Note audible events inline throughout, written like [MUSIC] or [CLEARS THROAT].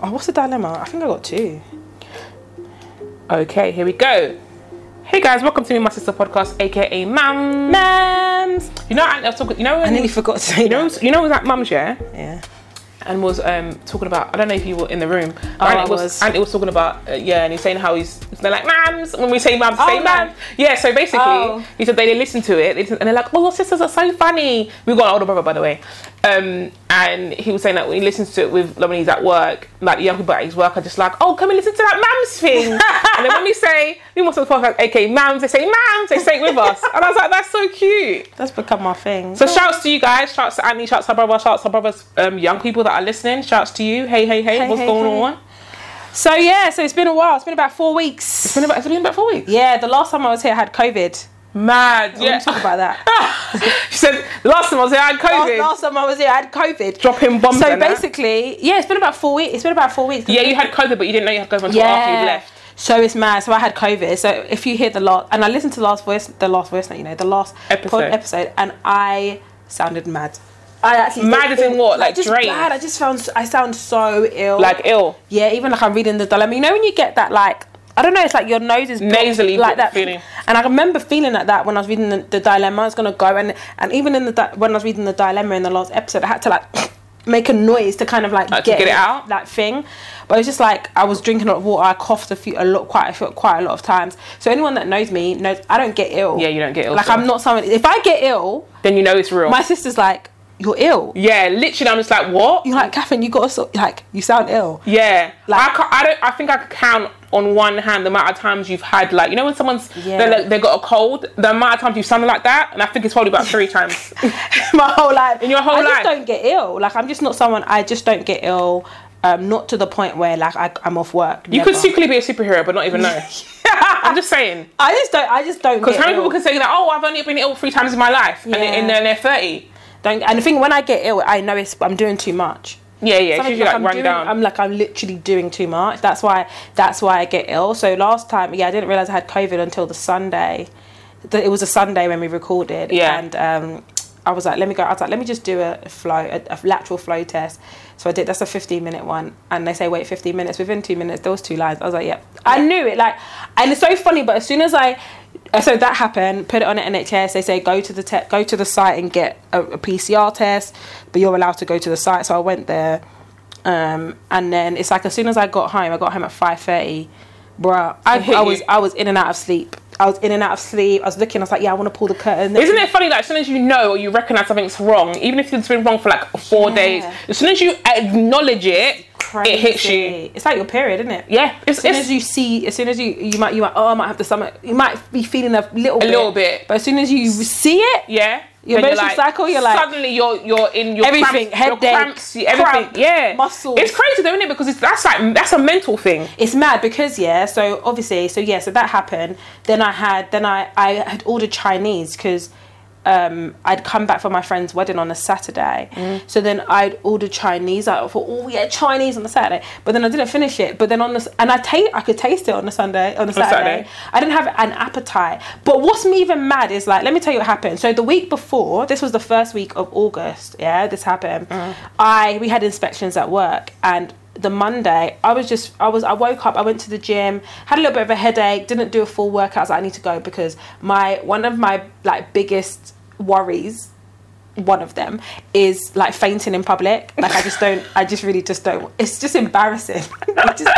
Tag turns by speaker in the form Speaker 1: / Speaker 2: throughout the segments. Speaker 1: Oh, what's the dilemma? I think I got two.
Speaker 2: Okay, here we go. Hey guys, welcome to Me and My Sister podcast, aka Mam.
Speaker 1: Mams!
Speaker 2: You know, I, I was talking. You know,
Speaker 1: I
Speaker 2: when,
Speaker 1: nearly forgot to say
Speaker 2: you know, you know, it was at Mum's yeah,
Speaker 1: Yeah.
Speaker 2: and was um talking about. I don't know if you were in the room.
Speaker 1: Oh,
Speaker 2: and
Speaker 1: I
Speaker 2: it was,
Speaker 1: was.
Speaker 2: And it was talking about uh, yeah, and he's saying how he's they're like Mams when we say Mams,
Speaker 1: Oh,
Speaker 2: say
Speaker 1: Mam.
Speaker 2: Mam. Yeah, so basically,
Speaker 1: Oh.
Speaker 2: he said they, they listen to it, they listen- and they're like, oh, your sisters are so funny. We've got an older brother, by the way. Um, and he was saying that when he listens to it with like, when he's at work, like the young people at his work are just like, oh, can we listen to that Mams
Speaker 1: [LAUGHS]
Speaker 2: thing? and then when we say we must have podcast, aka Mams, they say Mams, they say it with us, and I was like, that's so cute.
Speaker 1: That's become my thing.
Speaker 2: So shouts to you guys, shouts to Annie, shouts to her brother, shouts to her brother's um, young people that are listening, shouts to you. Hey, hey, hey,
Speaker 1: Hey,
Speaker 2: what's
Speaker 1: hey,
Speaker 2: going
Speaker 1: hey.
Speaker 2: on?
Speaker 1: So yeah, so it's been a while. It's been about four weeks.
Speaker 2: It's been about, it's been about four weeks.
Speaker 1: yeah, the last time I was here, I had COVID.
Speaker 2: Mad,
Speaker 1: Yeah.
Speaker 2: yeah.
Speaker 1: We talk about that.
Speaker 2: [LAUGHS] she said, last time I was here, I had
Speaker 1: last,
Speaker 2: COVID.
Speaker 1: last time I was here, I had COVID.
Speaker 2: Dropping bombs.
Speaker 1: so
Speaker 2: and that.
Speaker 1: basically, yeah, it's been about four weeks. It's been about four weeks. 'cause
Speaker 2: Yeah, you had COVID, but you didn't know you had COVID until after you left.
Speaker 1: So it's mad. So I had COVID. So if you hear the last, and I listened to the last voice, the last voice note, you know, the last
Speaker 2: Episode.
Speaker 1: episode, and I sounded mad. I actually
Speaker 2: Mad as in what? Like
Speaker 1: just
Speaker 2: drained?
Speaker 1: bad. I just found I sound so ill.
Speaker 2: Like ill.
Speaker 1: yeah, even like I'm reading the dilemma. You know when you get that like. I don't know. It's like your nose is blocked,
Speaker 2: Nasally
Speaker 1: like that
Speaker 2: feeling.
Speaker 1: and I remember feeling like that when I was reading the, the dilemma. I was gonna go, and and even in the di- when I was reading the dilemma in the last episode, I had to like [LAUGHS] make a noise to kind of like
Speaker 2: Like, Uh, to get it out?
Speaker 1: that thing. But it's just like I was drinking a lot of water. I coughed a few, a lot, quite, a few, quite a lot of times. So anyone that knows me knows I don't get ill.
Speaker 2: Yeah, you don't get ill.
Speaker 1: Like
Speaker 2: so.
Speaker 1: I'm not someone. If I get ill,
Speaker 2: Then you know it's real.
Speaker 1: my sister's like, "You're ill."
Speaker 2: yeah, literally, I'm just like, what?
Speaker 1: You're like, Catherine, you got to like, you sound ill.
Speaker 2: Yeah,
Speaker 1: Like-
Speaker 2: I, ca- I don't. I think I could count on one hand the amount of times you've had like you know when someone's
Speaker 1: Yeah.
Speaker 2: they like, they got a cold, the amount of times you've sounded like that, and I think it's probably about three
Speaker 1: [LAUGHS]
Speaker 2: times.
Speaker 1: my whole life. In
Speaker 2: your whole
Speaker 1: I
Speaker 2: life?
Speaker 1: just don't get ill. Like I'm just not someone. I just don't get ill. Um, not to the point where like I, I'm off work.
Speaker 2: You could secretly be a superhero, but not even
Speaker 1: [LAUGHS]
Speaker 2: know. I'm just saying.
Speaker 1: I just don't. I just don't.
Speaker 2: Because
Speaker 1: get
Speaker 2: how many
Speaker 1: ill.
Speaker 2: people can say that? Oh, I've only been ill three times in my life, and, they- and
Speaker 1: Yeah.
Speaker 2: then they're thirty.
Speaker 1: Don't. And the thing when I get ill, I know it's I'm doing too much.
Speaker 2: Yeah, yeah. It's
Speaker 1: Something
Speaker 2: usually like
Speaker 1: I'm
Speaker 2: run
Speaker 1: doing-
Speaker 2: down.
Speaker 1: I'm like I'm literally doing too much. That's why. That's why I get ill. So last time, yeah, I didn't realize I had COVID until the Sunday. The- It was a Sunday when we recorded.
Speaker 2: Yeah.
Speaker 1: And um, I was like, let me go. I was like, let me just do a flow, a, a lateral flow test. So I did. That's a 15 minute one. And they say wait 15 minutes. Within two minutes, there was two lines. I was like, yep. I knew it. Like, and it's so funny. But as soon as I uh, so that happened. Put it on at NHS. They say go to the te- go to the site and get a, a PCR test, but you're allowed to go to the site. So I went there, um, and then it's like as soon as I got home, I got home at five thirty, bruh. I,
Speaker 2: It hit
Speaker 1: I
Speaker 2: you.
Speaker 1: was I was in and out of sleep. I was in and out of sleep. I was looking. I was like, yeah, I want to pull the curtain.
Speaker 2: Isn't it funny that as soon as you know or you recognize something's wrong, even if it's been wrong for like four
Speaker 1: Yeah.
Speaker 2: days, as soon as you acknowledge it, it hits you.
Speaker 1: It's like your period, isn't it?
Speaker 2: Yeah, it's,
Speaker 1: As soon
Speaker 2: it's
Speaker 1: as you see, as soon as you you might you might oh I might have the stomach. You might be feeling a little a bit,
Speaker 2: little bit.
Speaker 1: but as soon as you see it,
Speaker 2: yeah.
Speaker 1: Your
Speaker 2: Then you're
Speaker 1: menstrual cycle, you're like-
Speaker 2: suddenly you're you're in your
Speaker 1: Everything,
Speaker 2: cramps, your
Speaker 1: headache,
Speaker 2: cramps, your everything,
Speaker 1: cramp,
Speaker 2: yeah,
Speaker 1: muscles.
Speaker 2: It's crazy though, isn't it? Because it's that's like that's a mental thing.
Speaker 1: it's mad because yeah so obviously so yeah so that happened then i had then i i had ordered chinese because um, I'd come back for my friend's wedding on a Saturday, so then I'd ordered Chinese. I thought, oh yeah, Chinese on the Saturday, but then I didn't finish it. But then on this, and I ta- I could taste it on the Sunday, on the Saturday.
Speaker 2: Saturday.
Speaker 1: I didn't have an appetite. But what's me even mad is like, let me tell you what happened. So the week before, this was the first week of August. Yeah, this happened. I we had inspections at work, and the Monday I was just I was I woke up. I went to the gym, had a little bit of a headache, didn't do a full workout. I was like, I need to go because my one of my like biggest worries one of them is like fainting in public. Like I just don't. I just really just don't. It's just embarrassing. [LAUGHS] I just-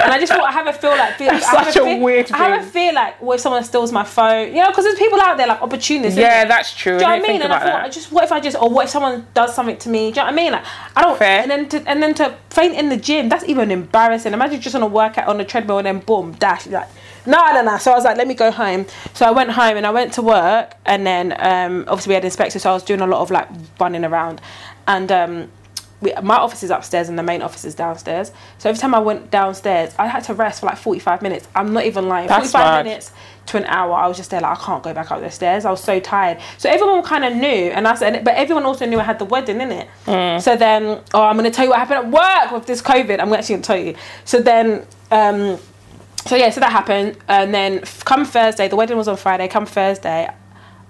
Speaker 1: and I just thought I have a feel like, feel,
Speaker 2: That's
Speaker 1: I have
Speaker 2: such a
Speaker 1: fear-
Speaker 2: weird
Speaker 1: I have a
Speaker 2: thing.
Speaker 1: fear like, well, if someone steals my phone, you know, because there's people out there like opportunists. isn't
Speaker 2: Yeah,
Speaker 1: there?
Speaker 2: that's true.
Speaker 1: Do you know what
Speaker 2: I
Speaker 1: I
Speaker 2: didn't
Speaker 1: mean?
Speaker 2: think
Speaker 1: And I
Speaker 2: about
Speaker 1: thought, I
Speaker 2: that.
Speaker 1: just what if I just, or what if someone does something to me? Do you know what I mean? Like, I don't.
Speaker 2: Fair.
Speaker 1: And then to and then to faint in the gym, that's even embarrassing. Imagine just on a workout on a treadmill and then boom, dash. You're Like, no, no, no. So I was like, let me go home. So I went home and I went to work, and then um, obviously we had inspectors, so I was doing a lot of like running around, and. Um, we, my office is upstairs and the main office is downstairs. So every time I went downstairs, I had to rest for like 45 minutes. I'm not even lying.
Speaker 2: That's
Speaker 1: 45
Speaker 2: mad.
Speaker 1: minutes to an hour. I was just there like I can't go back up the stairs. I was so tired. So everyone kind of knew, and I said, but everyone also knew I had the wedding in it.
Speaker 2: Mm.
Speaker 1: So then, oh, I'm gonna tell you what happened at work with this COVID. I'm actually gonna tell you. So then, um, so yeah, so that happened, and then f- come Thursday, the wedding was on Friday. Come Thursday,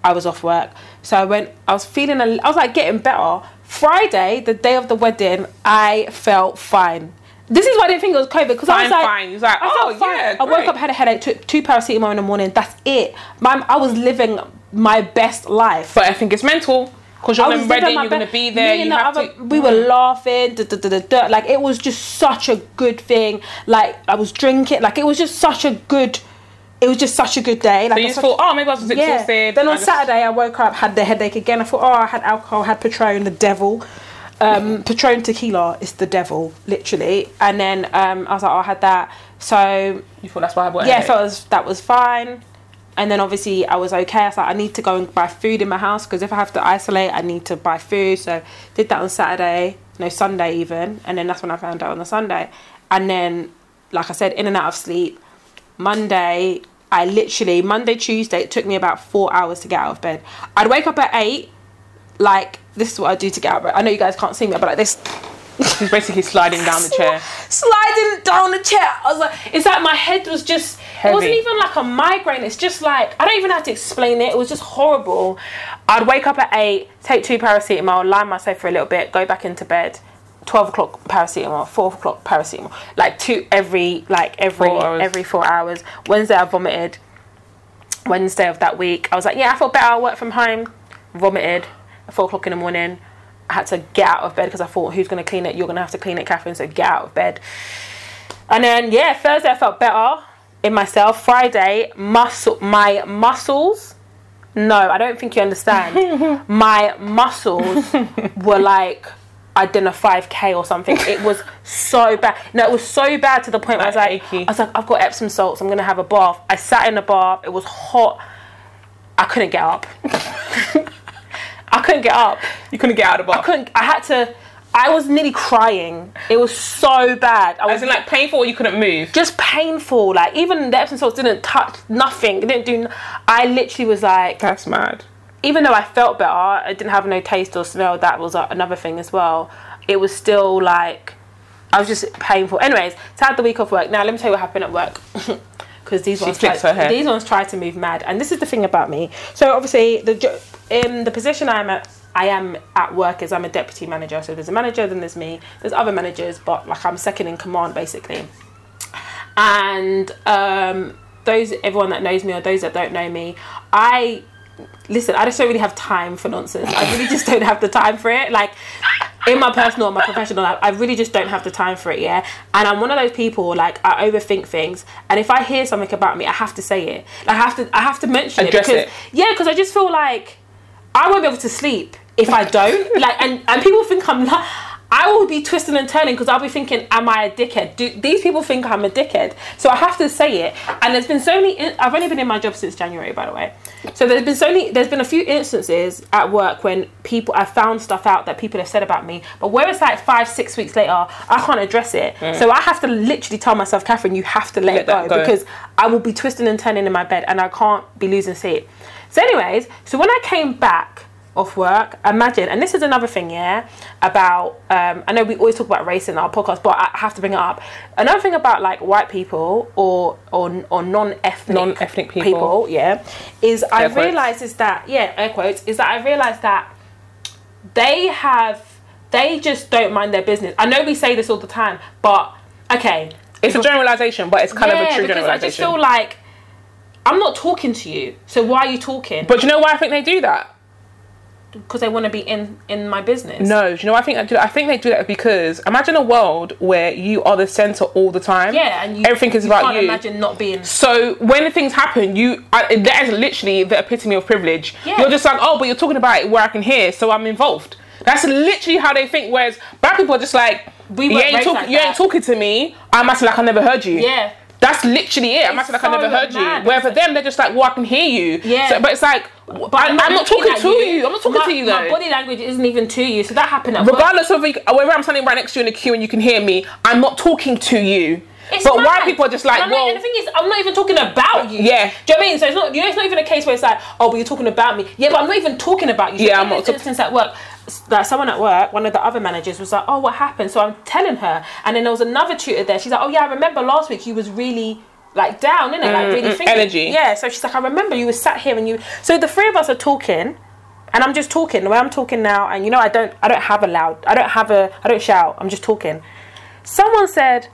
Speaker 1: I was off work, so I went. I was feeling, a, I was like getting better. Friday, the day of the wedding, I felt fine. This is why I didn't think it was COVID because I
Speaker 2: Fine,
Speaker 1: was like,
Speaker 2: fine. He's like,
Speaker 1: I
Speaker 2: oh,
Speaker 1: felt fine.
Speaker 2: yeah.
Speaker 1: I woke
Speaker 2: great.
Speaker 1: up, had a headache, took two paracetamol in the morning. That's it. My, I was living my best life.
Speaker 2: But I think it's mental because
Speaker 1: I
Speaker 2: you're
Speaker 1: was
Speaker 2: in
Speaker 1: living
Speaker 2: Reading,
Speaker 1: my
Speaker 2: you're going to
Speaker 1: best-
Speaker 2: be there.
Speaker 1: me and
Speaker 2: You
Speaker 1: the
Speaker 2: have
Speaker 1: other-
Speaker 2: to. Mm.
Speaker 1: we were laughing, duh, duh, duh, duh, duh. like it was just such a good thing. Like I was drinking, like it was just such a good. It was just such a good day. Like
Speaker 2: So you
Speaker 1: it's
Speaker 2: just
Speaker 1: such-
Speaker 2: thought, oh, maybe I was just exhausted.
Speaker 1: Then
Speaker 2: I
Speaker 1: on
Speaker 2: just-
Speaker 1: Saturday, I woke up, had the headache again. I thought, oh, I had alcohol, had Patron, the devil.
Speaker 2: [LAUGHS]
Speaker 1: Um, Patron tequila is the devil, literally. And then um, I was like, oh, I had that. So
Speaker 2: You thought that's why I bought
Speaker 1: yeah,
Speaker 2: it.
Speaker 1: so it was, that was fine. And then obviously I was okay. I was like, I need to go and buy food in my house because if I have to isolate, I need to buy food. So did that on Saturday, no Sunday even, and then that's when I found out on the Sunday. And then, like I said, in and out of sleep. Monday, I literally Monday Tuesday it took me about four hours to get out of bed. I'd wake up at eight. Like this is what I do to get out of bed. I know you guys can't see me, but like this
Speaker 2: She's basically sliding
Speaker 1: [LAUGHS]
Speaker 2: down the chair. [LAUGHS]
Speaker 1: sliding down the chair. I was like, it's like my head was just. It wasn't
Speaker 2: Heavy.
Speaker 1: even like a migraine. It's just like I don't even have to explain it. It was just horrible. I'd wake up at eight, take two paracetamol, lie on my sofa for a little bit, go back into bed. Twelve o'clock paracetamol, four o'clock paracetamol, like two every like every
Speaker 2: Four hours.
Speaker 1: every four hours. Wednesday I vomited. Wednesday of that week, I was like, yeah, I felt better. I work from home. Vomited at four o'clock in the morning. I had to get out of bed because I thought, who's going to clean it? You're going to have to clean it, Catherine. So get out of bed. And then yeah, Thursday I felt better in myself. Friday, muscle, my muscles. No, I don't think you understand.
Speaker 2: [LAUGHS]
Speaker 1: my muscles were like. I did a 5k or something. It was so bad. No, it was so bad to the point where I was like,
Speaker 2: Like achy.
Speaker 1: I was like, I've got Epsom salts. I'm gonna have a bath. I sat in the bath. It was hot. I couldn't get up. I couldn't get
Speaker 2: [LAUGHS]
Speaker 1: up.
Speaker 2: You couldn't get out of the
Speaker 1: I
Speaker 2: bath.
Speaker 1: couldn't. I had to. I was nearly crying. It was so bad. I was
Speaker 2: As in, like, painful or you couldn't move.
Speaker 1: just painful. Like even the Epsom salts didn't touch nothing. It didn't do. n- I literally was like,
Speaker 2: That's mad.
Speaker 1: even though I felt better, I didn't have no taste or smell. That was uh, another thing as well. It was still like I was just painful. Anyways, so I had the week off work. Now let me tell you what happened at work. [LAUGHS] Because these ones,
Speaker 2: flips
Speaker 1: tried-
Speaker 2: her hair.
Speaker 1: these ones try to move mad, and this is the thing about me. So obviously, the jo- in the position I'm at, I am at work is I'm a deputy manager. So there's a manager, then there's me. There's other managers, but like I'm second in command basically and um, those everyone that knows me or those that don't know me, I listen. I just don't really have time for nonsense. I really just don't have the time for it. Like in my personal, and my professional life, I really just don't have the time for it. Yeah, and I'm one of those people like I overthink things, and if I hear something about me, I have to say it. Like, I have to, I have to mention
Speaker 2: Address
Speaker 1: it because
Speaker 2: it.
Speaker 1: yeah, because I just feel like I won't be able to sleep if I [LAUGHS] don't. like, and, and people think I'm not. I will be twisting and turning because I'll be thinking, "Am I a dickhead?" Do these people think I'm a dickhead? So I have to say it. And there's been so many. in- I've only been in my job since January, by the way. So there's been so many. There's been a few instances at work when people I found stuff out that people have said about me, but where it's like five, six weeks later, I can't address it. So I have to literally tell myself, Catherine, you have to Mm. let, it
Speaker 2: that
Speaker 1: go
Speaker 2: go.
Speaker 1: because I will be twisting and turning in my bed and I can't be losing sleep. So, anyways, so when I came back off work, imagine, and this is another thing, yeah, about um, I know we always talk about race in our podcast, but I have to bring it up. Another thing about like white people or or, or non-ethnic
Speaker 2: Non-ethnic people.
Speaker 1: yeah, is I
Speaker 2: Air quotes.
Speaker 1: realised is that yeah, air quotes is that I realised that they have they just don't mind their business. I know we say this all the time, but okay,
Speaker 2: It's a generalization, but it's kind of a true
Speaker 1: because I just
Speaker 2: generalization.
Speaker 1: feel like I'm not talking to you. So why are you talking?
Speaker 2: But do you know why I think they do that?
Speaker 1: Because they want to be in in my business.
Speaker 2: No, do you know why I think they do that? I think they do that because imagine a world where you are the center all the time.
Speaker 1: Yeah, and you,
Speaker 2: everything is
Speaker 1: you
Speaker 2: about
Speaker 1: can't
Speaker 2: you.
Speaker 1: Imagine not being.
Speaker 2: So when things happen, you I, that is literally the epitome of privilege.
Speaker 1: Yeah.
Speaker 2: You're just like, oh, but you're talking about it where I can hear, so I'm involved. That's literally how they think. Whereas black people are just like,
Speaker 1: We
Speaker 2: you
Speaker 1: weren't
Speaker 2: ain't,
Speaker 1: raised
Speaker 2: talk,
Speaker 1: like
Speaker 2: you
Speaker 1: that.
Speaker 2: ain't talking to me. I'm acting like I never heard you.
Speaker 1: Yeah.
Speaker 2: That's literally it. I'm
Speaker 1: It's
Speaker 2: acting like I
Speaker 1: so
Speaker 2: never heard
Speaker 1: mad.
Speaker 2: you. Where for them, they're just like, well, I can hear you.
Speaker 1: Yeah.
Speaker 2: So, but it's like, I, am not
Speaker 1: looking
Speaker 2: talking
Speaker 1: at
Speaker 2: to you. I'm not talking
Speaker 1: My-
Speaker 2: to you
Speaker 1: My
Speaker 2: though.
Speaker 1: body language isn't even to you. So that happened at work.
Speaker 2: Regardless of uh, whether I'm standing right next to you in the queue and you can hear me, I'm not talking to you.
Speaker 1: It's
Speaker 2: but
Speaker 1: mad.
Speaker 2: white people are just like,
Speaker 1: And I mean,
Speaker 2: well,
Speaker 1: and the thing is, I'm not even talking about you.
Speaker 2: Yeah.
Speaker 1: Do you know what I mean? So it's not, you know, it's not even a case where it's like, oh, but you're talking about me. Yeah, but I'm not even talking about you. So
Speaker 2: Yeah,
Speaker 1: in
Speaker 2: I'm not
Speaker 1: this
Speaker 2: talk-
Speaker 1: instance at work, s- like someone at work, one of the other managers was like, oh, what happened? So I'm telling her, and then there was another tutor there. She's like, oh yeah, I remember last week you was really like down, innit? Like really thinking.
Speaker 2: Mm, energy.
Speaker 1: Yeah. So she's like, I remember you were sat here and you. So the three of us are talking. And I'm just talking the way I'm talking now, and you know I don't I don't have a loud I don't have a I don't shout I'm just talking. Someone said,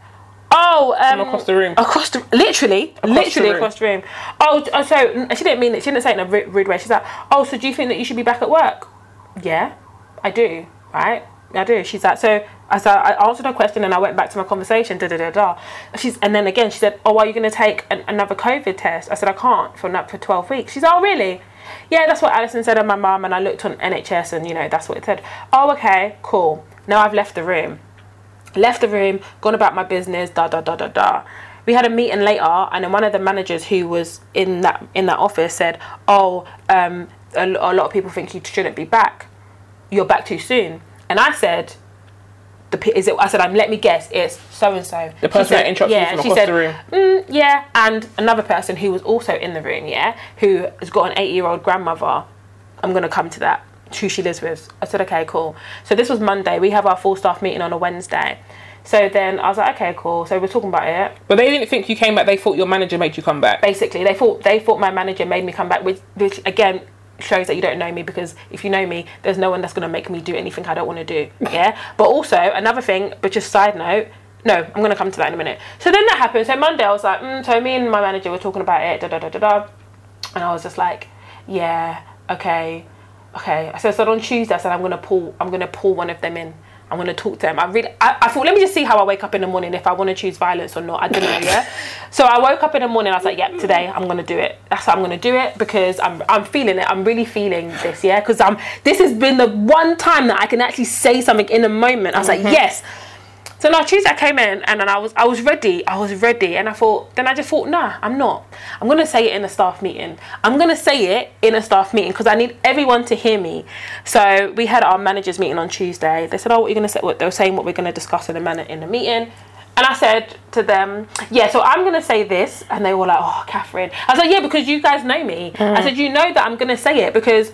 Speaker 1: "Oh, um,
Speaker 2: From across the room.
Speaker 1: across the literally,
Speaker 2: the
Speaker 1: literally
Speaker 2: room.
Speaker 1: across the room." Oh, d- oh, so n- she didn't mean it. She didn't say it in a ru- rude way. She's like, "Oh, so do you think that you should be back at work?" Yeah, I do. Right, I do. She's like, so. I said, I answered her question and I went back to my conversation. Da da da da. She's and then again she said, "Oh, are you going to take an, another COVID test?" I said, "I can't for not for twelve weeks." She's, "Oh, really?" Yeah, that's what Alison said on my mum, and I looked on NHS, and you know that's what it said. Oh, okay, cool. Now I've left the room left the room, gone about my business, da da da da da. We had a meeting later, and then one of the managers who was in that in that office said, "Oh, um, a, lo- a lot of people think you shouldn't be back. You're back too soon." And I said, "The p- is it?" I said, "I'm. Let me guess. It's so and so."
Speaker 2: The person that interrupted you from across the room.
Speaker 1: Mm, yeah, and another person who was also in the room, yeah, who has got an eight-year-old grandmother. I'm gonna come to that. Who she lives with. I said, okay, cool. So this was Monday. We have our full staff meeting on a Wednesday. So then I was like, okay, cool. So we're talking about it.
Speaker 2: But they didn't think you came back. They thought your manager made you come back.
Speaker 1: Basically, they thought they thought my manager made me come back, which, which again shows that you don't know me because if you know me, there's no one that's gonna make me do anything I don't want to do. Yeah. [LAUGHS] but also another thing, but just side note. No, I'm gonna come to that in a minute. So then that happened. So Monday, I was like, mm, so me and my manager were talking about it. Da da da da da. And I was just like, yeah, okay, okay. I said, so on Tuesday, I said, I'm gonna pull, I'm gonna pull one of them in. I'm gonna talk to them. I really, I, I thought, let me just see how I wake up in the morning if I want to choose violence or not. I don't know, yeah. so I woke up in the morning. I was like, yep, today I'm gonna do it. That's how I'm gonna do it because I'm, I'm feeling it. I'm really feeling this, yeah. Because I'm, this has been the one time that I can actually say something in a moment. I was like, yes. So now Tuesday I came in and then I was I was ready. I was ready and I thought then I just thought, nah, I'm not. I'm gonna say it in a staff meeting. I'm gonna say it in a staff meeting because I need everyone to hear me. So we had our managers meeting on Tuesday. They said, Oh, what you're gonna say what they were saying what we're gonna discuss in a minute in the meeting. And I said to them, Yeah, so I'm gonna say this and they were like, Oh, Catherine. I said, Yeah, because you guys know me. I said, You know that I'm gonna say it because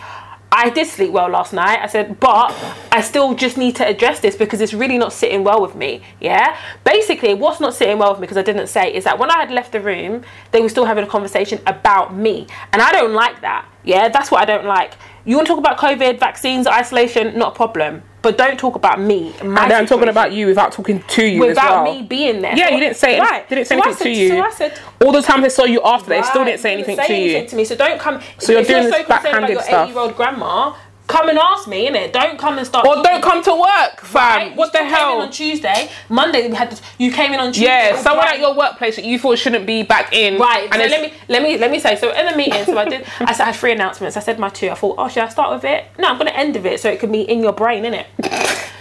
Speaker 1: I did sleep well last night. I said, but I still just need to address this because it's really not sitting well with me. Yeah. Basically, what's not sitting well with me because I didn't say is that when I had left the room, they were still having a conversation about me, and I don't like that. Yeah, that's what I don't like. You want to talk about COVID, vaccines, isolation, not a problem, but don't talk about me. My
Speaker 2: And I'm talking
Speaker 1: situation
Speaker 2: about you without talking to you
Speaker 1: without
Speaker 2: as well.
Speaker 1: me being there.
Speaker 2: Yeah,
Speaker 1: So-
Speaker 2: you didn't say any-
Speaker 1: right.
Speaker 2: didn't say
Speaker 1: So I
Speaker 2: anything to
Speaker 1: said-
Speaker 2: you.
Speaker 1: So I said,
Speaker 2: All the time they saw you after, they still
Speaker 1: Right,
Speaker 2: didn't say
Speaker 1: you
Speaker 2: anything
Speaker 1: say
Speaker 2: to
Speaker 1: anything
Speaker 2: you.
Speaker 1: to me. So don't come.
Speaker 2: So you're
Speaker 1: if you're
Speaker 2: doing
Speaker 1: so
Speaker 2: this
Speaker 1: concerned about
Speaker 2: backhanded
Speaker 1: your
Speaker 2: stuff.
Speaker 1: eight-year-old grandma. Come and ask me, innit? Don't come and start.
Speaker 2: Or don't come to work, fam.
Speaker 1: You
Speaker 2: what the
Speaker 1: still Came in
Speaker 2: hell?
Speaker 1: on Tuesday, Monday we had. This, you came in on Tuesday.
Speaker 2: Yeah, someone
Speaker 1: Right.
Speaker 2: at your workplace that you thought shouldn't be back in.
Speaker 1: Right.
Speaker 2: And
Speaker 1: so
Speaker 2: it's-
Speaker 1: let me let me let me say. So in the meeting, so I
Speaker 2: [LAUGHS]
Speaker 1: did. I, said, I had three announcements. I said my two. I thought, oh, should I start with it? No, I'm going to end with it so it can be in your brain,
Speaker 2: [LAUGHS]
Speaker 1: innit?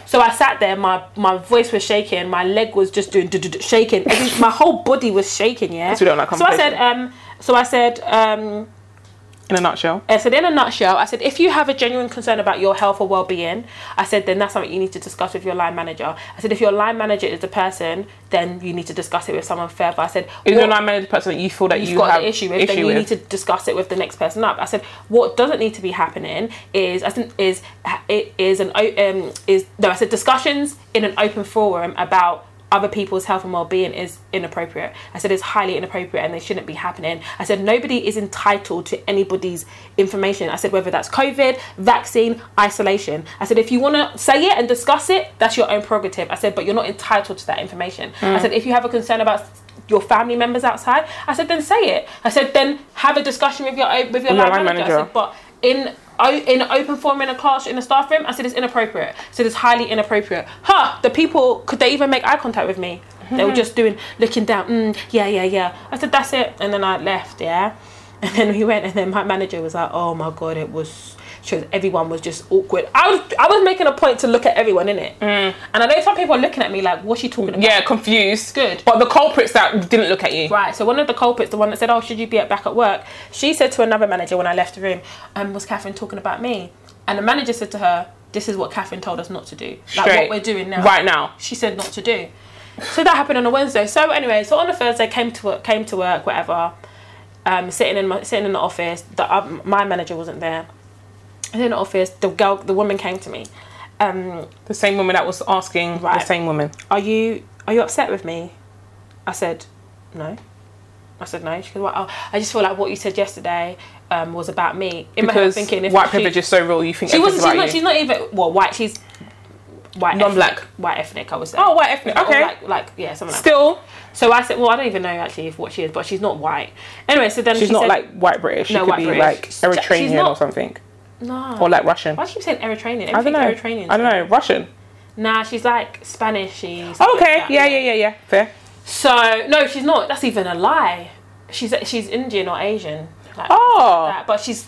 Speaker 1: So I sat there. My my voice was shaking. My leg was just doing du-du-du- shaking. Every- my whole body was shaking. Yeah.
Speaker 2: we don't like
Speaker 1: so I said.
Speaker 2: confrontation.
Speaker 1: Um. So I said. Um.
Speaker 2: in a nutshell.
Speaker 1: I said, in a nutshell, I said, if you have a genuine concern about your health or well being, I said, then that's something you need to discuss with your line manager. I said, if your line manager is the person, then you need to discuss it with someone further. I said,
Speaker 2: Is
Speaker 1: what-
Speaker 2: your line manager the person that you feel that
Speaker 1: you've
Speaker 2: you
Speaker 1: got
Speaker 2: have
Speaker 1: the issue with, then
Speaker 2: issue
Speaker 1: you
Speaker 2: with?
Speaker 1: need to discuss it with the next person up. I said, what doesn't need to be happening is, I think, is it is an o- um is no, I said discussions in an open forum about other people's health and well-being is inappropriate. I said it's highly inappropriate and they shouldn't be happening. I said nobody is entitled to anybody's information. I said whether that's COVID, vaccine, isolation. I said if you want to say it and discuss it, that's your own prerogative. I said but you're not entitled to that information.
Speaker 2: Mm.
Speaker 1: I said if you have a concern about your family members outside. I said, then say it. I said, then have a discussion with your o- with your
Speaker 2: Your
Speaker 1: line,
Speaker 2: line
Speaker 1: manager. I
Speaker 2: manager.
Speaker 1: said, but in o- in an open forum in a class in a staff room, I said it's inappropriate. I said it's highly inappropriate. Huh? The people could they even make eye contact with me? They were just doing looking down. Mm, yeah, yeah, yeah. I said that's it, and then I left. Yeah. [LAUGHS] And then we went, and then my manager was like, "Oh my god, it was." She was, everyone was just awkward. I was, I was making a point to look at everyone in it, mm. and I know some people are looking at me like, "What's she talking about?"
Speaker 2: Yeah, confused.
Speaker 1: Good.
Speaker 2: But the culprits that didn't look at you.
Speaker 1: Right, so one of the culprits, the one that said, Oh, should you be at, back at work? She said to another manager when I left the room, um, Was Catherine talking about me? And the manager said to her, This is what Catherine told us not to do. Like
Speaker 2: Straight.
Speaker 1: what we're doing now.
Speaker 2: Right now.
Speaker 1: She said not to do. So that happened on a Wednesday. So anyway, so on a Thursday, came to work, came to work, whatever. Um, sitting in my, sitting in the office, the, uh, my manager wasn't there. And in the office, the girl, the woman came to me. Um,
Speaker 2: The same woman that was asking the
Speaker 1: Right.
Speaker 2: same woman.
Speaker 1: are you are you upset with me? I said, no. I said no. She goes, well, oh, I just feel like what you said yesterday um, was about me. In my head, I'm
Speaker 2: Because
Speaker 1: thinking if
Speaker 2: white
Speaker 1: she-
Speaker 2: privilege is so real, you think
Speaker 1: She wasn't.
Speaker 2: everything's
Speaker 1: She's
Speaker 2: about
Speaker 1: not.
Speaker 2: you.
Speaker 1: She's not even. Well, white. She's white,
Speaker 2: Non-black.
Speaker 1: ethnic, white ethnic. I would say.
Speaker 2: Oh, white ethnic.
Speaker 1: Or
Speaker 2: Okay.
Speaker 1: like, like yeah, something like.
Speaker 2: Still,
Speaker 1: that. So I said, well, I don't even know actually if what she is, but she's not white. Anyway, so then
Speaker 2: she's
Speaker 1: she
Speaker 2: not
Speaker 1: said,
Speaker 2: like white British. She
Speaker 1: No,
Speaker 2: could
Speaker 1: white
Speaker 2: be
Speaker 1: British.
Speaker 2: like
Speaker 1: She's- she's
Speaker 2: Eritrean
Speaker 1: not-
Speaker 2: or something,
Speaker 1: no.
Speaker 2: or like Russian.
Speaker 1: Why do you keep saying Eritrean?
Speaker 2: I don't know.
Speaker 1: Eritrean.
Speaker 2: I don't know. Russian.
Speaker 1: Nah, she's like Spanish. She's
Speaker 2: Oh, okay. Yeah, yeah, yeah, yeah. Fair.
Speaker 1: So no, she's not. That's even a lie. She's she's Indian or Asian. Like,
Speaker 2: Oh,
Speaker 1: that, but she's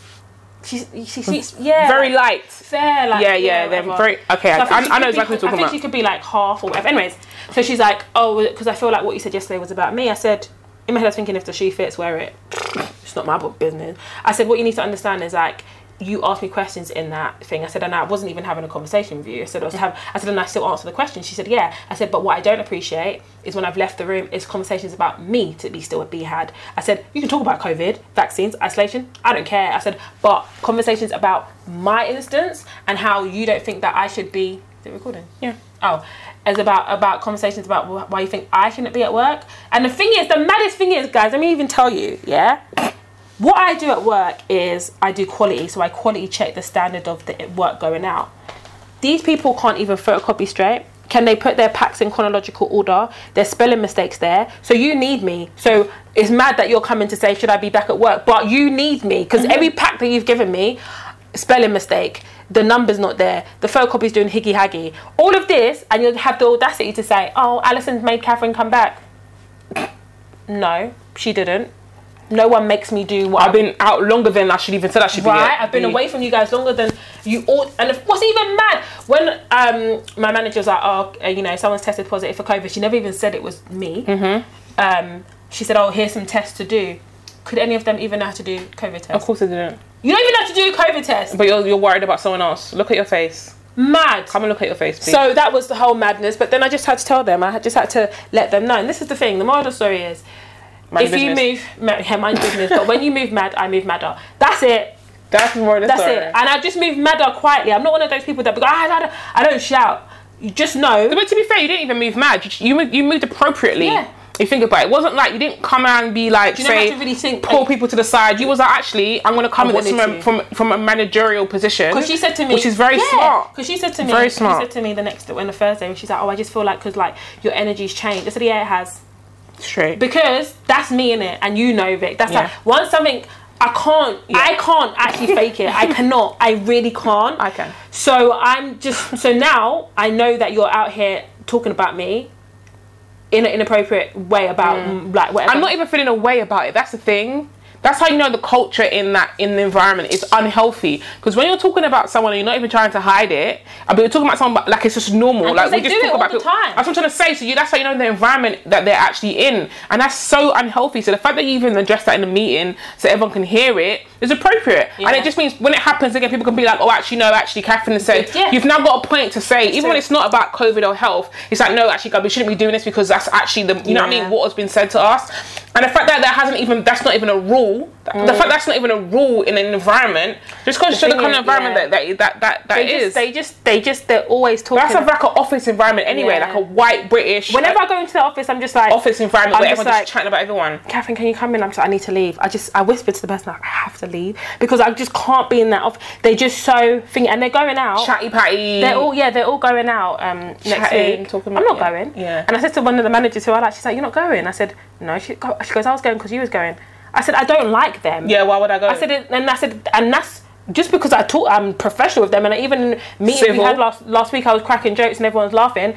Speaker 1: she's she seems yeah
Speaker 2: very
Speaker 1: like,
Speaker 2: light.
Speaker 1: fair like
Speaker 2: Yeah, yeah. They're
Speaker 1: whatever.
Speaker 2: very
Speaker 1: So
Speaker 2: okay. I,
Speaker 1: think
Speaker 2: I,
Speaker 1: she
Speaker 2: I
Speaker 1: could
Speaker 2: know
Speaker 1: be-
Speaker 2: exactly what you're
Speaker 1: I think
Speaker 2: talking
Speaker 1: she
Speaker 2: about.
Speaker 1: could be like half or whatever. Anyways, so she's like, oh, because I feel like what you said yesterday was about me. I said, in my head, I was thinking if the shoe fits, wear it. It's not my bu- business. I said, what you need to understand is like. You asked me questions in that thing. I said, and I wasn't even having a conversation with you. I said, I was having, I said, and I still answer the question. She said, yeah. I said, but what I don't appreciate is when I've left the room is conversations about me to be still be had. I said, you can talk about COVID, vaccines, isolation. I don't care. I said, but conversations about my instance and how you don't think that I should be. Is it recording?
Speaker 2: Yeah.
Speaker 1: Oh, as about about conversations about wh- why you think I shouldn't be at work. And the thing is, the maddest thing is, guys, let me even tell you, yeah. What I do at work is I do quality, so I quality check the standard of the work going out. These people can't even photocopy straight. Can they put their packs in chronological order? There's spelling mistakes there. So you need me. So it's mad that you're coming to say, should I be back at work? But you need me because every pack that you've given me, spelling mistake, the number's not there, the photocopy's doing higgy haggy. All of this, and you'll have the audacity to say, oh, Alison's made Catherine come back. [SNIFFS] no, she didn't. No one makes me do what
Speaker 2: I've been out longer than I should even said I should be.
Speaker 1: right
Speaker 2: here.
Speaker 1: i've been
Speaker 2: Be-
Speaker 1: away from you guys longer than you all and if, what's even mad when um my manager's like oh uh, you know someone's tested positive for covid she never even said it was me
Speaker 2: Mm-hmm.
Speaker 1: um she said oh here's some tests to do could any of them even know how to do covid
Speaker 2: Of
Speaker 1: tests
Speaker 2: course I didn't.
Speaker 1: you don't even know how to do covid tests
Speaker 2: But you're, you're worried about someone else. Look at your face.
Speaker 1: mad
Speaker 2: Come and look at your face, please.
Speaker 1: So that was the whole madness. But then I just had to tell them. I had- just had to let them know. And this is the thing. The moral of the story is,
Speaker 2: Mind
Speaker 1: if
Speaker 2: your
Speaker 1: you
Speaker 2: business.
Speaker 1: move, ma- [LAUGHS] yeah, mind your business. but when you move mad, I move madder. That's it.
Speaker 2: that's more the
Speaker 1: That's
Speaker 2: story.
Speaker 1: it. And I just move madder quietly. I'm not one of those people that be like, "Ah, I, don't, I don't shout. You just know.
Speaker 2: But to be fair, you didn't even move mad. You, you, moved, you moved appropriately.
Speaker 1: Yeah.
Speaker 2: You think about it. It wasn't like you didn't come out and be like,
Speaker 1: You don't
Speaker 2: say,
Speaker 1: have to really think.
Speaker 2: pull people to the side. You was like, actually, I'm going to come
Speaker 1: I
Speaker 2: at this from,
Speaker 1: wanted
Speaker 2: a- from from a managerial position.
Speaker 1: Because she said to me,
Speaker 2: which is very smart.
Speaker 1: Because she said to me,
Speaker 2: Very
Speaker 1: She
Speaker 2: smart.
Speaker 1: said to me the next on the Thursday, and she's like, "Oh, I just feel like because like your energy's changed." I said, "Yeah, it has."
Speaker 2: Straight.
Speaker 1: because that's me in it and you know Vic that's
Speaker 2: Yeah.
Speaker 1: like once something I can't I can't actually fake it [LAUGHS] I cannot I really can't
Speaker 2: I can.
Speaker 1: so I'm just so now I know that you're out here talking about me in an inappropriate way about mm, like whatever
Speaker 2: I'm not even feeling a way about it. That's the thing. That's how you know the culture in that in the environment is unhealthy. Because when you're talking about someone and you're not even trying to hide it, I mean, you're talking about someone but, like it's just normal.
Speaker 1: And 'cause
Speaker 2: like
Speaker 1: they do it all the
Speaker 2: people-
Speaker 1: time.
Speaker 2: That's what I'm trying to say. So you, that's how you know the environment that they're actually in, and that's so unhealthy. So the fact that you even addressed that in a meeting so everyone can hear it is appropriate, and
Speaker 1: Yeah.
Speaker 2: it just means when it happens again, people can be like, "Oh, actually, no, actually, Catherine said
Speaker 1: Yeah.
Speaker 2: you've now got a point to say." even when
Speaker 1: it.
Speaker 2: it's not about COVID or health, it's like, "No, actually, God, we shouldn't be doing this because that's actually the you know what I
Speaker 1: Yeah.
Speaker 2: mean." What has been said to us, and the fact that that hasn't even that's not even a rule.
Speaker 1: Mm.
Speaker 2: The fact that's not even a rule in an environment just because to the
Speaker 1: thing
Speaker 2: kind
Speaker 1: is,
Speaker 2: of environment
Speaker 1: yeah.
Speaker 2: that that that that, that
Speaker 1: they
Speaker 2: is.
Speaker 1: just, they just they just they're always talking
Speaker 2: that's a, like an office environment anyway,
Speaker 1: Yeah.
Speaker 2: like a white British.
Speaker 1: whenever
Speaker 2: like,
Speaker 1: I go into the office I'm just like
Speaker 2: office environment
Speaker 1: I'm
Speaker 2: where
Speaker 1: just
Speaker 2: everyone's
Speaker 1: like- oh,
Speaker 2: just chatting about everyone.
Speaker 1: Catherine, can you come in? I'm just, I need to leave. I just, I whispered to the person, like, I have to leave because I just can't be in that off. They're just so thing, and they're going out.
Speaker 2: Chatty patty.
Speaker 1: They're all yeah, they're all going out um, next
Speaker 2: Chatting,
Speaker 1: week.
Speaker 2: talking
Speaker 1: I'm
Speaker 2: about-
Speaker 1: not
Speaker 2: yeah.
Speaker 1: going.
Speaker 2: Yeah.
Speaker 1: And I said to one of the managers who I like, she's like, you're not going. I said, no. She, go- she goes, I was going because you was going. I said, I don't like them.
Speaker 2: Yeah, why would I go?
Speaker 1: I said, it- and I said, and that's just because I talk, I'm professional with them, and I even meetings we
Speaker 2: Civil.
Speaker 1: had last last week, I was cracking jokes and everyone's laughing.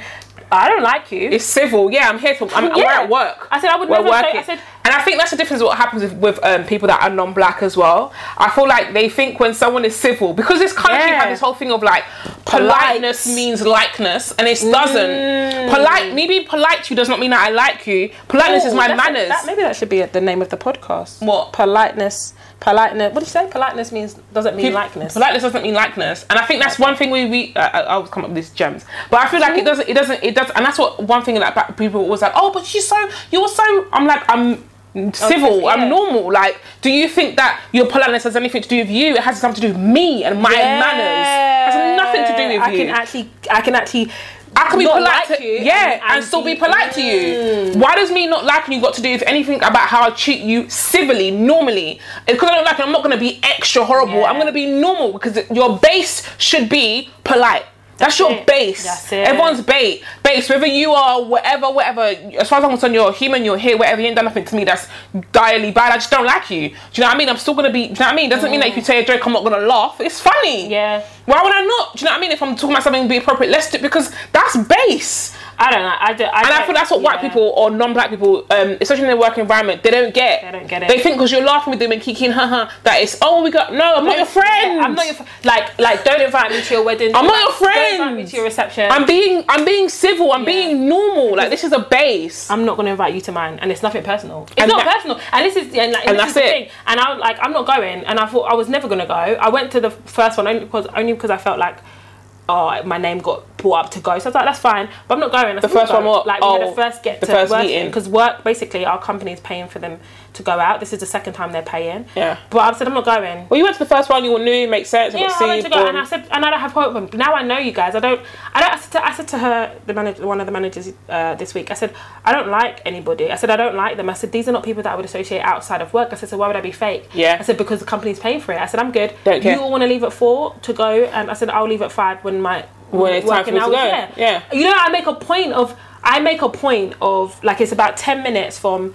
Speaker 1: I don't like you.
Speaker 2: It's civil. Yeah, I'm here to.
Speaker 1: [LAUGHS]
Speaker 2: I'm,
Speaker 1: Yeah.
Speaker 2: We're at work.
Speaker 1: I said I would
Speaker 2: we're
Speaker 1: never say- I
Speaker 2: working.
Speaker 1: said-
Speaker 2: and I think that's the difference. What happens with, with um, people that are non-black as well. I feel like they think when someone is civil because this country
Speaker 1: Yeah.
Speaker 2: has this whole thing of like
Speaker 1: Polite.
Speaker 2: politeness means likeness, and it doesn't.
Speaker 1: Mm.
Speaker 2: Polite. Me being polite to you does not mean that I like you. Politeness is
Speaker 1: Ooh,
Speaker 2: my
Speaker 1: "Oh, that's-
Speaker 2: manners.
Speaker 1: that- maybe that should be the name of the podcast.
Speaker 2: What?
Speaker 1: politeness? Politeness. What do you say? Politeness means doesn't mean
Speaker 2: Peop-
Speaker 1: likeness.
Speaker 2: Politeness doesn't mean likeness, and I think that's one thing we we I, I I always come up with these gems, but I feel like
Speaker 1: Mm-hmm.
Speaker 2: it doesn't it doesn't it does, and that's what one thing that like, people always like. Oh, but she's so you were so. I'm like I'm civil.
Speaker 1: Oh, yeah.
Speaker 2: I'm normal. Like, do you think that your politeness has anything to do with you? It has something to do with me and my
Speaker 1: Yeah.
Speaker 2: manners. It has nothing to do with
Speaker 1: I
Speaker 2: you.
Speaker 1: can actually, I can actually,
Speaker 2: I can be
Speaker 1: not
Speaker 2: polite
Speaker 1: like
Speaker 2: to
Speaker 1: you
Speaker 2: you, yeah,
Speaker 1: and- Mm.
Speaker 2: and,
Speaker 1: and
Speaker 2: still be
Speaker 1: be-
Speaker 2: polite to you. Why does me not liking you got to do with anything about how I treat you civilly, normally? Because I don't like you, I'm not going to be extra horrible.
Speaker 1: Yeah.
Speaker 2: I'm going to be normal because your base should be polite. That's, your
Speaker 1: it.
Speaker 2: base.
Speaker 1: That's it.
Speaker 2: Everyone's bait. Base, whether you are whatever, whatever, as far as I'm concerned, you're a human, you're here, whatever, you ain't done nothing to me that's direly bad. I just don't like you. Do you know what I mean? I'm still gonna be, do you know what I mean? Doesn't mean that if you say a joke, I'm not gonna laugh. It's funny.
Speaker 1: Mm. Yeah.
Speaker 2: Why would I not? Do you know what I mean? If I'm talking about something be appropriate, let's do because that's base.
Speaker 1: I don't know. I don't. I
Speaker 2: And I
Speaker 1: don't-
Speaker 2: feel that's what white
Speaker 1: yeah.
Speaker 2: people or non-black people, um, especially in their work environment, they don't get.
Speaker 1: They don't get it.
Speaker 2: They think because you're laughing with them and kicking, haha, that it's oh we got no, I'm not your friend.
Speaker 1: I'm not your fr- like like. Don't invite me [LAUGHS] to your wedding.
Speaker 2: I'm not your
Speaker 1: Don't invite me
Speaker 2: friend.
Speaker 1: to your reception.
Speaker 2: I'm being I'm being civil. I'm being normal. Like this is a base.
Speaker 1: I'm not going to invite you to mine, and it's nothing personal. It's
Speaker 2: And
Speaker 1: not
Speaker 2: that-
Speaker 1: personal, and this is and, like,
Speaker 2: And
Speaker 1: this
Speaker 2: that's
Speaker 1: is the
Speaker 2: it.
Speaker 1: thing. And I was like, I'm not going, and I thought I was never going to go. I went to the first one only because only because I felt like, oh, my name got brought up to go, so I was like, that's fine, but I'm not going. I still
Speaker 2: first
Speaker 1: go.
Speaker 2: one what?
Speaker 1: Like we had
Speaker 2: Oh,
Speaker 1: a first get
Speaker 2: the
Speaker 1: to
Speaker 2: first
Speaker 1: work
Speaker 2: meeting.
Speaker 1: because work basically our company is paying for them to go out. This is the second time they're paying.
Speaker 2: Yeah.
Speaker 1: but I said I'm not going.
Speaker 2: well, you went to the first one. You were new. It makes sense.
Speaker 1: Yeah,
Speaker 2: got
Speaker 1: I went to
Speaker 2: seen,
Speaker 1: go
Speaker 2: boom.
Speaker 1: and I said, and I don't have hope. but Now I know you guys. I don't. I don't. I said to, I said to her, the manager, one of the managers uh, this week. I said, I don't like anybody. I said, I don't like them. I said, these are not people that I would associate outside of work. I said, so why would I be fake?
Speaker 2: Yeah.
Speaker 1: I said because the company's paying for it. I said, I'm good.
Speaker 2: Don't care.
Speaker 1: You all want to leave at four to go, and I said, I'll leave at five when my
Speaker 2: When it's time
Speaker 1: working
Speaker 2: for me to
Speaker 1: hours-
Speaker 2: go. Yeah.
Speaker 1: You know, I make a point of. I make a point of like it's about ten minutes from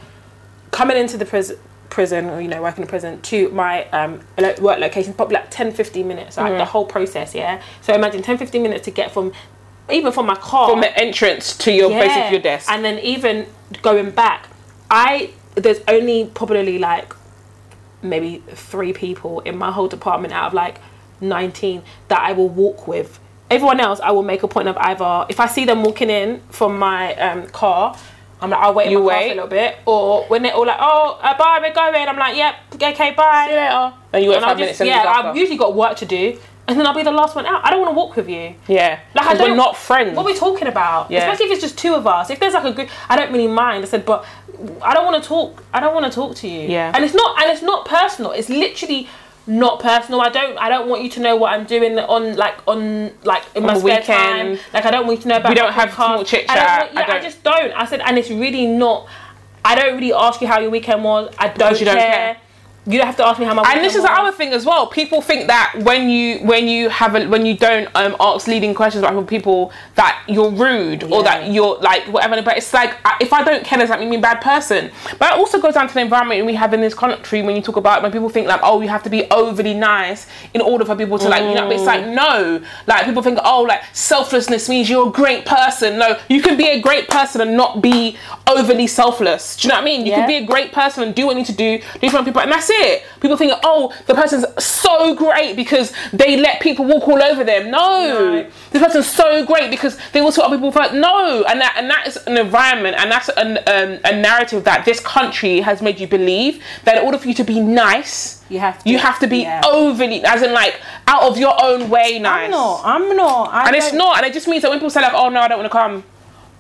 Speaker 1: coming into the prison prison or you know working in prison to my um lo- work location probably like 10 15 minutes like
Speaker 2: Mm-hmm.
Speaker 1: the whole process yeah so imagine 10 15 minutes to get from even from my car
Speaker 2: from the entrance to your
Speaker 1: yeah,
Speaker 2: basically your desk.
Speaker 1: and then even going back i there's only probably like maybe three people in my whole department out of like 19 that I will walk with. Everyone else, I will make a point of either if I see them walking in from my um, car, I'm like, I'll wait in
Speaker 2: You
Speaker 1: my car
Speaker 2: wait.
Speaker 1: for a little bit. Or when they're all like, oh, uh, bye, we're going. I'm like, yep, okay, bye.
Speaker 2: See you later. And you wait
Speaker 1: And I'll
Speaker 2: five
Speaker 1: just,
Speaker 2: minutes. and
Speaker 1: yeah,
Speaker 2: leave
Speaker 1: I've
Speaker 2: after.
Speaker 1: usually got work to do. And then I'll be the last one out. I don't want to walk with you.
Speaker 2: yeah.
Speaker 1: Like, I
Speaker 2: 'Cause we're
Speaker 1: don't-
Speaker 2: not friends.
Speaker 1: What are we talking about?
Speaker 2: Yeah.
Speaker 1: Especially if it's just two of us. If there's like a group, I don't really mind. I said, but I don't want to talk. I don't want to talk to you.
Speaker 2: Yeah.
Speaker 1: And it's not. And it's not personal. It's literally not personal. I don't. I don't want you to know what I'm doing on like on like in my
Speaker 2: the
Speaker 1: spare
Speaker 2: weekend.
Speaker 1: time. Like I don't want you to know about.
Speaker 2: We don't
Speaker 1: my
Speaker 2: have
Speaker 1: podcast.
Speaker 2: small chit
Speaker 1: I don't
Speaker 2: chat.
Speaker 1: want- yeah,
Speaker 2: I
Speaker 1: I,
Speaker 2: don't-
Speaker 1: just don't. I said, and it's really not. I don't really ask you how your weekend was. I don't,
Speaker 2: you don't
Speaker 1: care.
Speaker 2: care.
Speaker 1: You don't have to ask me how my.
Speaker 2: and this is the other thing as well. People think that when you when you have a, when you don't um, ask leading questions about people that you're rude
Speaker 1: Yeah.
Speaker 2: or that you're like whatever. But it's like I- if I don't care, does that mean I'm a bad person? But it also goes down to the environment we have in this country when you talk about when people think like oh you have to be overly nice in order for people to like you know. But it's like no, like people think oh like selflessness means you're a great person. No, you can be a great person and not be overly selfless. Do you know what I mean? You
Speaker 1: Yeah.
Speaker 2: can be a great person and do what you need to do, do for people, and that's it. People think, oh, the person's so great because they let people walk all over them. No,
Speaker 1: No.
Speaker 2: this person's so great because they will sort of people first. No, and that and that is an environment, and that's an, um, a narrative that this country has made you believe that in order for you to be nice,
Speaker 1: You have to-
Speaker 2: you have to be
Speaker 1: yeah.
Speaker 2: overly, as in like out of your own way, nice.
Speaker 1: I'm not. I'm not. I
Speaker 2: and it's
Speaker 1: don't-
Speaker 2: not, and it just means that when people say like, oh no, I don't want to come,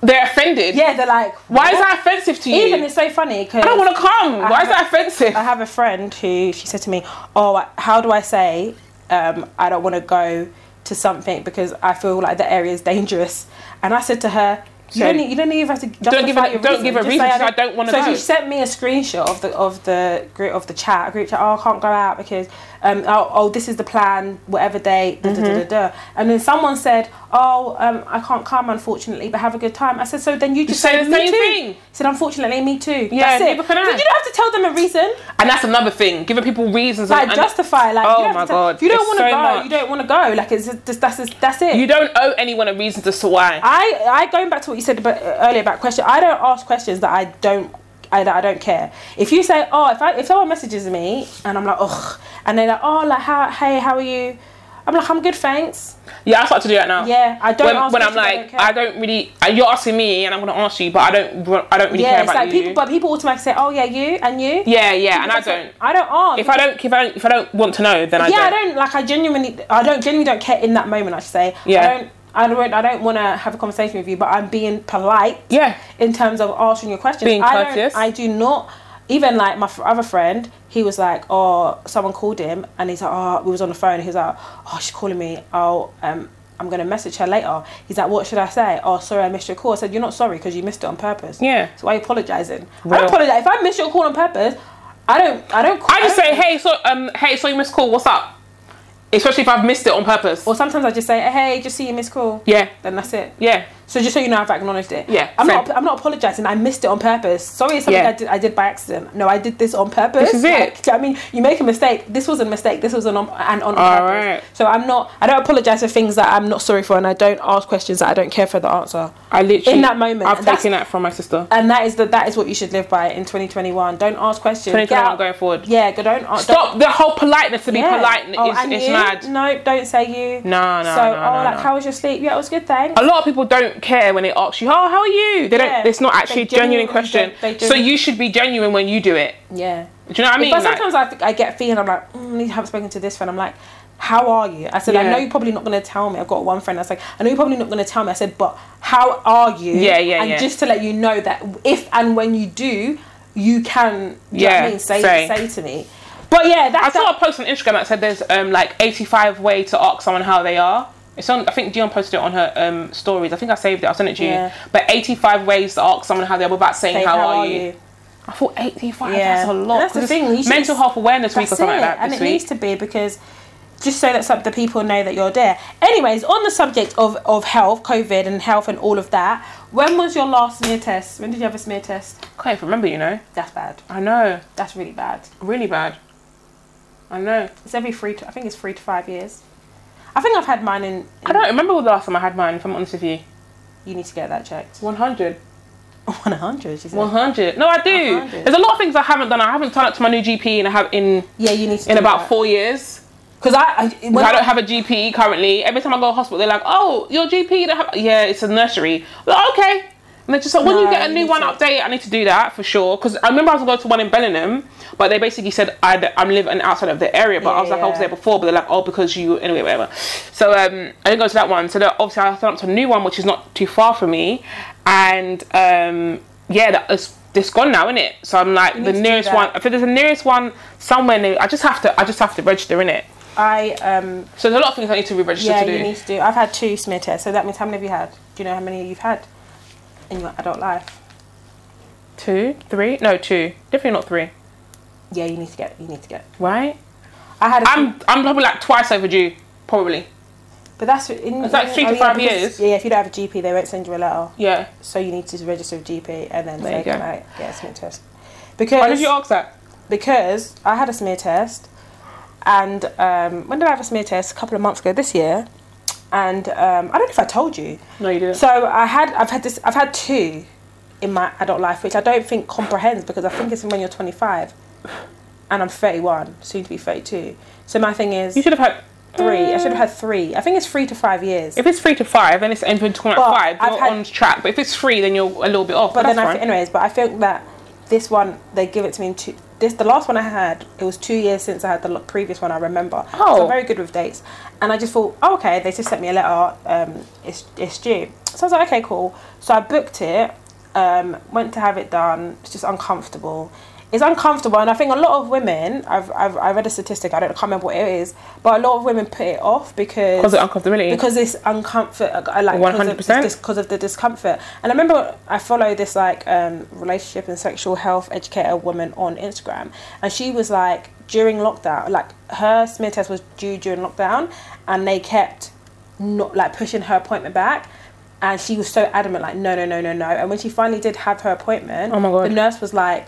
Speaker 2: they're offended.
Speaker 1: Yeah, they're like.
Speaker 2: Why is that offensive to you?
Speaker 1: Even it's so funny because
Speaker 2: I don't want to come. Why
Speaker 1: have-
Speaker 2: is that [LAUGHS] offensive?
Speaker 1: I have a friend who she said to me, "Oh, I- how do I say um, I don't want to go to something because I feel like the area is dangerous?" And I said to her, "You
Speaker 2: So-
Speaker 1: don't, need, you don't even have to justify
Speaker 2: Don't give a-
Speaker 1: your
Speaker 2: don't give a
Speaker 1: Just
Speaker 2: reason,
Speaker 1: say,
Speaker 2: just, "I don't wanna
Speaker 1: So
Speaker 2: go."
Speaker 1: she sent me a screenshot of the of the group of the chat group chat. Oh, I can't go out because um, oh, oh this is the plan. Whatever day. Da, da, da,
Speaker 2: Mm-hmm.
Speaker 1: da, da. And then someone said, "Oh, um, I can't come unfortunately, but have a good time." I said, "So then you just
Speaker 2: say
Speaker 1: said,
Speaker 2: the
Speaker 1: "Me
Speaker 2: same
Speaker 1: too."
Speaker 2: thing.
Speaker 1: Said, "Unfortunately, me too."
Speaker 2: Yeah,
Speaker 1: That's it.
Speaker 2: neither can I.
Speaker 1: So you don't have to tell them a reason
Speaker 2: and that's another thing, giving people reasons.
Speaker 1: like
Speaker 2: and, and
Speaker 1: justify like
Speaker 2: Oh
Speaker 1: you don't
Speaker 2: my
Speaker 1: have to-
Speaker 2: God,
Speaker 1: if you don't
Speaker 2: it's
Speaker 1: want to
Speaker 2: so
Speaker 1: go
Speaker 2: much.
Speaker 1: you don't want to go like it's just that's just, that's it
Speaker 2: you don't owe anyone a reason as to why.
Speaker 1: I I going back to what you said about, uh, earlier about question. I don't ask questions that I don't. I, that I don't care. If you say, oh, if I, if someone messages me and I'm like, ugh, and they're like, oh, like, how, hey, how are you? I'm like, I'm good, thanks.
Speaker 2: yeah, I start to do that now.
Speaker 1: Yeah, I don't.
Speaker 2: When,
Speaker 1: ask
Speaker 2: when I'm
Speaker 1: questions I don't
Speaker 2: like,
Speaker 1: care.
Speaker 2: I don't really. uh, You're asking me, and I'm gonna ask you, but I don't. I don't really
Speaker 1: yeah,
Speaker 2: care
Speaker 1: it's
Speaker 2: about
Speaker 1: like
Speaker 2: you.
Speaker 1: people, but people automatically say, oh yeah, you and you.
Speaker 2: yeah, yeah, and I
Speaker 1: Because
Speaker 2: don't.
Speaker 1: I don't ask.
Speaker 2: If I don't, if I don't, if I don't want to know, then I
Speaker 1: yeah,
Speaker 2: don't.
Speaker 1: I don't like. I genuinely, I don't genuinely don't care in that moment. I should say,
Speaker 2: Yeah.
Speaker 1: I don't, I don't, I don't want to have a conversation with you, but I'm being polite.
Speaker 2: Yeah.
Speaker 1: in terms of answering your questions.
Speaker 2: Being
Speaker 1: I
Speaker 2: courteous.
Speaker 1: Don't, I do not. Even like my f- other friend, he was like, "Oh, someone called him," and he's like, "Oh, we was on the phone." He was like, "Oh, she's calling me. Oh, um, I'm gonna message her later." He's like, "What should I say?" Oh, sorry, I missed your call. I said, "You're not sorry because you missed it on purpose."
Speaker 2: Yeah.
Speaker 1: So why are you apologizing? I
Speaker 2: Real.
Speaker 1: don't apologize if I miss your call on purpose. I don't. I don't.
Speaker 2: I just
Speaker 1: don't-
Speaker 2: say, hey, so um, hey, so you missed call. What's up? especially if I've missed it on purpose.
Speaker 1: Or sometimes I just say, hey, just see you, Miss Call.
Speaker 2: yeah,
Speaker 1: Then that's it.
Speaker 2: yeah,
Speaker 1: So just so you know, I've acknowledged it.
Speaker 2: Yeah,
Speaker 1: I'm
Speaker 2: same.
Speaker 1: not. I'm not apologizing. I missed it on purpose. Sorry, it's something
Speaker 2: Yeah.
Speaker 1: I did. I did by accident. No, I did this on purpose.
Speaker 2: This is it.
Speaker 1: Like, do you know what I mean, you make a mistake. This was a mistake. This was an on, an on
Speaker 2: All
Speaker 1: purpose.
Speaker 2: right.
Speaker 1: So I'm not. I don't apologize for things that I'm not sorry for, and I don't ask questions that I don't care for the answer.
Speaker 2: I literally
Speaker 1: In that moment,
Speaker 2: I've
Speaker 1: and that's-
Speaker 2: taken that from my sister.
Speaker 1: And that is that. That is what you should live by in 2021. Don't ask questions. Get
Speaker 2: 2021
Speaker 1: out-
Speaker 2: going forward.
Speaker 1: Yeah, go- don't ask.
Speaker 2: Stop the whole politeness to be
Speaker 1: Yeah.
Speaker 2: polite. It's,
Speaker 1: Oh, and
Speaker 2: it's
Speaker 1: you?
Speaker 2: mad.
Speaker 1: No, don't say you.
Speaker 2: No, no,
Speaker 1: so,
Speaker 2: no,
Speaker 1: oh,
Speaker 2: no,
Speaker 1: like,
Speaker 2: no. Oh.
Speaker 1: how was your sleep? Yeah, it was good, thanks.
Speaker 2: a lot of people don't care when they ask you, "Oh, how are you?" They
Speaker 1: Yeah.
Speaker 2: don't. It's not actually a
Speaker 1: They genuinely
Speaker 2: genuine question.
Speaker 1: don't- they
Speaker 2: so
Speaker 1: don't-
Speaker 2: you should be genuine when you do it.
Speaker 1: Yeah.
Speaker 2: Do you know what I mean?
Speaker 1: but
Speaker 2: Like,
Speaker 1: sometimes I, I get feeling I'm like, mm, I haven't spoken to this friend. I'm like, how are you? I said, I
Speaker 2: Yeah.
Speaker 1: know you're probably not going to tell me. I've got one friend that's like, I know you're probably not going to tell me. I said, but how are you?
Speaker 2: Yeah, yeah,
Speaker 1: And
Speaker 2: yeah.
Speaker 1: just to let you know that if and when you do, you can, do you know what
Speaker 2: Yeah,
Speaker 1: I mean? Say, say.
Speaker 2: say.
Speaker 1: to me. But yeah,
Speaker 2: I
Speaker 1: that's
Speaker 2: saw a post on Instagram that said there's um, like 85 way to ask someone how they are. It's on. I think Dion posted it on her um, stories. I think I saved it. I will sent it to
Speaker 1: Yeah.
Speaker 2: you. But 85 ways to ask someone how they are without saying
Speaker 1: say,
Speaker 2: how, are, you? I thought 85.
Speaker 1: Yeah.
Speaker 2: That's a lot.
Speaker 1: And that's the
Speaker 2: 'cause
Speaker 1: thing,
Speaker 2: it's
Speaker 1: you should-
Speaker 2: Mental health awareness week or
Speaker 1: That's
Speaker 2: something
Speaker 1: it.
Speaker 2: like that.
Speaker 1: and
Speaker 2: This
Speaker 1: it
Speaker 2: week.
Speaker 1: needs to be because just so that some, the people know that you're there. Anyways, on the subject of, of health, COVID and health and all of that, when was your last smear test? When did you have a smear test?
Speaker 2: I can't even remember. You know.
Speaker 1: That's bad.
Speaker 2: I know.
Speaker 1: That's really bad.
Speaker 2: Really bad. I know.
Speaker 1: It's every three. To, I think it's three to five years. I think I've had mine in.
Speaker 2: I don't remember the last time I had mine. If I'm honest with you.
Speaker 1: You need to get that checked. [LAUGHS]
Speaker 2: 100.
Speaker 1: One hundred. She said.
Speaker 2: 100. No, I do.
Speaker 1: 100.
Speaker 2: There's a lot of things I haven't done. I haven't turned up to my new GP and I have in
Speaker 1: yeah, you need to.
Speaker 2: in about four years.
Speaker 1: Because I, I, when
Speaker 2: I don't have a GP currently. Every time I go to hospital, they're like, "Oh, your GP you don't have." Yeah, it's a nursery. I'm like, okay. And they're just like, when
Speaker 1: No,
Speaker 2: you get a
Speaker 1: you
Speaker 2: new
Speaker 1: need
Speaker 2: one
Speaker 1: to-
Speaker 2: update, I need to do that for sure. Because I remember I was going to go to one in Bellingham, but they basically said I'd, I'm living outside of the area. But I
Speaker 1: Yeah,
Speaker 2: was like, I was
Speaker 1: yeah.
Speaker 2: there before, but they're like, oh, because you anyway, whatever. So um, I didn't go to that one. So that obviously I signed up to a new one, which is not too far from me. And um, yeah, that is, it's gone now, isn't it? So I'm like, the
Speaker 1: need to do
Speaker 2: nearest
Speaker 1: that.
Speaker 2: one. If there's a nearest one somewhere near, I just have to. I just have to register in it.
Speaker 1: I um
Speaker 2: So there's a lot of things I need to re-register
Speaker 1: yeah
Speaker 2: to do.
Speaker 1: you need to do. I've had two smear tests, so that means how many have you had? Do you know how many you've had in your adult life?
Speaker 2: Two, three? No, two. Definitely not three.
Speaker 1: Yeah, you need to get. You need to get.
Speaker 2: Right?
Speaker 1: I had. A
Speaker 2: I'm I'm probably like twice overdue. Probably.
Speaker 1: but that's in.
Speaker 2: It's like three to
Speaker 1: yeah,
Speaker 2: five
Speaker 1: because-
Speaker 2: years.
Speaker 1: Yeah, if you don't have a GP, they won't send you a letter.
Speaker 2: Yeah.
Speaker 1: So you need to register with GP and then
Speaker 2: There
Speaker 1: say,
Speaker 2: you go.
Speaker 1: "Can I get a smear test?" Because
Speaker 2: Why did you ask that?
Speaker 1: because I had a smear test, and um, when did I have a smear test? A couple of months ago this year, and um, I don't know if I told you.
Speaker 2: No, you didn't.
Speaker 1: So I had, I've had this, I've had two in my adult life, which I don't think comprehends because I think it's when you're 25, and I'm 31, soon to be 32. So my thing is
Speaker 2: you should have had
Speaker 1: three. I should have had three. I think it's three to five years.
Speaker 2: If it's three to five, then it's and between at
Speaker 1: But
Speaker 2: five,
Speaker 1: I've
Speaker 2: you're
Speaker 1: had-
Speaker 2: on track. But if it's three, then you're a little bit off.
Speaker 1: But then, I,
Speaker 2: that's
Speaker 1: th-
Speaker 2: fine.
Speaker 1: anyways, but I think that this one they give it to me in two. This the last one I had. It was two years since I had the lo- previous one. I remember. so
Speaker 2: Oh.
Speaker 1: I'm very good with dates. And I just thought, oh, okay, they just sent me a letter. Um, it's it's due. So I was like, okay, cool. So I booked it. Um, went to have it done. It's just uncomfortable. It's uncomfortable, and I think a lot of women. I've I've I read a statistic. I don't I can't remember what it is, but a lot of women put it off because
Speaker 2: Because of uncomfortability.
Speaker 1: because it's uncomfort uh, I like
Speaker 2: 100%.
Speaker 1: because of the discomfort and i remember i follow this like um, relationship and sexual health educator woman on instagram and she was like during lockdown like her smear test was due during lockdown and they kept not like pushing her appointment back and she was so adamant like no no no no no and when she finally did have her appointment
Speaker 2: Oh my God.
Speaker 1: the nurse was like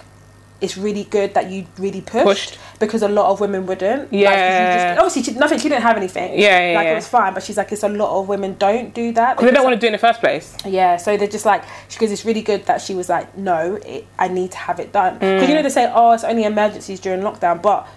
Speaker 1: it's really good that you really pushed,
Speaker 2: Pushed.
Speaker 1: because a lot of women wouldn't. Like, 'cause you
Speaker 2: Yeah.
Speaker 1: just, obviously, she, nothing. She didn't have anything.
Speaker 2: Yeah, yeah,
Speaker 1: Like it
Speaker 2: yeah.
Speaker 1: was fine, but she's like, it's a lot of women don't do that.
Speaker 2: they don't want to do it in the first place.
Speaker 1: Yeah, so they're just like, she goes, it's really good that she was like, no, it, I need to have it done. Because
Speaker 2: Mm.
Speaker 1: you know, they say, oh, it's only emergencies during lockdown, but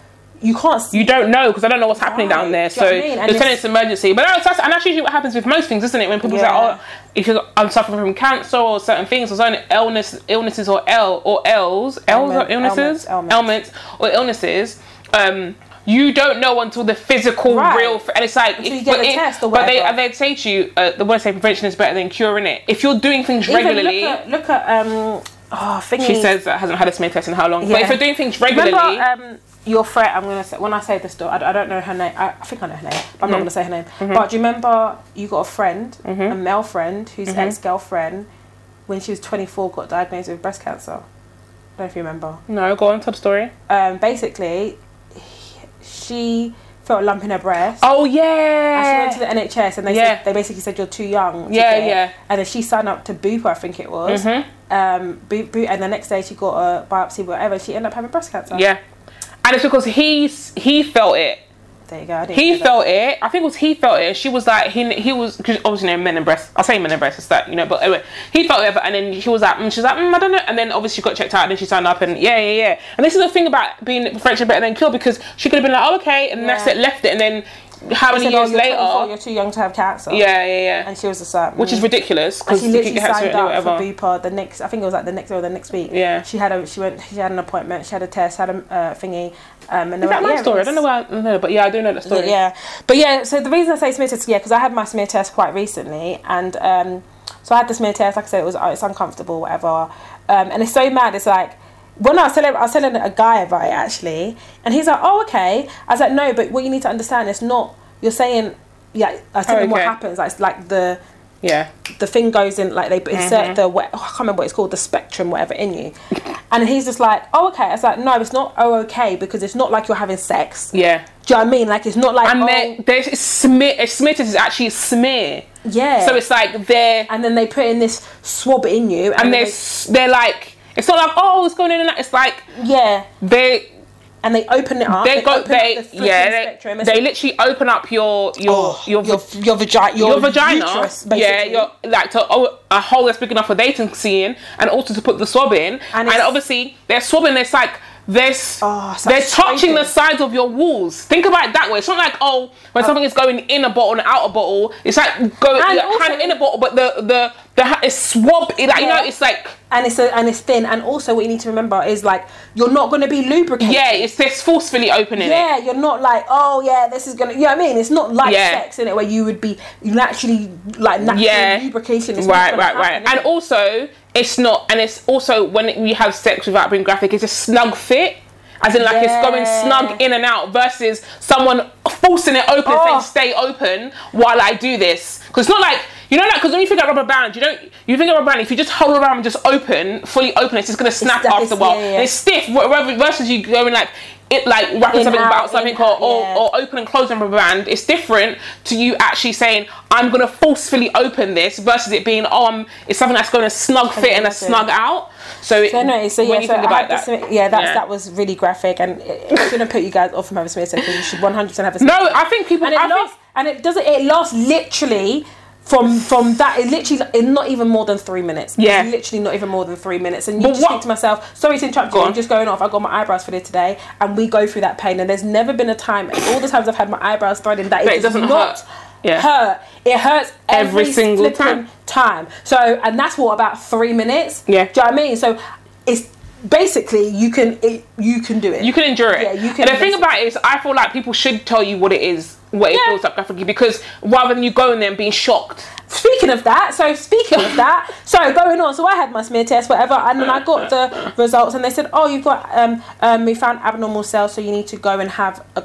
Speaker 1: you can't. s-
Speaker 2: You don't know because I don't know what's happening
Speaker 1: Right.
Speaker 2: down there.
Speaker 1: Do you know what
Speaker 2: So
Speaker 1: I mean? And
Speaker 2: they're saying
Speaker 1: it's-
Speaker 2: it's emergency, but that's, that's and that's usually what happens with most things, isn't it? When people
Speaker 1: Yeah.
Speaker 2: say, "Oh, if you're, I'm suffering from cancer or certain things or certain illness, illnesses or L or L's, L's
Speaker 1: Ailment-
Speaker 2: or illnesses,
Speaker 1: ailments, ailments.
Speaker 2: ailments or illnesses." Um, you don't know until the physical,
Speaker 1: Right.
Speaker 2: real, f- and it's like,
Speaker 1: Until
Speaker 2: if-
Speaker 1: you get
Speaker 2: but
Speaker 1: a
Speaker 2: it-
Speaker 1: test or
Speaker 2: but they
Speaker 1: whatever.
Speaker 2: and they'd say to you, uh, the word say prevention is better than curing it. If you're doing things
Speaker 1: Even
Speaker 2: regularly,
Speaker 1: Look at, look at um, oh, thingy.
Speaker 2: she says that hasn't had a smear test in how long.
Speaker 1: Yeah.
Speaker 2: But if you're doing things regularly,
Speaker 1: Remember um, your friend? I'm gonna say when I say this, though, I, I don't know her name. I, I think I know her name, but I'm
Speaker 2: Mm.
Speaker 1: not gonna say her name.
Speaker 2: Mm-hmm.
Speaker 1: But do you remember you got a friend, a male friend, whose
Speaker 2: Mm-hmm.
Speaker 1: ex-girlfriend, when she was 24, got diagnosed with breast cancer. I don't know if you remember.
Speaker 2: no, go on, top story.
Speaker 1: Um, basically, he- Um, she felt a lump in her breast.
Speaker 2: Oh
Speaker 1: And
Speaker 2: yeah.
Speaker 1: she went to the NHS and they
Speaker 2: Yeah.
Speaker 1: said, they basically said you're too young. to
Speaker 2: Yeah,
Speaker 1: get it."
Speaker 2: yeah. Mm-hmm.
Speaker 1: And then she signed up to Bupa, I think it was. Um, Bo- Bo- and the next day she got a biopsy, whatever. She ended up having breast cancer.
Speaker 2: Yeah. And it's because he's he felt it.
Speaker 1: There you go. I didn't
Speaker 2: He
Speaker 1: know that.
Speaker 2: felt it. I think it was he felt it. She was like he he was because obviously you know, men and breasts. I say men and breasts. It's that you know, but anyway, he felt it, and then she was like, mm, she's like, mm, I don't know. And then obviously she got checked out, and then she signed up, and yeah, yeah, yeah. And this is the thing about being friendship better than cure because she could have been like, oh, okay, and that's
Speaker 1: Yeah.
Speaker 2: it, left it, and then how
Speaker 1: They
Speaker 2: many
Speaker 1: said, "Oh,
Speaker 2: years
Speaker 1: you're 24,
Speaker 2: later?
Speaker 1: You're too young to have cancer.
Speaker 2: Yeah, yeah, yeah.
Speaker 1: And she was just like,
Speaker 2: Which is
Speaker 1: "Mm."
Speaker 2: ridiculous
Speaker 1: And
Speaker 2: because
Speaker 1: she literally signed up for Bupa the next. I think it was like the next day or the next week.
Speaker 2: Yeah.
Speaker 1: She had a. She went. She had an appointment. She had a test. Had a uh, thingy. Um, and
Speaker 2: Is that my story? I don't know why. I don't know, but yeah, I do know that story.
Speaker 1: Yeah, but yeah. So the reason I say smear test, yeah, because I had my smear test quite recently, and um, so I had the smear test. Like I said, it was oh, it's uncomfortable, whatever. Um, and it's so mad. It's like when I was telling I was telling a guy about it actually, and he's like, "Oh, okay." I was like, "No, but what you need to understand is not you're saying yeah." I was telling him what
Speaker 2: Oh, okay.
Speaker 1: happens. Like it's like the
Speaker 2: yeah.
Speaker 1: the thing goes in like they insert
Speaker 2: Mm-hmm.
Speaker 1: the what, oh, I can't remember what it's called the spectrum whatever in you, [LAUGHS] and he's just like, "Oh, okay." It's like, "No, it's not oh okay because it's not like you're having sex."
Speaker 2: Yeah.
Speaker 1: Do you know what I mean? Like it's not like
Speaker 2: And
Speaker 1: oh,
Speaker 2: they there's smear. a Smear test is actually a smear.
Speaker 1: yeah.
Speaker 2: So it's like they're
Speaker 1: and then they put in this swab in you, and,
Speaker 2: and
Speaker 1: they
Speaker 2: they're s- they're like it's not like oh it's going in and out. It's like
Speaker 1: yeah,
Speaker 2: they
Speaker 1: and they open it up.
Speaker 2: they got
Speaker 1: open up
Speaker 2: they
Speaker 1: the freaking
Speaker 2: yeah
Speaker 1: spectrum.
Speaker 2: they,
Speaker 1: It's
Speaker 2: they
Speaker 1: like,
Speaker 2: literally open up your your
Speaker 1: oh,
Speaker 2: your
Speaker 1: your your vagina your,
Speaker 2: your vagina,
Speaker 1: uterus,
Speaker 2: yeah,
Speaker 1: basically.
Speaker 2: your like to oh, a hole that's big enough for they to see in, and also to put the swab in,
Speaker 1: And
Speaker 2: and,
Speaker 1: it's-
Speaker 2: obviously they're swabbing. It's like this,
Speaker 1: Oh, it's like
Speaker 2: they're touching
Speaker 1: scraping.
Speaker 2: the sides of your walls. Think about it that way. It's not like oh, when something is going in a bottle and out a bottle, it's like going
Speaker 1: And
Speaker 2: like,
Speaker 1: also-
Speaker 2: kind of in a bottle, but the the the ha- it's swab. It, like, You
Speaker 1: Yeah.
Speaker 2: know, it's like
Speaker 1: and it's a, and it's thin. And also, what you need to remember is like you're not going to be lubricated.
Speaker 2: yeah, it's this forcefully opening
Speaker 1: Yeah,
Speaker 2: it.
Speaker 1: you're not like, oh yeah, this is gonna. You know what I mean? It's not like
Speaker 2: Yeah.
Speaker 1: sex in it where you would be naturally like natural
Speaker 2: Yeah.
Speaker 1: lubrication. It's
Speaker 2: Right,
Speaker 1: not gonna
Speaker 2: right, right.
Speaker 1: happen, is
Speaker 2: And
Speaker 1: it?
Speaker 2: also, it's not, and it's also when you have sex without being graphic, it's a snug fit. As in, like, it's going
Speaker 1: Yeah.
Speaker 2: snug in and out versus someone forcing it open
Speaker 1: Oh.
Speaker 2: and saying, stay open while I do this. Because it's not like, you know, like, because when you think of rubber band, you don't, you think of rubber band, if you just hold around and just open, fully open, it's just going to snap
Speaker 1: that-
Speaker 2: after a
Speaker 1: it's-
Speaker 2: while.
Speaker 1: yeah, yeah.
Speaker 2: And it's stiff wh- whether- versus you going, like, it like wrapping
Speaker 1: In
Speaker 2: something
Speaker 1: out,
Speaker 2: about something
Speaker 1: in
Speaker 2: or,
Speaker 1: out,
Speaker 2: or,
Speaker 1: yeah.
Speaker 2: or open and closing rubber band it's different to you actually saying I'm gonna forcefully open this versus it being oh I'm it's something that's gonna snug fit and a
Speaker 1: Amazing.
Speaker 2: snug out. So, it,
Speaker 1: So no, so yeah,
Speaker 2: when you
Speaker 1: so
Speaker 2: think
Speaker 1: I
Speaker 2: about
Speaker 1: had
Speaker 2: that,
Speaker 1: to submit- yeah, that's,
Speaker 2: Yeah.
Speaker 1: that was really graphic, and it- it's gonna put you guys off from having smear test because you should 100 percent have a smear
Speaker 2: no, I think people.
Speaker 1: and it
Speaker 2: I think,
Speaker 1: lasts, and it doesn't. It lasts literally from from that. It literally it's not even more than three minutes.
Speaker 2: Yeah.
Speaker 1: it's literally not even more than three minutes. And you
Speaker 2: But
Speaker 1: just
Speaker 2: what-
Speaker 1: think to myself, sorry to interrupt
Speaker 2: Go
Speaker 1: you.
Speaker 2: on.
Speaker 1: I'm just going off. I got my eyebrows fitted today, and we go through that pain. And there's never been a time. and All the times I've had my eyebrows threaded, that it,
Speaker 2: That it
Speaker 1: does
Speaker 2: doesn't
Speaker 1: not
Speaker 2: hurt. Yeah.
Speaker 1: hurt. It hurts every,
Speaker 2: Every single
Speaker 1: flipping
Speaker 2: time.
Speaker 1: time. So, and that's what about three minutes.
Speaker 2: Yeah.
Speaker 1: do you know what I mean? So, it's basically you can it, you can do it.
Speaker 2: you can endure it.
Speaker 1: Yeah, you can
Speaker 2: And the thing
Speaker 1: basically-
Speaker 2: about it is, I feel like people should tell you what it is, what it
Speaker 1: Yeah.
Speaker 2: feels like graphically, because rather than you going there and being shocked.
Speaker 1: Speaking of that, so speaking of that, so going on, so I had my smear test, whatever, and then I got the results, and they said, oh, you've got um, um we found abnormal cells, so you need to go and have a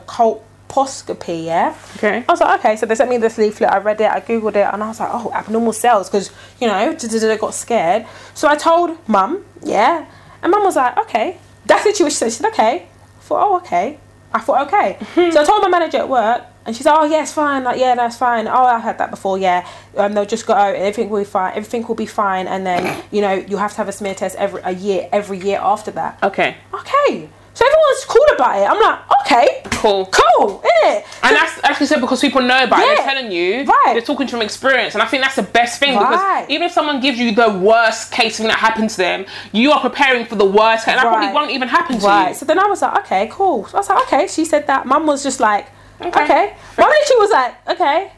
Speaker 1: colposcopy, yeah.
Speaker 2: Okay.
Speaker 1: I was like, okay, so they sent me this leaflet. I read it, I googled it, and I was like, oh, abnormal cells, because you know, I got scared. So I told mum, yeah, and mum was like, okay, that's literally what she said. She said, okay. I thought, oh, okay. I thought, okay. so I told my manager at work, and she's like, oh, yeah, it's fine. Like, yeah, that's fine. Oh, I've had that before. Yeah, um, they'll just go. Oh, everything will be fine. Everything will be fine, and then you know, you'll have to have a smear test every a year, every year after that.
Speaker 2: Okay.
Speaker 1: Okay. So everyone's cool about it. I'm like, okay,
Speaker 2: Cool.
Speaker 1: cool, innit?
Speaker 2: And that's actually said because people know about it.
Speaker 1: Yeah.
Speaker 2: They're telling you.
Speaker 1: Right.
Speaker 2: They're talking from experience, and I think that's the best thing
Speaker 1: Right.
Speaker 2: because even if someone gives you the worst case thing that happened to them, you are preparing for the worst, and that
Speaker 1: Right.
Speaker 2: probably won't even happen to
Speaker 1: Right.
Speaker 2: you.
Speaker 1: So then I was like, okay, cool. So I was like, okay. She said that. Mum was just like, okay.
Speaker 2: Okay.
Speaker 1: Mum literally was like, okay.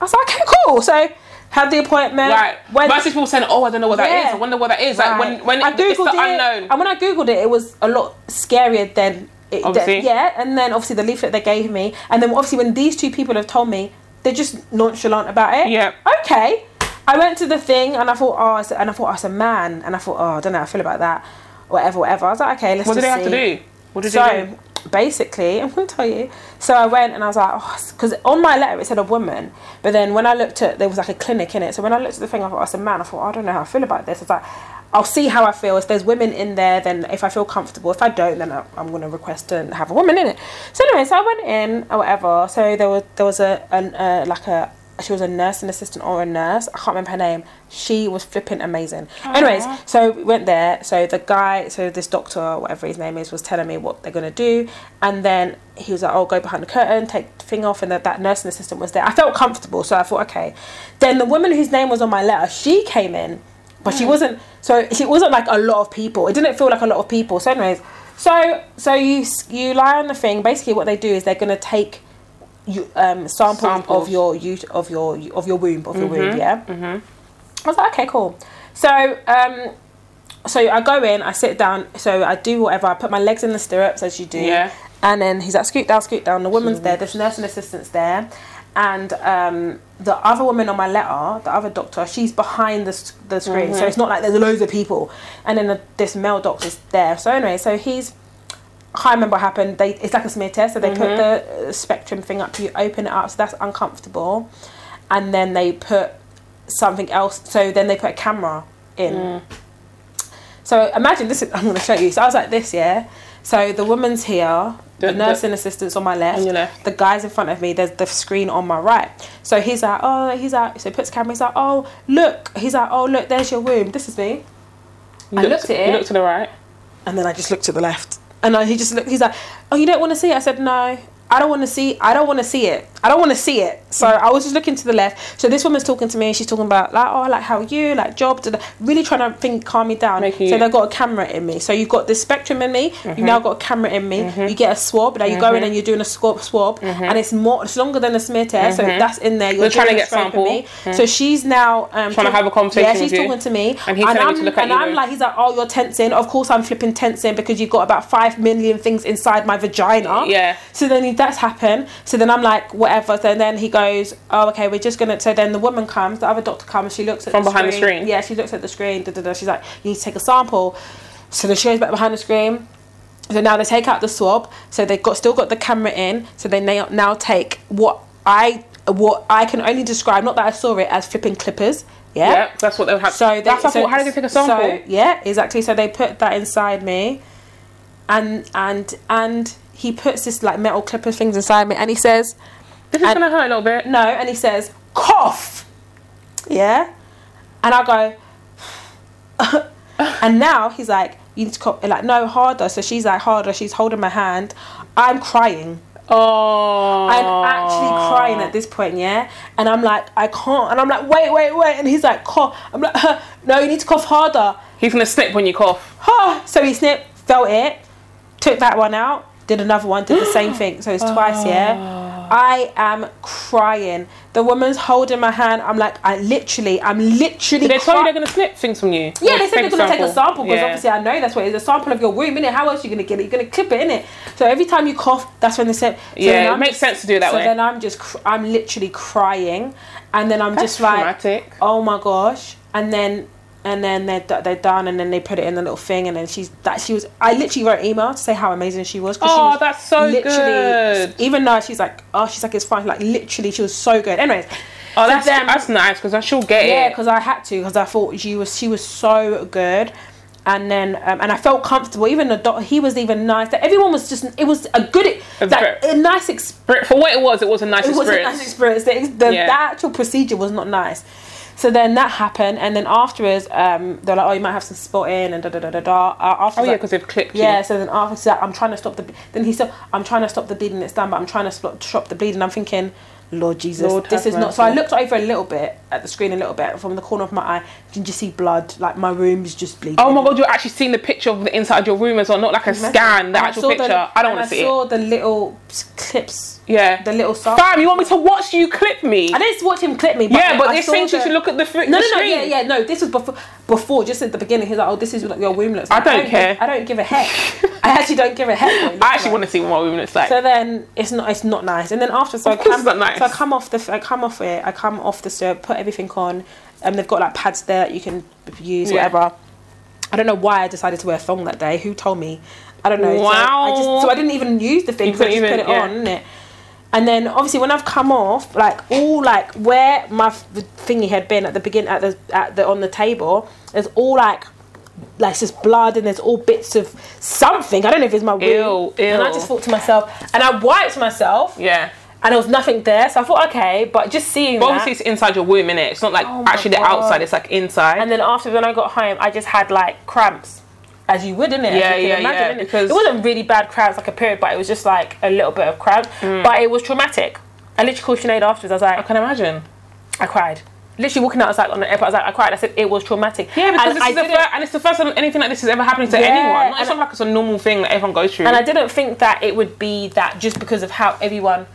Speaker 1: I was like, okay, cool. So had the appointment.
Speaker 2: Right.
Speaker 1: Went-
Speaker 2: Versus people saying, "Oh, I don't know what that
Speaker 1: Yeah.
Speaker 2: is. I wonder what that is."
Speaker 1: Right.
Speaker 2: Like when when
Speaker 1: I
Speaker 2: it- it's the
Speaker 1: googled it,
Speaker 2: unknown.
Speaker 1: and when I googled it, it was a lot scarier than it. Than,
Speaker 2: Obviously.
Speaker 1: yeah, and then obviously the leaflet they gave me, and then obviously when these two people have told me, they're just nonchalant about it.
Speaker 2: Yeah.
Speaker 1: Okay. I went to the thing and I thought, oh, it's- and I thought, oh, it's a man, and I thought, oh, I don't know how I feel about that, whatever, whatever. I was like, okay, let's.
Speaker 2: What did
Speaker 1: just
Speaker 2: they have to
Speaker 1: see.
Speaker 2: do? What did they do?
Speaker 1: So basically, [LAUGHS] I'm going to tell you. So I went and I was like, because on my letter it said a woman, "Oh, but then when I looked at there was like a clinic in it. So when I looked at the thing, I thought it's a man. I thought I don't know how I feel about this. I was like, I'll see how I feel. If there's women in there, then if I feel comfortable. If I don't, then I, I'm going to request to have a woman in it. So anyway, so I went in or whatever. So there was there was a an uh, like a she was a nursing assistant or a nurse. I can't remember her name. She was flipping amazing. Anyways, so we went there. So the guy, so this doctor, whatever his name is, was telling me what they're gonna do, and then he was like, "Oh, go behind the curtain, take the thing off," and that that nursing assistant was there. I felt comfortable, so I thought, okay. Then the woman whose name was on my letter, she came in, but she wasn't. So she wasn't like a lot of people. It didn't feel like a lot of people. So anyways, so so you s- you lie on the thing. Basically, what they do is they're gonna take. You, um, samples,
Speaker 2: Samples.
Speaker 1: of your you, of your of your womb of your womb, yeah. I was like, okay, cool. So, um, so I go in, I sit down, so I do whatever. I put my legs in the stirrups as you do,
Speaker 2: Yeah.
Speaker 1: And then he's like, scoot down, scoot down. The woman's there. This nursing assistant's there, and um, the other woman on my letter, the other doctor, she's behind the, s- the screen, so it's not like there's loads of people. And then the, this male doctor's there. So anyway, so he's. I can't remember what happened. They, it's like a smear test, so they put the uh, spectrum thing up. You open it up, so that's uncomfortable, and then they put something else. So then they put a camera in.
Speaker 2: Mm.
Speaker 1: So imagine this. [LAUGHS] Is, I'm going to show you. So I was like this, yeah. So the woman's here, the,
Speaker 2: The- the-
Speaker 1: nursing assistant's on my left,
Speaker 2: On your left.
Speaker 1: the guy's in front of me. There's the screen on my right. So he's like, oh, he's like, so he puts camera. He's like, oh, look. He's like, oh, look. There's your womb. This is me.
Speaker 2: You
Speaker 1: I looked at it.
Speaker 2: You looked to the right.
Speaker 1: And then I just looked to the left. And I, he just looked, he's like, Oh, you don't want to see it? I said, No, I don't want to see I don't want to see it. I don't want to see it. So I was just looking to the left. So this woman's talking to me and she's talking about, like, Oh, like, how are you? Like, job, da- da- really trying to think, calm me down.
Speaker 2: Make you- Mm-hmm.
Speaker 1: So they've got a camera in me. So you've got this spectrum in me, you now got a camera in me, you get a swab. Now you go in and you're doing a swab, swab and it's more, it's longer than a smear test. So that's in there. You're
Speaker 2: Mm-hmm. They're trying to
Speaker 1: doing a
Speaker 2: get
Speaker 1: swab in
Speaker 2: sample.
Speaker 1: me. So she's now um,
Speaker 2: Trying to have a conversation
Speaker 1: Yeah,
Speaker 2: with
Speaker 1: she's
Speaker 2: you.
Speaker 1: talking to me.
Speaker 2: And he's telling you to
Speaker 1: I'm-
Speaker 2: look at
Speaker 1: and
Speaker 2: you
Speaker 1: I'm
Speaker 2: with-
Speaker 1: like, He's like, oh, you're tensing. Of course, I'm flipping tensing because you've got about five million things inside my vagina.
Speaker 2: Yeah.
Speaker 1: So then that's happened. So then I'm like, whatever. So then he goes, oh, okay, we're just gonna. So then the woman comes, the other doctor comes. She looks at
Speaker 2: From behind the screen.
Speaker 1: Yeah, she looks at the screen. Da, da, da. She's like, you need to take a sample. So then she goes back behind the screen. So now they take out the swab. So they've got still got the camera in. So they now, now take what I what I can only describe, not that I saw it as flipping clippers.
Speaker 2: Yeah.
Speaker 1: Yeah.
Speaker 2: that's what they had.
Speaker 1: So they,
Speaker 2: that's what I
Speaker 1: so,
Speaker 2: thought. How did they take a
Speaker 1: so-
Speaker 2: sample?
Speaker 1: yeah, exactly. So they put that inside me, and and and he puts this like metal clipper things inside me, and he says
Speaker 2: this is
Speaker 1: and-
Speaker 2: gonna hurt a little bit.
Speaker 1: no, and he says cough, yeah, and I go, [LAUGHS] and now he's like you need to cough, like no harder. So she's like harder. She's holding my hand. I'm crying.
Speaker 2: Oh,
Speaker 1: I'm actually crying at this point, yeah? And I'm like, I can't. And I'm like, wait, wait, wait. And he's like, cough. I'm like, [LAUGHS] no, you need to cough harder.
Speaker 2: He's gonna snip when you cough.
Speaker 1: Ah, so he snipped, felt it, took that one out, did another one, did the
Speaker 2: [GASPS]
Speaker 1: same thing. So it's twice,
Speaker 2: Oh.
Speaker 1: yeah. I am crying. The woman's holding my hand. I'm like, I literally, I'm literally.
Speaker 2: Did they tell you
Speaker 1: cry-
Speaker 2: they're gonna snip things from you?
Speaker 1: yeah,
Speaker 2: Or
Speaker 1: they said they're
Speaker 2: a
Speaker 1: gonna take a sample because
Speaker 2: Yeah.
Speaker 1: obviously I know that's what it is. A sample of your womb, innit? How else you gonna get it? You're gonna clip it, innit? So every time you cough, that's when they said. So then
Speaker 2: yeah, it
Speaker 1: I'm
Speaker 2: makes
Speaker 1: just-
Speaker 2: sense to do it that
Speaker 1: so
Speaker 2: way.
Speaker 1: then I'm just, cr- I'm literally crying, and then I'm just
Speaker 2: That's
Speaker 1: like,
Speaker 2: traumatic.
Speaker 1: oh my gosh, and then and then they're d- they're done, and then they put it in the little thing, and then she's that she was. I literally wrote email to say how amazing she was. 'cause she
Speaker 2: Oh,
Speaker 1: was
Speaker 2: that's so good.
Speaker 1: Even though she's like, oh, she's like it's fine. Like literally, she was so good. Anyways,
Speaker 2: Oh,
Speaker 1: so
Speaker 2: that's
Speaker 1: then-
Speaker 2: that's nice because I sure get
Speaker 1: yeah,
Speaker 2: it.
Speaker 1: because I had to because I thought she was she was so good, and then um, and I felt comfortable. Even the doc, he was even nice. That everyone was just it was a good
Speaker 2: A
Speaker 1: like,
Speaker 2: ver-
Speaker 1: a nice experience
Speaker 2: For- For what it was, it was a nice
Speaker 1: it was a
Speaker 2: experience.
Speaker 1: nice experience. The, the,
Speaker 2: Yeah.
Speaker 1: the actual procedure was not nice. So then that happened, and then afterwards, um, they're like, "Oh, you might have some spotting," and da da da da da. Uh, after
Speaker 2: Oh yeah, because they've clipped you.
Speaker 1: yeah. So then after that, I'm trying to stop the. ble- Then he said, "I'm trying to stop the bleeding. It's done, but I'm trying to stop, stop the bleeding." I'm thinking, "Lord Jesus,
Speaker 2: Lord
Speaker 1: this
Speaker 2: have
Speaker 1: is not." So I
Speaker 2: mercy.
Speaker 1: looked over a little bit at the screen, a little bit from the corner of my eye. Can you see blood? Like my room is just bleeding.
Speaker 2: Oh my god, you're actually seeing the picture of the inside of your room as well, not like a scan,
Speaker 1: And
Speaker 2: the
Speaker 1: I
Speaker 2: actual
Speaker 1: saw
Speaker 2: picture. I don't
Speaker 1: and
Speaker 2: want to see
Speaker 1: I saw the little s- clips,
Speaker 2: it. Yeah.
Speaker 1: the little. Star-
Speaker 2: Fam, you want me to watch you clip me?
Speaker 1: I didn't watch him clip me. But
Speaker 2: yeah, but
Speaker 1: I
Speaker 2: this
Speaker 1: saw
Speaker 2: thing you
Speaker 1: the-
Speaker 2: should look at the, fr-
Speaker 1: No,
Speaker 2: the
Speaker 1: no, no,
Speaker 2: screen.
Speaker 1: yeah, yeah, no. This was before, before, just at the beginning. He's like, "Oh, this is what your womb looks."
Speaker 2: I
Speaker 1: Like.
Speaker 2: don't care.
Speaker 1: I don't give a heck. I actually don't give a heck. what it looks
Speaker 2: [LAUGHS] I actually
Speaker 1: like.
Speaker 2: want to see what my room looks like.
Speaker 1: So then it's not, it's not nice. And then after, so
Speaker 2: Of
Speaker 1: I
Speaker 2: course
Speaker 1: come,
Speaker 2: it's not nice.
Speaker 1: so I come off the, I come off it. I come off the syrup, put everything on, and they've got like pads there that you can use,
Speaker 2: Yeah.
Speaker 1: whatever. I don't know why I decided to wear a thong that day. Who told me? I don't know. So I just,
Speaker 2: Wow.
Speaker 1: so I didn't even use the thing.
Speaker 2: You
Speaker 1: So I just
Speaker 2: couldn't
Speaker 1: put it
Speaker 2: even- yeah.
Speaker 1: on, innit? And then obviously when I've come off, like all like where my f- thingy had been at the begin at the at the on the table, there's all like like it's just blood and there's all bits of something. I don't know if it's my
Speaker 2: Ew,
Speaker 1: will. And I
Speaker 2: ew.
Speaker 1: just thought to myself, and I wiped myself,
Speaker 2: Yeah.
Speaker 1: and there was nothing there. So I thought, okay, but just seeing
Speaker 2: But
Speaker 1: that.
Speaker 2: obviously, it's inside your womb, innit? It's not like
Speaker 1: Oh my
Speaker 2: actually the
Speaker 1: God.
Speaker 2: outside, it's like inside.
Speaker 1: and then after when I got home, I just had like cramps, as you would, innit? As
Speaker 2: Yeah,
Speaker 1: you can
Speaker 2: yeah, yeah,
Speaker 1: innit?
Speaker 2: because-
Speaker 1: it wasn't really bad cramps, like a period, but it was just like a little bit of cramp.
Speaker 2: Mm.
Speaker 1: But it was traumatic. I literally called Sinead afterwards. I was like,
Speaker 2: I can imagine.
Speaker 1: I cried. Literally walking out, I was like on the airport. I was like, I cried. I said it was traumatic.
Speaker 2: Yeah, because
Speaker 1: and
Speaker 2: this
Speaker 1: I
Speaker 2: is the
Speaker 1: didn't-
Speaker 2: first, and it's the first time anything like this has ever happened to
Speaker 1: Yeah,
Speaker 2: anyone. Like, it's
Speaker 1: and-
Speaker 2: not like it's a normal thing that everyone goes through.
Speaker 1: And I didn't think that it would be that just because of how everyone.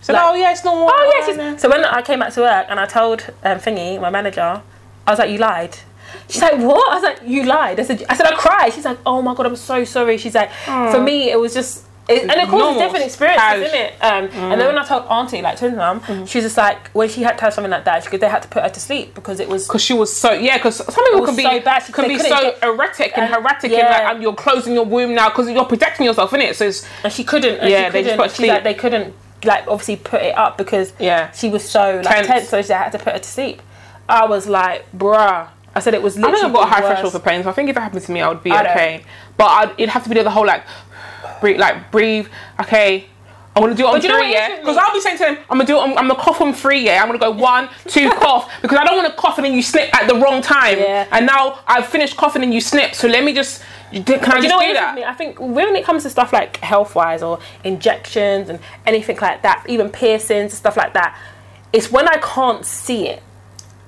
Speaker 2: so,
Speaker 1: like-
Speaker 2: oh yeah, it's normal.
Speaker 1: Oh yes. yes. So when I came back to work and I told um, Thingy, my manager, I was like, you lied. She's like, what? I was like, you lied. I said, I said, I cried. She's like, oh my god, I'm so sorry. She's like, for me, it was just. It, and of course,
Speaker 2: Normal. Mm.
Speaker 1: it's different experiences,
Speaker 2: Cash.
Speaker 1: isn't it? Um, And then when I told Auntie, like, to mum, she was just like, when she had to have something like that, she goes, they had to put her to sleep because it was
Speaker 2: Because she was so yeah. Because some people
Speaker 1: was
Speaker 2: can be
Speaker 1: so bad, she-
Speaker 2: can
Speaker 1: they
Speaker 2: be
Speaker 1: couldn't
Speaker 2: so
Speaker 1: get-
Speaker 2: erratic and
Speaker 1: Uh,
Speaker 2: heretic
Speaker 1: yeah.
Speaker 2: and like um, you're closing your womb now because you're protecting yourself, innit? So it's
Speaker 1: and she couldn't. And
Speaker 2: Yeah,
Speaker 1: she
Speaker 2: they
Speaker 1: couldn't,
Speaker 2: just put her to
Speaker 1: she's like,
Speaker 2: sleep.
Speaker 1: they couldn't like obviously put it up because
Speaker 2: Yeah.
Speaker 1: she was so like tense,
Speaker 2: Tense.
Speaker 1: so she had to put her to sleep. I was like, bruh. I said it was.
Speaker 2: I
Speaker 1: Literally
Speaker 2: think I've got a high
Speaker 1: the
Speaker 2: threshold
Speaker 1: worst.
Speaker 2: for pain, so I think if it happened to me, I would be
Speaker 1: I don't.
Speaker 2: okay. But I'd, it'd have to be the whole like, breathe, like breathe. Okay, I'm gonna do it on
Speaker 1: But you know what
Speaker 2: three,
Speaker 1: it is
Speaker 2: yeah.
Speaker 1: with
Speaker 2: Because
Speaker 1: me?
Speaker 2: I'll be saying to them, I'm gonna do it. On, I'm gonna cough on three, yeah. I'm gonna
Speaker 1: [LAUGHS]
Speaker 2: go one, two, cough because I don't want to cough and then you snip at the wrong time.
Speaker 1: Yeah.
Speaker 2: And now I've finished coughing and you snip, so let me just. you did- Can I just
Speaker 1: You know what it
Speaker 2: do
Speaker 1: is with
Speaker 2: that?
Speaker 1: me? I think when it comes to stuff like health wise or injections and anything like that, even piercings stuff like that, it's when I can't see it.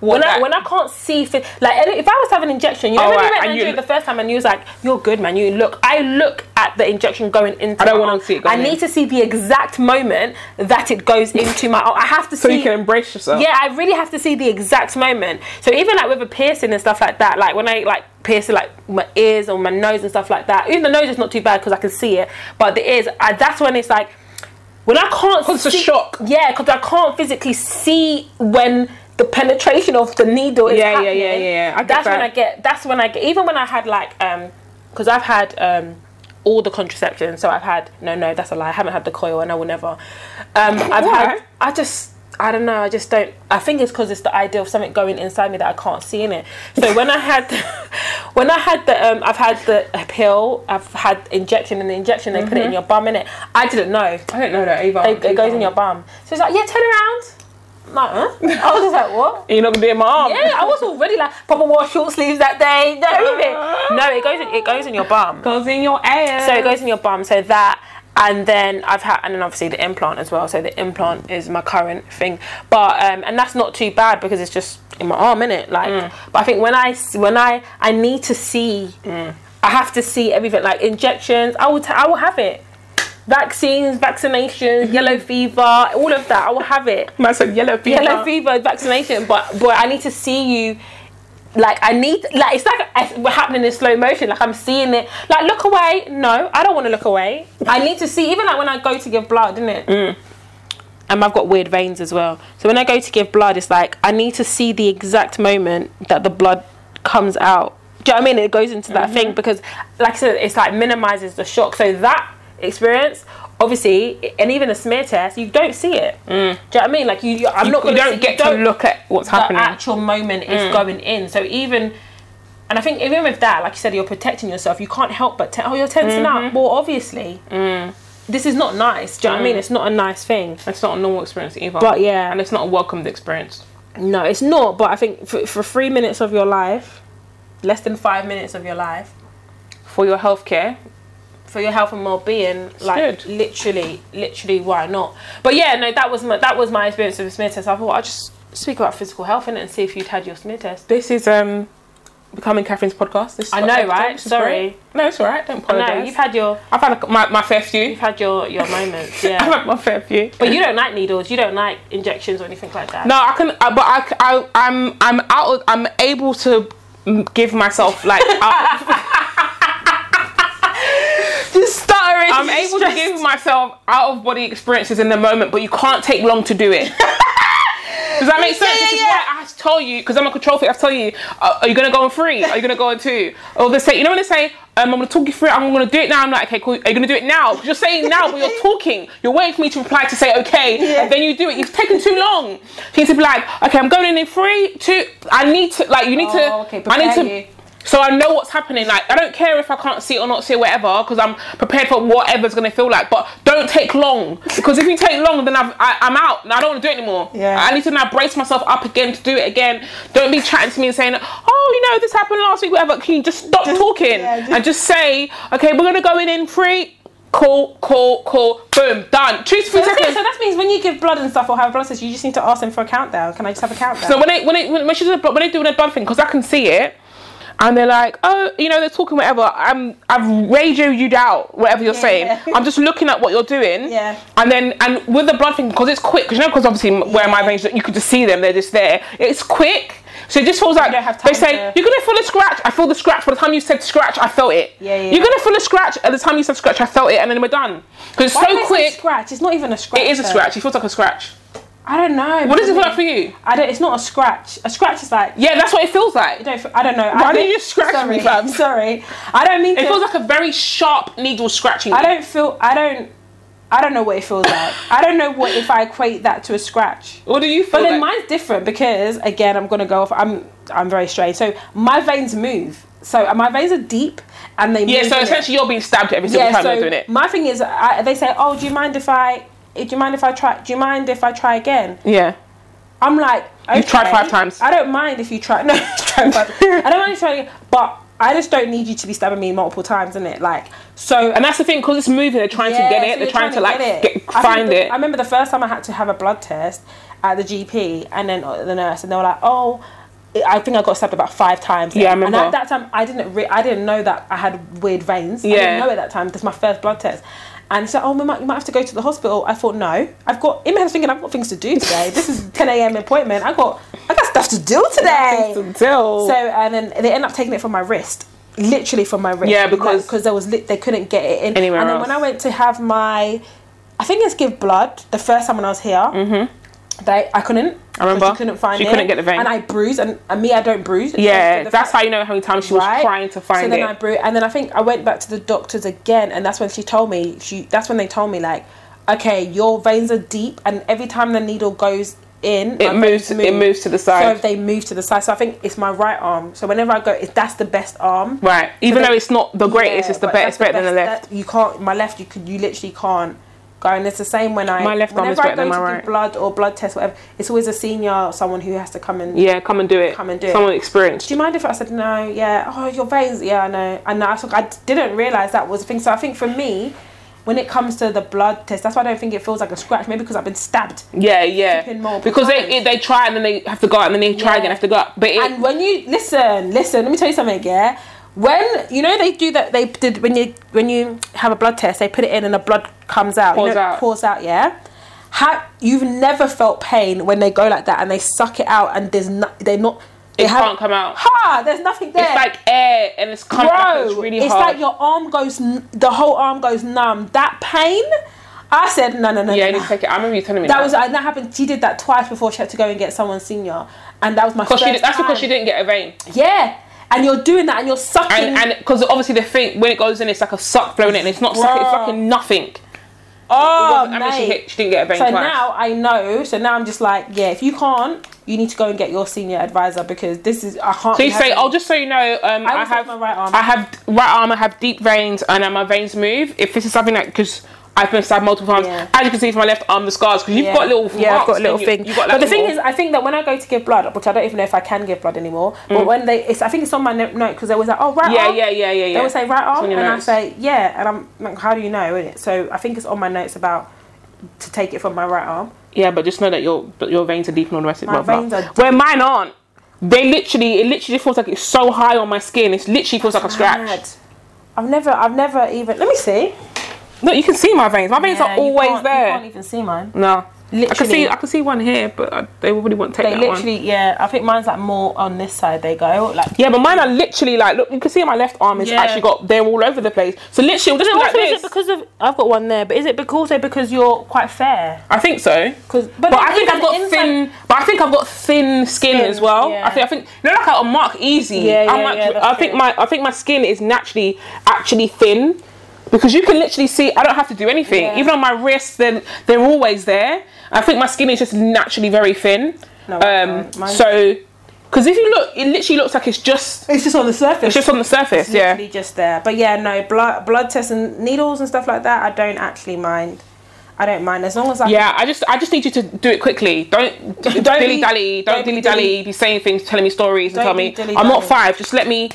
Speaker 1: When I,
Speaker 2: that-
Speaker 1: when I can't see fi- like and if I was to have an injection, you know
Speaker 2: Oh,
Speaker 1: when
Speaker 2: right,
Speaker 1: you went
Speaker 2: and
Speaker 1: and
Speaker 2: you-
Speaker 1: you, the first time and you was like, "You're good, man. You look." I look at the injection going into.
Speaker 2: I don't
Speaker 1: my
Speaker 2: wanna
Speaker 1: arm.
Speaker 2: see it
Speaker 1: I
Speaker 2: going in.
Speaker 1: need to see the exact moment that it goes into my. arm. I have to
Speaker 2: So
Speaker 1: see.
Speaker 2: you can embrace yourself.
Speaker 1: Yeah, I really have to see the exact moment. So even like with a piercing and stuff like that, like when I like pierce like my ears or my nose and stuff like that. Even the nose is not too bad because I can see it, but the ears, I, that's when it's like when I can't.
Speaker 2: 'Cause it's a
Speaker 1: see-
Speaker 2: shock.
Speaker 1: Yeah, because I can't physically see when the penetration of the needle is
Speaker 2: Yeah, yeah,
Speaker 1: happening.
Speaker 2: yeah, yeah, yeah. I get
Speaker 1: that's when
Speaker 2: that.
Speaker 1: I get. That's when I get. Even when I had like um, because I've had um. All the contraception, so I've had no, no, that's a lie. I haven't had the coil, and I will never. Um, I've
Speaker 2: Why?
Speaker 1: had I just I don't know. I just don't. I think it's because it's the idea of something going inside me that I can't see in it. So when I had, [LAUGHS] when I had the, um, I've had the pill. I've had injection, and the injection they put it in your bum in it. I didn't know.
Speaker 2: I don't know that either.
Speaker 1: It, it goes in your bum. So it's like, yeah, turn around. I'm like, huh? I was just like, what?
Speaker 2: You're not gonna do it in my arm.
Speaker 1: Yeah, I was already like, Papa wore short sleeves that day. No, everything. No, it goes. in- It goes in your bum.
Speaker 2: goes in your ass.
Speaker 1: So it goes in your bum. So that, and then I've had, and then obviously the implant as well. So the implant is my current thing, but um, and that's not too bad because it's just in my arm, innit? Like, but I think when I s- when I I need to see, I have to see everything like injections. I will t- I will have it. Vaccines, vaccinations, yellow fever, all of that. I will have it.
Speaker 2: Man said yellow
Speaker 1: [LAUGHS]
Speaker 2: fever.
Speaker 1: Yellow fever, vaccination, but boy, I need to see you. Like I need, like it's like it's we're happening in slow motion. Like I'm seeing it. Like look away. No, I don't want to look away. I need to see. Even like when I go to give blood, isn't it? Mm. And I've got weird veins as well. So when I go to give blood, it's like I need to see the exact moment that the blood comes out. Do you know what I mean? It goes into that thing because, like I said, it's like minimizes the shock. So that experience, obviously, and even a smear test, you don't see it. Do you know what I mean? Like Mm. you, you I'm
Speaker 2: You,
Speaker 1: not.
Speaker 2: you
Speaker 1: gonna see-
Speaker 2: don't get to look at what's
Speaker 1: the
Speaker 2: happening. Mm.
Speaker 1: actual moment is going in. So even, and I think even with that, like you said, you're protecting yourself. You can't help but te- oh, you're tensing
Speaker 2: Mm-hmm.
Speaker 1: up. Well, obviously,
Speaker 2: Mm.
Speaker 1: this is not nice. Do you know what I mean? It's not a nice thing.
Speaker 2: It's not a normal experience either.
Speaker 1: But yeah.
Speaker 2: Mm. And it's not a welcomed experience.
Speaker 1: No, it's not. But I think for, for three minutes of your life, less than five minutes of your life,
Speaker 2: For your healthcare,
Speaker 1: for your health and well-being like
Speaker 2: good.
Speaker 1: literally literally why not but yeah no that was my that was my experience with a smear test i thought i'll just speak about physical health in it and see if you'd had your smear test
Speaker 2: this is um becoming Catherine's podcast. This is
Speaker 1: I
Speaker 2: what
Speaker 1: know,
Speaker 2: I've done,
Speaker 1: right?
Speaker 2: which is
Speaker 1: Sorry.
Speaker 2: great. No, it's alright. Don't apologize.
Speaker 1: no you've had your
Speaker 2: I've had a, my, my fair few.
Speaker 1: you've had your your moments
Speaker 2: [LAUGHS] I've
Speaker 1: yeah
Speaker 2: had my fair few.
Speaker 1: but you don't like needles you don't like injections or anything like that
Speaker 2: No, I can, uh, but I, c- I, am I'm out. Of, I'm able to mm, give myself [LAUGHS] like. out-
Speaker 1: just stuttering
Speaker 2: I'm able to give myself out of body experiences in the moment, but you can't take long to do it. Does that make sense?
Speaker 1: Yeah,
Speaker 2: this is
Speaker 1: yeah,
Speaker 2: why I have to tell you, because I'm a control freak, I have to tell you, uh, are you going to go on three? Are you going to go on two? Or they say, you know when they say, um, I'm going to talk you through it, I'm going to do it now. I'm like, okay, cool. Are you going to do it now? 'Cause you're saying now,
Speaker 1: [LAUGHS]
Speaker 2: but you're talking. You're waiting for me to reply to say, okay. And then you do it. You've taken too long. So you need to be like, okay, I'm going in in three, two. I need to, like, you need
Speaker 1: Oh,
Speaker 2: to,
Speaker 1: okay,
Speaker 2: I need
Speaker 1: prepare
Speaker 2: to.
Speaker 1: you.
Speaker 2: So I know what's happening. Like I don't care if I can't see it or not see it, whatever, because I'm prepared for whatever's gonna feel like. But don't take long, because if you take long, then I've, I, I'm out. And I don't want to do it anymore.
Speaker 1: Yeah.
Speaker 2: I need to now brace myself up again to do it again. Don't be chatting to me and saying, "Oh, you know, this happened last week, whatever." Can you just stop talking
Speaker 1: yeah, just-
Speaker 2: and just say, "Okay, we're gonna go in in three, cool, cool, cool, boom, done." Two
Speaker 1: [LAUGHS]
Speaker 2: to
Speaker 1: So
Speaker 2: three
Speaker 1: that's it.
Speaker 2: seconds.
Speaker 1: So that means when you give blood and stuff or have blood tests, you just need to ask them for a countdown. Can I just have a countdown?
Speaker 2: So when they when they when, when she's when they doing a blood thing, because I can see it, and they're like, oh, you know, they're talking whatever. I'm I've radioed out whatever you're
Speaker 1: Yeah,
Speaker 2: saying.
Speaker 1: yeah.
Speaker 2: I'm just looking at what you're doing.
Speaker 1: Yeah.
Speaker 2: And then and with the blood thing, because it's quick, 'cause you know, because obviously m where my veins, you could just see them. They're just there. It's quick. So it just feels like
Speaker 1: don't have
Speaker 2: they
Speaker 1: time
Speaker 2: say
Speaker 1: to-
Speaker 2: you're gonna feel a scratch. I feel the scratch. By the time you said scratch, I felt it.
Speaker 1: Yeah, yeah.
Speaker 2: You're gonna feel a scratch. At the time you said scratch, I felt it, and then we're done. Because it's
Speaker 1: Why do they
Speaker 2: so
Speaker 1: say
Speaker 2: quick.
Speaker 1: Scratch. It's not even a scratch.
Speaker 2: It is a
Speaker 1: though.
Speaker 2: scratch. It feels like a scratch.
Speaker 1: I don't know.
Speaker 2: What does it feel like for you?
Speaker 1: I don't. It's not a scratch. A scratch is like.
Speaker 2: Yeah, that's what it feels like.
Speaker 1: I don't. f- I don't know.
Speaker 2: Why
Speaker 1: I
Speaker 2: did
Speaker 1: don't-
Speaker 2: you scratch
Speaker 1: sorry,
Speaker 2: me, fam?
Speaker 1: [LAUGHS] Sorry. I don't mean.
Speaker 2: It
Speaker 1: to,
Speaker 2: feels like a very sharp needle scratching.
Speaker 1: I don't feel. I don't. I don't know what it feels like. I don't know what if I equate that to a scratch.
Speaker 2: What do you feel?
Speaker 1: But then
Speaker 2: like?
Speaker 1: mine's different because again, I'm gonna go off. I'm I'm very straight. So my veins move. So uh, my veins are deep and they
Speaker 2: Yeah,
Speaker 1: move.
Speaker 2: so
Speaker 1: innit?
Speaker 2: essentially you're being stabbed every single time you're doing it.
Speaker 1: My thing is, I, they say, "Oh, do you mind if I? Do you mind if I try? Do you mind if I try again?"
Speaker 2: Yeah.
Speaker 1: I'm like, okay,
Speaker 2: You've tried five times.
Speaker 1: I don't mind if you try. [LAUGHS] No, try five. I don't mind if you try again, but I just don't need you to be stabbing me multiple times, innit? Like, so
Speaker 2: And that's the thing, because it's moving, they're trying
Speaker 1: yeah,
Speaker 2: to get
Speaker 1: so
Speaker 2: it,
Speaker 1: you're
Speaker 2: they're trying, to like
Speaker 1: get
Speaker 2: get-
Speaker 1: I
Speaker 2: find
Speaker 1: remember-
Speaker 2: it.
Speaker 1: I remember the first time I had to have a blood test at the GP, and then uh, the nurse, and they were like, "Oh, I think I got stabbed about five times."
Speaker 2: Yeah, I
Speaker 1: And
Speaker 2: remember.
Speaker 1: at that time, I didn't, re- I didn't know that I had weird veins. I
Speaker 2: Yeah.
Speaker 1: didn't know at that time. That's my first blood test. And so, oh, we might, you might have to go to the hospital. I thought, no, I've got. In my head, I was thinking, I've got things to do today. this is [LAUGHS] 10 a.m. appointment. I got, I got stuff to
Speaker 2: [LAUGHS]
Speaker 1: do today. So and then they end up taking it from my wrist, literally from my wrist.
Speaker 2: Yeah, because-
Speaker 1: because there was lit they couldn't get it in
Speaker 2: Anywhere
Speaker 1: And then when
Speaker 2: else.
Speaker 1: I went to have my, I think it's give blood the first time when I was here. They I couldn't.
Speaker 2: Mm-hmm. I remember.
Speaker 1: 'cause She couldn't find
Speaker 2: She
Speaker 1: it.
Speaker 2: couldn't get the vein.
Speaker 1: And I bruised, and, and me I don't bruise.
Speaker 2: yeah,
Speaker 1: So the
Speaker 2: that's
Speaker 1: fact-
Speaker 2: how you know how many times she was
Speaker 1: right?
Speaker 2: trying to find
Speaker 1: so then
Speaker 2: it.
Speaker 1: I bru- and then I think I went back to the doctors again, and that's when she told me she. That's when they told me like, okay, your veins are deep, and every time the needle goes in, my
Speaker 2: it moves
Speaker 1: veins
Speaker 2: it
Speaker 1: move.
Speaker 2: moves to the
Speaker 1: So
Speaker 2: side.
Speaker 1: if they move to the side, so I think it's my right arm. So whenever I go, it, that's the best arm.
Speaker 2: right. Even
Speaker 1: they-
Speaker 2: though it's not the greatest,
Speaker 1: Yeah,
Speaker 2: it's the
Speaker 1: but
Speaker 2: best
Speaker 1: that's
Speaker 2: it's better than the
Speaker 1: best-
Speaker 2: left.
Speaker 1: that- you can't. My left, you could. You literally can't go. And it's the same when I.
Speaker 2: My left arm is
Speaker 1: whenever I
Speaker 2: better than
Speaker 1: go to
Speaker 2: my
Speaker 1: do
Speaker 2: right.
Speaker 1: Blood or blood test, whatever. It's always a senior, or someone who has to come and.
Speaker 2: yeah, come and do it.
Speaker 1: Come and do it.
Speaker 2: Someone experienced.
Speaker 1: Do you mind if I said no? Yeah. Oh, your veins. Yeah, I know. I know. I, took, I didn't realize that was a thing. So I think for me, when it comes to the blood test, that's why I don't think it feels like a scratch. Maybe because I've been stabbed.
Speaker 2: Yeah, yeah.
Speaker 1: Keeping multiple
Speaker 2: Because they
Speaker 1: times.
Speaker 2: it, they try and then they have to go out and then they try
Speaker 1: Yeah.
Speaker 2: again, have to go out. But it,
Speaker 1: And when you listen, listen, let me tell you something, yeah. When you know they do that, they did when you when you have a blood test, they put it in and the blood comes out, you
Speaker 2: Pours
Speaker 1: know,
Speaker 2: out.
Speaker 1: pours out, yeah. How you've never felt pain when they go like that and they suck it out and there's not they're not they
Speaker 2: It
Speaker 1: have-
Speaker 2: can't come out.
Speaker 1: Ha! There's nothing there.
Speaker 2: it's like air and it's coming back and it's really hard.
Speaker 1: like your arm goes, n- the whole arm goes numb. That pain, I said no, no, no.
Speaker 2: yeah,
Speaker 1: no,
Speaker 2: you
Speaker 1: no.
Speaker 2: need to take it. I remember you telling me
Speaker 1: That was and that happened. She did that twice before she had to go and get someone senior, and that was my
Speaker 2: Because
Speaker 1: first.
Speaker 2: she did, that's
Speaker 1: time.
Speaker 2: because she didn't get a vein,
Speaker 1: Yeah, and you're doing that, and you're sucking.
Speaker 2: and and because obviously the thing when it goes in, it's like a suck flowing in, and it's not sucking, it's
Speaker 1: Bruh.
Speaker 2: fucking nothing.
Speaker 1: oh,
Speaker 2: I mean, she,
Speaker 1: mate.
Speaker 2: hit, she didn't get a vein
Speaker 1: So
Speaker 2: twice.
Speaker 1: now I know. So now I'm just like, yeah. If you can't, you need to go and get your senior advisor because this is I can't.
Speaker 2: so you say,
Speaker 1: have-
Speaker 2: oh, just so you know, um, I,
Speaker 1: always have
Speaker 2: have
Speaker 1: my right arm.
Speaker 2: I have right arm. I have deep veins, and uh, my veins move. If this is something that because. I've been stabbed multiple times.
Speaker 1: Yeah.
Speaker 2: As you can see from my left arm, the scars because you've
Speaker 1: Yeah.
Speaker 2: got little
Speaker 1: yeah, I've
Speaker 2: marks
Speaker 1: got a little
Speaker 2: and you-
Speaker 1: thing.
Speaker 2: you've got,
Speaker 1: but
Speaker 2: like,
Speaker 1: the thing
Speaker 2: little-
Speaker 1: is, I think that when I go to give blood, which I don't even know if I can give blood anymore, but when they, it's, I think it's on my note because they was like, oh right
Speaker 2: Mm. yeah,
Speaker 1: arm.
Speaker 2: yeah, yeah, yeah, yeah.
Speaker 1: They would say right
Speaker 2: It's
Speaker 1: arm,
Speaker 2: on
Speaker 1: and
Speaker 2: your
Speaker 1: I
Speaker 2: notes.
Speaker 1: say yeah, and I'm like, how do you know? Innit? So I think it's on my notes about to take it from my right arm.
Speaker 2: Yeah, but just know that your but your veins are deep and all the rest of it.
Speaker 1: My
Speaker 2: blah, blah.
Speaker 1: veins are deep.
Speaker 2: Where mine aren't. They literally, it literally feels like it's so high on my skin. It literally feels like a
Speaker 1: Mad.
Speaker 2: scratch.
Speaker 1: I've never, I've never even. Let me see.
Speaker 2: Look, you can see my veins. My veins
Speaker 1: Yeah,
Speaker 2: are
Speaker 1: you
Speaker 2: always
Speaker 1: can't- You can't
Speaker 2: there.
Speaker 1: even see mine.
Speaker 2: No, I can
Speaker 1: Literally.
Speaker 2: see, I can see one here, but I, they probably won't take
Speaker 1: They
Speaker 2: that one.
Speaker 1: literally, yeah. I think mine's like more on this side. They go like.
Speaker 2: Yeah, but mine are literally like, look, you can see my left arm has
Speaker 1: Yeah.
Speaker 2: actually got they're all over the place. So literally, it'll just be like this.
Speaker 1: because of? I've got one there, but is it because also because you're quite fair?
Speaker 2: I think so.
Speaker 1: Because
Speaker 2: But, I think I've got thin. But I think I've got thin skin
Speaker 1: Thin,
Speaker 2: as well.
Speaker 1: yeah.
Speaker 2: I think I think you know like I mark easy.
Speaker 1: Yeah, yeah,
Speaker 2: I'm like,
Speaker 1: yeah, that's
Speaker 2: I think
Speaker 1: true.
Speaker 2: my I think my skin is naturally actually thin because you can literally see. I don't have to do anything.
Speaker 1: Yeah.
Speaker 2: Even on my wrists, then they're always there. I think my skin is just naturally very thin.
Speaker 1: No,
Speaker 2: um,
Speaker 1: mine-
Speaker 2: so Because if you look, it literally looks like it's just
Speaker 1: It's just on the surface.
Speaker 2: it's just on the surface.
Speaker 1: It's
Speaker 2: Yeah.
Speaker 1: literally just there. But yeah, no blood, blood tests and needles and stuff like that. I don't actually mind. I don't mind as long as I.
Speaker 2: Yeah, I just I just need you to do it quickly. Don't
Speaker 1: Don't
Speaker 2: dilly
Speaker 1: be-
Speaker 2: dally.
Speaker 1: don't
Speaker 2: Don't
Speaker 1: be
Speaker 2: dilly dally. Be saying things, telling me stories,
Speaker 1: Don't
Speaker 2: and tell
Speaker 1: be
Speaker 2: me I'm
Speaker 1: dilly-dally.
Speaker 2: not five. Just let me,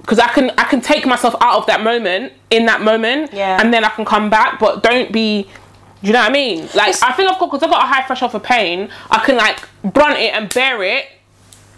Speaker 2: because I can I can take myself out of that moment in that moment,
Speaker 1: Yeah.
Speaker 2: and then I can come back. But don't be. Do you know what I mean? Like
Speaker 1: It's-
Speaker 2: I think I've got because I've got a high threshold for pain. I can like brunt it and bear it,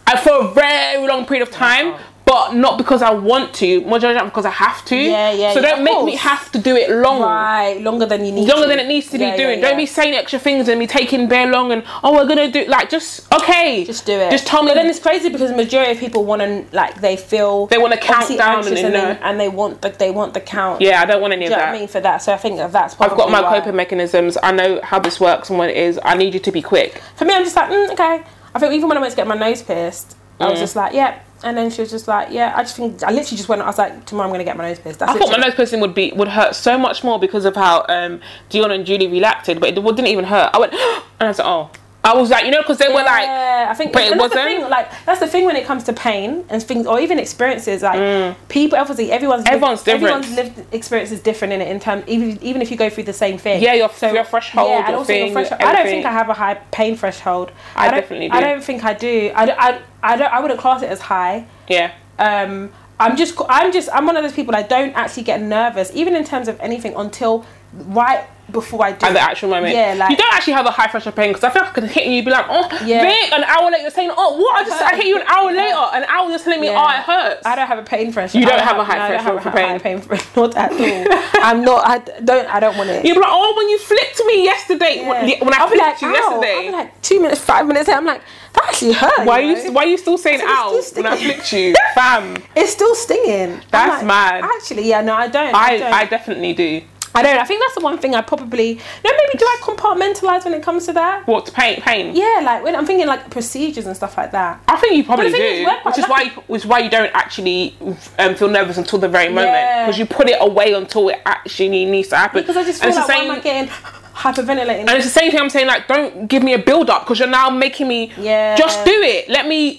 Speaker 2: and for a very long period of time. But not because I want to, more than because I have to.
Speaker 1: Yeah, yeah,
Speaker 2: So
Speaker 1: yeah,
Speaker 2: don't
Speaker 1: of
Speaker 2: make me
Speaker 1: course.
Speaker 2: have to do it long
Speaker 1: Right, longer than you need.
Speaker 2: longer
Speaker 1: to.
Speaker 2: than it needs to
Speaker 1: Yeah,
Speaker 2: be doing.
Speaker 1: yeah,
Speaker 2: Don't be
Speaker 1: yeah.
Speaker 2: saying extra things and be taking bare long and oh we're gonna do like just okay.
Speaker 1: Just do it.
Speaker 2: Just tell me.
Speaker 1: But then it's crazy because the majority of people want to like they feel
Speaker 2: They wanna count
Speaker 1: obviously
Speaker 2: down
Speaker 1: anxious
Speaker 2: and
Speaker 1: and,
Speaker 2: then
Speaker 1: they,
Speaker 2: no.
Speaker 1: and they want the they want the count.
Speaker 2: yeah, I don't want
Speaker 1: Do
Speaker 2: any of
Speaker 1: you know what
Speaker 2: that.
Speaker 1: I mean for that? So I think that that's
Speaker 2: I've got my
Speaker 1: probably why.
Speaker 2: coping mechanisms. I know how this works and what it is. I need you to be quick.
Speaker 1: For me, I'm just like, mm, okay. I think even when I went to get my nose pierced, I was just like, yeah. And then she was just like, yeah. I just think I literally just went. I was like, tomorrow I'm gonna get my nose pierced. That's
Speaker 2: I thought my nose piercing would be would hurt so much more because of how um, Dion and Julie reacted, but it didn't even hurt. I went [GASPS] and I was like, oh, I was like, you know, because they were like,
Speaker 1: yeah, I think
Speaker 2: but it
Speaker 1: and that's the
Speaker 2: wasn't.
Speaker 1: thing, like that's the thing when it comes to pain and things or even experiences like people obviously everyone's
Speaker 2: Mm. Everyone's different.
Speaker 1: everyone's lived experience is different in it in terms even even if you go through the same thing
Speaker 2: yeah, your your threshold,
Speaker 1: yeah, and
Speaker 2: your
Speaker 1: also your
Speaker 2: thing,
Speaker 1: threshold.
Speaker 2: your
Speaker 1: I don't
Speaker 2: everything.
Speaker 1: think I have a high pain threshold.
Speaker 2: I
Speaker 1: don't-
Speaker 2: definitely
Speaker 1: I
Speaker 2: do.
Speaker 1: don't think I do. I, don't- I, I don't. I wouldn't class it as high.
Speaker 2: yeah.
Speaker 1: Um, I'm just. I'm just. I'm one of those people that don't actually get nervous, even in terms of anything, until right before I do.
Speaker 2: at the actual moment.
Speaker 1: Yeah, like-
Speaker 2: you don't actually have a high pressure pain because I feel like I can hit you. You'd be like, oh,
Speaker 1: Yeah.
Speaker 2: Vic, an hour later, you're saying, oh, what? I just I hit you an hour later. An hour you're telling me,
Speaker 1: Yeah.
Speaker 2: oh, it hurts.
Speaker 1: I don't have a pain threshold.
Speaker 2: You don't
Speaker 1: I
Speaker 2: have a high
Speaker 1: no, I don't
Speaker 2: threshold
Speaker 1: have
Speaker 2: for
Speaker 1: a high pain- [LAUGHS] not at all. I'm not. I don't. I don't want it.
Speaker 2: You'd be like, oh, when you flicked me yesterday, when
Speaker 1: Yeah.
Speaker 2: when I
Speaker 1: I'll be like,
Speaker 2: flicked you
Speaker 1: "Ow." I'll
Speaker 2: yesterday.
Speaker 1: be like two minutes, five minutes. In, I'm like, that actually hurt.
Speaker 2: why are
Speaker 1: you? know?
Speaker 2: you why are you still saying
Speaker 1: It's
Speaker 2: ow
Speaker 1: still
Speaker 2: when I
Speaker 1: sticking. [LAUGHS]
Speaker 2: flicked you, fam?
Speaker 1: It's still stinging. I'm
Speaker 2: That's
Speaker 1: like,
Speaker 2: mad.
Speaker 1: Actually, yeah, no, I don't.
Speaker 2: I
Speaker 1: don't.
Speaker 2: I definitely do.
Speaker 1: I don't. I think that's the one thing I probably no. Maybe do I compartmentalize when it comes to that?
Speaker 2: What pain pain?
Speaker 1: Yeah, like when I'm thinking like procedures and stuff like that.
Speaker 2: I think you probably
Speaker 1: But the thing is,
Speaker 2: do,
Speaker 1: we're quite
Speaker 2: which is why, you- which is why you don't actually um, feel nervous until the very moment,
Speaker 1: Yeah.
Speaker 2: because you put it away until it actually needs to happen.
Speaker 1: Because I just feel
Speaker 2: And it's
Speaker 1: like
Speaker 2: the
Speaker 1: why
Speaker 2: same-
Speaker 1: am I getting [LAUGHS] hyperventilating?
Speaker 2: And it's the same thing I'm saying, like, don't give me a build up because you're now making me
Speaker 1: Yeah.
Speaker 2: just do it. Let me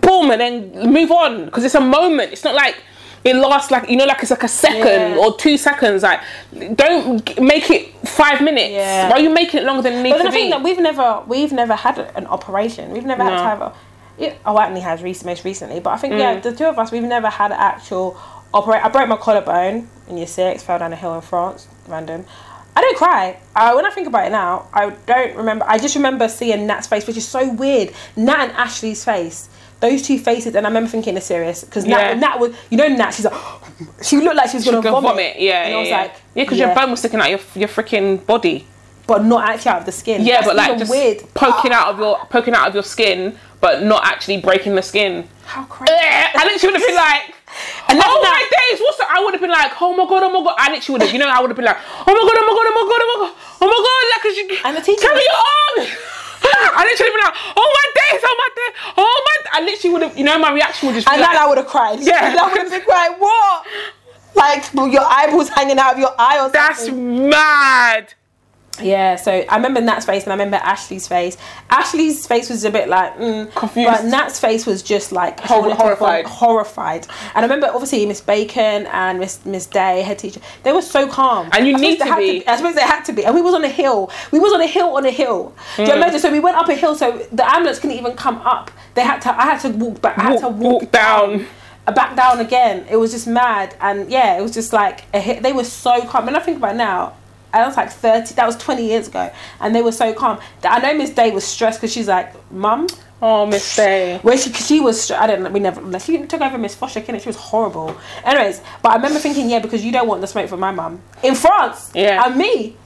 Speaker 2: boom and then move on because it's a moment. It's not like it lasts like, you know, like it's like a second
Speaker 1: Yeah.
Speaker 2: or two seconds. Like, don't g- make it five minutes.
Speaker 1: Yeah.
Speaker 2: Why are you making it longer than it needs
Speaker 1: but then
Speaker 2: to
Speaker 1: I think
Speaker 2: be?
Speaker 1: that we've never we've never had an operation. We've never had
Speaker 2: No. Mm.
Speaker 1: to have. A, yeah, oh, Anthony has recent, most recently, but I think yeah, the two of us we've never had an actual operate. I broke my collarbone in year six, fell down a hill in France, random. I don't cry. Uh, when I think about it now, I don't remember. I just remember seeing Nat's face, which is so weird. Nat and Ashley's face. Those two faces, and I remember thinking it's serious because Nat,
Speaker 2: Yeah.
Speaker 1: Nat was, you know, Nat. She's like, [GASPS] she looked like she was gonna,
Speaker 2: Gonna
Speaker 1: vomit.
Speaker 2: vomit. Yeah,
Speaker 1: and
Speaker 2: yeah,
Speaker 1: I was
Speaker 2: yeah.
Speaker 1: like,
Speaker 2: because your bone was sticking out your your freaking body.
Speaker 1: but not actually out of the skin.
Speaker 2: Yeah,
Speaker 1: That's
Speaker 2: but like
Speaker 1: even
Speaker 2: just
Speaker 1: weird.
Speaker 2: poking out of your poking out of your skin, but not actually breaking the skin.
Speaker 1: How crazy.
Speaker 2: I literally would have been like, oh my days, what's that? I would have been like, oh my god, oh my god. I literally would have, you know, I would have been like, oh my god, oh my god, oh my god, oh my god, oh my god, like, cause you,
Speaker 1: And the teacher
Speaker 2: tell me
Speaker 1: was-
Speaker 2: your
Speaker 1: [LAUGHS]
Speaker 2: arm. I literally would have been like, oh my days, oh my days, oh my. I literally would have, you know, my reaction would just be
Speaker 1: And then
Speaker 2: like,
Speaker 1: I would have cried. [LAUGHS]
Speaker 2: Yeah.
Speaker 1: And I would have been crying, what? Like your eyeball's hanging out of your eye or
Speaker 2: that's
Speaker 1: something.
Speaker 2: mad.
Speaker 1: Yeah, so I remember Nat's face and I remember Ashley's face. Ashley's face was a bit like mm,
Speaker 2: Confused.
Speaker 1: But Nat's face was just like she
Speaker 2: Hor-
Speaker 1: wanted to
Speaker 2: horrified.
Speaker 1: vomit, horrified. And I remember obviously Miss Bacon and Miss Miss Day, head teacher, they were so calm.
Speaker 2: And you
Speaker 1: I suppose
Speaker 2: need
Speaker 1: they
Speaker 2: to
Speaker 1: had
Speaker 2: be.
Speaker 1: I suppose they had to be. And we was on a hill. We was on a hill on a hill. Do
Speaker 2: Hmm.
Speaker 1: you imagine? So we went up a hill so the ambulance couldn't even come up. They had to I had to walk back I had to
Speaker 2: Walk-
Speaker 1: walk,
Speaker 2: walk down.
Speaker 1: I backed down again. It was just mad, and yeah, it was just like a hit. they were so calm. And I think about it now, I was like thirty. That was twenty years ago, and they were so calm. That I know Miss Day was stressed because she's like, "Mum,
Speaker 2: Oh, Miss Day.
Speaker 1: where she 'cause she was str- I don't know. We never like, she took over Miss Foster, and she was horrible. Anyways, but I remember thinking, yeah, because you don't want the smoke from my mum in France.
Speaker 2: Yeah.
Speaker 1: and me,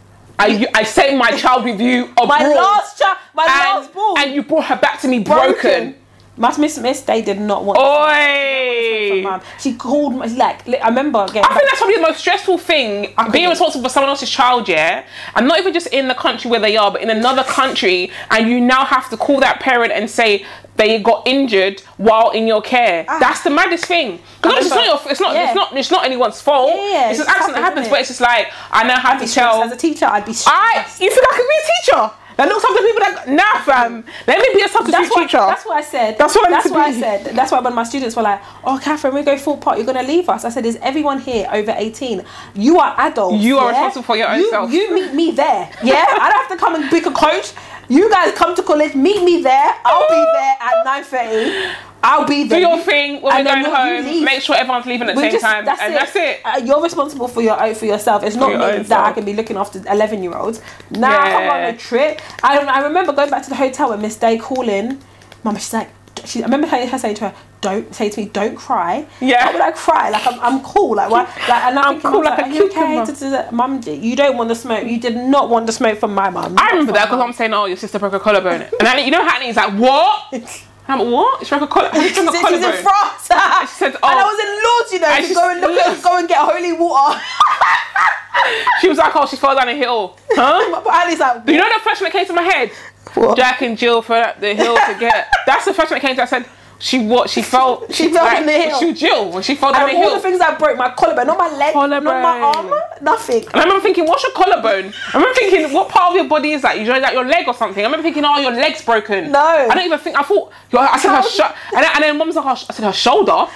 Speaker 2: I, I sent my child with you abroad.
Speaker 1: my last child, my
Speaker 2: and,
Speaker 1: last ball,
Speaker 2: and you brought her back to me broken.
Speaker 1: My Miss Miss Day did not want. the smoke from
Speaker 2: Oi!
Speaker 1: Mum. She called my like li- I remember getting
Speaker 2: I think that's probably the most stressful thing
Speaker 1: I
Speaker 2: being
Speaker 1: couldn't.
Speaker 2: responsible for someone else's child, yeah? And not even just in the country where they are, but in another country, and you now have to call that parent and say they got injured while in your care.
Speaker 1: Ah.
Speaker 2: That's the maddest thing. Because it's not
Speaker 1: remember-
Speaker 2: your, it's not,
Speaker 1: yeah.
Speaker 2: it's not, it's not anyone's fault.
Speaker 1: Yeah, yeah,
Speaker 2: it's an
Speaker 1: it's
Speaker 2: accident that
Speaker 1: happened,
Speaker 2: happens,
Speaker 1: isn't it?
Speaker 2: but it's just like I know how
Speaker 1: I'd be
Speaker 2: to
Speaker 1: stressed
Speaker 2: tell.
Speaker 1: as a teacher. I'd be stressed.
Speaker 2: I, you think I could be a teacher? That looks after people that nah, fam. Let me be a substitute
Speaker 1: That's what,
Speaker 2: teacher.
Speaker 1: that's what I said.
Speaker 2: That's what I need to
Speaker 1: I
Speaker 2: be.
Speaker 1: said. That's why when my students were like, "Oh, Catherine, we go full pot. You're gonna leave us." I said, "Is everyone here over 18? You are adults.
Speaker 2: You are
Speaker 1: yeah?
Speaker 2: responsible for your own
Speaker 1: You-
Speaker 2: self."
Speaker 1: You meet me there. Yeah, I don't have to come and pick a coach. You guys come to college. Meet me there. I'll
Speaker 2: [LAUGHS]
Speaker 1: be there at 9:30. I'll be
Speaker 2: Do
Speaker 1: there.
Speaker 2: your thing when
Speaker 1: And
Speaker 2: we're
Speaker 1: then
Speaker 2: going
Speaker 1: when you
Speaker 2: home.
Speaker 1: leave-
Speaker 2: make sure everyone's leaving at the
Speaker 1: We
Speaker 2: same
Speaker 1: just-
Speaker 2: time, and that's it.
Speaker 1: Uh, you're responsible for your own, for yourself. It's not me
Speaker 2: your own
Speaker 1: that I
Speaker 2: self.
Speaker 1: can be looking after 11 year olds. Now I come on
Speaker 2: Yeah.
Speaker 1: a trip. I I remember going back to the hotel with Miss Day calling. Mum, she's like, she, I remember her, her saying to her, "Don't say to me, don't cry."
Speaker 2: Yeah.
Speaker 1: How would I cry? Like I'm, I'm cool. Like why? Like and I'm,
Speaker 2: cool like
Speaker 1: Are
Speaker 2: a
Speaker 1: you okay?
Speaker 2: cucumber."
Speaker 1: Da, da, da. Mum, you don't want the smoke. You did not want the smoke from my mum.
Speaker 2: I remember that because I'm saying, "Oh, your sister broke a collarbone," and I, you know, Hattie's like, "What?"
Speaker 1: [LAUGHS]
Speaker 2: And I'm like, "What? She broke a collar- how do you
Speaker 1: She's
Speaker 2: broke a
Speaker 1: in, she's in
Speaker 2: collarbone."
Speaker 1: France.
Speaker 2: She
Speaker 1: [LAUGHS]
Speaker 2: said,
Speaker 1: And I
Speaker 2: "Oh."
Speaker 1: was in Lourdes, you know,
Speaker 2: And
Speaker 1: to
Speaker 2: she's-
Speaker 1: go and look, at- go and get holy water. [LAUGHS]
Speaker 2: She was like, "Oh, she fell down a hill." Huh?
Speaker 1: but Ali's like,
Speaker 2: [LAUGHS] you know the first one that came to my head?
Speaker 1: What?
Speaker 2: Jack and Jill fell up the hill to
Speaker 1: [LAUGHS]
Speaker 2: get. That's the first one that came to. I said, "She what? She fell.
Speaker 1: She fell down the hill.
Speaker 2: She was Jill when she fell
Speaker 1: Out
Speaker 2: down
Speaker 1: of
Speaker 2: the
Speaker 1: all
Speaker 2: hill."
Speaker 1: the things I broke, my collarbone, not my leg, not my
Speaker 2: Collarbone.
Speaker 1: arm,
Speaker 2: [LAUGHS]
Speaker 1: nothing.
Speaker 2: And I remember thinking, what's your collarbone? I remember thinking, what part of your body is that? You joined like your leg or something. I remember thinking, oh, your leg's broken.
Speaker 1: No.
Speaker 2: I don't even think. I thought. Your, I said her
Speaker 1: How-
Speaker 2: shoulder, and, then- and then mum's like, her, sh- I said her shoulder,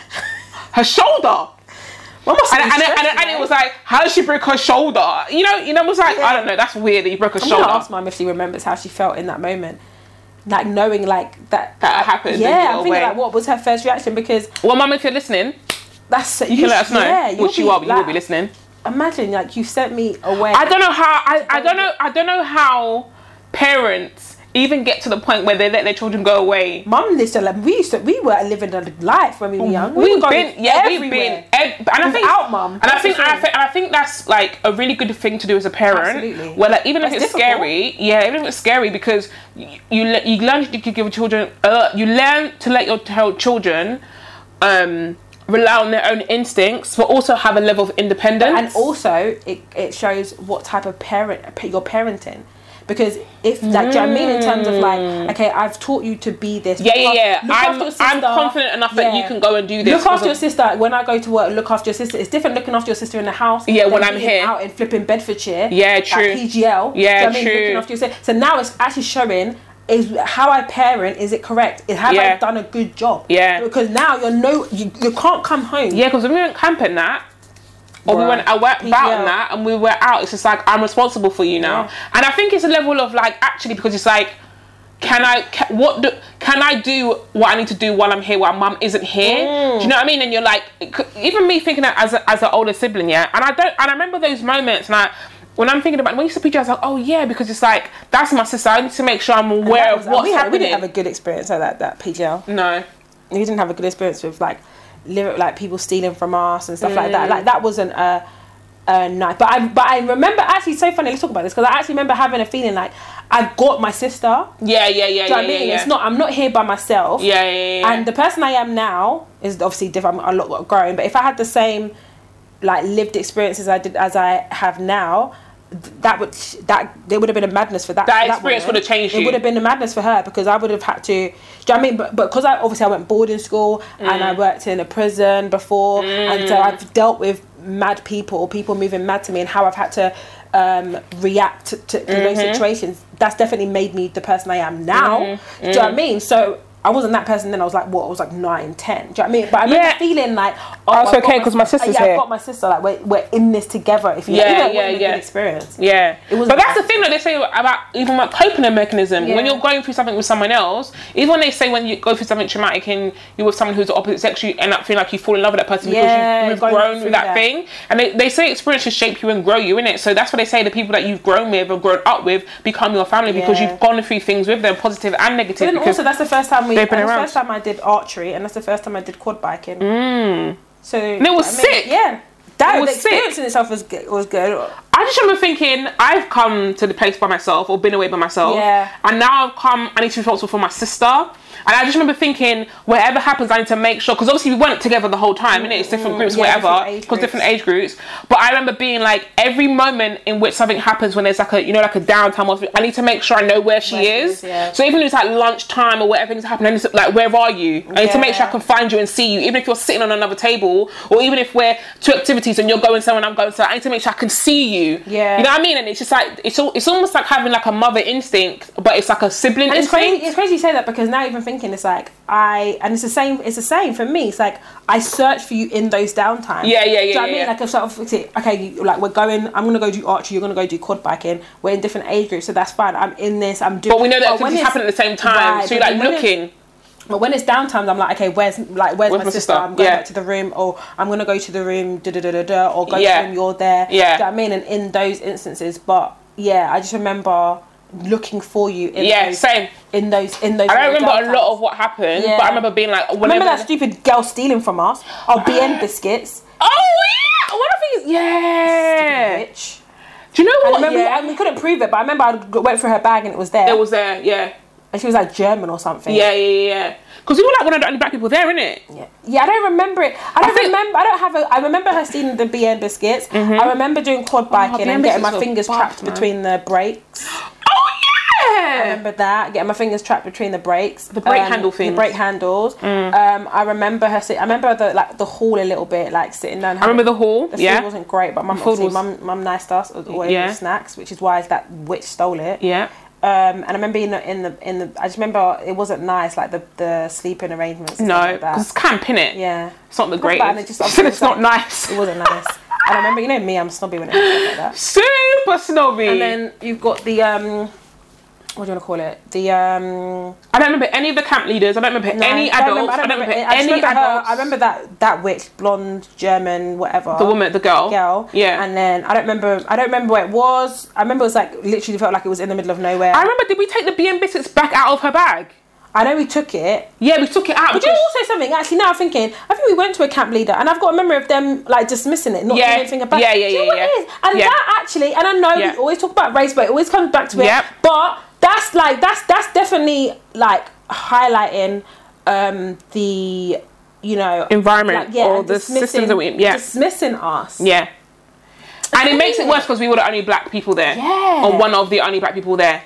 Speaker 2: her shoulder.
Speaker 1: Mum must
Speaker 2: And,
Speaker 1: have
Speaker 2: and,
Speaker 1: been
Speaker 2: and, and,
Speaker 1: stressed, you
Speaker 2: and it
Speaker 1: know.
Speaker 2: was like, how does she break her shoulder? You know, you know, it was like, I don't know. That's weird that you broke her
Speaker 1: I'm
Speaker 2: shoulder.
Speaker 1: gonna ask mum if she remembers how she felt in that moment, like knowing like that.
Speaker 2: That happened. in
Speaker 1: yeah,
Speaker 2: your
Speaker 1: I'm thinking
Speaker 2: way.
Speaker 1: like, what was her first reaction? Because
Speaker 2: Well, mum, if you're listening,
Speaker 1: that's
Speaker 2: you can let us know.
Speaker 1: Yeah, you'll
Speaker 2: Which you are, but you will
Speaker 1: like,
Speaker 2: be listening.
Speaker 1: Imagine like you sent me away.
Speaker 2: I don't know how I, I don't know I don't know how parents even get to the point where they let their children go away.
Speaker 1: Mum used to like we used to we were living a life when we were young.
Speaker 2: Mm. We've
Speaker 1: were going
Speaker 2: been yeah we've
Speaker 1: everywhere.
Speaker 2: been ev- and I think
Speaker 1: Without mum.
Speaker 2: and I
Speaker 1: That's
Speaker 2: think
Speaker 1: the
Speaker 2: and I
Speaker 1: thing.
Speaker 2: think, and I think that's like a really good thing to do as a parent.
Speaker 1: Absolutely.
Speaker 2: Where like even if
Speaker 1: That's
Speaker 2: it's
Speaker 1: difficult.
Speaker 2: scary, yeah, even if it's scary because you you, le- you learn to give your children uh, you learn to let your t- children um rely on their own instincts, but also have a level of independence.
Speaker 1: and also it, it shows what type of parent pa- you're parenting because if like do you know what I mean in terms of like okay I've taught you to be this
Speaker 2: Mm. yeah, yeah,
Speaker 1: look
Speaker 2: yeah.
Speaker 1: af- look after
Speaker 2: I'm
Speaker 1: your
Speaker 2: I'm
Speaker 1: sister.
Speaker 2: confident enough that
Speaker 1: Yeah.
Speaker 2: you can go and do this.
Speaker 1: Look after your
Speaker 2: because of-
Speaker 1: sister. When I go to work, look after your sister. It's different looking after your sister in the house.
Speaker 2: Yeah,
Speaker 1: than
Speaker 2: when I'm
Speaker 1: being
Speaker 2: here.
Speaker 1: out in flipping Bedfordshire.
Speaker 2: Yeah,
Speaker 1: like
Speaker 2: true.
Speaker 1: PGL. Do you
Speaker 2: Yeah,
Speaker 1: know what I mean? Looking
Speaker 2: true.
Speaker 1: after your sister. So now it's actually showing is how I parent. Is it correct? Is- Have I
Speaker 2: Yeah.
Speaker 1: done a good job?
Speaker 2: Yeah.
Speaker 1: Because now you're no, you, you can't come home.
Speaker 2: Yeah, because when we went camping that, or we
Speaker 1: Bruh.
Speaker 2: went I went
Speaker 1: PGL.
Speaker 2: out and that, and we were out. It's just like I'm responsible for you now,
Speaker 1: Yeah.
Speaker 2: and I think it's a level of like actually because it's like, can I can, what do, can I do what I need to do while I'm here while mum isn't here?
Speaker 1: Mm.
Speaker 2: Do you know what I mean? And you're like, c- even me thinking that as a, as an older sibling, yeah, and I don't, and I remember those moments and I. When I'm thinking about when you said PJ, I was like, oh yeah, because it's like that's my sister. I need to make sure I'm aware
Speaker 1: That
Speaker 2: of
Speaker 1: was- uh,
Speaker 2: what's
Speaker 1: we, had, we
Speaker 2: happening.
Speaker 1: didn't have a good experience like that. That PGL.
Speaker 2: no,
Speaker 1: we didn't have a good experience with like lyric like people stealing from us and stuff
Speaker 2: Mm.
Speaker 1: like that like that wasn't a a night but I but I remember actually it's so funny let's talk about this because I actually remember having a feeling like I've got my sister
Speaker 2: yeah, yeah, yeah,
Speaker 1: do you
Speaker 2: yeah,
Speaker 1: know what I
Speaker 2: yeah,
Speaker 1: mean
Speaker 2: yeah.
Speaker 1: it's not I'm not here by myself
Speaker 2: yeah, yeah, yeah, yeah.
Speaker 1: and the person I am now is obviously different I'm a lot grown but if I had the same like lived experiences I did as I have now th- that would that there would have been a madness for that
Speaker 2: That
Speaker 1: for
Speaker 2: experience
Speaker 1: woman.
Speaker 2: would have changed
Speaker 1: it
Speaker 2: you.
Speaker 1: would have been a madness for her because I would have had to do you know what I mean but because I obviously I went boarding school and
Speaker 2: Mm.
Speaker 1: I worked in a prison before and so I've dealt with mad people people moving mad to me and how I've had to um, react to, to those
Speaker 2: Mm-hmm.
Speaker 1: situations that's definitely made me the person I am now
Speaker 2: Mm-hmm.
Speaker 1: do you know what
Speaker 2: Mm.
Speaker 1: I mean so I wasn't that person then. I was like, what? I was like nine, ten. Do you know what I mean? But I remember
Speaker 2: Yeah.
Speaker 1: feeling like, oh,
Speaker 2: Oh, it's
Speaker 1: I've got
Speaker 2: okay 'cause my sister's
Speaker 1: yeah,
Speaker 2: here.
Speaker 1: I've got my sister. Like we're, we're in this together. If you
Speaker 2: Yeah,
Speaker 1: even though it
Speaker 2: yeah,
Speaker 1: wasn't a
Speaker 2: yeah.
Speaker 1: good experience.
Speaker 2: Yeah,
Speaker 1: It was
Speaker 2: but
Speaker 1: bad.
Speaker 2: that's the thing that they say about even like coping mechanism.
Speaker 1: Yeah.
Speaker 2: When you're going through something with someone else, even when they say when you go through something traumatic and you're with someone who's the opposite sex, you end up feeling like you fall in love with that person
Speaker 1: Yeah,
Speaker 2: because you, you've
Speaker 1: going
Speaker 2: grown
Speaker 1: through
Speaker 2: with that,
Speaker 1: that.
Speaker 2: thing. And they, they say experiences shape you and grow you in it. So that's what they say the people that you've grown with or grown up with become your family because
Speaker 1: Yeah.
Speaker 2: you've gone through things with them, positive and negative.
Speaker 1: But then
Speaker 2: because-
Speaker 1: also, that's the first time we.
Speaker 2: they've been
Speaker 1: and the
Speaker 2: around.
Speaker 1: first time I did archery, and that's the first time I did quad biking. So
Speaker 2: Mm. it was sick.
Speaker 1: Yeah, that
Speaker 2: It
Speaker 1: was
Speaker 2: was
Speaker 1: the experience
Speaker 2: sick.
Speaker 1: in itself was good, was good.
Speaker 2: I just remember thinking, I've come to the place by myself or been away by myself.
Speaker 1: Yeah.
Speaker 2: And now I've come, I need to be responsible for my sister. And I just remember thinking, whatever happens, I need to make sure because obviously we weren't together the whole time, and it's different groups,
Speaker 1: Mm, yeah, different
Speaker 2: whatever,
Speaker 1: age
Speaker 2: because different age groups. But I remember being like, every moment in which something happens, when there's like a you know like a downtime, or I need to make sure I know where she
Speaker 1: Where she
Speaker 2: is.
Speaker 1: is, yeah.
Speaker 2: So even if it's like lunchtime or whatever things happen, I need to, like where are you? I need to make sure I
Speaker 1: Yeah.
Speaker 2: can find you and see you, even if you're sitting on another table, or even if we're two activities and you're going somewhere and I'm going somewhere. I need to make sure I can see you.
Speaker 1: Yeah.
Speaker 2: you know what I mean. And it's just like it's all, it's almost like having like a mother instinct, but it's like a sibling
Speaker 1: And it's
Speaker 2: instinct.
Speaker 1: crazy. It's crazy you say that because now even thinking it's like I and it's the same. It's the same for me. It's like I search for you in those downtimes.
Speaker 2: Yeah, yeah,
Speaker 1: Do you
Speaker 2: yeah,
Speaker 1: know what I
Speaker 2: yeah,
Speaker 1: mean?
Speaker 2: yeah.
Speaker 1: Like if sort of see, okay, you, like we're going. I'm gonna go do archery. You're gonna go do quad biking. We're in different age groups, so that's fine. I'm in this. I'm doing.
Speaker 2: But we know that
Speaker 1: when
Speaker 2: activities
Speaker 1: it's-
Speaker 2: happen at the same time,
Speaker 1: Right,
Speaker 2: so you're
Speaker 1: but
Speaker 2: like
Speaker 1: when it's-
Speaker 2: looking.
Speaker 1: But when it's downtimes, I'm like, okay, where's like where's my, sister? I'm going
Speaker 2: yeah.
Speaker 1: back to the room, or I'm gonna go to the room, da da da da da, or go
Speaker 2: Yeah.
Speaker 1: to the room, you're there.
Speaker 2: Yeah.
Speaker 1: Do you know what I mean? And in those instances, but yeah, I just remember looking for you. In
Speaker 2: Yeah,
Speaker 1: those,
Speaker 2: same.
Speaker 1: In those, in those.
Speaker 2: I don't
Speaker 1: little
Speaker 2: remember a lot
Speaker 1: downtimes.
Speaker 2: of what happened,
Speaker 1: Yeah.
Speaker 2: but I remember being like, whenever.
Speaker 1: Remember that stupid girl stealing from us our BN biscuits?
Speaker 2: oh yeah, one of these. Yeah.
Speaker 1: Bitch.
Speaker 2: Do you know
Speaker 1: I
Speaker 2: what?
Speaker 1: remember,
Speaker 2: yeah.
Speaker 1: and we couldn't prove it, but I remember I g- went through her bag and it was there.
Speaker 2: It was there. Yeah.
Speaker 1: and she was like German or something.
Speaker 2: Yeah, yeah, yeah, yeah. Because we were like one of the only black people there, innit?
Speaker 1: Yeah, Yeah, I don't remember it. I don't
Speaker 2: think-
Speaker 1: remember. I don't have a. I remember her stealing the BN biscuits.
Speaker 2: Mm-hmm.
Speaker 1: I remember doing quad biking
Speaker 2: BN
Speaker 1: and getting my
Speaker 2: biscuits were
Speaker 1: fingers
Speaker 2: buff,
Speaker 1: trapped
Speaker 2: man.
Speaker 1: between the brakes.
Speaker 2: Oh,
Speaker 1: I
Speaker 2: yeah!
Speaker 1: remember that getting my fingers trapped between the brakes, the
Speaker 2: brake handle things. Mm.
Speaker 1: the brake handles. Um, I remember her. Sit- I remember the like the hall a little bit, like sitting down.
Speaker 2: I remember the hall,
Speaker 1: The food
Speaker 2: yeah.
Speaker 1: wasn't great, but mum
Speaker 2: food
Speaker 1: obviously
Speaker 2: was-
Speaker 1: mum mum niced us away
Speaker 2: Yeah.
Speaker 1: with snacks, which is why that witch stole it.
Speaker 2: Yeah.
Speaker 1: Um, and I remember in the, in the in the I just remember it wasn't nice, like the the sleeping arrangements. And stuff
Speaker 2: No,
Speaker 1: like that.
Speaker 2: because it's camp, innit?
Speaker 1: yeah.
Speaker 2: It's not the
Speaker 1: That's
Speaker 2: greatest.
Speaker 1: bad, it just-
Speaker 2: [LAUGHS] it's not nice.
Speaker 1: It wasn't nice. and I remember, you know me, I'm snobby when it comes like that.
Speaker 2: Super snobby.
Speaker 1: [LAUGHS] And then you've got the um, what do you want to call it? The um,
Speaker 2: I don't remember any of the camp leaders. I don't remember
Speaker 1: no,
Speaker 2: any
Speaker 1: I don't
Speaker 2: adults. I don't remember,
Speaker 1: I just
Speaker 2: any
Speaker 1: remember her-
Speaker 2: adults.
Speaker 1: I remember that that witch, blonde, German, whatever.
Speaker 2: the woman, the girl.
Speaker 1: Girl,
Speaker 2: Yeah.
Speaker 1: and then I don't remember. I don't remember where it was. I remember it was like literally felt like it was in the middle of nowhere.
Speaker 2: I
Speaker 1: I,
Speaker 2: remember, did we take the BM biscuits back out of her bag?
Speaker 1: know we took it,
Speaker 2: Yeah, we took it out.
Speaker 1: but you know also something. Actually, now I'm thinking, I think we went to a camp leader, and I've got a memory of them like dismissing it, not
Speaker 2: Yeah.
Speaker 1: doing anything about
Speaker 2: Yeah,
Speaker 1: it.
Speaker 2: yeah,
Speaker 1: Do you
Speaker 2: yeah,
Speaker 1: know what
Speaker 2: yeah.
Speaker 1: it is? And
Speaker 2: Yeah.
Speaker 1: that actually, and I know
Speaker 2: Yeah.
Speaker 1: we always talk about race, but it always comes back to it.
Speaker 2: Yep.
Speaker 1: But that's like that's that's definitely like highlighting um the you know
Speaker 2: environment
Speaker 1: like, yeah,
Speaker 2: or
Speaker 1: and
Speaker 2: the
Speaker 1: dismissing-
Speaker 2: systems that we. Yeah.
Speaker 1: dismissing us.
Speaker 2: Yeah. And it makes it
Speaker 1: crazy.
Speaker 2: worse because we were the only black people there.
Speaker 1: Yeah.
Speaker 2: Or one of the only black people there.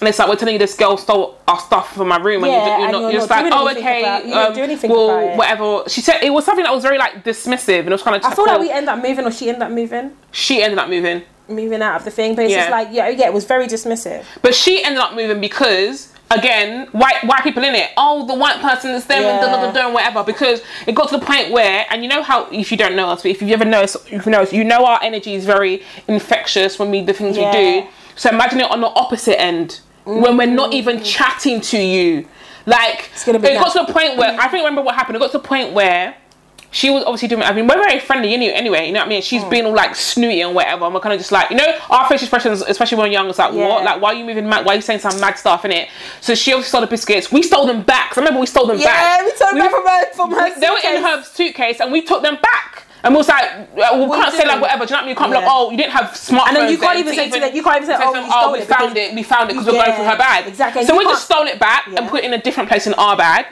Speaker 2: And it's like, we're telling you this girl stole our stuff from my room. And
Speaker 1: Yeah,
Speaker 2: you're,
Speaker 1: and
Speaker 2: not,
Speaker 1: you're
Speaker 2: you're just
Speaker 1: not
Speaker 2: like,
Speaker 1: doing anything
Speaker 2: oh, okay.
Speaker 1: about- you don't
Speaker 2: um,
Speaker 1: do anything
Speaker 2: well,
Speaker 1: about it.
Speaker 2: whatever. She said, it was something that was very like dismissive. And it was kind of
Speaker 1: I feel like we ended up moving, or she ended up moving,
Speaker 2: She ended up moving.
Speaker 1: moving out of the thing. But it's just
Speaker 2: Yeah.
Speaker 1: like yeah, yeah, it was very dismissive.
Speaker 2: But she ended up moving because, again, white white people in it. Oh, the white person is there and da, da, da, da, and whatever. Because it got to the point where, and you know how, if you don't know us, but if you ever know us, if you know us, you know our energy is very infectious when we do things
Speaker 1: Yeah.
Speaker 2: we do. So imagine it on the opposite end when we're not even chatting to you. Like,
Speaker 1: Mm. gonna be
Speaker 2: it got
Speaker 1: that.
Speaker 2: to the point where, I think, remember what happened? It got to the point where she was obviously doing. I mean, we're very friendly anyway. Anyway, you know what I mean. She's
Speaker 1: Mm.
Speaker 2: been all like snooty and whatever. And we're kind of just like, you know, our facial expressions, especially when we're young, it's like,
Speaker 1: Yeah.
Speaker 2: what? Like, why are you moving mad? Why are you saying some mad stuff in it? So she obviously stole the biscuits. We stole them back. 'cause I remember we stole them back.
Speaker 1: her from her.
Speaker 2: They were in her suitcase, and we took them back. And we was like, uh, we can't say like
Speaker 1: didn't.
Speaker 2: whatever. Do you know what I mean? You can't be
Speaker 1: Yeah.
Speaker 2: like, oh, you didn't have smart.
Speaker 1: And then you can't even say to them- you can't even say, oh, you stole
Speaker 2: we
Speaker 1: it
Speaker 2: found
Speaker 1: because-
Speaker 2: it, we found it because we're going
Speaker 1: Yeah,
Speaker 2: through her bag.
Speaker 1: exactly.
Speaker 2: So
Speaker 1: You
Speaker 2: we just
Speaker 1: can't-
Speaker 2: stole it back and
Speaker 1: Yeah.
Speaker 2: put it in a different place in our bag,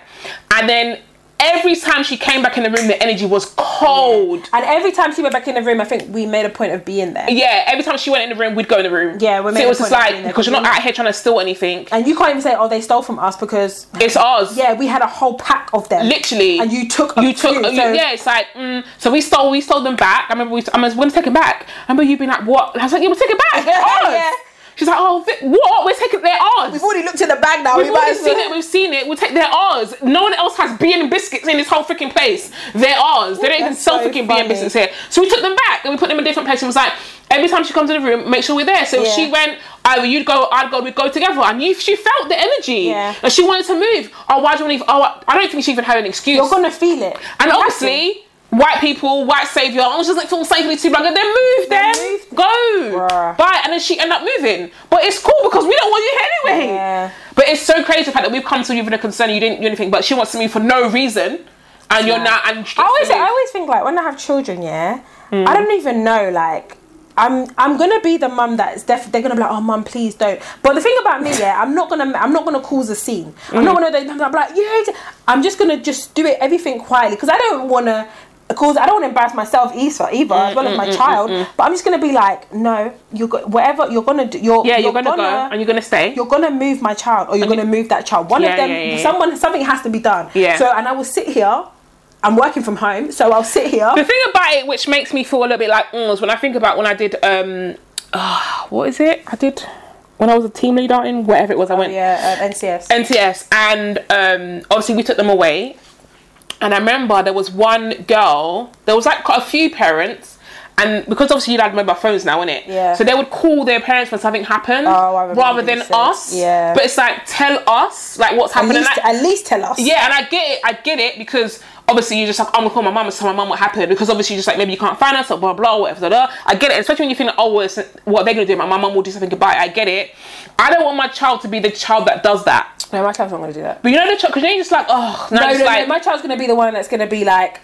Speaker 2: and then. Every time she came back in the room, the energy was cold.
Speaker 1: And every time she went back in the room, I think we made a point of being there.
Speaker 2: Yeah, every time she went in the room, we'd go in the room.
Speaker 1: Yeah, we
Speaker 2: so
Speaker 1: made
Speaker 2: it
Speaker 1: a
Speaker 2: was just
Speaker 1: point of being
Speaker 2: like
Speaker 1: there
Speaker 2: because you're not
Speaker 1: because we-
Speaker 2: out here trying to steal anything.
Speaker 1: And you can't even say, oh, they stole from us because
Speaker 2: It's ours.
Speaker 1: yeah, we had a whole pack of them.
Speaker 2: literally.
Speaker 1: And you took.
Speaker 2: you took.
Speaker 1: Few,
Speaker 2: you-
Speaker 1: so-
Speaker 2: yeah, it's like mm, so we stole. We stole them back. I remember we. I was going to take it back. I remember you being like, "What?" I was like, "You were taking it back. They're ours."
Speaker 1: [LAUGHS] Yeah.
Speaker 2: She's like, "Oh, vi- what? We're taking their ours."
Speaker 1: We've already looked in the bag now.
Speaker 2: We've already seen it. We've seen it. We'll take their ours. No one else has B and biscuits in this whole freaking place. They're ours. They don't even
Speaker 1: That's
Speaker 2: sell
Speaker 1: so
Speaker 2: freaking B and
Speaker 1: funny.
Speaker 2: biscuits here. So we took them back and we put them in a different place. And was like, every time she comes in the room, make sure we're there. So if
Speaker 1: Yeah.
Speaker 2: she went. Either you'd go, I'd go, we'd go together. And you, she felt the energy.
Speaker 1: Yeah.
Speaker 2: And she wanted to move. Oh, why do you want to leave? Oh, I- I don't think she even had an excuse.
Speaker 1: You're gonna feel it.
Speaker 2: And obviously, white people, white savior, I was just like, feel safely too bugger. Then move them,
Speaker 1: moved
Speaker 2: go,
Speaker 1: Bruh.
Speaker 2: bye. And then she ended up moving. But it's cool because we don't want you here anyway.
Speaker 1: Yeah.
Speaker 2: But it's so crazy the fact that we've come to you with a concern, you didn't do anything, but she wants to move for no reason, and you're
Speaker 1: Yeah.
Speaker 2: now. And she
Speaker 1: I always,
Speaker 2: gets to
Speaker 1: I
Speaker 2: move.
Speaker 1: always think like when I have children, yeah, I don't even know like I'm I'm gonna be the mum that's def- they're gonna be like, oh mum, please don't. But the thing about me, yeah, I'm not gonna I'm not gonna cause a scene. I'm not
Speaker 2: Mm.
Speaker 1: gonna I'm like yeah. I'm just gonna just do it everything quietly because I don't wanna cause I don't want to embarrass myself either, either
Speaker 2: Mm,
Speaker 1: as well as my child. But I'm just gonna be like, no, you go whatever you're gonna do. You're
Speaker 2: Yeah, you're, gonna, go and you're gonna stay.
Speaker 1: you're gonna move my child or you're gonna move that child. One
Speaker 2: Yeah,
Speaker 1: of them,
Speaker 2: yeah, yeah,
Speaker 1: someone, something has to be done.
Speaker 2: Yeah.
Speaker 1: So, and I will sit here. I'm working from home, so I'll sit here.
Speaker 2: the thing about it, which makes me feel a little bit like, mm, is when I think about when I did, um, [SIGHS] ah, what is it? I did when I was a team leader in whatever it was. I went
Speaker 1: yeah, uh, NCS.
Speaker 2: NTS, and um, obviously we took them away. And I remember there was one girl. There was like quite a few parents, and because obviously you had mobile phones now, innit?
Speaker 1: Yeah.
Speaker 2: So they would call their parents when something happened,
Speaker 1: Oh, I remember
Speaker 2: rather than
Speaker 1: this.
Speaker 2: us.
Speaker 1: Yeah.
Speaker 2: But it's like tell us like what's
Speaker 1: at
Speaker 2: happening.
Speaker 1: least,
Speaker 2: like-
Speaker 1: at least tell us.
Speaker 2: yeah, and I get it. I get it because obviously you're just like, I'm gonna call my mum and tell my mum what happened because obviously you're just like maybe you can't finance or blah blah whatever. Blah, blah. I get it, especially when you think, oh, well, it's- what they're gonna do, my mum will do something about it. I get it. I don't want my child to be the child that does that.
Speaker 1: No, my child's not gonna do that.
Speaker 2: But you know the child because you're just like, oh, no,
Speaker 1: No,
Speaker 2: it's
Speaker 1: no,
Speaker 2: like,
Speaker 1: no, my child's gonna be the one that's gonna be like,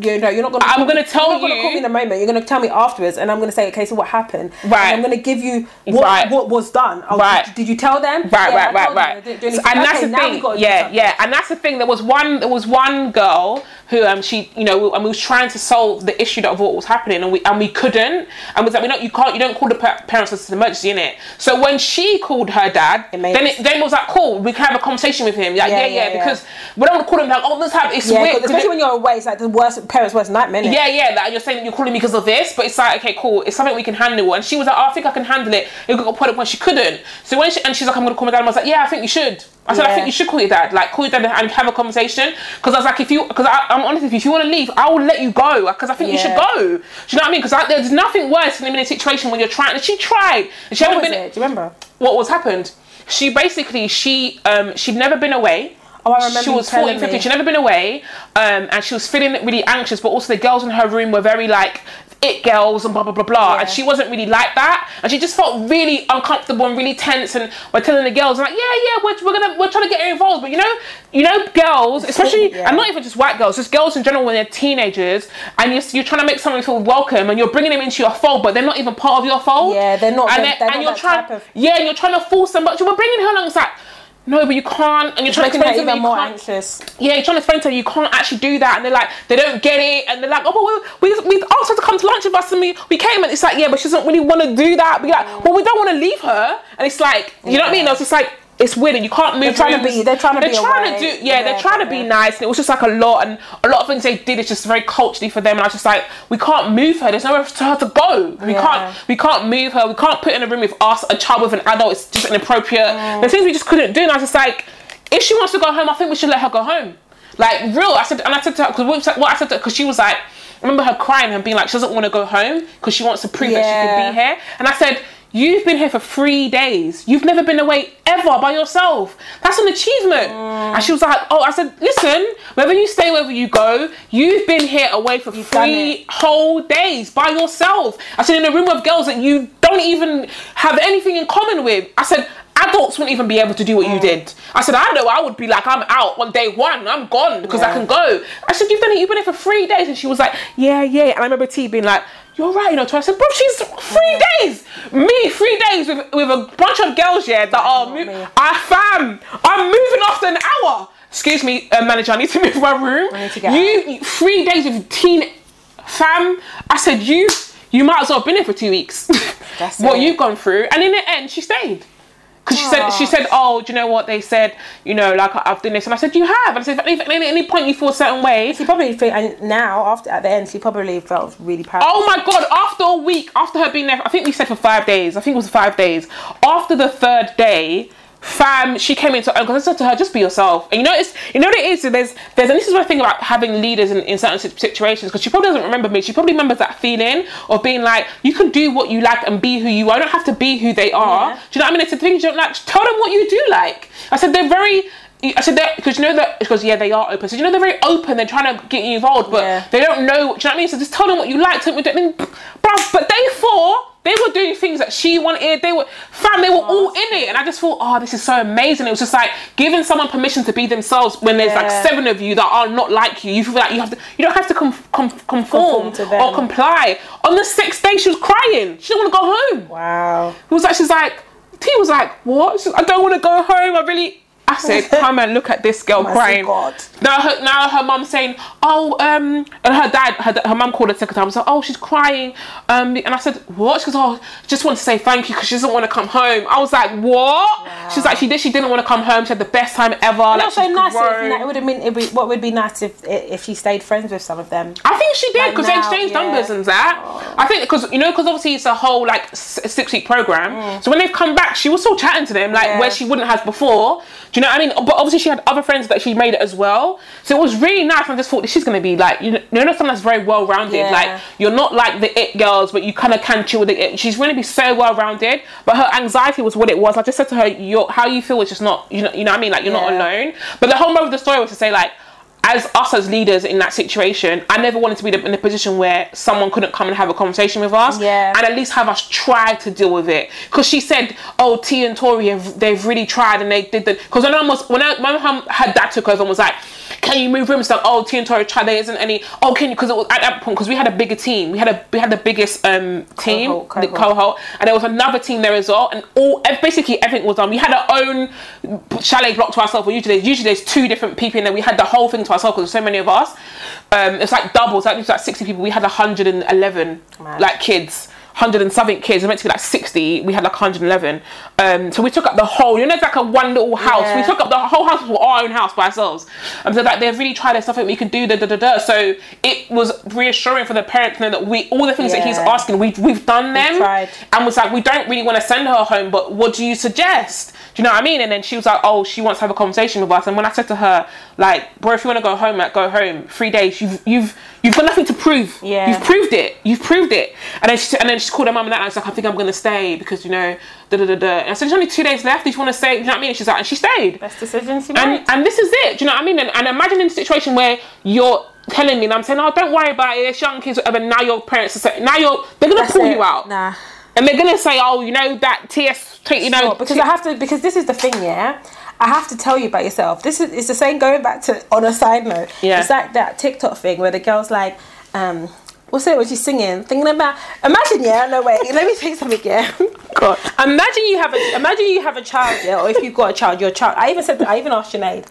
Speaker 1: you know, you're not gonna.
Speaker 2: I'm gonna tell
Speaker 1: You're not gonna
Speaker 2: you-
Speaker 1: call me in the moment. You're gonna tell me afterwards, and I'm gonna say, okay, so what happened? And
Speaker 2: Right.
Speaker 1: I'm gonna give you what
Speaker 2: Right.
Speaker 1: what was done. Oh,
Speaker 2: Right.
Speaker 1: Did, did you tell them?
Speaker 2: right,
Speaker 1: Yeah, I
Speaker 2: right, right,
Speaker 1: told them.
Speaker 2: right.
Speaker 1: I didn't do
Speaker 2: So-
Speaker 1: anything.
Speaker 2: and that's
Speaker 1: Okay,
Speaker 2: the
Speaker 1: now we
Speaker 2: thing.
Speaker 1: gotta do
Speaker 2: Yeah,
Speaker 1: something.
Speaker 2: yeah. And that's the thing. There was one. There was one girl who um she you know and we was trying to solve the issue that of what was happening and we and we couldn't and was like we not you can't you don't call the pa- parents as an emergency in it. So when she called her dad,
Speaker 1: made
Speaker 2: then
Speaker 1: us-
Speaker 2: it, then it was like cool we can have a conversation with him. Like, yeah, yeah,
Speaker 1: yeah, yeah.
Speaker 2: because we don't want to call him like oh this happened. It's
Speaker 1: Yeah, 'cause
Speaker 2: weird. 'cause
Speaker 1: especially
Speaker 2: it-
Speaker 1: when you're away, it's like the worst parents' worst nightmare. innit?
Speaker 2: yeah, yeah, like you're saying that you're calling me because of this, but it's like, okay, cool, it's something we can handle. And she was like, oh, I think I can handle it. It got to a point when she couldn't. So when she, and she's like, I'm gonna call my dad, and I was like, yeah, I think you should. I said, I
Speaker 1: Yeah.
Speaker 2: think you should call your dad, like call your dad and have a conversation. Because I was like, if you, because I'm honest with you, if you want to leave, I will let you go. Because I think you should
Speaker 1: Yeah.
Speaker 2: go. Do you know what I mean? Because there's nothing worse than in a situation when you're trying. And she tried. And she
Speaker 1: What
Speaker 2: hadn't
Speaker 1: was
Speaker 2: been.
Speaker 1: it? Do you remember?
Speaker 2: What was happened? She basically she um she'd never been away.
Speaker 1: Oh, I remember
Speaker 2: She
Speaker 1: you
Speaker 2: was 14,
Speaker 1: telling me.
Speaker 2: 15. She'd never been away, um, and she was feeling really anxious. But also, the girls in her room were very like it girls and blah blah blah blah.
Speaker 1: Yeah.
Speaker 2: And she wasn't really like that, and she just felt really uncomfortable and really tense. And we're telling the girls like, yeah, yeah, we're, we're gonna we're trying to get her involved. But you know, you know, girls, especially,
Speaker 1: Yeah.
Speaker 2: and not even just white girls, just girls in general when they're teenagers, and you're, you're trying to make someone feel welcome, and you're bringing them into your fold, but they're not even part of your fold.
Speaker 1: Yeah, they're not-
Speaker 2: And,
Speaker 1: they're- they're
Speaker 2: and
Speaker 1: not
Speaker 2: you're
Speaker 1: that
Speaker 2: trying.
Speaker 1: type of-
Speaker 2: Yeah, and you're trying to force them, but you were bringing her along. It's like, no, but you can't. And you're trying to
Speaker 1: Making her
Speaker 2: explain to them
Speaker 1: even
Speaker 2: you
Speaker 1: more
Speaker 2: can't-
Speaker 1: anxious.
Speaker 2: Yeah, you're trying to explain to her you can't actually do that, and they're like, they don't get it, and they're like, oh, well, we we we asked her to come to lunch with us, and we we came, and it's like, yeah, but she doesn't really want to do that. We're like, well, we don't want to leave her, and it's like, you know what I mean?
Speaker 1: Yeah.
Speaker 2: I was just like. It's weird, and you can't move.
Speaker 1: trying to
Speaker 2: rooms.
Speaker 1: be- they're trying to
Speaker 2: They're
Speaker 1: be
Speaker 2: trying
Speaker 1: away.
Speaker 2: to do. Yeah, they're
Speaker 1: Yeah,
Speaker 2: trying to be
Speaker 1: yeah.
Speaker 2: nice, and it was just like a lot, and a lot of things they did. It's just very culturally for them, and I was just like, we can't move her. There's nowhere for her to go. We
Speaker 1: Yeah.
Speaker 2: can't. We can't move her. We can't put her in a room with us, a child with an adult. It's just inappropriate.
Speaker 1: Mm.
Speaker 2: There's things we just couldn't do. And I was just like, if she wants to go home, I think we should let her go home. Like real, I said, and I said to her because what I said because she was like, I remember her crying and being like, she doesn't want to go home because she wants to prove that she
Speaker 1: Yeah.
Speaker 2: can be here. And I said. You've been here for three days. You've never been away ever by yourself. That's an achievement.
Speaker 1: Mm.
Speaker 2: And she was like, "Oh," I said, "Listen, whether you stay, whether you go, you've been here away for
Speaker 1: done
Speaker 2: three
Speaker 1: it.
Speaker 2: whole days by yourself. I said, in a room with girls that you don't even have anything in common with. I said, adults wouldn't even be able to do what
Speaker 1: Mm.
Speaker 2: you did. I said, I know I would be like, I'm out on day one, I'm gone because I
Speaker 1: Yeah.
Speaker 2: can go. I said, you've done it, you've been here for three days. And she was like, yeah, yeah. And I remember T being like, you're right, you know. So I said, bro, she's
Speaker 1: Mm.
Speaker 2: three days. Me, three days with, with a bunch of girls, yeah, that are,
Speaker 1: Not
Speaker 2: mo-
Speaker 1: me.
Speaker 2: I fam, I'm moving after an hour. Excuse me, uh, manager, I need to [LAUGHS] move my room.
Speaker 1: I need to get
Speaker 2: you you- three days with teen fam. I said you you might as well have been here for two weeks.
Speaker 1: [LAUGHS] That's
Speaker 2: what
Speaker 1: it.
Speaker 2: you've gone through, and in the end, she stayed. Because she said,
Speaker 1: Aw.
Speaker 2: she said, oh, do you know what they said? You know, like I- I've done this, and I said, you have. And I said, if at any, any point you feel a certain way,
Speaker 1: She probably feel, and now after at the end, she probably felt really proud.
Speaker 2: Oh my god, after a week, after her being there, I think we said for five days, I think it was five days. After the third day, fam, she came into her own because I said to her, just be yourself. And you know, it's, you know what it is? There's, there's, and this is one thing about having leaders in, in certain sit- situations because she probably doesn't remember me. She probably remembers that feeling of being like, you can do what you like and be who you are. I don't have to be who they are.
Speaker 1: Yeah.
Speaker 2: Do you know what I mean? It's the things you don't like. Tell them what you do like. I said, they're very. I said that because you know that because yeah they are open so you know they're very open they're trying to get you involved but
Speaker 1: Yeah.
Speaker 2: [SNIFFS] they don't know. Do you know what I mean? So just tell them what you like. Tell them, what you don't- then, bruv, but day four, they were doing things that she wanted. They were fam, they were all in it. And I just thought, oh, this is so amazing. It was just like giving someone permission to be themselves when there's like
Speaker 1: Yeah.
Speaker 2: seven of you that are not like you. You feel like you have to you don't have to com- com- conform,
Speaker 1: Conform to them.
Speaker 2: or comply. On the sixth day she was crying. She didn't want to go home.
Speaker 1: Wow.
Speaker 2: He was like, she's like, T was like, what? She's, I don't want to go home. I really. I
Speaker 1: [LAUGHS]
Speaker 2: said, come and look at this girl
Speaker 1: Mercy
Speaker 2: crying.
Speaker 1: God.
Speaker 2: Now her, now her mum saying, oh, um, and her dad, her, her mum called her second time. I was like, oh, she's crying. Um, and I said, what? She goes, oh, just want to say thank you because she doesn't want to come home. I was like, what? She's like, she did. She didn't want to come home. She had the best time ever. Like,
Speaker 1: That's so
Speaker 2: she's
Speaker 1: nice.
Speaker 2: grown.
Speaker 1: If, it would have been. It would, what would be nice if if she stayed friends with some of them.
Speaker 2: I think she did
Speaker 1: Like
Speaker 2: because they
Speaker 1: now,
Speaker 2: exchanged
Speaker 1: yeah.
Speaker 2: numbers and that. I think because you know because obviously it's a whole like six week program.
Speaker 1: Mm.
Speaker 2: So when they've come back, she was still chatting to them like
Speaker 1: Yeah.
Speaker 2: where she wouldn't have before. Do you know what I mean? But obviously she had other friends that she made it as well. So it was really nice. And I just thought she's gonna be like you know, you know someone that's very well rounded.
Speaker 1: Yeah.
Speaker 2: Like you're not like the it girls, but you kind of can chill with the it. She's going to be so well rounded. But her anxiety was what it was. I just said to her, your how you feel is just not you know you know what I mean. Like you're not
Speaker 1: Yeah.
Speaker 2: alone own. But the whole moral of the story was to say like, as us as leaders in that situation, I never wanted to be in a position where someone couldn't come and have a conversation with us,
Speaker 1: Yeah.
Speaker 2: and at least have us try to deal with it. Because she said, "Oh, T and Tori have they've really tried and they did the." Because when I was when I, my mum had that took over and was like, "Can you move rooms?" Stuff. Oh, T and Tori tried. There isn't any. Oh, can you? Because it was at that point because we had a bigger team. We had a we had the biggest um team
Speaker 1: Cohort,
Speaker 2: the
Speaker 1: cohort.
Speaker 2: cohort, and there was another team there as well. And all ev- basically everything was done. We had our own chalet block to ourselves. Well, usually, there's- usually there's two different people in there. We had the whole thing to ourselves because so many of us. Um, it's like doubles. Like it's like 60 people. We had 111
Speaker 1: Mad.
Speaker 2: like kids. 100 and something kids, it meant to be like 60, we had like 111. Um, so we took up the whole, you know, it's like a one little house. We
Speaker 1: Yeah.
Speaker 2: took up the whole house, was our own house by ourselves. And so, like, they really tried, there's nothing we can do, da da da da. So it was reassuring for the parent to know that we, all the things that he's
Speaker 1: Yeah.
Speaker 2: asking, we, we've done them
Speaker 1: tried.
Speaker 2: and was like, we don't really want to send her home, but what do you suggest? Do you know what I mean? And then she was like, oh, she wants to have a conversation with us. And when I said to her, like, bro, if you want to go home, like, go home. Three days, you've you've you've got nothing to prove.
Speaker 1: Yeah.
Speaker 2: you've proved it. You've proved it. And then she said- and then she called her mum and that. And I was like, I think I'm gonna stay because you know, da da da da. And I said, there's only two days left. If you want to stay, do you know what I mean? And she's like, and she stayed
Speaker 1: Best decision she
Speaker 2: and
Speaker 1: made.
Speaker 2: and this is it. Do you know what I mean? And, and imagine in a situation where you're telling me, and I'm saying, oh, don't worry about it. It's young kids, whatever. Now your parents are saying, now you're they're gonna
Speaker 1: That's
Speaker 2: pull
Speaker 1: it.
Speaker 2: you out,
Speaker 1: Nah.
Speaker 2: and they're gonna say, oh, you know that TS, t- you know,
Speaker 1: Sure, because I have to because this is the thing, yeah. I have to tell you about yourself. This is it's the same going back to on a side note.
Speaker 2: Yeah.
Speaker 1: It's like that TikTok thing where the girl's like, um, what's it when she's singing? Thinking about imagine, yeah, no wait, let me take something, yeah. [LAUGHS]
Speaker 2: God.
Speaker 1: Imagine you have a imagine you have a child, yeah, or if you've got a child, your child. I even said I even asked Sinead.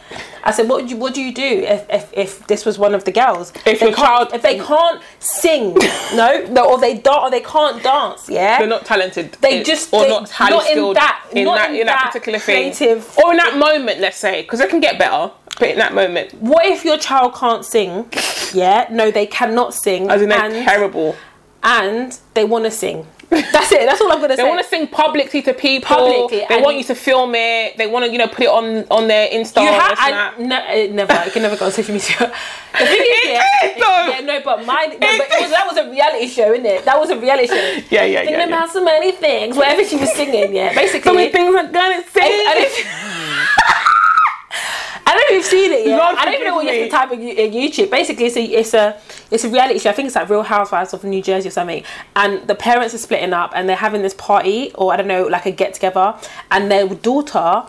Speaker 1: I said, what would you what do you do if, if, if this was one of the girls?
Speaker 2: If
Speaker 1: they
Speaker 2: your
Speaker 1: can't-
Speaker 2: child-
Speaker 1: if they can't sing, no, no, or they don't, or they can't dance, yeah.
Speaker 2: they're not talented.
Speaker 1: They
Speaker 2: It-
Speaker 1: just-
Speaker 2: or
Speaker 1: they-
Speaker 2: not highly
Speaker 1: not in
Speaker 2: skilled
Speaker 1: that-
Speaker 2: in
Speaker 1: not
Speaker 2: that
Speaker 1: in
Speaker 2: in that,
Speaker 1: that
Speaker 2: particular thing,
Speaker 1: creative-
Speaker 2: or in that moment, let's say, because they can get better. But in that moment,
Speaker 1: What if your child can't sing? Yeah, no, they cannot sing.
Speaker 2: as in they're
Speaker 1: and,
Speaker 2: terrible.
Speaker 1: and they want to sing. That's it. That's all I'm gonna
Speaker 2: They
Speaker 1: say.
Speaker 2: want to sing publicly to people.
Speaker 1: Publicly,
Speaker 2: they
Speaker 1: and
Speaker 2: want
Speaker 1: you-
Speaker 2: you to film it. They want to, you know, put it on on their Insta.
Speaker 1: you
Speaker 2: or
Speaker 1: have
Speaker 2: Snap.
Speaker 1: I, no, it never. It can never go on social media. [LAUGHS] The thing is,
Speaker 2: It
Speaker 1: yeah,
Speaker 2: is, though.
Speaker 1: yeah, no, but mine. No,
Speaker 2: It
Speaker 1: but it was, that was a reality show, isn't it? That was a reality show.
Speaker 2: [LAUGHS] Yeah, yeah,
Speaker 1: Thinking
Speaker 2: yeah, yeah.
Speaker 1: about so many things. Whatever she was singing,
Speaker 2: [LAUGHS]
Speaker 1: yeah, basically.
Speaker 2: so many things I'm gonna say.
Speaker 1: I don't,
Speaker 2: [LAUGHS]
Speaker 1: I don't know if you've seen it yet.
Speaker 2: Lord
Speaker 1: I don't even know what you have to
Speaker 2: forgive
Speaker 1: type in, you- in YouTube. Basically, it's a, it's a it's a reality show. I think it's like Real Housewives of New Jersey or something. And the parents are splitting up, and they're having this party, or I don't know, like a get together. And their daughter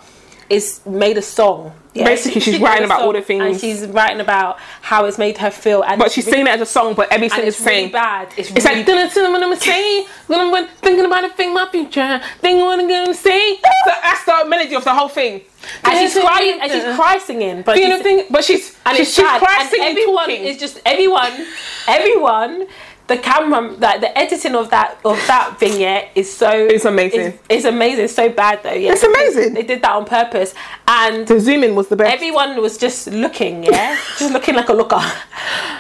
Speaker 1: is made a song. Yeah,
Speaker 2: Basically, she's
Speaker 1: made
Speaker 2: writing
Speaker 1: a
Speaker 2: about all
Speaker 1: song,
Speaker 2: the things.
Speaker 1: and she's writing about how it's made her feel. And
Speaker 2: But
Speaker 1: it's
Speaker 2: she's
Speaker 1: really-
Speaker 2: singing it as a song, but everything
Speaker 1: and
Speaker 2: is
Speaker 1: it's really
Speaker 2: saying.
Speaker 1: bad. It's,
Speaker 2: It's
Speaker 1: really
Speaker 2: like dun dun when I'm saying, when I'm when- thinking about a thing, my future, thinking what I'm gonna say. So that's the melody of the whole thing. uh-uh.
Speaker 1: and she's crying and she's cry singing, but
Speaker 2: You know,
Speaker 1: she's-
Speaker 2: thing, but she's
Speaker 1: and
Speaker 2: she's,
Speaker 1: it's
Speaker 2: she's
Speaker 1: sad.
Speaker 2: crying,
Speaker 1: and
Speaker 2: singing,
Speaker 1: everyone
Speaker 2: talking.
Speaker 1: is just everyone, everyone. The camera, like the editing of that of that vignette is so
Speaker 2: It's amazing.
Speaker 1: It's, it's amazing. It's so bad though. Yeah,
Speaker 2: It's amazing.
Speaker 1: They did that on purpose, and
Speaker 2: the zoom in was the best.
Speaker 1: everyone was just looking, yeah, just looking like a looker.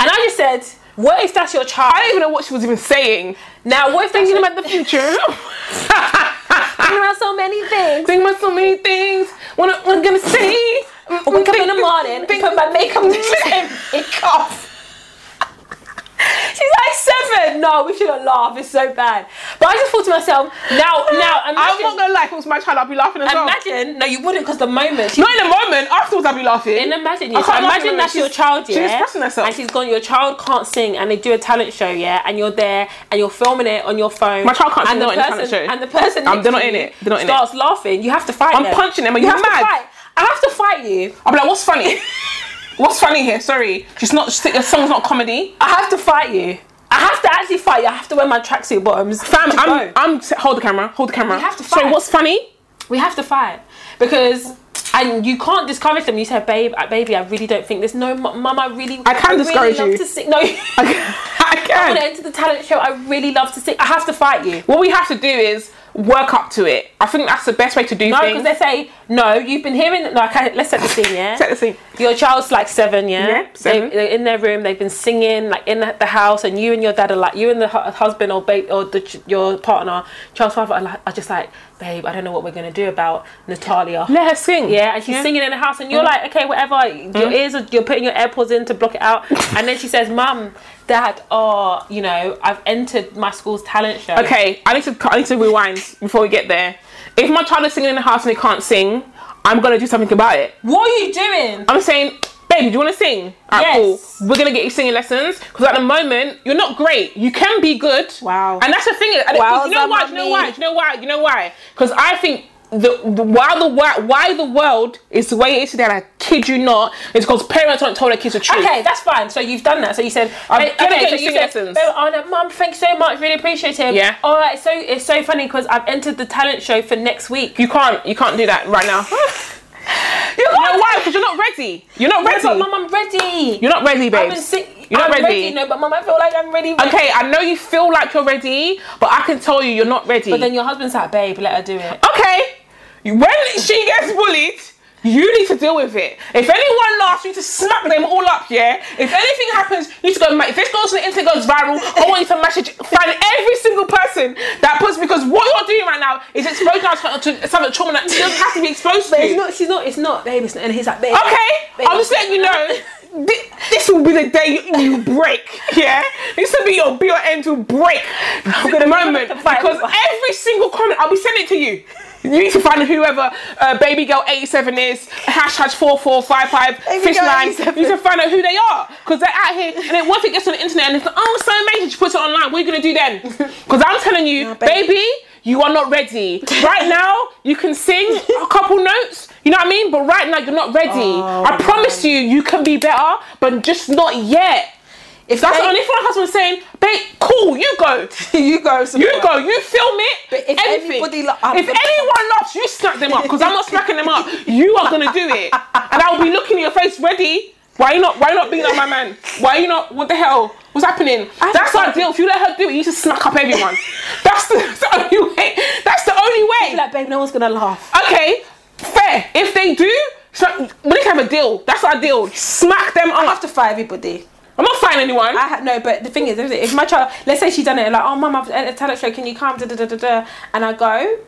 Speaker 1: And I just said, what if that's your child?
Speaker 2: I don't even know what she was even saying.
Speaker 1: now, what if
Speaker 2: Thinking
Speaker 1: thinking
Speaker 2: about the
Speaker 1: [LAUGHS]
Speaker 2: future.
Speaker 1: about so many things?
Speaker 2: thinking about so many things. What I'm what I'm gonna say.
Speaker 1: I wake up in the morning, put my makeup,
Speaker 2: Think-
Speaker 1: makeup. She's like seven. No, we shouldn't laugh. It's so bad. But I just thought to myself, now, [LAUGHS] now,
Speaker 2: I'm not
Speaker 1: imagine,
Speaker 2: gonna lie, if it was my child, I'd be laughing as well.
Speaker 1: imagine. No, you wouldn't, because the moment she
Speaker 2: Not in the moment, afterwards I'd be laughing.
Speaker 1: And imagine,
Speaker 2: I
Speaker 1: yeah, so
Speaker 2: can't laugh at
Speaker 1: imagine
Speaker 2: her.
Speaker 1: that's
Speaker 2: She's-
Speaker 1: your child,
Speaker 2: she's
Speaker 1: yeah,
Speaker 2: expressing herself.
Speaker 1: and she's gone. Your child can't sing, and they do a talent show, yeah, and you're there and you're filming it on your phone.
Speaker 2: My child can't sing,
Speaker 1: and
Speaker 2: they're not in the talent show.
Speaker 1: And the person,
Speaker 2: Um, they're not
Speaker 1: next to
Speaker 2: in
Speaker 1: you
Speaker 2: it. They're not in it.
Speaker 1: starts laughing. You have to fight.
Speaker 2: I'm
Speaker 1: them.
Speaker 2: punching them. Are you
Speaker 1: have
Speaker 2: mad?
Speaker 1: To fight. I have to fight you.
Speaker 2: I'd be like, what's funny? [LAUGHS] what's funny here? Sorry, she's not. She's, the song's not comedy.
Speaker 1: I have to fight you. I have to actually fight you. I have to wear my tracksuit bottoms.
Speaker 2: Fam,
Speaker 1: to
Speaker 2: I'm,
Speaker 1: go.
Speaker 2: I'm. Hold the camera. Hold the camera.
Speaker 1: You have to
Speaker 2: Sorry,
Speaker 1: fight.
Speaker 2: what's funny? [LAUGHS]
Speaker 1: we have to fight because. And you can't discourage them. You say, "Babe, uh, baby, I really don't think this." No, mu- mum, I really,
Speaker 2: I can
Speaker 1: really
Speaker 2: discourage
Speaker 1: love
Speaker 2: you.
Speaker 1: To sing. [LAUGHS] No,
Speaker 2: I
Speaker 1: I want to
Speaker 2: can.
Speaker 1: enter the talent show. I really love to sing. I have to fight you.
Speaker 2: What we have to do is work up to it. I think that's the best way to do
Speaker 1: No, because
Speaker 2: things.
Speaker 1: they say no. You've been hearing. No, okay, let's set the scene. Yeah.
Speaker 2: Set the scene.
Speaker 1: Your child's like seven. Yeah.
Speaker 2: Yeah, seven.
Speaker 1: They, they're in their room. They've been singing like in the the house, and you and your dad are like you and the hu- husband or babe or the, ch- your partner, child's father are, like, are just like, babe, I don't know what we're gonna do about Natalia.
Speaker 2: Let her sing.
Speaker 1: Yeah, and she's singing in the house, and you're like, okay, whatever. Your ears are, you're putting your AirPods in to block it out, and then she says, "Mum, Dad, oh, you know, I've entered my school's talent show."
Speaker 2: Okay, I need to. I need to rewind before we get there. If my child is singing in the house and they can't sing, I'm gonna do something about it.
Speaker 1: what are you doing?
Speaker 2: I'm saying, baby, do you want to sing? All right,
Speaker 1: Yes.
Speaker 2: cool. We're gonna get you singing lessons because at the moment you're not great. You can be good.
Speaker 1: Wow.
Speaker 2: And that's the thing. and it-
Speaker 1: Wowza,
Speaker 2: you know why? Do you know
Speaker 1: mummy.
Speaker 2: why? Do you know why? Do you know why? Because I think the, the why the why, why the world is the way it is today. And I kid you not, is because parents don't tell their kids the truth.
Speaker 1: Okay, that's fine. So you've done that. So you said,
Speaker 2: I'm
Speaker 1: Hey,
Speaker 2: gonna
Speaker 1: okay,
Speaker 2: get
Speaker 1: so
Speaker 2: you
Speaker 1: you
Speaker 2: singing
Speaker 1: said,
Speaker 2: lessons.
Speaker 1: "Oh, Anna, Mum, thanks so much. Really appreciate it.
Speaker 2: Yeah.
Speaker 1: All right. So it's so funny because I've entered the talent show for next week.
Speaker 2: You [LAUGHS] can't. You can't do that right
Speaker 1: [LAUGHS]
Speaker 2: now.
Speaker 1: You
Speaker 2: you know why? Because you're not ready. You're not ready.
Speaker 1: But Mum, I'm ready.
Speaker 2: you're not ready, babe.
Speaker 1: I've been sick.
Speaker 2: You're not
Speaker 1: I'm
Speaker 2: ready.
Speaker 1: No, but Mum, I feel like I'm ready.
Speaker 2: Okay, I know you feel like you're ready, but I can tell you you're not ready.
Speaker 1: But then your husband's like, "Babe, let her do it."
Speaker 2: okay, when she gets bullied, you need to deal with it. If anyone laughs, you need to smack them all up, yeah? If anything happens, you need to go, ma- if this goes to the internet, goes viral, I want you to message, find every single person that puts, because what you're doing right now is exposing us to some trauma that doesn't have to be exposed
Speaker 1: It's
Speaker 2: to.
Speaker 1: not. She's not. It's not, babe. It's not. And he's like, "Babe."
Speaker 2: Okay,
Speaker 1: babe,
Speaker 2: I'm just letting you know, thi- this will be the day you, you break, yeah? This will be your, be your end to break the moment.
Speaker 1: to fight
Speaker 2: Because
Speaker 1: everyone.
Speaker 2: every single comment, I'll be sending it to you. You need to find whoever uh, baby girl 87 is, hashtag 4455,
Speaker 1: Baby girl
Speaker 2: fishline.
Speaker 1: 87.
Speaker 2: You need to find out who they are. Because they're out here, and then once it gets on the internet and it's like, oh, so amazing, she puts it online, what are you going to do then? Because I'm telling you,
Speaker 1: babe.
Speaker 2: baby, you are not ready. Right now, you can sing a couple notes, you know what I mean? But right now, you're not ready.
Speaker 1: Oh,
Speaker 2: I promise you, you can be better, but just not yet.
Speaker 1: If
Speaker 2: That's
Speaker 1: they-
Speaker 2: the only thing my husband's saying, babe, cool, you go.
Speaker 1: [LAUGHS] you go.
Speaker 2: You go, you film it.
Speaker 1: But if
Speaker 2: everything.
Speaker 1: everybody lo- I'm
Speaker 2: if
Speaker 1: gonna-
Speaker 2: anyone laughs, you smack them up because I'm not smacking
Speaker 1: [LAUGHS]
Speaker 2: them up. You are gonna do it, and I'll be looking in your face, ready. Why you not? Why you not being like my man? Why you not? What the hell? What's happening?
Speaker 1: I
Speaker 2: that's
Speaker 1: don't-
Speaker 2: our deal. If you let her do it, you just smack
Speaker 1: [LAUGHS]
Speaker 2: up everyone. that's, the, [LAUGHS] that's the only way. That's the only way.
Speaker 1: Like, babe, no one's gonna laugh.
Speaker 2: Okay, fair. If they do, smack, we need to have a deal. That's our deal. Smack them
Speaker 1: I have
Speaker 2: up.
Speaker 1: to fight everybody.
Speaker 2: I'm not fighting anyone.
Speaker 1: I ha- no, but the thing is, if- if my child, let's say she done it, like, oh, mum, I've at a talent show, can you come? Da, da, da, da, da. And I go,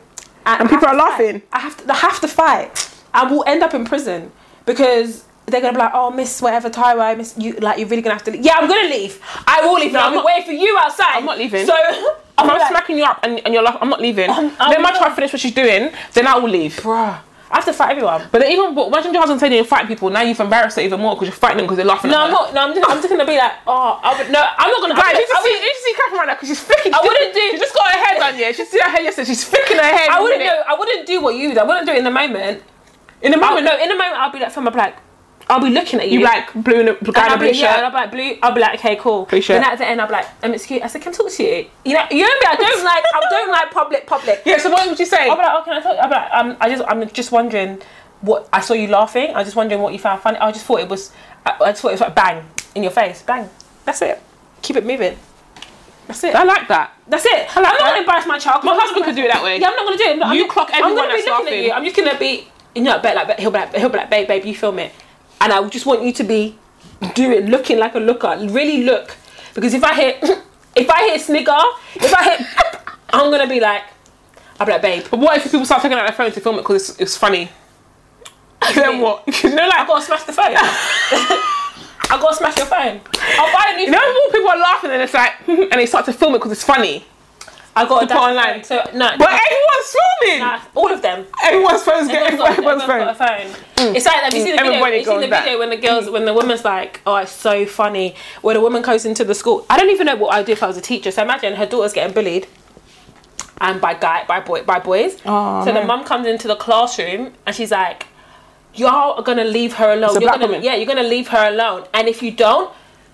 Speaker 1: and, I
Speaker 2: people
Speaker 1: have
Speaker 2: are
Speaker 1: to fight.
Speaker 2: laughing.
Speaker 1: I have to, I have to fight. I will end up in prison because they're gonna be like, oh, Miss whatever Tyra, Miss you, like, you're really gonna have to. Leave. Yeah, I'm gonna leave. I will leave. No,
Speaker 2: No, I'm
Speaker 1: I'm,
Speaker 2: not-
Speaker 1: waiting for you outside.
Speaker 2: I'm not leaving. [LAUGHS]
Speaker 1: So
Speaker 2: If
Speaker 1: I'm
Speaker 2: I'm
Speaker 1: like,
Speaker 2: smacking you up and, and you're like, I'm not leaving.
Speaker 1: Um, I'm
Speaker 2: then my
Speaker 1: not-
Speaker 2: child finish what she's doing. Then I will leave.
Speaker 1: bruh, I have to fight everyone.
Speaker 2: But then even but imagine your husband telling you to fight people. Now you've embarrassed her even more because you're fighting them because they're laughing.
Speaker 1: No,
Speaker 2: at
Speaker 1: I'm
Speaker 2: her.
Speaker 1: not. No, I'm just, I'm just gonna be like, oh, I would, no, I'm not gonna.
Speaker 2: Guys,
Speaker 1: I
Speaker 2: you
Speaker 1: would, I
Speaker 2: just see,
Speaker 1: would,
Speaker 2: you just see Catherine right now because she's flicking.
Speaker 1: I
Speaker 2: she just-
Speaker 1: wouldn't do-
Speaker 2: She just got her hair done. Yeah, she's did her hair yesterday. She's flicking her hair.
Speaker 1: I
Speaker 2: every
Speaker 1: wouldn't
Speaker 2: minute.
Speaker 1: know. I wouldn't do what you did. I wouldn't do it in the moment.
Speaker 2: In the
Speaker 1: I
Speaker 2: moment,
Speaker 1: would, no, in the moment I'll be like, from a black. I'll be looking at you.
Speaker 2: you like blue and a- guy
Speaker 1: And
Speaker 2: in a
Speaker 1: I'll be,
Speaker 2: blue
Speaker 1: like, yeah, and
Speaker 2: shirt.
Speaker 1: I'll be like blue. I'll be like, okay, cool.
Speaker 2: Blue shirt.
Speaker 1: Then at the end, I'll be like, um, excuse. I said, can I talk to you? You know, you know
Speaker 2: [LAUGHS]
Speaker 1: me. I don't like. I don't like public, public.
Speaker 2: Yeah. So what would you say?
Speaker 1: I'll be like, oh, can I talk? I'll be like, um, I just, I'm just wondering what I saw you laughing. I was just wondering what you found funny. I just thought it was, I, I just thought it was like bang in your face, bang. That's it. Keep it moving. That's it.
Speaker 2: I like that.
Speaker 1: That's it. I'm not
Speaker 2: that.
Speaker 1: gonna embarrass my child. 'cause
Speaker 2: My
Speaker 1: I'm not
Speaker 2: husband
Speaker 1: gonna-
Speaker 2: could do it that way.
Speaker 1: Yeah, I'm not gonna do it. I'm not-
Speaker 2: You
Speaker 1: I'm,
Speaker 2: clock
Speaker 1: I'm
Speaker 2: everyone
Speaker 1: gonna be
Speaker 2: that's
Speaker 1: looking at you.
Speaker 2: laughing.
Speaker 1: I'm just gonna be, you know, bet like but he'll be like, he'll be like, babe, babe, you film it, and I just want you to be doing, looking like a looker, really look, because if I hit, [CLEARS THROAT] if I hit snigger, if I hit, [LAUGHS] I'm gonna be like, I'll be like, babe,
Speaker 2: But what if people start taking out their phone to film it
Speaker 1: [LAUGHS]
Speaker 2: because it's, it's funny? then what? you know,
Speaker 1: I
Speaker 2: like
Speaker 1: gotta smash the phone. I gotta smash your phone. I'll buy a [LAUGHS] new
Speaker 2: You [LAUGHS]
Speaker 1: phone.
Speaker 2: know when people are laughing and it's like, [LAUGHS] and they start to film it because it's funny.
Speaker 1: I gotta
Speaker 2: put
Speaker 1: download
Speaker 2: online.
Speaker 1: it. So no,
Speaker 2: But everyone's filming.
Speaker 1: nah, all of them.
Speaker 2: Everyone's phone's getting
Speaker 1: Everyone's got,
Speaker 2: [LAUGHS] everyone's
Speaker 1: everyone's got a
Speaker 2: phone.
Speaker 1: phone. It's like have you seen the video?
Speaker 2: Everybody
Speaker 1: You seen the
Speaker 2: goes back.
Speaker 1: video when the girls, when the woman's like, "Oh, it's so funny." Where the woman goes into the school. I don't even know what I'd do if I was a teacher. So imagine her daughter's getting bullied, and by guy, by boy, by boys.
Speaker 2: Oh,
Speaker 1: so the
Speaker 2: man.
Speaker 1: mum comes into the classroom and she's like, "Y'all are gonna leave her alone.
Speaker 2: It's a
Speaker 1: You're
Speaker 2: black
Speaker 1: gonna,
Speaker 2: woman.
Speaker 1: yeah, you're gonna leave her alone. And if you don't."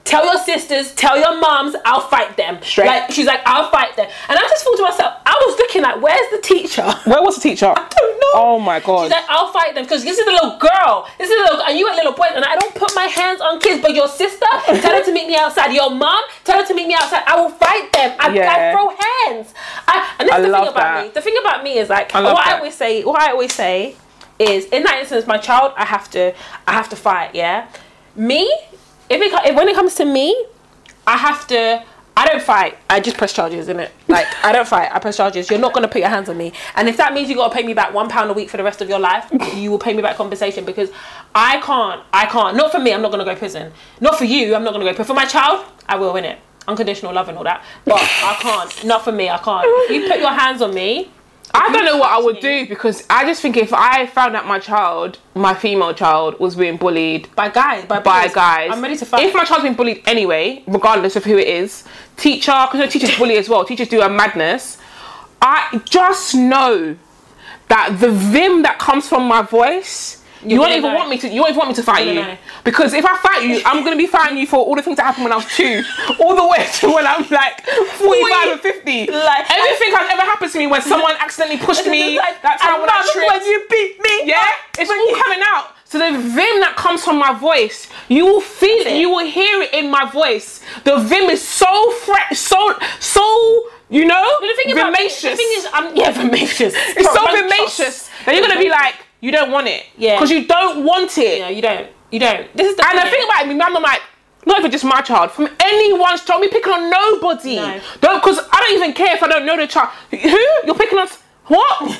Speaker 1: Tell your sisters, tell your moms, I'll fight them.
Speaker 2: Straight.
Speaker 1: Like she's like, I'll fight them. And I just thought to myself, I was looking like, where's the teacher? [LAUGHS]
Speaker 2: Where was the teacher?
Speaker 1: don't know.
Speaker 2: Oh my god.
Speaker 1: She's like, I'll fight them because this is a little girl. This is a little, and you a little boy, and I don't put my hands on kids. But your sister,
Speaker 2: [LAUGHS]
Speaker 1: tell her to meet me outside. Your mom, tell her to meet me outside. I will fight them. I, I
Speaker 2: Yeah.
Speaker 1: throw hands. I, and that's
Speaker 2: I
Speaker 1: the thing
Speaker 2: love
Speaker 1: about
Speaker 2: that.
Speaker 1: me. The thing about me is like
Speaker 2: I
Speaker 1: what
Speaker 2: love
Speaker 1: I
Speaker 2: that.
Speaker 1: always say. What I always say is, in that instance, my child, I have to, I have to fight. Yeah, me. If it co- if, when it comes to me, I have to. I don't fight. I just press charges, innit? Like I don't fight. I press charges. You're not gonna put your hands on me. And if that means you gotta pay me back one pound a week for the rest of your life, you will pay me back compensation because I can't. I can't. Not for me. I'm not gonna go to prison. Not for you. I'm not gonna go. But for my child, I will, innit? Unconditional love and all that. But I can't. Not for me. I can't. If you put your hands on me.
Speaker 2: I don't know what I would do because I just think if I found out my child, my female child, was being bullied
Speaker 1: By guys. By,
Speaker 2: by
Speaker 1: boys,
Speaker 2: guys,
Speaker 1: I'm ready to fight.
Speaker 2: If my child's been bullied anyway, regardless of who it is, teacher, because know teachers bully as well. Teachers do a madness. I just know that the vim that comes from my voice. you won't
Speaker 1: gonna
Speaker 2: even
Speaker 1: know.
Speaker 2: want me to. You won't even want me to fight
Speaker 1: You're
Speaker 2: you,
Speaker 1: gonna know.
Speaker 2: because if I fight you, I'm gonna be fighting you for all the things that happened when I was two, all the way to when I'm like 45 and 50.
Speaker 1: Like-
Speaker 2: everything has ever happened to me when someone accidentally pushed me.
Speaker 1: Like,
Speaker 2: That's how
Speaker 1: I
Speaker 2: when I
Speaker 1: remember
Speaker 2: tripped.
Speaker 1: when you beat me.
Speaker 2: Yeah,
Speaker 1: up.
Speaker 2: it's
Speaker 1: When
Speaker 2: all
Speaker 1: you-
Speaker 2: coming out. So the vim that comes from my voice, you will feel
Speaker 1: That's
Speaker 2: it.
Speaker 1: it.
Speaker 2: You will hear it in my voice. The vim is so fresh, so so. You know,
Speaker 1: But the thing about
Speaker 2: vimacious.
Speaker 1: Me, the thing is, I'm yeah, [LAUGHS] vimacious.
Speaker 2: it's so vimacious that you're gonna be like, you don't want it.
Speaker 1: Yeah.
Speaker 2: Because you don't want it.
Speaker 1: no, you don't, you don't. This is the
Speaker 2: And the thing about me, man, I'm like, not even just my child, from anyone's child. Me picking on nobody.
Speaker 1: No.
Speaker 2: Don't, because I don't even care if I don't know the child. Who? You're picking on. s-
Speaker 1: [LAUGHS]
Speaker 2: What?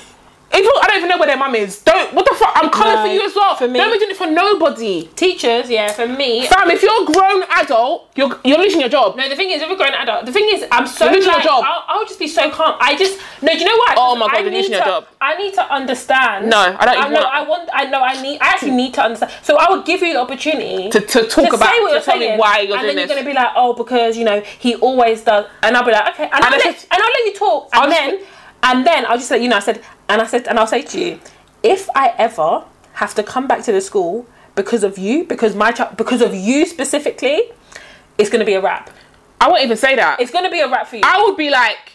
Speaker 2: If you- I don't even know where their mum is. Don't. What the fuck? I'm coming
Speaker 1: No,
Speaker 2: for you as well.
Speaker 1: for me.
Speaker 2: Don't be doing it for nobody.
Speaker 1: teachers, yeah, for me.
Speaker 2: Fam, if you're a grown adult, you're, you're losing your job.
Speaker 1: No, the thing is, if you're grown adult, the thing is, I'm so
Speaker 2: You're losing your
Speaker 1: like,
Speaker 2: job.
Speaker 1: I'll, I'll just be so calm. I just no, do you know what?
Speaker 2: Oh my God,
Speaker 1: I
Speaker 2: you're
Speaker 1: need
Speaker 2: losing
Speaker 1: to,
Speaker 2: your job.
Speaker 1: I need to understand.
Speaker 2: No, I don't
Speaker 1: I
Speaker 2: even
Speaker 1: know.
Speaker 2: want-
Speaker 1: I want. I know. I need. I actually need to understand. So I would give you the opportunity
Speaker 2: To, to talk about,
Speaker 1: say what
Speaker 2: to
Speaker 1: you're
Speaker 2: tell me
Speaker 1: saying,
Speaker 2: why you're
Speaker 1: and then
Speaker 2: doing this.
Speaker 1: you're gonna be like, oh, because you know he always does, and I'll be like, okay, and, I'll,
Speaker 2: I
Speaker 1: let,
Speaker 2: said-
Speaker 1: and I'll let you talk, and
Speaker 2: I'll just-
Speaker 1: then and then I'll just let you know. I said, and I said, and I'll say to you, if I ever have to come back to the school because of you, because my child, because of you specifically, it's gonna be a wrap.
Speaker 2: I won't even say that.
Speaker 1: It's gonna be a wrap for you.
Speaker 2: I would be like,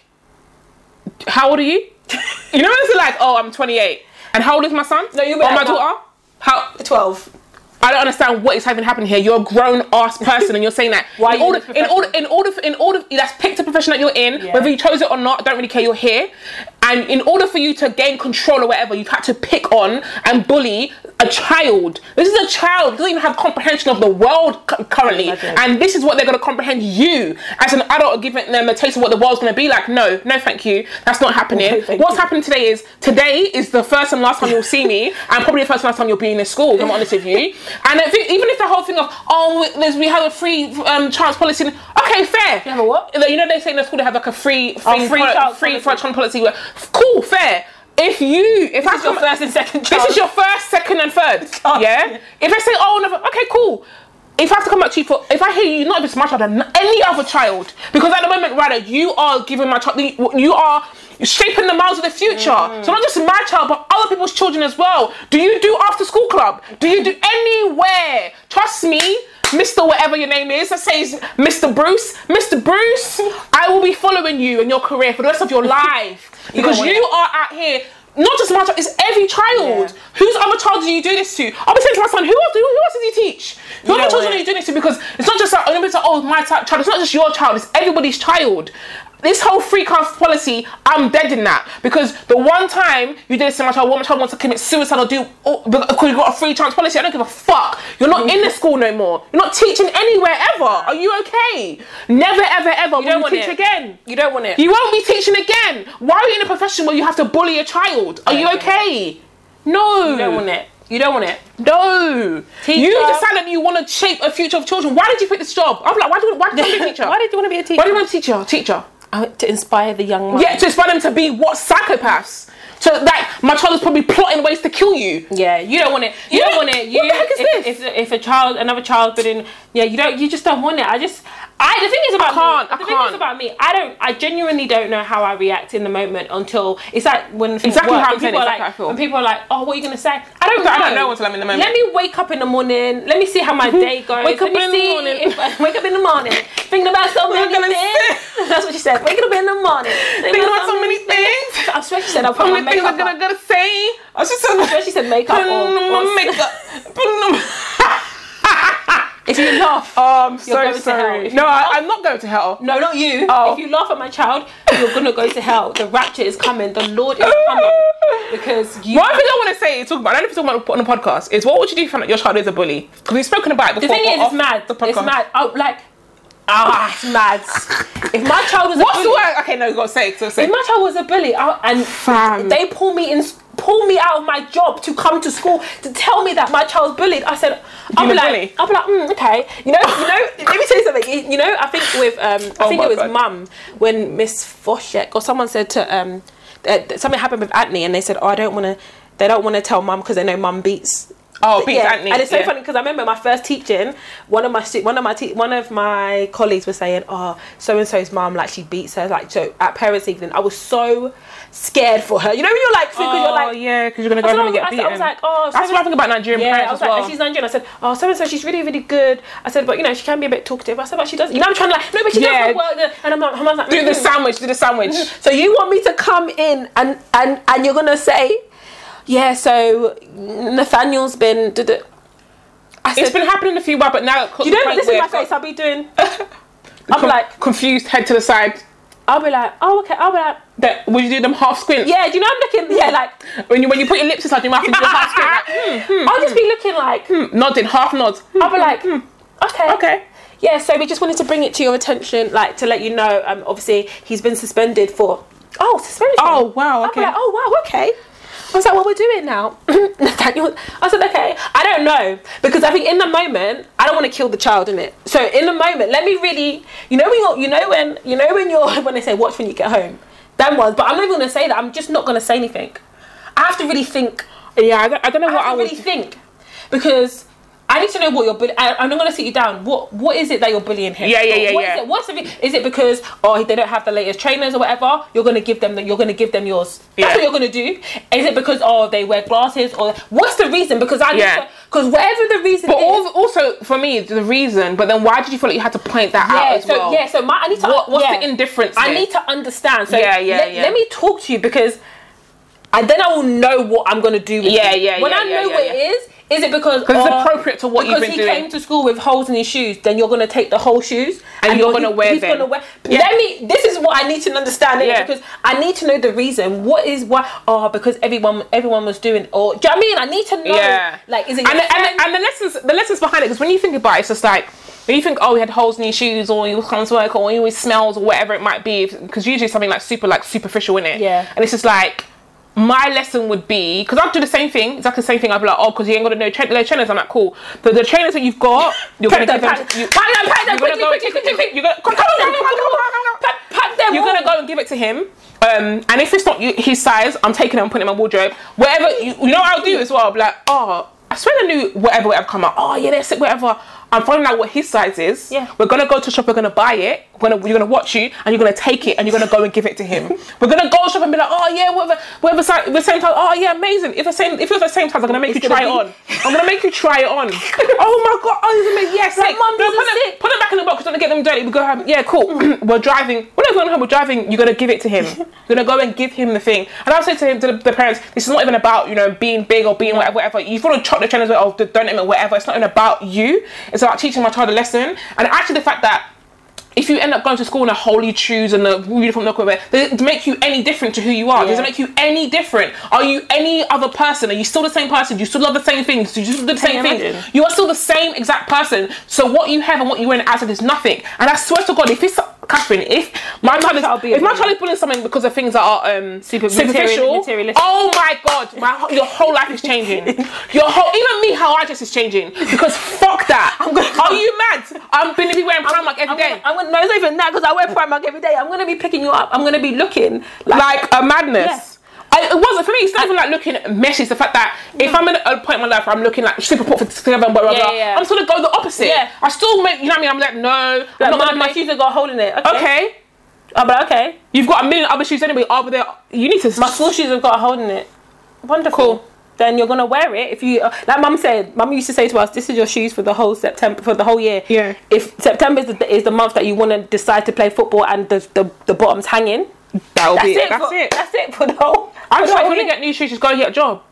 Speaker 2: how old are you? you know, when it's like, oh, I'm 28. And how old is my son?
Speaker 1: No, you'll be
Speaker 2: Or
Speaker 1: like,
Speaker 2: my
Speaker 1: "Well,
Speaker 2: daughter? How,
Speaker 1: Twelve.
Speaker 2: I don't understand what is having happened here. You're a grown ass person, and you're saying that.
Speaker 1: [LAUGHS] Why are
Speaker 2: in
Speaker 1: you
Speaker 2: order,
Speaker 1: in this
Speaker 2: in order, in order, for, in order, that's picked a profession that you're in,
Speaker 1: Yeah.
Speaker 2: whether you chose it or not. I don't really care. You're here, and in order for you to gain control or whatever, you've had to pick on and bully a child. This is a child who doesn't even have comprehension of the world cu- currently,
Speaker 1: Imagine.
Speaker 2: and this is what they're going to comprehend you as an adult, giving them a taste of what the world's going to be like. No, no, thank you. That's not
Speaker 1: [LAUGHS]
Speaker 2: happening.
Speaker 1: No, thank
Speaker 2: What's
Speaker 1: you.
Speaker 2: happening today is today is the first and last time you'll see me, and probably the first and last time you'll be in this school. if I'm honest with you. And I think even if the whole thing of oh, there's, we have a free um, chance policy. Okay, fair.
Speaker 1: You have a what? Oh,
Speaker 2: You know they say in the school they have like a free
Speaker 1: free
Speaker 2: free free
Speaker 1: chance
Speaker 2: free
Speaker 1: policy.
Speaker 2: chance policy. where- Cool, fair. If you if I
Speaker 1: That's your
Speaker 2: come-
Speaker 1: first and second.
Speaker 2: this
Speaker 1: child.
Speaker 2: is your first, second, and third. [LAUGHS]
Speaker 1: yeah.
Speaker 2: Yeah. If I say, oh, no, okay, cool. If I have to come back to you for, if I hear you not just my child and any other child, because at the moment, rather, you are giving my child, you are shaping the miles of the future. So not just my child, but other people's children as well. Do you do after school club? Do you do anywhere? Trust me, Mr. Whatever your name is, I say it's Mr. Bruce. Mr. Bruce, I will be following you and your career for the rest of [LAUGHS] your life because
Speaker 1: want
Speaker 2: you are out here. Not just my child, it's every child.
Speaker 1: Yeah.
Speaker 2: Whose other child do you do this to? I'll be saying to my son, who else, who, who else does he teach? Who
Speaker 1: don't
Speaker 2: other children
Speaker 1: want
Speaker 2: are
Speaker 1: it.
Speaker 2: you doing this to? Because it's not just like, oh, it's like, oh, my type child. It's not just your child. It's everybody's child. This whole free cast policy, I'm dead in that. Because the one time you did this to my child, one my child wants to commit suicide or do, or, because you got a free chance policy, I don't give a fuck. You're not
Speaker 1: [LAUGHS]
Speaker 2: in the school no more. You're not teaching anywhere ever. Are you okay? Never, ever, ever you will
Speaker 1: don't
Speaker 2: you
Speaker 1: want
Speaker 2: teach
Speaker 1: it.
Speaker 2: again.
Speaker 1: You don't want it.
Speaker 2: You won't be teaching again. Why are you in a profession where you have to bully a child? Are you okay? No.
Speaker 1: You don't want it. You don't [LAUGHS] want it.
Speaker 2: No.
Speaker 1: Teacher.
Speaker 2: You decided you want to shape a future of children. Why did you pick this job? I'm like, why do you, why do you want to be a teacher?
Speaker 1: [LAUGHS] Why did you want to be a teacher?
Speaker 2: Why do you want to be a teacher? Teacher.
Speaker 1: I want to inspire the young ones.
Speaker 2: Yeah, to inspire them to be what psychopaths. So like my child is probably plotting ways to kill you.
Speaker 1: Yeah, you don't want it. You
Speaker 2: Yeah.
Speaker 1: don't want it. You,
Speaker 2: What the heck is
Speaker 1: if,
Speaker 2: this?
Speaker 1: If, if a child, another child, but in yeah, you don't. You just don't want it. I just, I. The thing is about
Speaker 2: can't,
Speaker 1: me.
Speaker 2: I
Speaker 1: The thing is
Speaker 2: can't.
Speaker 1: about me. I don't. I genuinely don't know how I react in the moment until it's like when things
Speaker 2: Exactly
Speaker 1: work,
Speaker 2: how I'm
Speaker 1: when
Speaker 2: saying,
Speaker 1: people are
Speaker 2: exactly
Speaker 1: like,
Speaker 2: how I feel.
Speaker 1: when people are like, oh, what are you gonna say? I don't.
Speaker 2: I
Speaker 1: know.
Speaker 2: don't know until I'm in the moment.
Speaker 1: Let me wake up in the morning. Let me see how my
Speaker 2: [LAUGHS]
Speaker 1: day goes.
Speaker 2: Wake
Speaker 1: Let
Speaker 2: up
Speaker 1: me
Speaker 2: in the
Speaker 1: see
Speaker 2: morning.
Speaker 1: If I, [LAUGHS] wake up in the morning. Thinking about so many
Speaker 2: gonna
Speaker 1: things. That's what she said. Waking up in the morning.
Speaker 2: [LAUGHS] Thinking about so many things.
Speaker 1: I swear she said I put
Speaker 2: How
Speaker 1: my
Speaker 2: many things
Speaker 1: makeup
Speaker 2: I'm gonna
Speaker 1: on.
Speaker 2: gonna say? I was just
Speaker 1: I swear she said makeup
Speaker 2: putting
Speaker 1: on.
Speaker 2: on my
Speaker 1: on-
Speaker 2: makeup. Putting
Speaker 1: [LAUGHS]
Speaker 2: on
Speaker 1: If you laugh,
Speaker 2: Oh, I'm so
Speaker 1: Um, going to hell.
Speaker 2: sorry.
Speaker 1: If
Speaker 2: No,
Speaker 1: you
Speaker 2: I, I'm not going to hell.
Speaker 1: no, not you.
Speaker 2: Oh.
Speaker 1: If you laugh at my child, you're gonna go to hell. The rapture is coming. The Lord is coming because you.
Speaker 2: One thing I want to say, talk about, I don't know if you're talking about on the podcast, is what would you do if you found out your child is a bully? Because we've spoken about it
Speaker 1: The
Speaker 2: before.
Speaker 1: thing is,
Speaker 2: but
Speaker 1: it's
Speaker 2: off
Speaker 1: mad.
Speaker 2: The podcast.
Speaker 1: It's mad. Oh, like ah, it's mad. If my child was a
Speaker 2: What's
Speaker 1: bully,
Speaker 2: the word? Okay, no, you got to say it. So say
Speaker 1: if
Speaker 2: it.
Speaker 1: my child was a bully, I, and
Speaker 2: Fam.
Speaker 1: they pull me in, pull me out of my job to come to school to tell me that my child's bullied. I said, I'll be
Speaker 2: You're a
Speaker 1: like,
Speaker 2: bully?
Speaker 1: I'll be like, mm, okay, you know, you know. let me tell you something. You know, I think with, um, I
Speaker 2: Oh
Speaker 1: think
Speaker 2: my
Speaker 1: it was
Speaker 2: God.
Speaker 1: mum when Miss Foshek or someone said to um, that that something happened with Anthony, and they said, oh, I don't want to, they don't want to tell mum because they know mum beats
Speaker 2: Oh, beats
Speaker 1: yeah,
Speaker 2: Anthony.
Speaker 1: and it's so
Speaker 2: yeah.
Speaker 1: funny because I remember my first teaching, one of my stu- one of my te- one of my colleagues was saying, "Oh, so and so's mom like she beats her like so at parents' evening." I was so scared for her. You know when you're like, because
Speaker 2: Oh,
Speaker 1: you're like,
Speaker 2: yeah, because you're gonna go
Speaker 1: I was
Speaker 2: home and
Speaker 1: like-
Speaker 2: get
Speaker 1: I said-
Speaker 2: beaten.
Speaker 1: I was like, oh,
Speaker 2: that's
Speaker 1: so-
Speaker 2: what I think about Nigerian
Speaker 1: yeah,
Speaker 2: parents
Speaker 1: I was
Speaker 2: as
Speaker 1: like,
Speaker 2: well.
Speaker 1: and she's Nigerian. I said, oh, so and so, she's really, really good. I said, but you know, she can be a bit talkative. I said, but she does. You know, I'm trying to like, no, but she
Speaker 2: Yeah.
Speaker 1: does the work. And I'm like, her mum's like,
Speaker 2: do the
Speaker 1: "Mm-mm."
Speaker 2: sandwich. Do the
Speaker 1: [LAUGHS]
Speaker 2: sandwich.
Speaker 1: So you want me to come in and and and you're gonna say, yeah. So Nathaniel's been. duh, duh." I
Speaker 2: It's been happening a few while, but now
Speaker 1: you don't listen to my face. I'll be
Speaker 2: [LAUGHS]
Speaker 1: doing. I'm like,
Speaker 2: confused, head to the side.
Speaker 1: I'll be like, oh okay. I'll be like,
Speaker 2: That would you do them half squint?
Speaker 1: yeah. Do you know I'm looking? Yeah, like
Speaker 2: When you when you put your lips inside your mouth and do the half squint, like,
Speaker 1: I'll just be looking like
Speaker 2: hmm, hmm, nodding, half nods.
Speaker 1: I'll be like, okay,
Speaker 2: Okay.
Speaker 1: Yeah. So we just wanted to bring it to your attention, like to let you know. Um, obviously he's been suspended for. Oh, suspension.
Speaker 2: Oh, wow,
Speaker 1: I'll be
Speaker 2: okay.
Speaker 1: like, oh wow, okay. I was like, well, we're doing now. [LAUGHS] Nathaniel, I said, okay, I don't know. Because I think in the moment, I don't want to kill the child in it. So in the moment, let me really, you know, when you're, you know, when, you know, when you're, [LAUGHS] when they say, watch when you get home, them ones, but I'm not even going to say that. I'm just not going to say anything. I have to really think.
Speaker 2: Yeah, I don't, I don't know
Speaker 1: I
Speaker 2: what
Speaker 1: have
Speaker 2: I
Speaker 1: to
Speaker 2: would.
Speaker 1: really think. Because I need to know what you're bullying. I'm not going to sit you down. What What is it that you're bullying him?
Speaker 2: Yeah, yeah, yeah,
Speaker 1: What is
Speaker 2: yeah.
Speaker 1: it? What's the, re- is it because oh they don't have the latest trainers or whatever? You're going to give them the, You're going to give them yours. That's
Speaker 2: Yeah.
Speaker 1: what you're going to do. Is it because oh they wear glasses or what's the reason? Because I
Speaker 2: Yeah.
Speaker 1: need because whatever the reason.
Speaker 2: But
Speaker 1: is,
Speaker 2: al- also for me, the reason. But then why did you feel like you had to point that
Speaker 1: yeah,
Speaker 2: out as
Speaker 1: so
Speaker 2: well?
Speaker 1: yeah, so my I need to
Speaker 2: What- what's
Speaker 1: yeah.
Speaker 2: the indifference
Speaker 1: I
Speaker 2: here?
Speaker 1: need to understand. So
Speaker 2: Yeah, yeah,
Speaker 1: let,
Speaker 2: yeah.
Speaker 1: let me talk to you because and then I will know what I'm gonna do with
Speaker 2: Yeah,
Speaker 1: you.
Speaker 2: yeah,
Speaker 1: When
Speaker 2: yeah,
Speaker 1: I
Speaker 2: yeah,
Speaker 1: know
Speaker 2: yeah,
Speaker 1: what
Speaker 2: yeah.
Speaker 1: it is, is it because
Speaker 2: Because it's
Speaker 1: oh,
Speaker 2: appropriate to what you've
Speaker 1: because
Speaker 2: been
Speaker 1: he
Speaker 2: doing.
Speaker 1: came to school with holes in his shoes, then you're gonna take the whole shoes
Speaker 2: And you're gonna
Speaker 1: he-
Speaker 2: wear
Speaker 1: he's
Speaker 2: them.
Speaker 1: gonna wear-
Speaker 2: Yeah.
Speaker 1: Let me this is what I need to understand innit?
Speaker 2: Yeah.
Speaker 1: because I need to know the reason. What is why oh because everyone everyone was doing or do you know what I mean? I need to know
Speaker 2: Yeah.
Speaker 1: like is it
Speaker 2: and
Speaker 1: your
Speaker 2: the, and,
Speaker 1: friend?
Speaker 2: the, and the lessons the lessons behind it because when you think about it, it's just like when you think oh he had holes in his shoes or he comes to work or he always smells or whatever it might be because usually it's something like super like superficial in it.
Speaker 1: Yeah.
Speaker 2: And it's just like. My lesson would be because I'd do the same thing, exactly the same thing. I'd be like, oh, because you ain't got no tra- no trainers. I'm like, cool. But the trainers that you've got, you're gonna
Speaker 1: Pack
Speaker 2: give
Speaker 1: them,
Speaker 2: them.
Speaker 1: pack them.
Speaker 2: you-
Speaker 1: Pack them, pack them,
Speaker 2: you're gonna
Speaker 1: quickly, quickly,
Speaker 2: go-
Speaker 1: quickly, quickly.
Speaker 2: you're gonna- come, come, come, come, come, come, come, come.
Speaker 1: Pack- pack them
Speaker 2: You're gonna
Speaker 1: all.
Speaker 2: go and give it to him. Um, and if it's not you, his size, I'm taking it and putting it in my wardrobe. Whatever you, you know, what I'll do as well. I'll be like, oh, I swear I knew whatever whatever come out. Oh yeah, that's it. Whatever. I'm finding out what his size is.
Speaker 1: Yeah.
Speaker 2: We're gonna go to shop. We're gonna buy it. We're gonna you're gonna watch you and you're gonna take it and you're gonna go and give it to him. we're gonna go shop and be like, oh yeah, whatever, whatever size, the same size. Oh yeah, amazing. If the same, if it was the same size, I'm gonna make
Speaker 1: It's
Speaker 2: you
Speaker 1: gonna
Speaker 2: try it
Speaker 1: be-
Speaker 2: on. I'm gonna make you try it on. [LAUGHS] oh my god. Oh, he's amazing. Yes.
Speaker 1: Like, mum,
Speaker 2: no,
Speaker 1: this
Speaker 2: put
Speaker 1: is
Speaker 2: it-
Speaker 1: sick.
Speaker 2: put it back in the box. Don't get them dirty. We go home. Yeah, cool. [CLEARS THROAT] we're driving. We're not going home. We're driving. You're gonna give it to [LAUGHS] him. You're gonna go and give him the thing. And I'll say to him, to the, the parents, this is not even about you know being big or being whatever. whatever. You've got to chop the trainers or the donut or whatever. It's not even about you. It's about teaching my child a lesson. And actually, the fact that. If you end up going to school in a holy shoes and a uniform look whatever, does it make you any different to who you are? Does
Speaker 1: Yeah.
Speaker 2: it make you any different? Are you any other person? Are you still the same person? Do you still love the same things? Do you still do the
Speaker 1: you
Speaker 2: same things?
Speaker 1: imagine?
Speaker 2: You are still the same exact person. So what you have and what you were in outside is nothing. And I swear to God, if it's Catherine, if my child
Speaker 1: child
Speaker 2: is
Speaker 1: be a
Speaker 2: if my
Speaker 1: bully.
Speaker 2: child is bullying someone because of things that are um,
Speaker 1: Super- material-
Speaker 2: superficial,
Speaker 1: materialistic.
Speaker 2: oh my god, my ho- your whole life
Speaker 1: [LAUGHS]
Speaker 2: is changing. Your whole even me, how I dress is changing because fuck that. are you mad? I'm gonna be wearing Primark every
Speaker 1: I'm
Speaker 2: day.
Speaker 1: gonna, I'm gonna, no, it's not even that because I wear Primark every day. I'm gonna be picking you up. I'm gonna be looking
Speaker 2: like a madness.
Speaker 1: Yes.
Speaker 2: I, it wasn't for me. It's not even like looking messy. It's the fact that if I'm in a point in my life where I'm looking like super put together and blah blah
Speaker 1: Mm. Yeah,
Speaker 2: blah,
Speaker 1: yeah, yeah.
Speaker 2: I'm still gonna go the opposite.
Speaker 1: Yeah.
Speaker 2: I still make you know what I mean. I'm like no, I'm
Speaker 1: like,
Speaker 2: not
Speaker 1: my,
Speaker 2: gonna
Speaker 1: my
Speaker 2: be-
Speaker 1: shoes have got a hole in it. Okay.
Speaker 2: Okay,
Speaker 1: I'm like, okay.
Speaker 2: you've got a million other shoes anyway. Are there? You need to.
Speaker 1: My school shoes have got a hole in it. Wonderful.
Speaker 2: Cool.
Speaker 1: Then you're gonna wear it if you uh, like. Mum said. Mum used to say to us, "This is your shoes for the whole September for the whole year."
Speaker 2: Yeah.
Speaker 1: If September is the, is the month that you want to decide to play football and the the, the bottoms hanging,
Speaker 2: That'll
Speaker 1: that's
Speaker 2: be
Speaker 1: it.
Speaker 2: That's
Speaker 1: for,
Speaker 2: it.
Speaker 1: That's it for the whole.
Speaker 2: I'm
Speaker 1: for the
Speaker 2: just like,
Speaker 1: whole
Speaker 2: if you want to
Speaker 1: year.
Speaker 2: get new shoes, just go and get a job.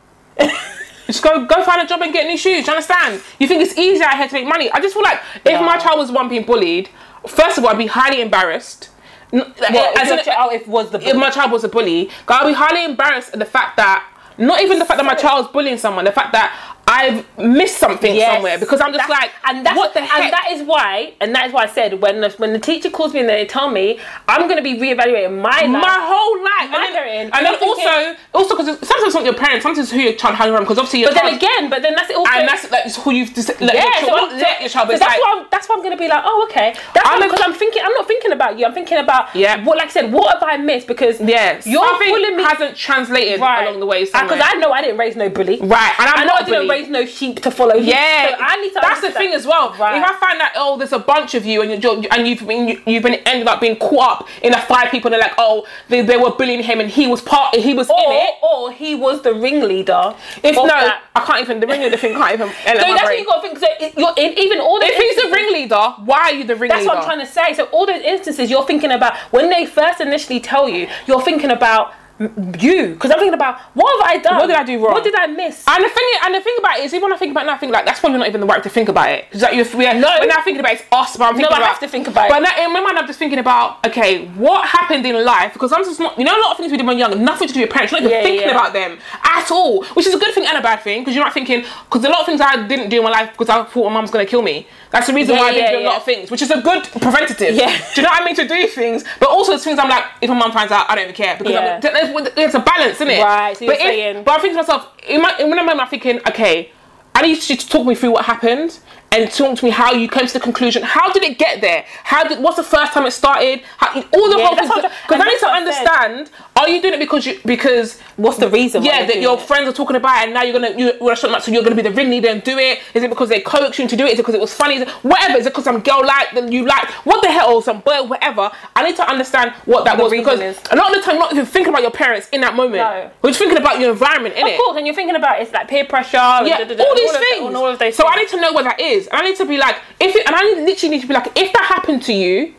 Speaker 2: just go, go find a job and get new shoes. Do you understand? You think it's easy out here to make money? I just feel like if my
Speaker 1: No.
Speaker 2: child was the one being bullied, first of all, I'd be highly embarrassed. N-
Speaker 1: [LAUGHS] Well,
Speaker 2: as
Speaker 1: if,
Speaker 2: in-
Speaker 1: your child- if oh, was the
Speaker 2: if my child was a bully, I'll be highly embarrassed at the fact that not even the fact that my child's bullying someone, the fact that I've missed something
Speaker 1: Yes.
Speaker 2: somewhere because I'm just
Speaker 1: That's-
Speaker 2: like,
Speaker 1: and that's
Speaker 2: what the heck?
Speaker 1: And that is why, and that is why I said when the, when the teacher calls me and they tell me, I'm going to be reevaluating my life.
Speaker 2: my whole life,
Speaker 1: My
Speaker 2: and then,
Speaker 1: parent.
Speaker 2: and then
Speaker 1: You're thinking-
Speaker 2: also, also because sometimes it's not your parents, sometimes it's who your child hangs around. Because obviously, your
Speaker 1: but then
Speaker 2: child-
Speaker 1: again, but then that's it. Also,
Speaker 2: and that's like it's who you've just let
Speaker 1: yeah.
Speaker 2: your
Speaker 1: so
Speaker 2: child,
Speaker 1: I'm-
Speaker 2: let your child.
Speaker 1: so
Speaker 2: But it's
Speaker 1: that's
Speaker 2: like,
Speaker 1: why I'm, that's why I'm going to be like, oh okay. That's
Speaker 2: I'm
Speaker 1: why
Speaker 2: a-
Speaker 1: because I'm thinking I'm not thinking about you. I'm thinking about
Speaker 2: Yeah.
Speaker 1: What like I said, what have I missed? Because
Speaker 2: yes,
Speaker 1: you're
Speaker 2: something
Speaker 1: bullying me
Speaker 2: hasn't translated along the way somewhere.
Speaker 1: Because I know I didn't raise no bully.
Speaker 2: right, and
Speaker 1: I
Speaker 2: I'm
Speaker 1: know I
Speaker 2: not a
Speaker 1: didn't
Speaker 2: bully.
Speaker 1: raise no sheep to [LAUGHS] follow. you.
Speaker 2: Yeah,
Speaker 1: So I need to.
Speaker 2: That's the
Speaker 1: understand-
Speaker 2: thing as well.
Speaker 1: Right.
Speaker 2: If I find that oh, there's a bunch of you and you're and you've been you, have been ended up being caught up in a five people and they're like oh they, they were bullying him and he was part he was in
Speaker 1: Or,
Speaker 2: it.
Speaker 1: or he was the ringleader.
Speaker 2: If no,
Speaker 1: of that.
Speaker 2: I can't even the ringleader thing can't
Speaker 1: [LAUGHS]
Speaker 2: even.
Speaker 1: So that's what you got to think. So it- you're in even all the.
Speaker 2: if he's the ringleader, why are you the ringleader?
Speaker 1: That's what I'm trying to say. So all those instances you're thinking about when they first initially tell you, you're thinking about m- you because I'm thinking about what have I done?
Speaker 2: What did I do wrong?
Speaker 1: What did I miss?
Speaker 2: And the thing, and the thing about it is, even when I think about it now, I think like that's probably not even the right to think about it. It's like you're, we're,
Speaker 1: No.
Speaker 2: when I think about it, it's us, but I'm thinking
Speaker 1: I
Speaker 2: about,
Speaker 1: have to think about it.
Speaker 2: But now, in my mind, I'm just thinking about okay, what happened in life? Because I'm just not, you know, a lot of things we did when young, nothing to do with parents. You're not even
Speaker 1: Yeah,
Speaker 2: thinking
Speaker 1: yeah.
Speaker 2: about them at all, which is a good thing and a bad thing because you're not thinking because a lot of things I didn't do in my life because I thought my mum's gonna kill me. That's the reason
Speaker 1: Yeah,
Speaker 2: why I didn't
Speaker 1: yeah,
Speaker 2: do a lot
Speaker 1: yeah.
Speaker 2: of things, which is a good preventative.
Speaker 1: Yeah.
Speaker 2: Do you know what I mean? To do things, but also it's things I'm like, if my mum finds out, I don't even care because
Speaker 1: Yeah.
Speaker 2: I'm, it's a balance, isn't it?
Speaker 1: Right, so you're
Speaker 2: but if-
Speaker 1: saying-
Speaker 2: but I'm thinking to myself, in my in my mind, I'm thinking, okay, I need you to talk me through what happened and talk to me how you came to the conclusion. How did it get there? How did? What's the first time it started? How, all the
Speaker 1: Yeah,
Speaker 2: whole
Speaker 1: that's
Speaker 2: things.
Speaker 1: what I'm-
Speaker 2: Because I
Speaker 1: and
Speaker 2: need
Speaker 1: that's
Speaker 2: to
Speaker 1: what I said.
Speaker 2: understand. Are you doing it because you because
Speaker 1: What's the reason? why
Speaker 2: yeah
Speaker 1: you're
Speaker 2: that
Speaker 1: doing
Speaker 2: your
Speaker 1: it?
Speaker 2: friends are talking about it and now you're gonna you, you're shutting up, so you're gonna be the ringleader and do it? Is it because they coaxed you to do it? Is it because it was funny? Is it whatever? Is it because some girl liked that you liked? What the hell? Or some boy, whatever. I need to understand what that
Speaker 1: What
Speaker 2: was
Speaker 1: the
Speaker 2: because
Speaker 1: reason is.
Speaker 2: a lot of the time you're not even thinking about your parents in that moment.
Speaker 1: No.
Speaker 2: We're just thinking about your environment, innit?
Speaker 1: Of course, and you're thinking about it's like peer pressure, and
Speaker 2: Yeah,
Speaker 1: da- da- da-
Speaker 2: all
Speaker 1: and
Speaker 2: these
Speaker 1: of that-
Speaker 2: things.
Speaker 1: and all of those.
Speaker 2: so I
Speaker 1: things.
Speaker 2: need to know where that is, and I need to be like, if it, and I need, literally need to be like, if that happened to you,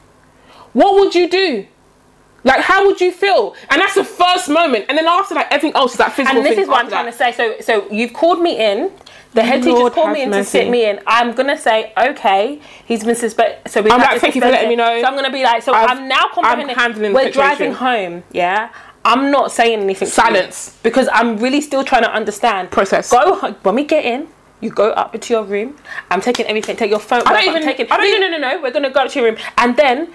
Speaker 2: what would you do? Like, how would you feel? And that's the first moment, and then after that, everything else is that physical.
Speaker 1: and this
Speaker 2: thing
Speaker 1: is what I'm
Speaker 2: after
Speaker 1: trying to
Speaker 2: that.
Speaker 1: say. So, so you've called me in. The head teacher's
Speaker 2: Lord
Speaker 1: called
Speaker 2: have
Speaker 1: me in to
Speaker 2: mercy.
Speaker 1: sit me in. I'm gonna say, okay, he's been suspended. So we
Speaker 2: I'm
Speaker 1: have
Speaker 2: like,
Speaker 1: to
Speaker 2: thank you for
Speaker 1: suspend
Speaker 2: letting me
Speaker 1: him.
Speaker 2: know.
Speaker 1: So I'm gonna be like, so
Speaker 2: I've-
Speaker 1: i am now comprehending.
Speaker 2: handling the
Speaker 1: We're driving
Speaker 2: situation.
Speaker 1: home. Yeah, I'm not saying anything. to you.
Speaker 2: Silence.
Speaker 1: because I'm really still trying to understand.
Speaker 2: Process.
Speaker 1: Go ho- when we get in. You go up into your room. I'm taking everything. Take your phone.
Speaker 2: I don't
Speaker 1: I'm
Speaker 2: even-
Speaker 1: Taking,
Speaker 2: I don't
Speaker 1: no, no, no, no, no. We're gonna go up to your room, and then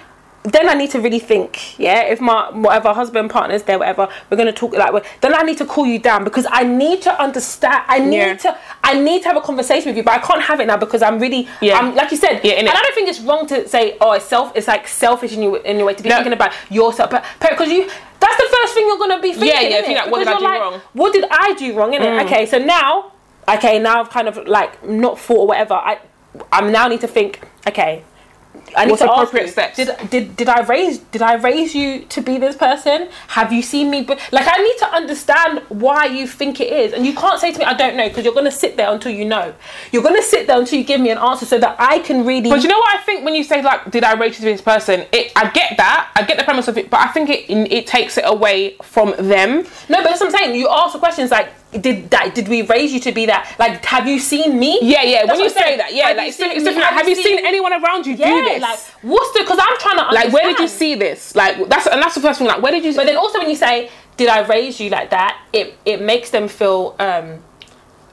Speaker 1: then I need to really think, yeah, if my whatever husband partner's there, whatever, we're gonna talk like then I need to cool you down because I need to understand I need
Speaker 2: Yeah.
Speaker 1: to I need to have a conversation with you, but I can't have it now because I'm really
Speaker 2: Yeah.
Speaker 1: I'm, like you said,
Speaker 2: Yeah, innit?
Speaker 1: and I don't think it's wrong to say, oh it's self it's like selfish in your in your way to be
Speaker 2: No.
Speaker 1: thinking about yourself. But because you that's the first thing you're gonna be thinking.
Speaker 2: Yeah, yeah,
Speaker 1: innit?
Speaker 2: think like, what
Speaker 1: Because
Speaker 2: did I
Speaker 1: you're like,
Speaker 2: do wrong? Mm.
Speaker 1: What did I do wrong, innit? Okay, so now okay, now I've kind of like not thought or whatever. I I'm now need to think, okay, I need
Speaker 2: What's
Speaker 1: to ask
Speaker 2: appropriate
Speaker 1: you,
Speaker 2: steps?
Speaker 1: Did, did did I raise did I raise you to be this person? Have you seen me? But like I need to understand why you think it is, and you can't say to me I don't know because you're gonna sit there until you know. You're gonna sit there until you give me an answer so that I can really.
Speaker 2: But you know what I think when you say like, did I rate you to this person? It, I get that, I get the premise of it, but I think it it takes it away from them.
Speaker 1: no, but that's what I'm saying. You ask the questions like, did that? Did we raise you to be that? Like, have you seen me?
Speaker 2: Yeah, yeah.
Speaker 1: That's
Speaker 2: when you
Speaker 1: what I'm
Speaker 2: say
Speaker 1: saying.
Speaker 2: that, yeah,
Speaker 1: Have
Speaker 2: like
Speaker 1: you
Speaker 2: it's different.
Speaker 1: seen
Speaker 2: it's
Speaker 1: me?
Speaker 2: different. Like,
Speaker 1: Have
Speaker 2: have
Speaker 1: you
Speaker 2: you seen
Speaker 1: seen-
Speaker 2: anyone around you
Speaker 1: Yeah,
Speaker 2: do this?
Speaker 1: like what's the? Because I'm trying to
Speaker 2: like
Speaker 1: understand.
Speaker 2: where did you see this? Like that's and that's the first thing. Like where did you?
Speaker 1: But then also when you say, "Did I raise you like that?" it it makes them feel um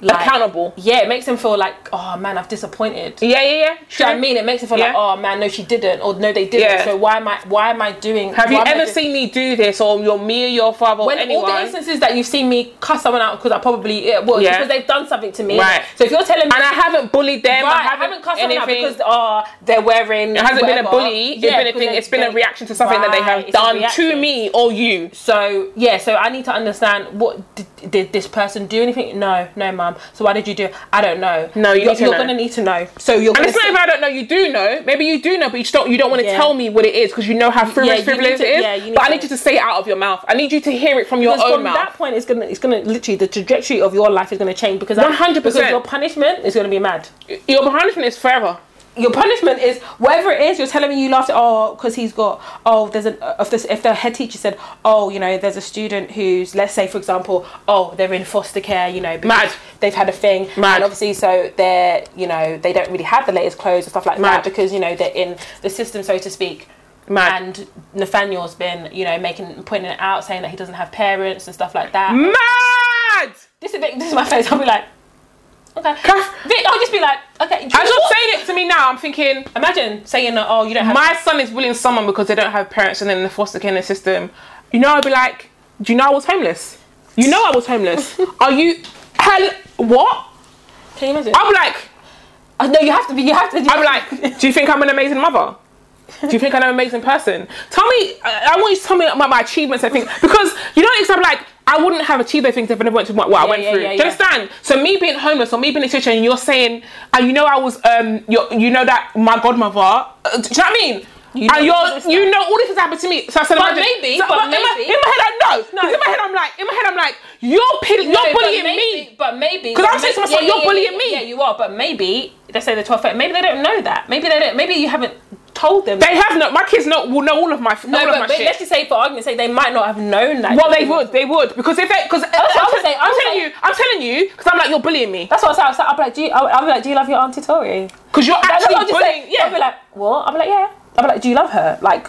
Speaker 1: like,
Speaker 2: accountable.
Speaker 1: Yeah, it makes them feel like, oh man, I've disappointed.
Speaker 2: Yeah, yeah, yeah.
Speaker 1: Do
Speaker 2: Sure.
Speaker 1: you know what I mean? It makes them feel like,
Speaker 2: Yeah.
Speaker 1: oh man, no, she didn't, or no, they didn't.
Speaker 2: Yeah.
Speaker 1: So why am I? Why am I doing?
Speaker 2: Have
Speaker 1: why
Speaker 2: you
Speaker 1: am I
Speaker 2: ever
Speaker 1: doing-
Speaker 2: seen me do this, or your me, or your father, or
Speaker 1: when
Speaker 2: anyone?
Speaker 1: all the instances that you've seen me cuss someone out because I probably yeah, well, it's
Speaker 2: Yeah.
Speaker 1: because they've done something to me.
Speaker 2: Right.
Speaker 1: So if you're telling me
Speaker 2: and I haven't bullied them.
Speaker 1: Right,
Speaker 2: I haven't,
Speaker 1: cussed
Speaker 2: anything.
Speaker 1: someone out because oh, they're wearing.
Speaker 2: it hasn't been a
Speaker 1: whatever. Yeah,
Speaker 2: bully. it's been a
Speaker 1: because
Speaker 2: thing.
Speaker 1: they-
Speaker 2: It's been a
Speaker 1: they-
Speaker 2: reaction to something that they
Speaker 1: Right,
Speaker 2: have
Speaker 1: it's a
Speaker 2: done to
Speaker 1: reaction.
Speaker 2: me or you.
Speaker 1: So yeah, so I need to understand what did, did this person do anything? No, no, mum. So why did you do? it? I don't know.
Speaker 2: No, you need to
Speaker 1: are
Speaker 2: know.
Speaker 1: gonna need to know. So you're
Speaker 2: And
Speaker 1: gonna
Speaker 2: it's not
Speaker 1: sit-
Speaker 2: if I don't know. You do know. Maybe you do know, but you just don't. You don't want to
Speaker 1: Yeah.
Speaker 2: tell me what it is because you know how frivolous,
Speaker 1: you need
Speaker 2: frivolous
Speaker 1: to-
Speaker 2: it is.
Speaker 1: yeah, you need
Speaker 2: but I
Speaker 1: to-
Speaker 2: need you to say it out of your mouth. I need you to hear it from your
Speaker 1: because
Speaker 2: own
Speaker 1: from
Speaker 2: mouth.
Speaker 1: that point, it's gonna, it's gonna literally the trajectory of your life is gonna change because I-
Speaker 2: 100%.
Speaker 1: because your punishment is gonna be mad.
Speaker 2: your punishment is forever.
Speaker 1: your punishment is whatever it is you're telling me you laughed at oh because he's got oh there's an if this if the head teacher said oh you know there's a student who's let's say for example oh they're in foster care you know because
Speaker 2: Mad.
Speaker 1: they've had a thing
Speaker 2: Mad.
Speaker 1: and obviously so they're you know they don't really have the latest clothes and stuff like
Speaker 2: Mad.
Speaker 1: that because you know they're in the system so to speak
Speaker 2: Mad.
Speaker 1: and Nathaniel's been you know making pointing it out saying that he doesn't have parents and stuff like that
Speaker 2: Mad.
Speaker 1: this is this is my face I'll be like okay
Speaker 2: Cass-
Speaker 1: Vic, I'll just be like okay
Speaker 2: As you're saying it to me now, I'm thinking
Speaker 1: imagine saying that oh you don't have
Speaker 2: my son is bullying someone because they don't have parents and then the foster care system. You know, I'd be like, do you know I was homeless? You know I
Speaker 1: [LAUGHS]
Speaker 2: was homeless. Are you hell? What?
Speaker 1: Can you imagine?
Speaker 2: I'm like,
Speaker 1: Uh, no, you have to be. You have to. You
Speaker 2: I'm like, do you think I'm an amazing mother? Do you think I'm an amazing person? Tell me, I, I want you to tell me about my achievements. I think because you know, it's I'm like, I wouldn't have achieved those things if I never went through what, what I
Speaker 1: Yeah,
Speaker 2: went
Speaker 1: yeah,
Speaker 2: through.
Speaker 1: yeah,
Speaker 2: Do you
Speaker 1: yeah.
Speaker 2: understand? So me being homeless or me being a teacher, and you're saying, and you know, I was, um, you're, you know that my godmother. uh, do you know what I mean?
Speaker 1: You know
Speaker 2: and
Speaker 1: all this
Speaker 2: you're,
Speaker 1: stuff.
Speaker 2: you know, all this has happened to me. So I said,
Speaker 1: But
Speaker 2: imagine-
Speaker 1: maybe-
Speaker 2: so-
Speaker 1: but
Speaker 2: in my-
Speaker 1: maybe-
Speaker 2: in my head, I know.
Speaker 1: No.
Speaker 2: in my head, I'm like, in my head, I'm like, you're, pil- you're bullying me.
Speaker 1: But maybe.
Speaker 2: 'Cause
Speaker 1: but
Speaker 2: I'm saying to
Speaker 1: may-
Speaker 2: myself, you're bullying
Speaker 1: yeah,
Speaker 2: me.
Speaker 1: Yeah, you are. But maybe they say the 12th. grade, Maybe they don't know that. Maybe they don't. Maybe you haven't told them.
Speaker 2: They have no. My kids know will know all of my
Speaker 1: no,
Speaker 2: all of
Speaker 1: but,
Speaker 2: my
Speaker 1: but
Speaker 2: shit.
Speaker 1: let's just say for argument's sake, they might not have known that.
Speaker 2: Well, they would, they would, because if they, because I'm,
Speaker 1: what I would
Speaker 2: telling-
Speaker 1: say, I
Speaker 2: I'm
Speaker 1: would
Speaker 2: telling
Speaker 1: say-
Speaker 2: you, I'm telling you, because I'm like you're bullying me,
Speaker 1: That's what I was like. I was like, I'll be like, do you? I'll, I'll be like, do you love your auntie Tori?
Speaker 2: because you're
Speaker 1: That's
Speaker 2: actually
Speaker 1: what I'll just
Speaker 2: bullying.
Speaker 1: say.
Speaker 2: Yeah,
Speaker 1: I'll be like, what? I'll be like, yeah. I'll be like, do you love her? Like,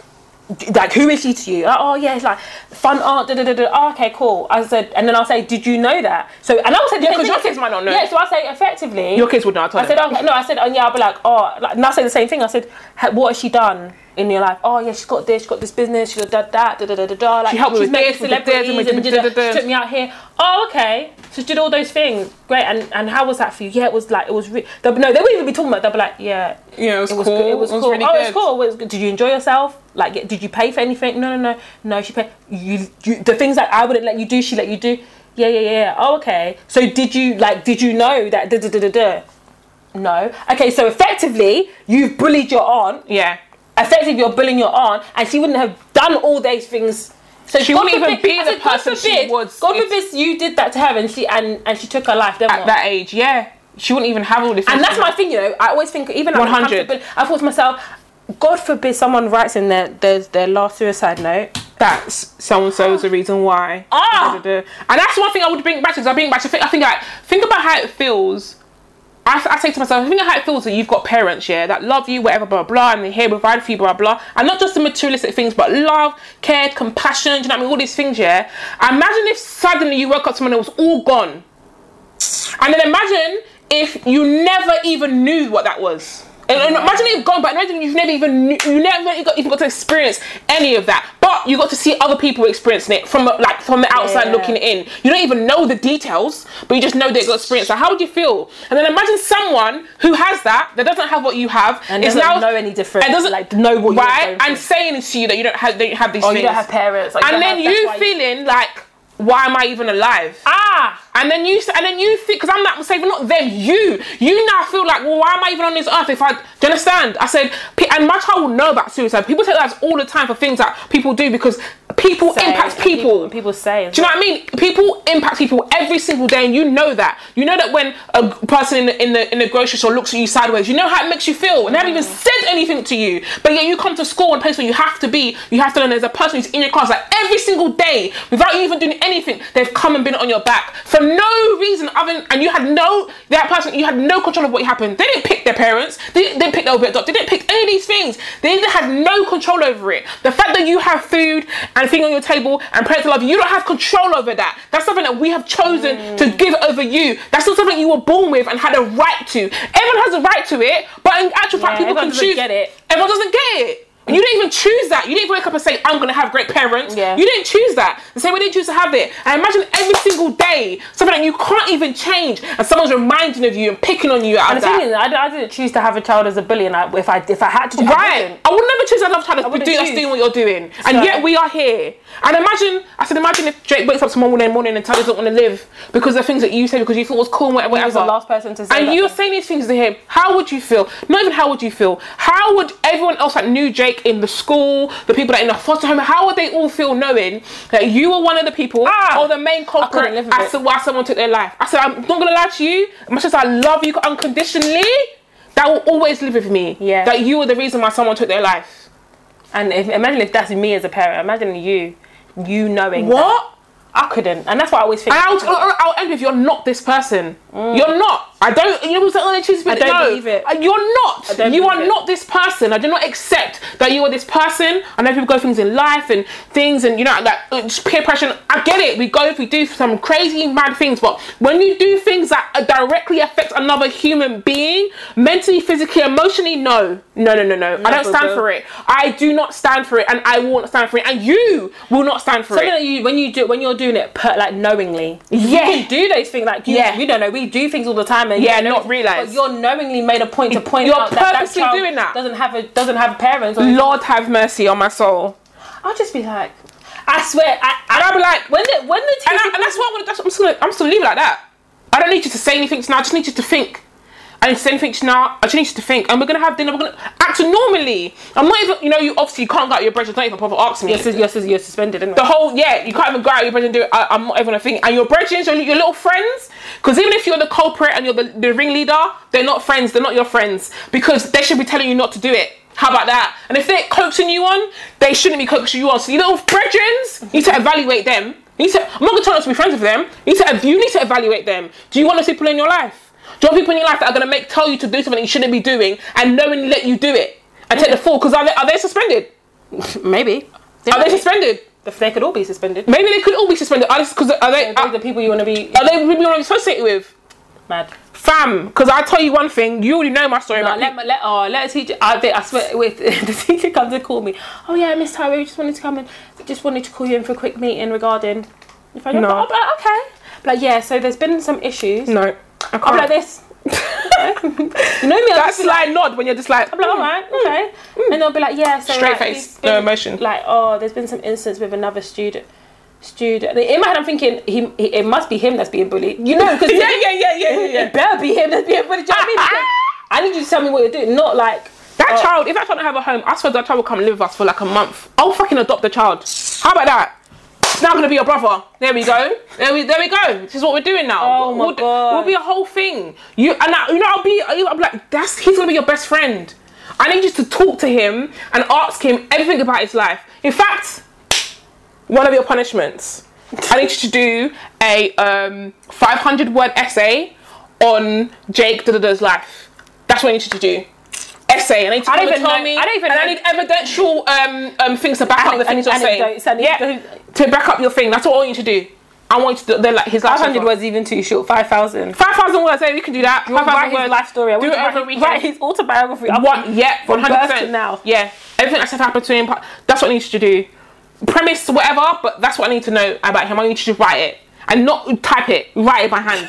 Speaker 1: d- like who is she to you? Like, oh yeah, it's like fun aunt. Da, da, da, da. Oh, okay, cool. I said, and then I'll say, did you know that? So, and I'll say,
Speaker 2: Yeah, 'cause your kids might not know.
Speaker 1: Yeah, so I say, effectively,
Speaker 2: your kids would not. I,
Speaker 1: I
Speaker 2: told them.
Speaker 1: said, oh, okay, no, I said, and yeah, I'll be like, oh, like, and I say the same thing. I said, "Ha- what has she done in your life? Oh, yeah, she's got this, she's got this business, she's got that, that, da, da, da, da, da. Like,
Speaker 2: She helped me
Speaker 1: she's
Speaker 2: with
Speaker 1: met
Speaker 2: this, with that, and with
Speaker 1: and
Speaker 2: da,
Speaker 1: did
Speaker 2: da,
Speaker 1: a-
Speaker 2: da, da."
Speaker 1: she took me out here. Oh, okay. So she did all those things. Great. And and how was that for you? Yeah, it was like, it was, re- they'll be- no, they wouldn't even be talking about it. They'll be like, yeah,
Speaker 2: yeah, it was,
Speaker 1: it was
Speaker 2: cool.
Speaker 1: good. It was, cool.
Speaker 2: really
Speaker 1: oh, it
Speaker 2: good.
Speaker 1: was cool. It was good. Did you enjoy yourself? Like, yeah, did you pay for anything? No, no, no, no. She paid. You, you, the things that I wouldn't let you do, she let you do. Yeah, yeah, yeah, yeah. Oh, okay. So did you like? Did you know that? Da, da, da, da, da? No. Okay. So effectively, you've bullied your aunt.
Speaker 2: Yeah,
Speaker 1: Effectively, you're bullying your aunt, and she wouldn't have done all those things. So
Speaker 2: She
Speaker 1: God
Speaker 2: wouldn't even
Speaker 1: forbid-
Speaker 2: be
Speaker 1: I
Speaker 2: the
Speaker 1: said, God
Speaker 2: person she
Speaker 1: forbid-
Speaker 2: was.
Speaker 1: God
Speaker 2: It's-
Speaker 1: forbid you did that to her, and she and and she took her life. Then
Speaker 2: at
Speaker 1: what?
Speaker 2: that age, yeah, she wouldn't even have all this.
Speaker 1: And that's my thing, you know. I always think, even like,
Speaker 2: 100.
Speaker 1: 100. I thought to myself, God forbid someone writes in their their, their last suicide note.
Speaker 2: that's so and so is the reason why.
Speaker 1: Ah!
Speaker 2: Da, da, da. And that's one thing I would bring back to. 'cause I bring back to think. I think like think about how it feels. I, I say to myself, I think about how it feels that you've got parents, yeah, that love you, whatever, blah blah, and they're here provide for you, blah blah, and not just the materialistic things, but love, care, compassion. Do you know what I mean? All these things, yeah. Imagine if suddenly you woke up to someone that was all gone, and then imagine if you never even knew what that was. And, and imagine it gone, but imagine you've never even knew, you never even got, even got to experience any of that. But you got to see other people experiencing it from like from the outside
Speaker 1: Yeah.
Speaker 2: looking in. You don't even know the details, but you just know they got experience. So how would you feel? And then imagine someone who has that that doesn't have what you have
Speaker 1: And doesn't know any different, like, know what you're
Speaker 2: right
Speaker 1: going through.
Speaker 2: and saying to you that you don't have that you have these
Speaker 1: Or
Speaker 2: things.
Speaker 1: you don't have parents. Like,
Speaker 2: Oh,
Speaker 1: don't
Speaker 2: and then
Speaker 1: have- that's
Speaker 2: you
Speaker 1: why
Speaker 2: feeling like why am I even alive?
Speaker 1: ah,
Speaker 2: And then you, and then you think, because I'm not saying not them, you, you now feel like, well, why am I even on this earth if I, do you understand? I said, pe- and my child will know about suicide. People take lives all the time for things that people do because people
Speaker 1: say,
Speaker 2: impact
Speaker 1: and
Speaker 2: people.
Speaker 1: and People say.
Speaker 2: Do you know what I mean? People impact people every single day, and you know that. You know that when a g- person in the in the, in the grocery store looks at you sideways, you know how it makes you feel, and they haven't even said anything to you. But yet you come to school and place where you have to be. You have to learn there's a person who's in your class like every single day without you even doing anything. They've come and been on your back for no reason other, than, and you had no that person. You had no control of what happened. They didn't pick their parents. They didn't, they didn't pick their adopted. They didn't pick any of these things. They had no control over it. The fact that you have food and and thing on your table and parents love you. You don't have control over that. That's something that we have chosen to
Speaker 3: Mm.
Speaker 2: give over you. That's not something you were born with and had a right to. Everyone has a right to it, but in actual fact,
Speaker 3: Yeah,
Speaker 2: people
Speaker 3: everyone
Speaker 2: can
Speaker 3: doesn't
Speaker 2: choose.
Speaker 3: get it.
Speaker 2: Everyone doesn't get it. You didn't even choose that. You didn't wake up and say, I'm going to have great parents.
Speaker 3: Yeah.
Speaker 2: You didn't choose that. The same way they choose to have it. And imagine every single day, something that you can't even change, and someone's reminding of you and picking on you out
Speaker 1: And
Speaker 2: of
Speaker 1: the
Speaker 2: that.
Speaker 1: thing is, I, d- I didn't choose to have a child as a bully, and I, if I if I had to, do- I
Speaker 2: Right.
Speaker 1: wouldn't.
Speaker 2: I would never choose another child that's
Speaker 1: wouldn't
Speaker 2: doing, that's
Speaker 1: choose.
Speaker 2: doing what you're doing. And
Speaker 1: So-
Speaker 2: yet we are here. And imagine, I said, imagine if Drake wakes up tomorrow morning and tells us doesn't want to live because of the things that you said because you thought was cool and whatever.
Speaker 1: I was
Speaker 2: whatever.
Speaker 1: the last person to say.
Speaker 2: and
Speaker 1: that.
Speaker 2: you're saying these things to him. How would you feel? Not even how would you feel. How would everyone else that knew Jake in the school, the people that in the foster home, how would they all feel knowing that you were one of the people
Speaker 1: Ah!
Speaker 2: or the main culprit
Speaker 1: couldn't live with
Speaker 2: as
Speaker 1: it.
Speaker 2: to why someone took their life? I said, I'm not gonna lie to you. As much as I love you unconditionally, that will always live with me.
Speaker 1: Yeah.
Speaker 2: That you were the reason why someone took their life.
Speaker 1: and if, imagine if that's me as a parent. Imagine you, you knowing that.
Speaker 2: What?
Speaker 1: I couldn't, and that's what I always think.
Speaker 2: And I'll, I'll, I'll end with you're not this person. You're not. I don't. You know what's the only choose people?
Speaker 1: Mm. don't
Speaker 2: no.
Speaker 1: believe it.
Speaker 2: Uh, You're not.
Speaker 1: don't
Speaker 2: you
Speaker 1: believe
Speaker 2: are
Speaker 1: it.
Speaker 2: not this person. I do not accept that you are this person. I know people go through things in life and things and you know like uh, just peer pressure. I get it. We go we do some crazy mad things, but when you do things that uh, directly affect another human being, mentally, physically, emotionally, no, no, no, no, no. I don't stand
Speaker 1: boo-boo.
Speaker 2: for it. I do not stand for it, and I will not stand for it, and you will not stand for
Speaker 1: Something
Speaker 2: it.
Speaker 1: that you when you do when you're doing it per, like knowingly.
Speaker 2: Yeah.
Speaker 1: You can do those things like you,
Speaker 2: Yeah.
Speaker 1: you don't know. We do things all the time and
Speaker 2: Yeah,
Speaker 1: you don't
Speaker 2: not realise.
Speaker 1: But you're knowingly made a point to point
Speaker 2: You're
Speaker 1: out that that
Speaker 2: purposely
Speaker 1: child
Speaker 2: doing that.
Speaker 1: doesn't have a doesn't have parents. Or,
Speaker 2: Lord have mercy on my soul.
Speaker 1: I'll just be like, I swear. I, I,
Speaker 2: And I'll be like,
Speaker 1: when the when the
Speaker 2: and, I, and that's what I'm gonna, that's what I'm just gonna, I'm just gonna leave it like that. I don't need you to say anything to now. I just need you to think. I need to say anything to now. I just need you to think. And we're gonna have dinner. We're gonna act normally. I'm not even, you know, you obviously you can't go out your bread. You don't even proper ask me.
Speaker 1: you're, sus- you're, sus- you're suspended, isn't it?
Speaker 2: the whole yeah, you can't even go out your bridge and do it. I, I'm not even a thing. And your bridges, your, your little friends, because even if you're the culprit and you're the, the ringleader, they're not friends. They're not your friends because they should be telling you not to do it. How about that? And if they're coaxing you on, they shouldn't be coaxing you on. So your little bridges, you need to evaluate them. You need to. I'm not gonna tell you not to be friends with them. You need to. You need to evaluate them. Do you want those people in your life? Do you want people in your life that are gonna make tell you to do something you shouldn't be doing and knowingly let you do it and take the fall? Because are they, are they suspended?
Speaker 1: Maybe.
Speaker 2: Are they suspended?
Speaker 1: If they could all be suspended.
Speaker 2: Maybe they could all be suspended. Are they, cause are they,
Speaker 1: Those are
Speaker 2: are,
Speaker 1: the people you want to be
Speaker 2: are they people I'm associated with?
Speaker 1: mad.
Speaker 2: Fam, because I tell you one thing, you already know my story
Speaker 1: But
Speaker 2: about
Speaker 1: let my let oh let a teacher. I think I swear with [LAUGHS] the teacher comes and call me. Oh yeah, Miss Tyra, we just wanted to come and just wanted to call you in for a quick meeting regarding. If I
Speaker 2: No.
Speaker 1: I'll be like, okay. But like, yeah, so there's been some issues.
Speaker 2: people. No, I
Speaker 1: I'll be like
Speaker 2: [LAUGHS] can't.
Speaker 1: this. you know me. I'll
Speaker 2: that
Speaker 1: just be like,
Speaker 2: sly nod when you're just like, "Hmm."
Speaker 1: I'm like, all right, okay. And they'll be like, yeah, so
Speaker 2: Straight
Speaker 1: like,
Speaker 2: face,
Speaker 1: we've been-
Speaker 2: no emotion.
Speaker 1: Like, oh, there's been some instance with another student. Student. In my head, I'm thinking he, he it must be him that's being bullied. You know, [LAUGHS] because
Speaker 2: yeah, yeah, yeah, yeah, yeah, yeah.
Speaker 1: it better be him that's being bullied. Do you know what I mean? Because I need you to tell me what you're doing, not like
Speaker 2: That
Speaker 1: Oh.
Speaker 2: child, if that child don't have a home, I swear that child will come and live with us for like a month. I'll fucking adopt the child. How about that? It's now gonna be your brother. There we go. There we there we go. This is what we're doing now.
Speaker 1: Oh my
Speaker 2: we'll, do-
Speaker 1: God.
Speaker 2: We'll be a whole thing. You and I, you know I'll be I'll be like that's he's gonna be your best friend. I need you to talk to him and ask him everything about his life. In fact, one of your punishments. I need you to do a um, 500 word essay on Jake Dada's life. That's what I need you to do. Essay. I need you to
Speaker 1: I don't
Speaker 2: come and
Speaker 1: even
Speaker 2: tell
Speaker 1: know-
Speaker 2: me.
Speaker 1: I don't even
Speaker 2: and I
Speaker 1: know-
Speaker 2: need evidential um, um, things to back up the
Speaker 1: Ane-
Speaker 2: things you're saying.
Speaker 1: anecdotes, anecdotes.
Speaker 2: Yeah. To back up your thing. That's all I want you to do. I want you to do. They're like his life.
Speaker 1: 500 words even too short. 5,000
Speaker 2: Five thousand words. Hey, we can do that. Five
Speaker 1: write
Speaker 2: thousand
Speaker 1: his
Speaker 2: words.
Speaker 1: life story. I
Speaker 2: Do
Speaker 1: want
Speaker 2: it
Speaker 1: you to
Speaker 2: over a
Speaker 1: write, his-
Speaker 2: weekend.
Speaker 1: write his autobiography. I
Speaker 2: What?
Speaker 1: want-
Speaker 2: Yeah,
Speaker 1: From
Speaker 2: one hundred
Speaker 1: birth to
Speaker 2: percent.
Speaker 1: now.
Speaker 2: yeah, everything that's happened to him. That's what I need you to do. Premise, whatever, but that's what I need to know about him. I need you to write it and not type it. Write it by hand.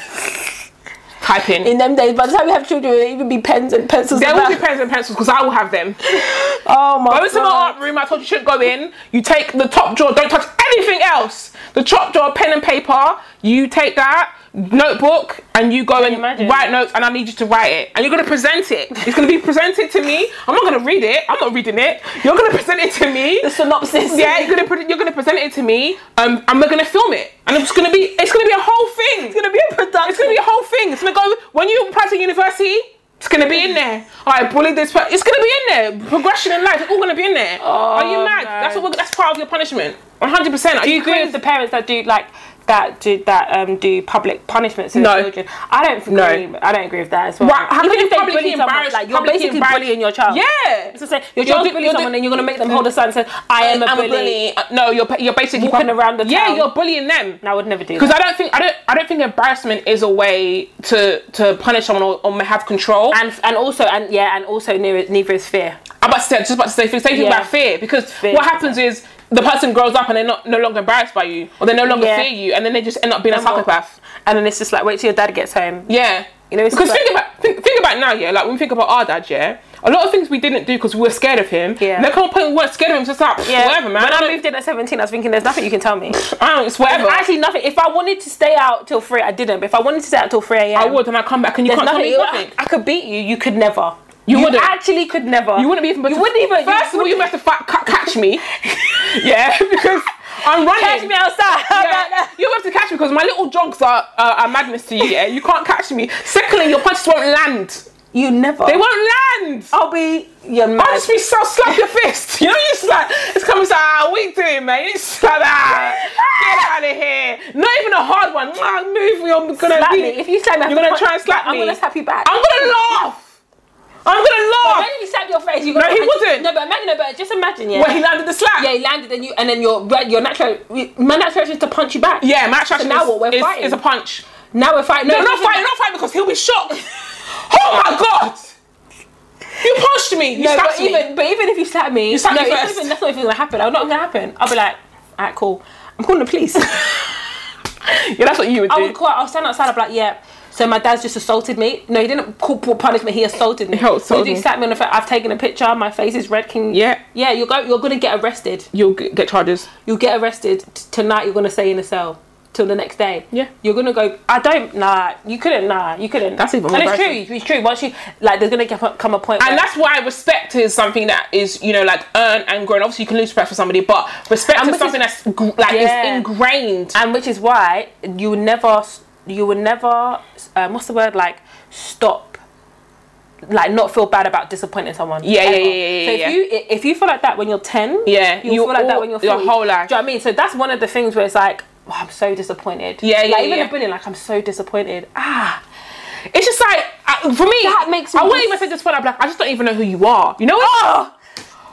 Speaker 2: type in.
Speaker 1: In them days, by the time we have children, it'll even be pens and pencils.
Speaker 2: there
Speaker 1: and
Speaker 2: will be
Speaker 1: that.
Speaker 2: pens and pencils because I will have them.
Speaker 1: [GASPS] Oh my
Speaker 2: I was in my art room. I told you you shouldn't go in. You take the top drawer. Don't touch anything else. The top drawer, pen and paper. You take that notebook and you go and
Speaker 1: you imagine?
Speaker 2: write notes. And I need you to write it. And you're gonna present it. It's gonna be presented to me. I'm not gonna read it. I'm not reading it. You're gonna present it
Speaker 1: [LAUGHS]
Speaker 2: to me.
Speaker 1: [LAUGHS] The synopsis.
Speaker 2: Yeah, you're gonna pre- you're gonna present it to me. Um, and we're gonna film it, and it's gonna be it's gonna be a whole thing. It's gonna be a production. It's gonna be a whole thing. It's gonna go when you apply to university. It's gonna be in there. I bullied this. Per- it's gonna be in there. Progression in life. It's all gonna be in there. Are you mad?
Speaker 1: Oh, man.
Speaker 2: That's what. We're, that's part of your punishment. One hundred percent. Are
Speaker 1: Do
Speaker 2: you
Speaker 1: you agree with the parents that do like that do that um, do public punishments to
Speaker 2: No.
Speaker 1: their children. I don't agree.
Speaker 2: No.
Speaker 1: I don't agree with that as well.
Speaker 2: Why- how
Speaker 1: Even
Speaker 2: can
Speaker 1: if
Speaker 2: you
Speaker 1: they
Speaker 2: publicly
Speaker 1: bully someone,
Speaker 2: embarrass-
Speaker 1: like you're
Speaker 2: publicly
Speaker 1: basically
Speaker 2: embarrass-
Speaker 1: bullying your child?
Speaker 2: Yeah.
Speaker 1: It's to say your
Speaker 2: You're
Speaker 1: child's
Speaker 2: do-
Speaker 1: bullying
Speaker 2: you're do-
Speaker 1: someone, and you're gonna make them hold a sign and say, "I am a
Speaker 2: I'm
Speaker 1: bully."
Speaker 2: Uh, No, you're pa- you're basically
Speaker 1: Walking
Speaker 2: pub-
Speaker 1: around the
Speaker 2: yeah,
Speaker 1: town.
Speaker 2: you're bullying them.
Speaker 1: And I would never do
Speaker 2: Because
Speaker 1: that.
Speaker 2: I don't think I don't I don't think embarrassment is a way to to punish someone or, or have control.
Speaker 1: and and also and yeah, and also neither, neither is fear.
Speaker 2: I'm about to say, just about to say, say something
Speaker 1: Yeah.
Speaker 2: about fear because
Speaker 1: Fear.
Speaker 2: what happens is the person grows up and they're not no longer embarrassed by you or they no longer
Speaker 1: Yeah.
Speaker 2: fear you and then they just end up being a
Speaker 1: And what-
Speaker 2: psychopath.
Speaker 1: And then it's just like, wait till your dad gets home.
Speaker 2: Yeah, you
Speaker 1: know, it's
Speaker 2: because
Speaker 1: like-
Speaker 2: think about think, think about now, yeah. Like when we think about our dad, yeah, a lot of things we didn't do because we were scared of him.
Speaker 1: Yeah.
Speaker 2: there come a point we weren't scared of him. So it's like pff, whatever, man.
Speaker 1: When
Speaker 2: I
Speaker 1: I
Speaker 2: don't-
Speaker 1: moved in at 17, I was thinking, there's nothing you can tell me.
Speaker 2: I don't, it's whatever.
Speaker 1: Actually, nothing. If I wanted to stay out till 3, I didn't. But if I wanted to stay out till 3 a.m.,
Speaker 2: I would, and I come back, and you
Speaker 1: There's
Speaker 2: can't tell me
Speaker 1: nothing,
Speaker 2: nothing.
Speaker 1: I could beat you. You could never.
Speaker 2: You wouldn't.
Speaker 1: actually could never.
Speaker 2: You wouldn't be even.
Speaker 1: You wouldn't even.
Speaker 2: First of all, you must have fa- ca-
Speaker 1: [LAUGHS]
Speaker 2: catch me. [LAUGHS] yeah,
Speaker 4: [LAUGHS]
Speaker 2: because I'm running.
Speaker 1: catch me outside.
Speaker 2: [LAUGHS] Yeah, you have to catch me because my little jogs are uh, are madness to you. Yeah, you can't catch me. Secondly, your punches won't land.
Speaker 1: You never.
Speaker 2: They won't land.
Speaker 1: I'll be your man.
Speaker 2: I'll just be so slap your fist. You know, you just like it's coming. It's like, ah, what you doing, man? You just like that. Get out of here. Not even a hard one. Mwah, Move me. I'm gonna
Speaker 1: slap
Speaker 2: be-
Speaker 1: me. If you slap me, I have
Speaker 2: You're gonna
Speaker 1: punch-
Speaker 2: try and slap
Speaker 1: I'm
Speaker 2: me.
Speaker 1: gonna slap you back.
Speaker 2: I'm gonna laugh. I'm gonna laugh.
Speaker 4: Imagine if he slapped your face. You
Speaker 2: No, he wouldn't.
Speaker 4: No, but imagine, no, but just imagine, yeah.
Speaker 2: Where he landed the slap.
Speaker 4: yeah, he landed and you, and then your your natural, my natural reaction is to punch you back.
Speaker 2: Yeah, match action
Speaker 4: now
Speaker 2: is,
Speaker 4: what, we're
Speaker 2: is,
Speaker 4: fighting?
Speaker 2: is a punch.
Speaker 4: Now we're fighting.
Speaker 2: No, not fighting, not fighting because he'll be shocked. oh my god! You punched me. You
Speaker 4: No,
Speaker 2: slapped
Speaker 4: but
Speaker 2: me.
Speaker 4: even, but even if you slap me,
Speaker 2: You slapped
Speaker 4: no,
Speaker 2: me
Speaker 4: it's not
Speaker 2: first.
Speaker 4: even- that's not even gonna happen. I'm not gonna happen. I'll be like, alright, cool.
Speaker 1: I'm calling the
Speaker 2: [LAUGHS]
Speaker 1: police.
Speaker 2: yeah, that's what you would do.
Speaker 4: I would call. I'll stand outside. I'll be like, yeah. So my dad's just assaulted me. No, he didn't call for punishment. He assaulted me.
Speaker 2: He assaulted
Speaker 4: He
Speaker 2: me.
Speaker 4: slapped me on the face. I've taken a picture. My face is red. Can
Speaker 2: yeah,
Speaker 4: yeah. You're go. You're gonna get arrested.
Speaker 2: you'll g- get charges.
Speaker 4: You'll get arrested T- tonight. You're gonna stay in a cell till the next day.
Speaker 2: Yeah.
Speaker 4: You're gonna go. I don't. Nah. You couldn't. Nah. You couldn't.
Speaker 2: That's even
Speaker 4: And it's
Speaker 2: embarrassing.
Speaker 4: true. It's true. Once you like, there's gonna get- come a point.
Speaker 2: And
Speaker 4: where-
Speaker 2: that's why respect is something that is, you know, like earned and grown. Obviously, you can lose respect for somebody, but respect is
Speaker 4: which
Speaker 2: something
Speaker 4: is-
Speaker 2: that's gr- like
Speaker 4: Yeah.
Speaker 2: is ingrained.
Speaker 4: and which is why you would never you would never um, what's the word like stop like not feel bad about disappointing someone
Speaker 2: Yeah, yeah,
Speaker 4: ever.
Speaker 2: yeah, yeah, yeah,
Speaker 4: so if
Speaker 2: yeah.
Speaker 4: you i- if you feel like that when you're 10
Speaker 2: Yeah,
Speaker 4: you
Speaker 2: you
Speaker 4: feel like that
Speaker 2: all-
Speaker 4: when you're 40
Speaker 2: your whole life.
Speaker 4: do you know what I mean so that's one of the things where it's like oh, I'm so disappointed
Speaker 2: Yeah, yeah,
Speaker 4: like even
Speaker 2: yeah.
Speaker 4: a bullying like I'm so disappointed ah,
Speaker 2: it's just like I, for me,
Speaker 4: That makes me
Speaker 2: I wouldn't
Speaker 4: just-
Speaker 2: even say this one. I'm like, I just don't even know who you are. You know what? Oh,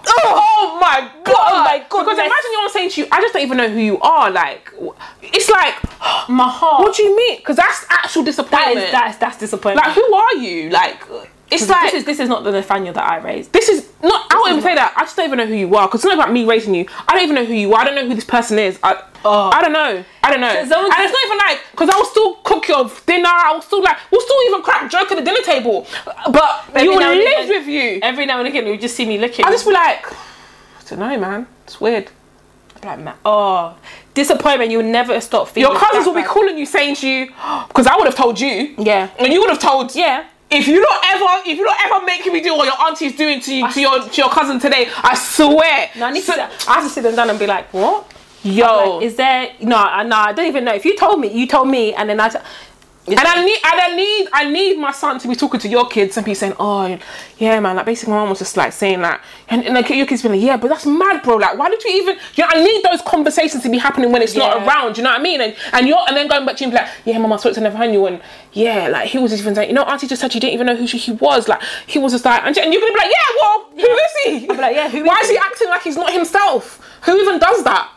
Speaker 2: my god!
Speaker 4: Oh my
Speaker 2: Because
Speaker 4: goodness.
Speaker 2: imagine you're saying to you, I just don't even know who you are. Like, w- it's like, [GASPS]
Speaker 4: my heart
Speaker 2: what do you mean? Because that's actual
Speaker 4: that
Speaker 2: disappointment.
Speaker 4: is that's that's disappointing
Speaker 2: like, who are you? Like, it's like
Speaker 4: this is this is not the Nathaniel that I raised
Speaker 2: this is not. I wouldn't even say that. I just don't even know who you are. Because it's not about me raising you. I don't even know who you are. I don't know who this person is. I,
Speaker 4: Oh.
Speaker 2: I don't know. I don't know. And
Speaker 4: There's
Speaker 2: it's
Speaker 4: no one-
Speaker 2: not even like because I will still cook your dinner. I will still like we'll still even crack joke at the dinner table. But you will
Speaker 4: now and
Speaker 2: live
Speaker 4: again-
Speaker 2: with you.
Speaker 4: every now and again you just see me looking
Speaker 2: I just be like, I don't know, man. It's weird.
Speaker 4: like man, oh disappointment you'll never stop feeling
Speaker 2: Your cousins
Speaker 4: that
Speaker 2: will be
Speaker 4: bad.
Speaker 2: calling you, saying to you, because I would have told you.
Speaker 4: yeah
Speaker 2: And you would have told
Speaker 4: yeah
Speaker 2: If you don't ever, if you don't ever make me do what your auntie's doing to you, to your to your cousin today, I swear.
Speaker 4: No, I need
Speaker 2: So-
Speaker 4: to. Sit, I have to sit them down and be like, what?
Speaker 2: yo.
Speaker 4: Like, is there? No, I- no, I don't even know. If you told me, you told me, and then I. T-
Speaker 2: and I need, and I need, I need my son to be talking to your kids and be saying, "Oh, yeah, man." Like basically, my mom was just like saying that, and, and like your kids being like, "Yeah, but that's mad, bro. Like, why did you even?" You know, I need those conversations to be happening when it's not
Speaker 4: Yeah.
Speaker 2: around. You know what I mean? And and you're, and then going back to him like, "Yeah, mom, I spoke to Nathaniel, and yeah, like he was even saying, you know, auntie just said you didn't even know who she, he was. Like he was just like, and, you- and you're gonna be like, "Yeah, well, who is he?
Speaker 4: be like, "Yeah, who
Speaker 2: Why
Speaker 4: is
Speaker 2: is he acting like he's not himself? Who even does that?"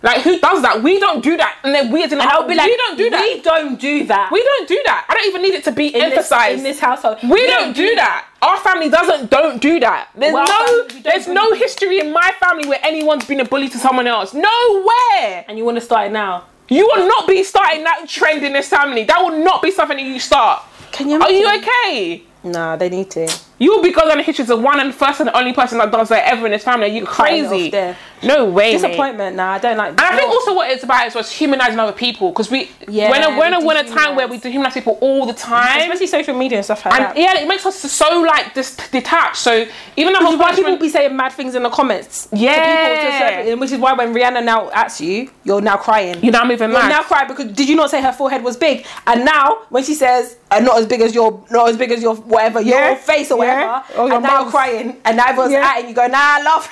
Speaker 2: Like who does that? We don't do that, and they're weird. And
Speaker 4: I'll be like,
Speaker 2: we don't do that.
Speaker 4: We don't do that.
Speaker 2: We don't do that. I don't even need it to be
Speaker 4: in this-
Speaker 2: emphasized.
Speaker 4: in this household.
Speaker 2: we don't do that. Our family doesn't don't do that. There's
Speaker 4: Well, our
Speaker 2: no
Speaker 4: family, we don't
Speaker 2: there's no
Speaker 4: bully.
Speaker 2: history in my family where anyone's been a bully to someone else. Nowhere.
Speaker 4: And you want to start it now?
Speaker 2: You will not be starting that trend in this family. That will not be something that you start.
Speaker 1: Can you?
Speaker 2: Are you
Speaker 1: imagine?
Speaker 2: okay?
Speaker 1: Nah, they need to.
Speaker 2: You will be going on the hitches of one and first and the only person that does that ever in this family. Are you
Speaker 1: Cutting it
Speaker 2: crazy?
Speaker 1: off there.
Speaker 2: No way. mate.
Speaker 1: Disappointment. Nah, I don't like.
Speaker 2: And I think also what it's about is what's humanizing other people because we
Speaker 1: Yeah,
Speaker 2: we're in a, we're in a,
Speaker 1: we
Speaker 2: we're in a time
Speaker 1: dehumanize.
Speaker 2: where we dehumanize people all the time.
Speaker 1: especially social media and stuff like
Speaker 2: And
Speaker 1: that.
Speaker 2: yeah, it makes us so like dis- detached. So even the
Speaker 1: Which
Speaker 2: whole
Speaker 1: is why people
Speaker 2: punishment,
Speaker 1: be saying mad things in the comments. to people, to
Speaker 2: Yeah.
Speaker 1: celebrities, which is why when Rihanna now acts you, you're now crying.
Speaker 2: you're now moving
Speaker 1: You're
Speaker 2: mad.
Speaker 1: now cry because did you not say her forehead was big? And now when she says uh, not as big as your not as big as your whatever your
Speaker 2: Yeah.
Speaker 1: face or
Speaker 2: Yeah.
Speaker 1: whatever,
Speaker 2: Or your
Speaker 1: and now
Speaker 2: mouth.
Speaker 1: you're crying, and now everyone's
Speaker 2: [LAUGHS] Yeah.
Speaker 1: at it, and you go nah, love.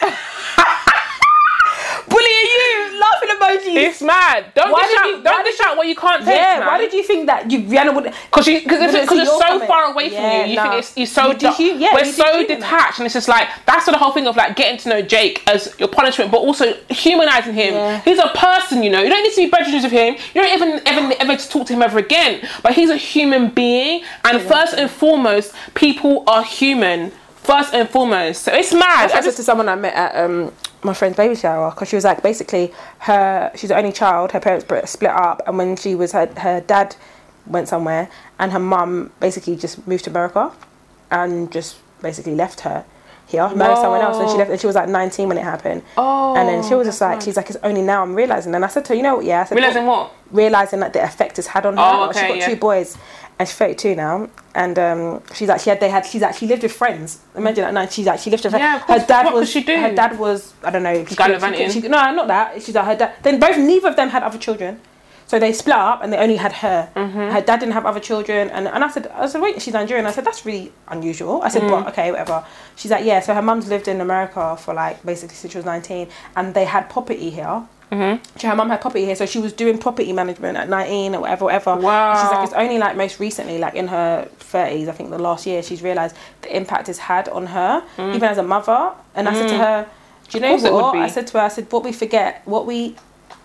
Speaker 1: Bullying you, laughing emojis.
Speaker 2: It's mad. Don't
Speaker 1: Why
Speaker 2: dish
Speaker 1: did
Speaker 2: out.
Speaker 1: you- why
Speaker 2: don't dish out what you can't take.
Speaker 1: yeah,
Speaker 2: man.
Speaker 1: why did you think that you Rihanna would?
Speaker 2: Because because
Speaker 1: But
Speaker 2: it's,
Speaker 1: it's
Speaker 2: cause it's
Speaker 1: your
Speaker 2: so
Speaker 1: comment.
Speaker 2: far away from
Speaker 1: Yeah,
Speaker 2: you, you
Speaker 1: nah.
Speaker 2: think it's, you're so
Speaker 1: You
Speaker 2: du-
Speaker 1: dehu- yeah,
Speaker 2: we're
Speaker 1: you
Speaker 2: so
Speaker 1: dehuman it.
Speaker 2: detached, and it's just like that's the whole thing of like getting to know Jake as your punishment, but also humanizing him.
Speaker 1: Yeah.
Speaker 2: He's a person, you know. You don't need to be best friends with him. You don't even ever ever to talk to him ever again. But he's a human being, and first and foremost, people are human. First and foremost, so it's
Speaker 1: [LAUGHS]
Speaker 2: mad.
Speaker 1: I
Speaker 2: I
Speaker 1: said
Speaker 2: just,
Speaker 1: to someone I met at um, my friend's baby shower because she was like, basically, her she's the only child. Her parents br- split up, and when she was her her dad went somewhere, and her mum basically just moved to America, and just basically left her here, married someone else, and she
Speaker 2: Whoa.
Speaker 1: left. And she was like 19 when it happened.
Speaker 2: Oh,
Speaker 1: and then she was just
Speaker 2: that's
Speaker 1: like,
Speaker 2: mad.
Speaker 1: she's like, it's only now I'm realizing. And I said to her, you know what? Yeah, I said,
Speaker 2: realizing what
Speaker 1: realizing like the effect it's had on her.
Speaker 2: Oh,
Speaker 1: Like,
Speaker 2: okay,
Speaker 1: she's got
Speaker 2: yeah.
Speaker 1: two boys, and she's 32 now. And um, she's actually had they had she's actually lived with friends. Imagine that night she's actually lived with
Speaker 2: Yeah, of
Speaker 1: her
Speaker 2: course.
Speaker 1: dad
Speaker 2: What
Speaker 1: was
Speaker 2: could she do?
Speaker 1: her dad was I don't know. She,
Speaker 2: Gallivanting.
Speaker 1: she- she- no, not that. She's like her dad. Then both neither of them had other children. So they split up and they only had her.
Speaker 2: Mm-hmm.
Speaker 1: Her dad didn't have other children. And, and I said, I said, wait, she's Nigerian. I said, that's really unusual. I said,
Speaker 2: Mm.
Speaker 1: but okay, whatever. She's like, yeah, so her mum's lived in America for like basically since she was 19 and they had property here. So her mum had property here, so she was doing property management at 19 or whatever, whatever.
Speaker 2: Wow.
Speaker 1: And she's like, it's only like most recently, like in her 30s, I think the last year, she's realised the impact it's had on her, even as a mother. And I said to her, do you know
Speaker 2: Mm. course it would
Speaker 1: what?
Speaker 2: be.
Speaker 1: I said to her, I said, what we forget, what we.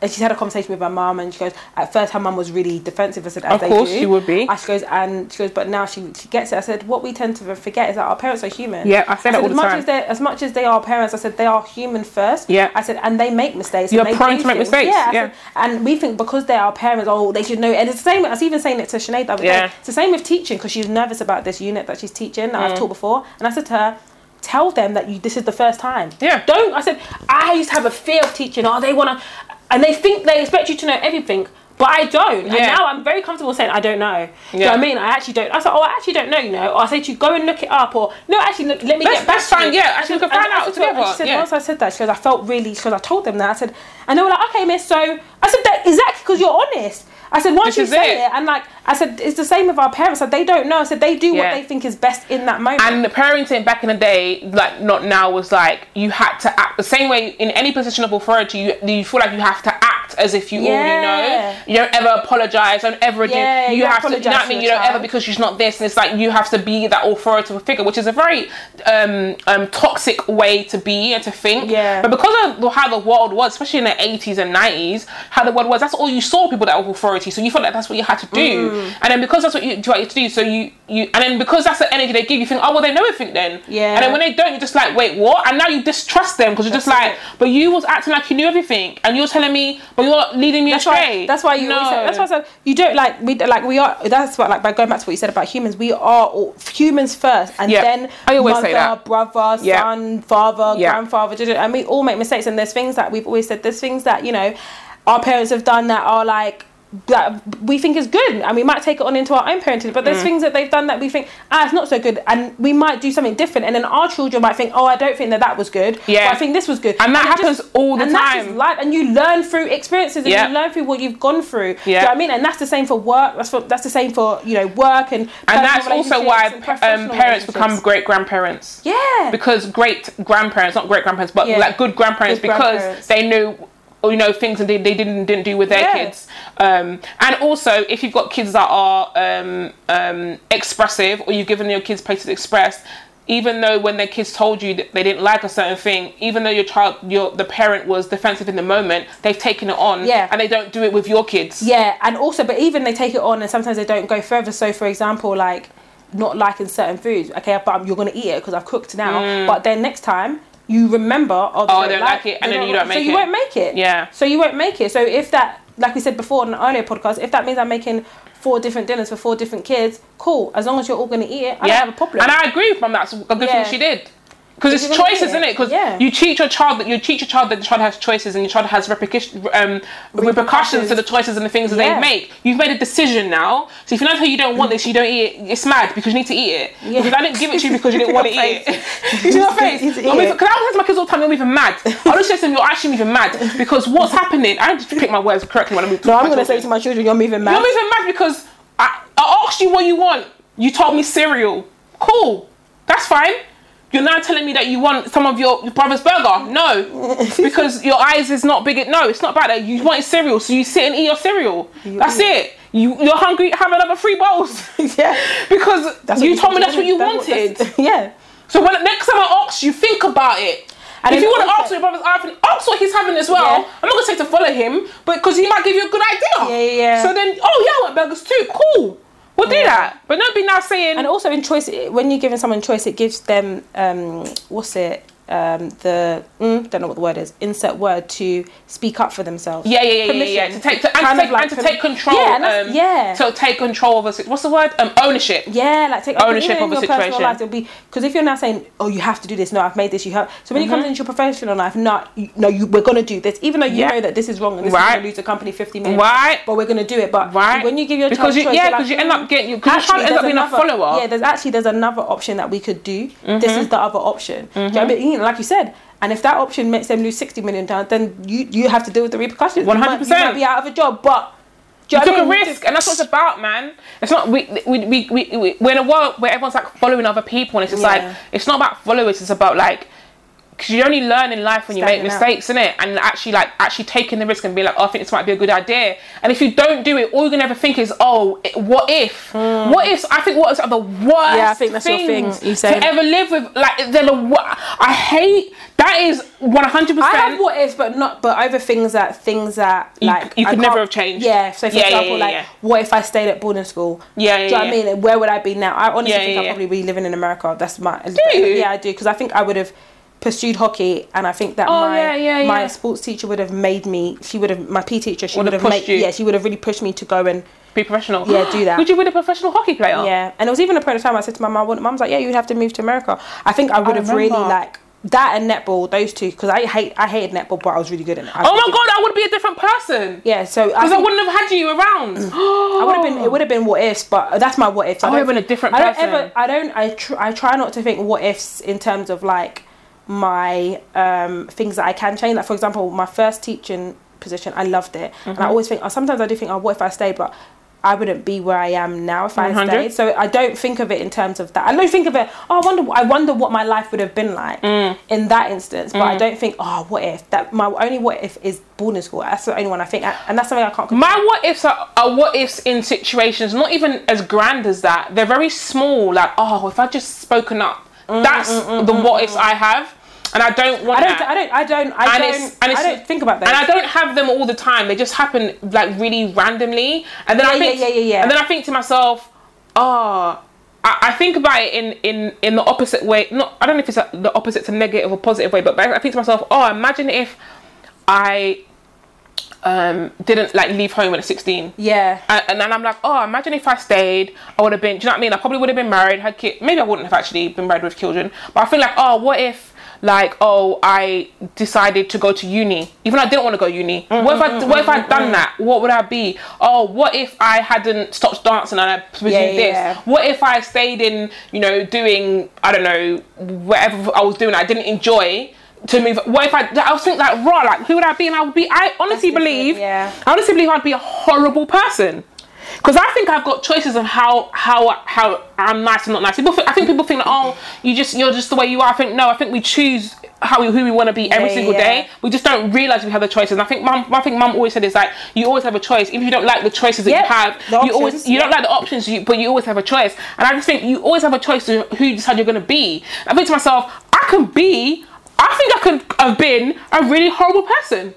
Speaker 1: And she's had a conversation with her mum, and she goes, at first her mum was really defensive. I said, as
Speaker 2: Of
Speaker 1: they
Speaker 2: course
Speaker 1: do.
Speaker 2: she would be.
Speaker 1: And she goes, and she goes, but now she, she gets it. I said, what we tend to forget is that our parents are human.
Speaker 2: Yeah, I say that all
Speaker 1: as
Speaker 2: the
Speaker 1: much
Speaker 2: time.
Speaker 1: As, they as much as they are parents, I said they are human first.
Speaker 2: Yeah.
Speaker 1: I said, and they make mistakes.
Speaker 2: You're
Speaker 1: and they
Speaker 2: prone
Speaker 1: do
Speaker 2: to make
Speaker 1: things.
Speaker 2: mistakes,
Speaker 1: Yeah. I
Speaker 2: yeah.
Speaker 1: said, and we think because they are parents, oh, they should know. And it's the same. I was even saying it to Sinead the other
Speaker 2: Yeah.
Speaker 1: day. It's the same with teaching because she was nervous about this unit that she's teaching that
Speaker 2: Mm.
Speaker 1: I've taught before. And I said to her, tell them that you this is the first time.
Speaker 2: Yeah.
Speaker 1: Don't. I said, I used to have a fear of teaching. Oh, they want to, and they think they expect you to know everything. But I don't, and
Speaker 2: Yeah.
Speaker 1: now I'm very comfortable saying I don't know. Do you know
Speaker 2: Yeah.
Speaker 1: what I mean? I actually don't. I said, oh, I actually don't know, you know. Or I say to you, go and look it up, or no, actually, look, let me
Speaker 2: Let's-
Speaker 1: get back
Speaker 2: let's
Speaker 1: to you.
Speaker 2: find- yeah, actually, we can
Speaker 1: And
Speaker 2: find
Speaker 1: I
Speaker 2: out
Speaker 1: said to her-
Speaker 2: together,
Speaker 1: She said,
Speaker 2: yeah.
Speaker 1: once I said that, she goes, I felt really, because I told them that. I said, and they were like, okay, miss, so I said that exactly because you're honest. I said, once
Speaker 2: This
Speaker 1: you
Speaker 2: is
Speaker 1: say it.
Speaker 2: it.
Speaker 1: and like, I said, it's the same with our parents. That they don't know. I said, they do
Speaker 2: Yeah.
Speaker 1: what they think is best in that moment.
Speaker 2: And the parenting back in the day, like not now, was like you had to act the same way in any position of authority. You, you feel like you have to act as if you
Speaker 1: Yeah.
Speaker 2: already know. You don't ever apologize. Don't ever do.
Speaker 1: Yeah,
Speaker 2: you,
Speaker 1: you don't
Speaker 2: have to. You know
Speaker 1: apologise
Speaker 2: what I
Speaker 1: to
Speaker 2: mean?
Speaker 1: the
Speaker 2: You don't ever
Speaker 1: child.
Speaker 2: because she's not this, and it's like you have to be that authoritative figure, which is a very um, um, toxic way to be and to think.
Speaker 1: Yeah.
Speaker 2: But because of how the world was, especially in the eighties and nineties, how the world was, that's all you saw people that were authority. So you felt like that's what you had to do,
Speaker 1: Mm.
Speaker 2: and then because that's what you, what you had to do, so you you, and then because that's the energy they give, you think, oh well, they know everything then.
Speaker 1: Yeah.
Speaker 2: And then when they don't, you're just like, wait, what? And now you distrust them because you're just
Speaker 1: That's
Speaker 2: like,
Speaker 1: it.
Speaker 2: but you was acting like you knew everything, and you're telling me, but you're leading me
Speaker 1: that's
Speaker 2: astray.
Speaker 1: why. That's why you. always
Speaker 2: No.
Speaker 1: Said, that's why I said you don't like we like we are. That's what like by going back to what you said about humans, we are all, humans first, and
Speaker 2: Yeah.
Speaker 1: then
Speaker 2: I always
Speaker 1: mother,
Speaker 2: say that.
Speaker 1: brother,
Speaker 2: Yeah.
Speaker 1: son, father,
Speaker 2: Yeah.
Speaker 1: grandfather, da- da- da, and we all make mistakes. And there's things that we've always said. There's things that you know our parents have done that are like that we think is good and we might take it on into our own parenting but there's
Speaker 2: Mm.
Speaker 1: things that they've done that we think ah it's not so good and we might do something different and then our children might think oh I don't think that that was good
Speaker 2: Yeah.
Speaker 1: but I think this was good
Speaker 2: And that
Speaker 1: it just-
Speaker 2: happens all the
Speaker 1: and that's just
Speaker 2: time.
Speaker 1: life and you learn through experiences and
Speaker 2: Yeah.
Speaker 1: you learn through what you've gone through. Do you
Speaker 2: Yeah.
Speaker 1: know what I mean? And that's the same for work. That's for that's the same for you know work and
Speaker 2: and
Speaker 1: personal
Speaker 2: that's also
Speaker 1: relationships
Speaker 2: why
Speaker 1: and
Speaker 2: um,
Speaker 1: professional
Speaker 2: parents become
Speaker 1: relationships.
Speaker 2: great grandparents.
Speaker 1: yeah
Speaker 2: because great grandparents, not great grandparents, but
Speaker 1: Yeah.
Speaker 2: like good grandparents,
Speaker 1: Good
Speaker 2: because
Speaker 1: grandparents.
Speaker 2: they knew, you know, things that they, they didn't didn't do with their
Speaker 1: Yeah.
Speaker 2: kids. Um, and also, if you've got kids that are um, um, expressive, or you've given your kids places to express. Even though when their kids told you that they didn't like a certain thing, even though your child, your the parent was defensive in the moment, they've taken it on,
Speaker 1: Yeah.
Speaker 2: and they don't do it with your kids.
Speaker 1: yeah, and also but even they take it on and sometimes they don't go further. So for example, like not liking certain foods. Okay, but I'm- you're gonna eat it because I've cooked now. But then next time. You remember, oh, they
Speaker 2: Mm. Oh,
Speaker 1: don't, like, it,
Speaker 2: and then you don't
Speaker 1: so
Speaker 2: make
Speaker 1: you
Speaker 2: it.
Speaker 1: won't make it.
Speaker 2: Yeah.
Speaker 1: So you won't make it. So if that, like we said before in an earlier podcast, if that means I'm making four different dinners for four different kids, cool. As long as you're all going to eat it, I
Speaker 2: yeah.
Speaker 1: don't have a problem. [LAUGHS]
Speaker 2: And I agree with mum. That's a good
Speaker 1: Yeah.
Speaker 2: thing she did. Because it's
Speaker 1: you're gonna
Speaker 2: choices,
Speaker 1: do it.
Speaker 2: isn't it? Because
Speaker 1: Yeah.
Speaker 2: you teach your child that you teach your child that the child has choices, and your child has repercussions, um, repercussions to the choices and the things that
Speaker 1: Yeah.
Speaker 2: they make. You've made a decision now, so if you know how you don't want this, you don't eat it. It's mad because you need to eat it.
Speaker 1: Yeah.
Speaker 2: Because I didn't give it to you because you didn't want to
Speaker 1: [LAUGHS]
Speaker 2: eat it. [LAUGHS] you see my face?
Speaker 1: You need to
Speaker 2: Because
Speaker 1: eat
Speaker 2: I
Speaker 1: it.
Speaker 2: always say to my kids all the time, you're even mad. I always say to them, you're actually even mad because what's happening? I need to pick my words correctly when I'm
Speaker 1: No, I'm gonna say to my children, you're moving mad.
Speaker 2: I'm even mad because I, I asked you what you want. You told me cereal. Cool. That's fine. You're now telling me that you want some of your, your brother's burger.
Speaker 1: [LAUGHS]
Speaker 2: No, because your eyes is not big. No, it's not about that. You wanted cereal, so you sit and eat your cereal. That's it. You, you're hungry, have another three bowls.
Speaker 1: [LAUGHS] Yeah.
Speaker 2: Because
Speaker 1: That's what
Speaker 2: you told me
Speaker 1: should
Speaker 2: that's
Speaker 1: do.
Speaker 2: what you
Speaker 1: That's
Speaker 2: wanted.
Speaker 1: that's- [LAUGHS] yeah.
Speaker 2: So when next time I ask you, think about it.
Speaker 1: And
Speaker 2: And if
Speaker 1: then
Speaker 2: you want to
Speaker 1: also-
Speaker 2: ask what your brother's having, ask what he's having as well.
Speaker 1: Yeah.
Speaker 2: I'm not gonna say to follow him, but because he might give you a good idea.
Speaker 1: Yeah, yeah, yeah.
Speaker 2: So then, oh yeah, I want burgers too. Cool. We'll do that. But don't be now saying.
Speaker 1: And also in choice, when you're giving someone choice, it gives them um, what's it? Um, the mm, don't know what the word is. Insert word to speak up for themselves.
Speaker 2: yeah, yeah, yeah, yeah,
Speaker 1: permission.
Speaker 2: yeah. To take, to, and,
Speaker 1: Kind of
Speaker 2: to take,
Speaker 1: like
Speaker 2: and to
Speaker 1: permi-
Speaker 2: take control.
Speaker 1: Yeah, and that's-
Speaker 2: um,
Speaker 1: yeah.
Speaker 2: So take control of a si- what's the word? Um, ownership.
Speaker 1: Yeah, like take
Speaker 2: Ownership
Speaker 1: even in
Speaker 2: of a
Speaker 1: your personal
Speaker 2: situation.
Speaker 1: Life, it'll be because if you're now saying, "Oh, you have to do this," no, I've made this. You have so when it comes into your professional life, not you, no, you we're gonna do this, even though you
Speaker 2: Mm-hmm. Yeah.
Speaker 1: know that this is wrong and this is
Speaker 2: Right.
Speaker 1: gonna lose the company fifty million.
Speaker 2: Right.
Speaker 1: but we're gonna do it. But
Speaker 2: Right.
Speaker 1: when you give your
Speaker 2: Because
Speaker 1: child
Speaker 2: you-
Speaker 1: choice,
Speaker 2: yeah,
Speaker 1: you're like, "Mm,
Speaker 2: 'cause you end up getting- 'cause your
Speaker 1: actually,
Speaker 2: child ends up
Speaker 1: there's
Speaker 2: being a
Speaker 1: another-
Speaker 2: follower.
Speaker 1: Yeah, there's actually there's another option that we could do. This
Speaker 2: Mm-hmm.
Speaker 1: is the other option. Do you know what I mean? Like you said. And if that option makes them lose sixty million pounds, then you you have to deal with the repercussions. You might-
Speaker 2: 100%.
Speaker 1: You might be out of a job, but do
Speaker 2: you
Speaker 1: know
Speaker 2: took
Speaker 1: what I
Speaker 2: a
Speaker 1: mean?
Speaker 2: risk, and that's what it's about, man. It's not we we we, we, we we're in a world where everyone's like following other people, and it's just
Speaker 1: Yeah.
Speaker 2: like it's not about followers. It's about like because you only learn in life when you
Speaker 1: Standing
Speaker 2: make
Speaker 1: out.
Speaker 2: mistakes, isn't it? And actually like actually taking the risk and being like, oh, I think this might be a good idea. And if you don't do it, all you're gonna ever think is, oh, it- what if? What if? I think what ifs are the worst.
Speaker 1: Hmm. Yeah, I think that's your
Speaker 2: things
Speaker 1: thing, you say.
Speaker 2: to ever live with. Like they're the wor- I hate that is one hundred
Speaker 1: I have
Speaker 2: percent.
Speaker 1: what ifs, but not but over things that things that like
Speaker 2: you
Speaker 1: I
Speaker 2: could never
Speaker 1: can't-
Speaker 2: have changed.
Speaker 1: Yeah. So for
Speaker 2: Yeah, yeah,
Speaker 1: example,
Speaker 2: yeah,
Speaker 1: like
Speaker 2: yeah.
Speaker 1: what if I stayed at boarding school?
Speaker 2: Yeah, yeah,
Speaker 1: Do you know
Speaker 2: yeah.
Speaker 1: what I mean? And Where would I be now? I honestly
Speaker 2: Yeah,
Speaker 1: think
Speaker 2: yeah,
Speaker 1: I'd
Speaker 2: yeah.
Speaker 1: probably be living in America. That's my
Speaker 2: you?
Speaker 1: yeah, I do because I think I would have pursued hockey, and I think that my
Speaker 2: Oh, yeah, yeah,
Speaker 1: my
Speaker 2: yeah.
Speaker 1: sports teacher would have made me. She would have my P teacher. She
Speaker 2: Would
Speaker 1: would
Speaker 2: have
Speaker 1: have made
Speaker 2: pushed you.
Speaker 1: yeah. She would have really pushed me to go and
Speaker 2: Be professional.
Speaker 1: Yeah, do that.
Speaker 2: Would you be a professional hockey player?
Speaker 1: yeah. And it was even a point of time I said to my mum, "Mum's like, yeah, you'd have to move to America." I think I would have really
Speaker 2: remember.
Speaker 1: like. That and netball, those two, because I hate I hated netball, but I was really good at it. I was
Speaker 2: Oh
Speaker 1: really
Speaker 2: my
Speaker 1: good.
Speaker 2: god, I would be a different person.
Speaker 1: Yeah, so I,
Speaker 2: Because I,
Speaker 1: think-
Speaker 2: wouldn't have had you around. [GASPS]
Speaker 1: I
Speaker 2: I
Speaker 1: would have been. It would have been what ifs, but that's my what ifs.
Speaker 2: I would have
Speaker 1: don't-
Speaker 2: been a different
Speaker 1: I don't
Speaker 2: person.
Speaker 1: ever. I don't. I tr- I try not to think what ifs in terms of like my um things that I can change. Like for example, my first teaching position, I loved it, and
Speaker 2: Mm-hmm.
Speaker 1: I always think. Oh, sometimes I do think, oh, what if I stayed? But I wouldn't be where I am now if I
Speaker 2: 100.
Speaker 1: stayed. So I don't think of it in terms of that. I don't think of it. Oh, I wonder. I wonder what my life would have been like
Speaker 2: Mm.
Speaker 1: in that instance. But I don't think. Oh, what if that? My only what if is boarding school. That's the only one I think, and that's something I can't.
Speaker 2: My what ifs are, are what ifs in situations not even as grand as that. They're very small. Like, oh, if I just spoken up,
Speaker 1: Mm,
Speaker 2: that's the what ifs I have, and I don't want.
Speaker 1: I don't,
Speaker 2: that.
Speaker 1: I don't, I don't, I
Speaker 2: And
Speaker 1: don't,
Speaker 2: it's- and
Speaker 1: I
Speaker 2: it's-
Speaker 1: don't think about that.
Speaker 2: and I don't have them all the time. They just happen like really randomly, and then I
Speaker 1: Yeah,
Speaker 2: think,
Speaker 1: yeah, yeah, yeah, yeah.
Speaker 2: and then I think to myself, oh, I, I think about it in in in the opposite way. Not, I don't know if it's uh the opposite to negative or positive way, but, but I think to myself, oh, imagine if I um didn't like leave home at sixteen.
Speaker 1: yeah.
Speaker 2: And, and then I'm like, oh, imagine if I stayed, I would have been, do you know what I mean? I probably would have been married, had kids. Maybe I wouldn't have actually been married with children. But I feel like, oh, what if, like, oh, I decided to go to uni, even though I didn't want to go uni.
Speaker 1: Mm,
Speaker 2: what if I, what if I'd done that? What would I be? Oh, what if I hadn't stopped dancing and I pursued
Speaker 1: Yeah, yeah,
Speaker 2: this?
Speaker 1: yeah.
Speaker 2: What if I stayed in, you know, doing, I don't know, whatever I was doing, I didn't enjoy. To move, what if I? I was thinking like, raw, like who would I be? And I would be. I honestly
Speaker 1: different,
Speaker 2: believe,
Speaker 1: yeah.
Speaker 2: I honestly believe I'd be a horrible person. Because I think I've got choices of how how how I'm nice and not nice. People, think, I think people think that oh, you just you're just the way you are. I think no, I think we choose how we, who we want to be every
Speaker 1: Yeah,
Speaker 2: single
Speaker 1: yeah.
Speaker 2: day. We just don't realize we have the choices. And I think mum, I think mum always said is like you always have a choice. Even if you don't like the choices that
Speaker 1: Yep,
Speaker 2: you have,
Speaker 1: the
Speaker 2: you always
Speaker 1: options,
Speaker 2: you don't
Speaker 1: yeah.
Speaker 2: like the options, you, but you always have a choice. And I just think you always have a choice to who you decide you're going to be. I think to myself, I can be. I think I could have been a really horrible person.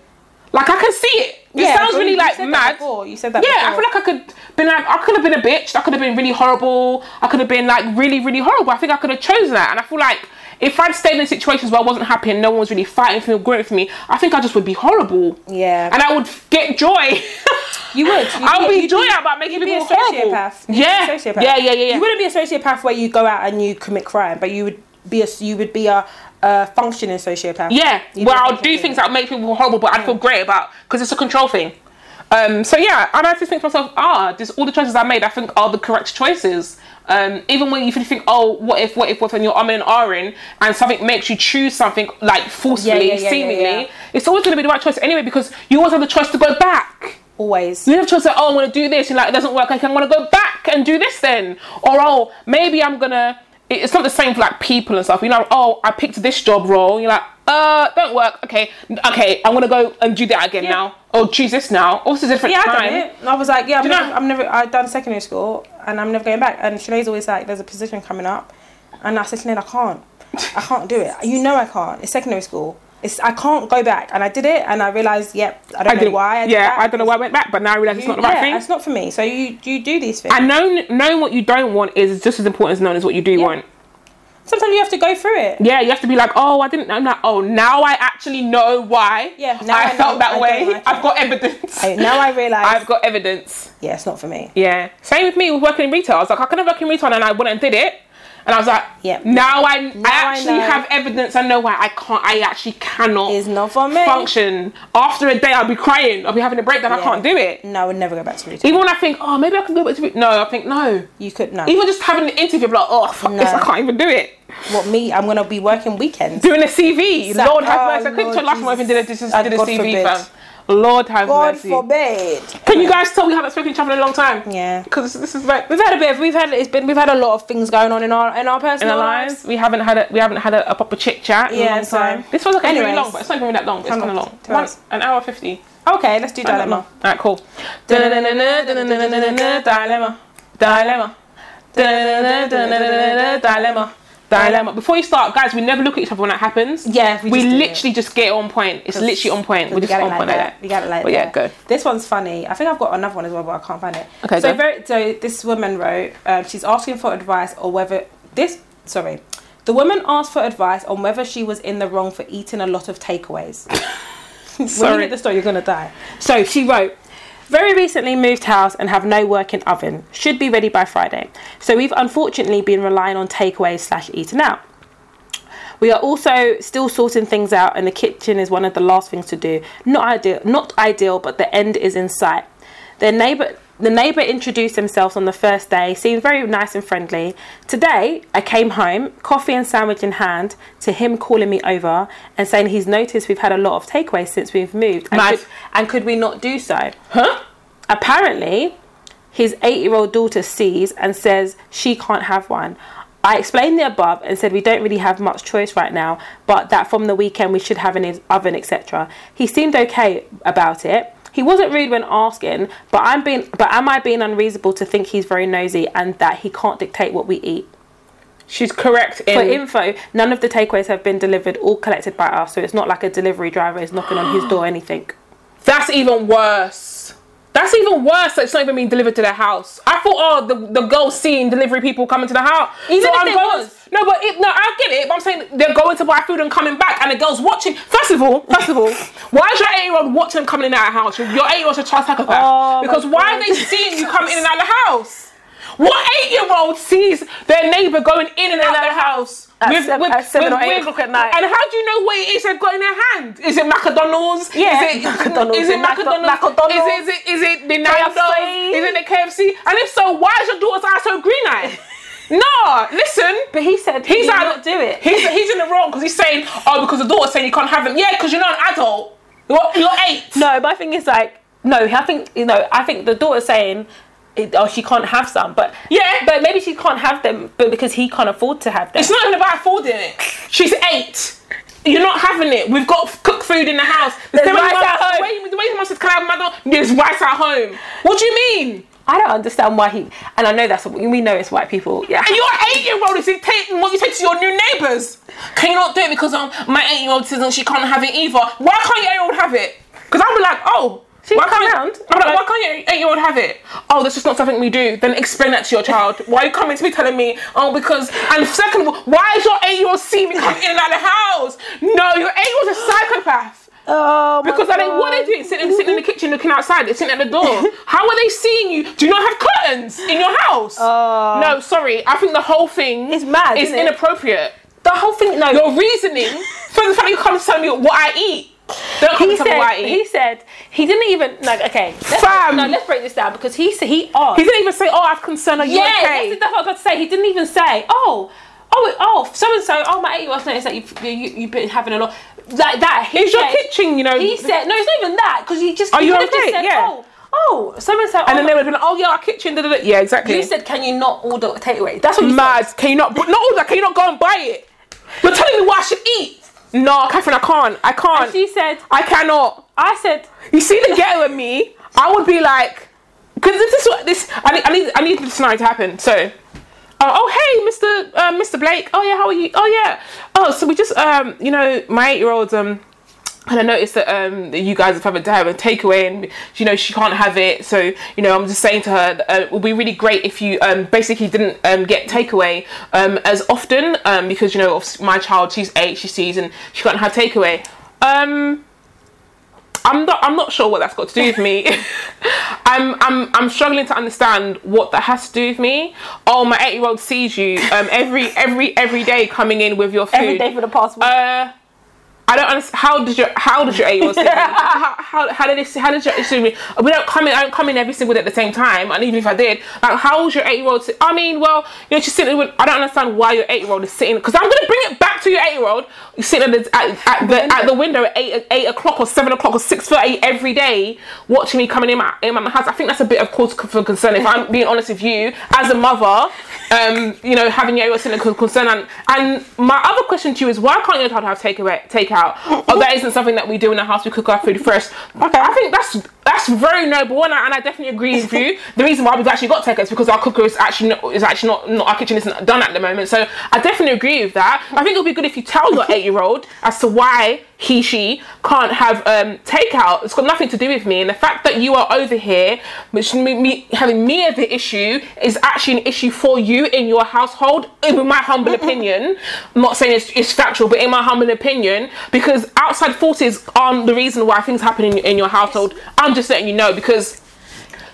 Speaker 2: Like I can see it. It
Speaker 1: Yeah,
Speaker 2: sounds
Speaker 1: but
Speaker 2: really
Speaker 1: you
Speaker 2: like
Speaker 1: said that
Speaker 2: mad.
Speaker 1: before, you said that
Speaker 2: Yeah, I
Speaker 1: before.
Speaker 2: feel like I could been like I could have been a bitch. I could have been really horrible. I could have been like really really horrible. I think I could have chosen that, and I feel like. If I'd stayed in situations where I wasn't happy and no one was really fighting for me or growing for me, I think I just would be horrible.
Speaker 1: Yeah.
Speaker 2: And I would get joy.
Speaker 1: You
Speaker 2: [LAUGHS]
Speaker 1: would. You'd
Speaker 2: I would
Speaker 1: be-
Speaker 2: be
Speaker 1: you'd
Speaker 2: joy
Speaker 1: be-
Speaker 2: about making
Speaker 1: You'd be a
Speaker 2: people horrible.
Speaker 1: sociopath. You'd be a
Speaker 2: Yeah.
Speaker 1: sociopath.
Speaker 2: yeah. Yeah, yeah, yeah.
Speaker 1: You wouldn't be a sociopath where you go out and you commit crime, but you would be a you would be a, a functioning sociopath.
Speaker 2: Yeah,
Speaker 1: You'd
Speaker 2: well,
Speaker 1: be a
Speaker 2: I'll do
Speaker 1: functioning-
Speaker 2: things that make people horrible, but I'd feel great about because it's a control thing. Um, so yeah, and I just think to myself, ah, this all the choices I made, I think are the correct choices. Um, even when you think, oh, what if, what if, what if, and you're umming and ahhing, and something makes you choose something like forcefully,
Speaker 1: yeah, yeah, yeah,
Speaker 2: seemingly,
Speaker 1: yeah.
Speaker 2: it's always going to be the right choice anyway because you always have the choice to go back.
Speaker 1: always.
Speaker 2: You have to say, oh, I'm gonna do this, and like it doesn't work. Like, I'm gonna go back and do this then, or oh, maybe I'm gonna it- it's not the same for like people and stuff. You know, oh, I picked this job role. You're like, uh, don't work. Okay, n- okay, I'm gonna go and do that again
Speaker 1: Yeah.
Speaker 2: now. Or choose this now. Also different
Speaker 1: Yeah, I
Speaker 2: time.
Speaker 1: done it. And I was like, yeah, I'm
Speaker 2: you know-
Speaker 1: never, I'm never, I've done secondary school and I'm never going back. And Sinead's always like, there's a position coming up. And I said, Sinead, I can't. I can't do it. You know I can't. It's secondary school. It's, I can't go back. And I did it and I realised, yep, I don't
Speaker 2: I
Speaker 1: know
Speaker 2: didn't-
Speaker 1: why I did
Speaker 2: yeah,
Speaker 1: that.
Speaker 2: I don't know why I went back, but now I realize it's not the
Speaker 1: yeah,
Speaker 2: right thing.
Speaker 1: it's not for me. So you, you do these things.
Speaker 2: And knowing, knowing what you don't want is just as important as knowing is what you do want.
Speaker 1: Sometimes you have to go through it.
Speaker 2: Yeah, you have to be like, oh, I didn't. I'm like, oh, now I actually know why.
Speaker 1: Yeah, now
Speaker 2: I,
Speaker 1: I
Speaker 2: felt
Speaker 1: know
Speaker 2: that
Speaker 1: I
Speaker 2: way.
Speaker 1: don't like
Speaker 2: I've
Speaker 1: it.
Speaker 2: got evidence.
Speaker 1: I- now I realise-
Speaker 2: I've got evidence.
Speaker 1: Yeah, it's not for me.
Speaker 2: Yeah. Same with me with working in retail. I was like, I could have worked in retail and I went and did it. And I was like,
Speaker 1: Yeah.
Speaker 2: now I,
Speaker 1: I
Speaker 2: I actually
Speaker 1: know.
Speaker 2: have evidence. I know why I can't, I actually cannot
Speaker 1: It's not for me.
Speaker 2: function. After a day, I'll be crying. I'll be having a breakdown. I
Speaker 1: Yeah.
Speaker 2: can't do it.
Speaker 1: No, I would never go back to retail.
Speaker 2: Even when I think, oh, maybe I can go back to it. No, I think, no.
Speaker 1: You could, no.
Speaker 2: Even just having an interview, I'm like, oh, fuck
Speaker 1: No.
Speaker 2: this, I can't even do it.
Speaker 1: what, me, I'm going to be working [LAUGHS] weekends.
Speaker 2: Doing a CV.
Speaker 1: Sa-
Speaker 2: Lord have
Speaker 1: oh,
Speaker 2: mercy. I couldn't
Speaker 1: Lord
Speaker 2: tell last month I
Speaker 1: Jesus.
Speaker 2: did a, did
Speaker 1: Oh,
Speaker 2: a, did a
Speaker 1: God
Speaker 2: CV,
Speaker 1: forbid.
Speaker 2: fam. Lord have
Speaker 1: God
Speaker 2: mercy.
Speaker 1: forbid.
Speaker 2: Can you guys tell we haven't spoken to each other in a long time?
Speaker 1: Yeah.
Speaker 2: Because this is like,
Speaker 1: We've had a bit of, we've had, it's been, we've had a lot of things going on in our, in our
Speaker 2: in
Speaker 1: personal
Speaker 2: our
Speaker 1: lives.
Speaker 2: lives. We haven't had a we haven't had a, a proper chit chat in a
Speaker 1: Yeah,
Speaker 2: long time.
Speaker 1: so-
Speaker 2: This was like really
Speaker 1: Anyways.
Speaker 2: long, but it's not even that long. But it's
Speaker 1: How
Speaker 2: kind of
Speaker 1: long?
Speaker 2: long.
Speaker 1: Two
Speaker 2: One,
Speaker 1: hours.
Speaker 2: an hour fifty.
Speaker 1: Okay, let's do dilemma.
Speaker 2: Alright, cool. Dilemma. Dilemma. Dilemma. Dilemma. Before you start, guys, we never look at each other when that happens.
Speaker 1: Yeah,
Speaker 2: We,
Speaker 1: we just do
Speaker 2: literally just get it on point. It's literally on point. We're
Speaker 1: We
Speaker 2: just
Speaker 1: got it
Speaker 2: on
Speaker 1: like
Speaker 2: point like
Speaker 1: that.
Speaker 2: that.
Speaker 1: We got it like
Speaker 2: But
Speaker 1: that.
Speaker 2: yeah, go.
Speaker 1: This one's funny. I think I've got another one as well, but I can't find it.
Speaker 2: Okay,
Speaker 1: so
Speaker 2: go.
Speaker 1: very so this woman wrote, um, she's asking for advice or whether this sorry. The woman asked for advice on whether she was in the wrong for eating a lot of [LAUGHS] takeaways. When you
Speaker 2: Sorry.
Speaker 1: get the store, you're gonna die. So she wrote, very recently moved house and have no working oven. Should be ready by Friday. So we've unfortunately been relying on takeaways slash eating out. We are also still sorting things out, and the kitchen is one of the last things to do. Not ideal, not ideal, but the end is in sight. Their neighbor, the neighbor introduced themselves on the first day, seemed very nice and friendly. Today, I came home, coffee and sandwich in hand, to him calling me over and saying he's noticed we've had a lot of takeaways since we've moved, and,
Speaker 2: Mad.
Speaker 1: could, and could we not do so?
Speaker 2: Huh?
Speaker 1: Apparently, his eight year old daughter sees and says she can't have one. I explained the above and said we don't really have much choice right now, but that from the weekend we should have an oven, etc. He seemed okay about it. He wasn't rude when asking, but I'm being but am I being unreasonable to think he's very nosy and that he can't dictate what we eat?
Speaker 2: She's correct in.
Speaker 1: For info, none of the takeaways have been delivered, all collected by us, so it's not like a delivery driver is knocking on his door or anything.
Speaker 2: That's even worse. That's even worse. That it's not even being delivered to their house. I thought, oh, the, the girl seeing delivery people coming to the house.
Speaker 1: Even if
Speaker 2: I'm
Speaker 1: it
Speaker 2: going-
Speaker 1: was.
Speaker 2: No, but it, no, I get it. But I'm saying they're going to buy food and coming back, and the girl's watching. First of all,
Speaker 1: [LAUGHS]
Speaker 2: first of all, why is your eight-year-old watching them coming in and out of the house? Your- Your eight-year-old's a child psychopath.
Speaker 1: Oh, my
Speaker 2: because why are they
Speaker 1: God.
Speaker 2: seeing you coming in and out of the house? What eight-year-old sees their neighbor going in and out of the house?
Speaker 1: At seven- at seven or eight o'clock at night.
Speaker 2: And how do you know what it is they've got in their hand? Is it McDonald's?
Speaker 1: Yeah.
Speaker 2: Is it
Speaker 1: [LAUGHS] McDonald's.
Speaker 2: Is it
Speaker 1: Mac-
Speaker 2: McDonald's?
Speaker 1: McDonald's.
Speaker 2: Is it, is it, is it the Nando's?
Speaker 1: KFC?
Speaker 2: Is it the KFC? And if so, why is your daughter's eye so green
Speaker 1: [LAUGHS]
Speaker 2: eyed? no, listen.
Speaker 1: But he said
Speaker 2: He's
Speaker 1: he did
Speaker 2: out-
Speaker 1: not do it.
Speaker 2: He's, he's in the wrong because he's saying, oh, because the daughter's saying you can't have them. Yeah, because you're not an adult. You're, you're eight.
Speaker 1: No, my thing is like no. I think you know. I think the daughter's saying, it- "Oh, she can't have some," but
Speaker 2: Yeah.
Speaker 1: but maybe she can't have them, but because he can't afford to have them.
Speaker 2: It's not even about affording it. She's eight. You're not having it. We've got f- cooked food in the house.
Speaker 1: There's
Speaker 2: Then when
Speaker 1: rice
Speaker 2: mum-
Speaker 1: at home.
Speaker 2: the way- The way someone says, can I have my dog? There's rice at home. What do you mean?
Speaker 1: I don't understand why he. And I know that's we know it's white people. Yeah,
Speaker 2: And your eight-year-old is dictating what you take to your new neighbours. Can you not do it because um, my eight-year-old says that she can't have it either? Why can't your eight-year-old have it? Because I'm like, oh,
Speaker 1: She
Speaker 2: why
Speaker 1: can come
Speaker 2: you-
Speaker 1: round.
Speaker 2: I'm like, why can't your eight-year-old have it? Oh, that's just not something we do. Then explain that to your child. Why are you coming to me telling me? Oh, because and second of all, why is your eight-year-old seeing me come in and out of the house? No, your eight-year-old's a psychopath.
Speaker 1: oh, my
Speaker 2: Because I think what
Speaker 1: God.
Speaker 2: they do is sitting, sitting in the kitchen looking outside, they're sitting at the
Speaker 1: [LAUGHS]
Speaker 2: door. How are they seeing you? Do you not have curtains in your house?
Speaker 1: Oh.
Speaker 2: No, sorry. I think the whole thing
Speaker 1: It's mad,
Speaker 2: It's
Speaker 1: isn't it?
Speaker 2: inappropriate.
Speaker 1: The whole thing. No,
Speaker 2: Your reasoning for the fact that you come to tell me what I eat. Don't come
Speaker 1: he
Speaker 2: to tell me
Speaker 1: said.
Speaker 2: what I eat.
Speaker 1: He said he didn't even like. Okay, let's,
Speaker 2: Fam.
Speaker 1: No, let's break this down because he said he asked.
Speaker 2: he didn't even say, "Oh, I've concern. Are you
Speaker 1: yeah,
Speaker 2: okay?"
Speaker 1: that's, that's what I was about to say. He didn't even say, oh, oh, oh, so and so, oh, my eight year old's noticed that you've, you, you- you've been having a lot. Like that. He
Speaker 2: it's your
Speaker 1: said-
Speaker 2: kitchen, you know.
Speaker 1: He said, no, it's not even that because he just.
Speaker 2: Are
Speaker 1: he
Speaker 2: you
Speaker 1: could have
Speaker 2: okay?
Speaker 1: Just said,
Speaker 2: Yeah.
Speaker 1: Oh,
Speaker 5: oh, someone said,
Speaker 2: And
Speaker 5: oh,
Speaker 2: then they would have been like, oh yeah, our kitchen. Da, da, da. Yeah, exactly.
Speaker 1: You said, can you not order takeaway? That's what you
Speaker 2: Mad. Can you not? But not all that. Can you not go and buy it? You're telling me what I should eat. No, Catherine, I can't. I can't.
Speaker 5: she said,
Speaker 2: I cannot.
Speaker 5: I said,
Speaker 2: You see the ghetto in me. I would be like, because this is what this. I need. I need. I need this night to happen. So. Uh, oh hey, Mr. Uh, Mr. Blake. Oh yeah, how are you? Oh yeah. Oh, so we just um, you know, my eight-year-old um, and I noticed that um, that you guys have had to have a takeaway, and you know she can't have it. So you know, I'm just saying to her, that, uh, it would be really great if you um, basically didn't um, get takeaway um, as often, um, because you know, obviously my child, she's eight, she sees, and she can't have takeaway. Um, I'm not. I'm not sure what that's got to do with
Speaker 1: [LAUGHS]
Speaker 2: me. I'm. I'm. I'm struggling to understand what that has to do with me. Oh, my eight-year-old sees you um, every every every day coming in with your food.
Speaker 1: every day for the past week.
Speaker 2: Uh, I don't understand. How did your How did your eight year old? how, how how did this? How did your? Excuse me. We don't come in. I don't come in every single day at the same time. And even if I did, like, how was your eight year old? I mean, well, you know, she's sitting. With, I don't understand why your eight year old is sitting. Because I'm gonna bring it back to your eight year old. Sitting at the, at, at the at the window at eight eight o'clock or seven o'clock or six thirty every day, watching me coming in my in my house. I think that's a bit of cause for concern. If I'm being honest with you, as a mother, um, you know, having your eight year old sitting at concern. And and my other question to you is why can't your child have takeaway takeout? Oh, that isn't something that we do in the house. We cook our food fresh. Okay, I think that's that's very noble, and I, and I definitely agree with you. The reason why we've actually got takeout is because our cooker is actually not, is actually not, not our kitchen isn't done at the moment. So I definitely agree with that. I think it would be good if you tell your eight year old as to why he she can't have um, takeout. It's got nothing to do with me, and the fact that you are over here, which me, me having me as the issue is actually an issue for you in your household. In my humble
Speaker 5: Mm-hmm.
Speaker 2: opinion, I'm not saying it's, it's factual, but in my humble opinion, because outside forces aren't the reason why things happen in, in your household. I'm just letting you know because.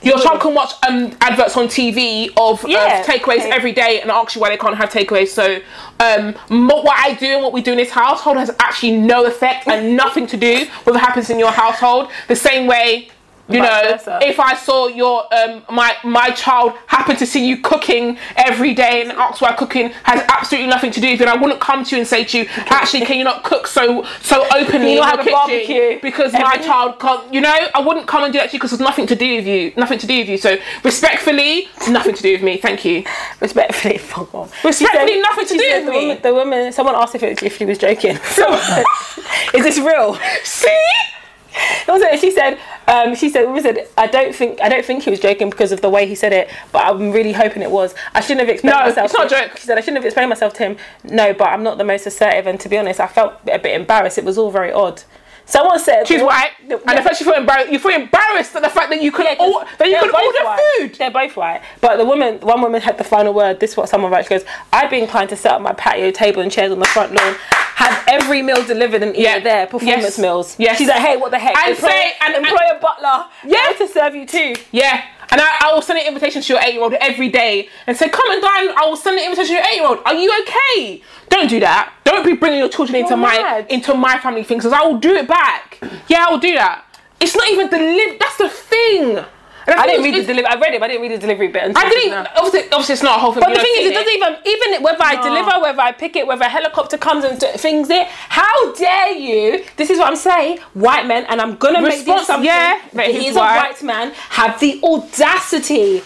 Speaker 2: Your child can watch um, adverts on TV of
Speaker 5: Yeah,
Speaker 2: of takeaways
Speaker 5: okay.
Speaker 2: every day and ask you why they can't have takeaways. So, um, mo- what I do and what we do in this household has actually no
Speaker 1: [LAUGHS]
Speaker 2: effect and nothing to do with what happens in your household. The same way, you
Speaker 1: Vice
Speaker 2: know,
Speaker 1: versa.
Speaker 2: if I saw your um, my my child happen to see you cooking every day and ask why cooking has absolutely nothing to do with it, I wouldn't come to you and say to you, actually, can you not cook so
Speaker 1: [LAUGHS]
Speaker 2: so
Speaker 1: you
Speaker 2: openly
Speaker 1: not
Speaker 2: in your
Speaker 1: have a
Speaker 2: kitchen
Speaker 1: barbecue
Speaker 2: because my
Speaker 1: every-
Speaker 2: child can't. You know, I wouldn't come and do that to you because it's nothing to do with you, nothing to do with you. So respectfully, nothing to do with me. Thank you.
Speaker 1: Respectfully, [LAUGHS] fuck off.
Speaker 2: Respectfully, nothing to
Speaker 1: She
Speaker 2: do
Speaker 1: said
Speaker 2: with
Speaker 1: the
Speaker 2: me.
Speaker 1: Woman, the woman, someone asked if, it, if she was joking. [LAUGHS]
Speaker 2: [LAUGHS]
Speaker 1: is this real?
Speaker 2: See?
Speaker 1: [LAUGHS] Also, she said, um, she said, woman said, I don't think, I don't think he was joking because of the way he said it, but I'm really hoping it was. I shouldn't have explained
Speaker 2: No,
Speaker 1: myself.
Speaker 2: it's not
Speaker 1: to-
Speaker 2: a joke.
Speaker 1: She said, I shouldn't have explained myself to him. No, but I'm not the most assertive, and to be honest, I felt a bit embarrassed. It was all very odd. Someone said
Speaker 2: She's white,
Speaker 1: The-
Speaker 2: and the fact she feel embarrassed, you feel embarrassed at the fact that you couldn't
Speaker 1: Yeah, 'cause
Speaker 2: or- that you
Speaker 1: they're
Speaker 2: couldn't
Speaker 1: both
Speaker 2: order
Speaker 1: white.
Speaker 2: food.
Speaker 1: They're both white. But the woman, one woman had the final word. This is what someone wrote. She goes, I'd be inclined to set up my patio table and chairs on the front lawn, have every meal delivered and eat
Speaker 2: Yeah.
Speaker 1: it there, performance
Speaker 2: Yes.
Speaker 1: meals.
Speaker 2: Yes.
Speaker 1: She's like, hey, what the heck?
Speaker 2: And say- and- and-
Speaker 1: employer butler.
Speaker 2: Yeah.
Speaker 1: Yeah. to serve you too.
Speaker 2: Yeah. And I, I will send an invitation to your eight year old every day and say, Come and dine. I will send an invitation to your eight year old. Are you okay? Don't do that. Don't be bringing your children into my
Speaker 1: mad.
Speaker 2: into my family things because I will do it back. Yeah, I will do that. It's not even delivered. That's the thing. And
Speaker 1: I didn't read the delivery. I read it, but I didn't read the delivery bit. Until
Speaker 2: I didn't.
Speaker 1: just now.
Speaker 2: Obviously, obviously, it's not a whole thing.
Speaker 1: But
Speaker 2: you
Speaker 1: the
Speaker 2: know,
Speaker 1: thing
Speaker 2: I've
Speaker 1: is, it
Speaker 2: seen
Speaker 1: doesn't even, even whether I deliver, whether I pick it, whether a helicopter comes and d- things it, how dare you? This is what I'm saying. White men, and I'm going to make
Speaker 2: Response-
Speaker 1: this something.
Speaker 2: yeah, that
Speaker 1: that
Speaker 2: he's
Speaker 1: he's a
Speaker 2: white.
Speaker 1: white man, have the audacity.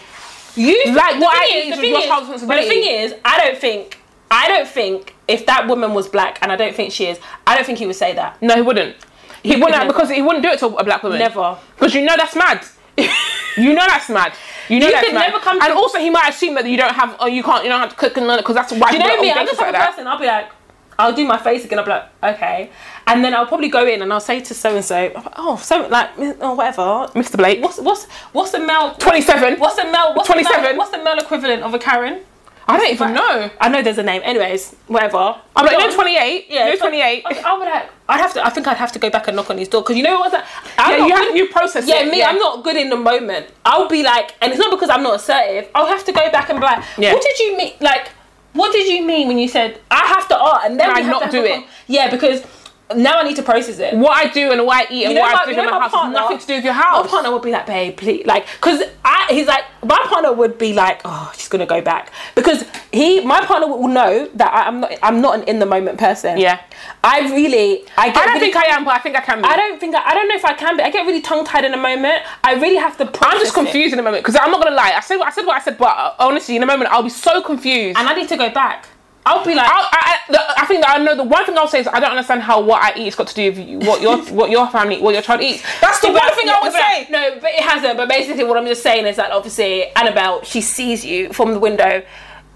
Speaker 1: You,
Speaker 2: Like,
Speaker 1: the
Speaker 2: what I
Speaker 1: thing is,
Speaker 2: think
Speaker 1: the
Speaker 2: is
Speaker 1: thing
Speaker 2: your
Speaker 1: is-
Speaker 2: child's
Speaker 1: But the
Speaker 2: responsibility.
Speaker 1: thing is, I don't think, I don't think if that woman was black, and I don't think she is, I don't think he would say that.
Speaker 2: No, he wouldn't. He wouldn't
Speaker 1: couldn't.
Speaker 2: because he wouldn't do it to a black woman.
Speaker 1: Never.
Speaker 2: Because you know that's mad. [LAUGHS] you know that's mad. You know
Speaker 1: You
Speaker 2: that's
Speaker 1: could
Speaker 2: mad.
Speaker 1: never come
Speaker 2: and
Speaker 1: to-
Speaker 2: also, he might assume that you don't have, or you can't, you don't have to cook and because that's why.
Speaker 1: Do you know me? I'm
Speaker 2: I'm
Speaker 1: the type
Speaker 2: like
Speaker 1: of
Speaker 2: that.
Speaker 1: person. I'll be like, I'll do my face again. I'll be like, okay, and then I'll probably go in and I'll say to so and so, oh, so like, oh, whatever.
Speaker 2: Mr. Blake,
Speaker 1: What's what's what's the male?
Speaker 2: 27.
Speaker 1: What's the male? What's the male-
Speaker 2: 27?
Speaker 1: What's the male equivalent of a Karen?
Speaker 2: I don't even know.
Speaker 1: I know there's a name. Anyways, whatever.
Speaker 2: I'm like,
Speaker 1: Go
Speaker 2: no,
Speaker 1: on.
Speaker 2: 28.
Speaker 1: Yeah,
Speaker 2: no,
Speaker 1: it's like-
Speaker 2: 28.
Speaker 1: I, I would like. I'd have to. I think I'd have to go back and knock on his door because you know what? That, I'm
Speaker 2: Yeah,
Speaker 1: not
Speaker 2: you
Speaker 1: good-
Speaker 2: have you process.
Speaker 1: yeah,
Speaker 2: it,
Speaker 1: me,
Speaker 2: yeah.
Speaker 1: I'm not good in the moment. I'll be like, and it's not because I'm not assertive. I'll have to go back and be like,
Speaker 2: Yeah.
Speaker 1: what did you mean? Like, what did you mean when you said I have to art and then
Speaker 2: Can
Speaker 1: we
Speaker 2: I
Speaker 1: have
Speaker 2: not
Speaker 1: to have
Speaker 2: do
Speaker 1: a
Speaker 2: it?
Speaker 1: con-" Yeah, because now I need to process it.
Speaker 2: What I do and what I eat and
Speaker 1: You know
Speaker 2: what
Speaker 1: my-
Speaker 2: I do
Speaker 1: you know
Speaker 2: in my,
Speaker 1: my
Speaker 2: house
Speaker 1: partner-
Speaker 2: has nothing to do with your house.
Speaker 1: My partner would be like, babe, please, like, because I, he's like, my partner would be like, oh, she's gonna go back because
Speaker 6: he, my partner will know that I, I'm not, I'm not an in the moment person.
Speaker 2: Yeah.
Speaker 6: I really, I get.
Speaker 2: I don't
Speaker 6: really-
Speaker 2: think I am, but I think I can be.
Speaker 6: I don't think I, I don't know if I can, but I get really tongue tied in a moment. I really have to.
Speaker 2: I'm
Speaker 6: process
Speaker 2: just
Speaker 6: it.
Speaker 2: confused in a moment because I'm not gonna lie. I said what I said, what I said, but uh, honestly, in a moment, I'll be so confused.
Speaker 1: and I need to go back. I'll be like,
Speaker 2: I, I, I, the- I think that I know the one thing I'll say is I don't understand how what I eat has got to do with you, what [LAUGHS] your what your family, what your child eats. That's the
Speaker 1: Yeah,
Speaker 2: one
Speaker 1: but-
Speaker 2: thing
Speaker 1: yeah,
Speaker 2: I would
Speaker 1: but-
Speaker 2: say.
Speaker 1: No, but it hasn't. But basically, what I'm just saying is that obviously Annabelle, she sees you from the window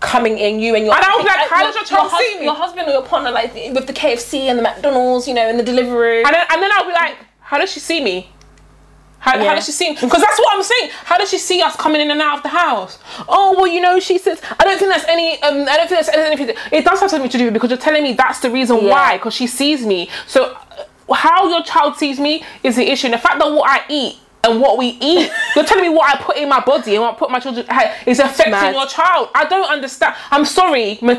Speaker 1: coming in, you and your.
Speaker 2: And I was like, how
Speaker 1: your-
Speaker 2: does your child
Speaker 1: hus-
Speaker 2: see me?
Speaker 1: Your husband or your partner, like with the KFC and the McDonald's, you know, and the delivery.
Speaker 2: And then, and then I'll be like, how does she see me? How, how
Speaker 1: Yeah.
Speaker 2: does she see me? Because that's what I'm saying. How does she see us coming in and out of the house? Oh well, you know, she says. I don't think that's any. Um, I don't think that's anything. It does have something to do with it because you're telling me that's the reason
Speaker 1: Yeah.
Speaker 2: why. Because she sees me. So uh, how your child sees me is the issue. And the fact that what I eat and what we
Speaker 1: [LAUGHS]
Speaker 2: eat, you're telling me what I put in my body and what I put my children ha- is affecting
Speaker 6: mad.
Speaker 2: your child. I don't understand. I'm sorry, I'm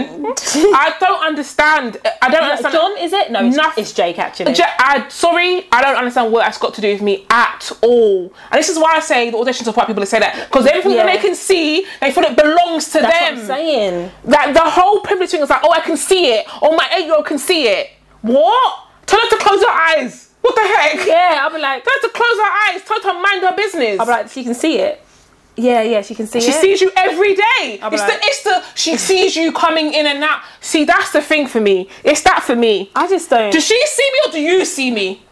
Speaker 1: [LAUGHS]
Speaker 2: I don't understand. I don't
Speaker 1: Like,
Speaker 2: understand.
Speaker 1: John, is it? No, it's,
Speaker 2: Nothing.
Speaker 1: it's Jake actually.
Speaker 2: J- I, sorry, I don't understand what that's got to do with me at all. And this is why I say the auditions of white people to say that because everything that
Speaker 1: Yeah.
Speaker 2: they can see, they feel it belongs to
Speaker 1: That's
Speaker 2: them.
Speaker 1: what I'm saying.
Speaker 2: That the whole privilege thing is like, oh, I can see it, or my eight-year-old can see it. What? Tell her to close her eyes. What the heck?
Speaker 1: Yeah, I'll be like,
Speaker 2: Tell her to close her eyes. Tell her to mind her business.
Speaker 1: I'll be like, she can see it. Yeah, yeah, she can see
Speaker 2: She
Speaker 1: it.
Speaker 2: sees you every day.
Speaker 1: I'll be
Speaker 2: It's
Speaker 1: like-
Speaker 2: the it's the she sees you coming in and out. See, that's the thing for me. It's that for me.
Speaker 1: I just don't.
Speaker 2: Does she see me or do you see me?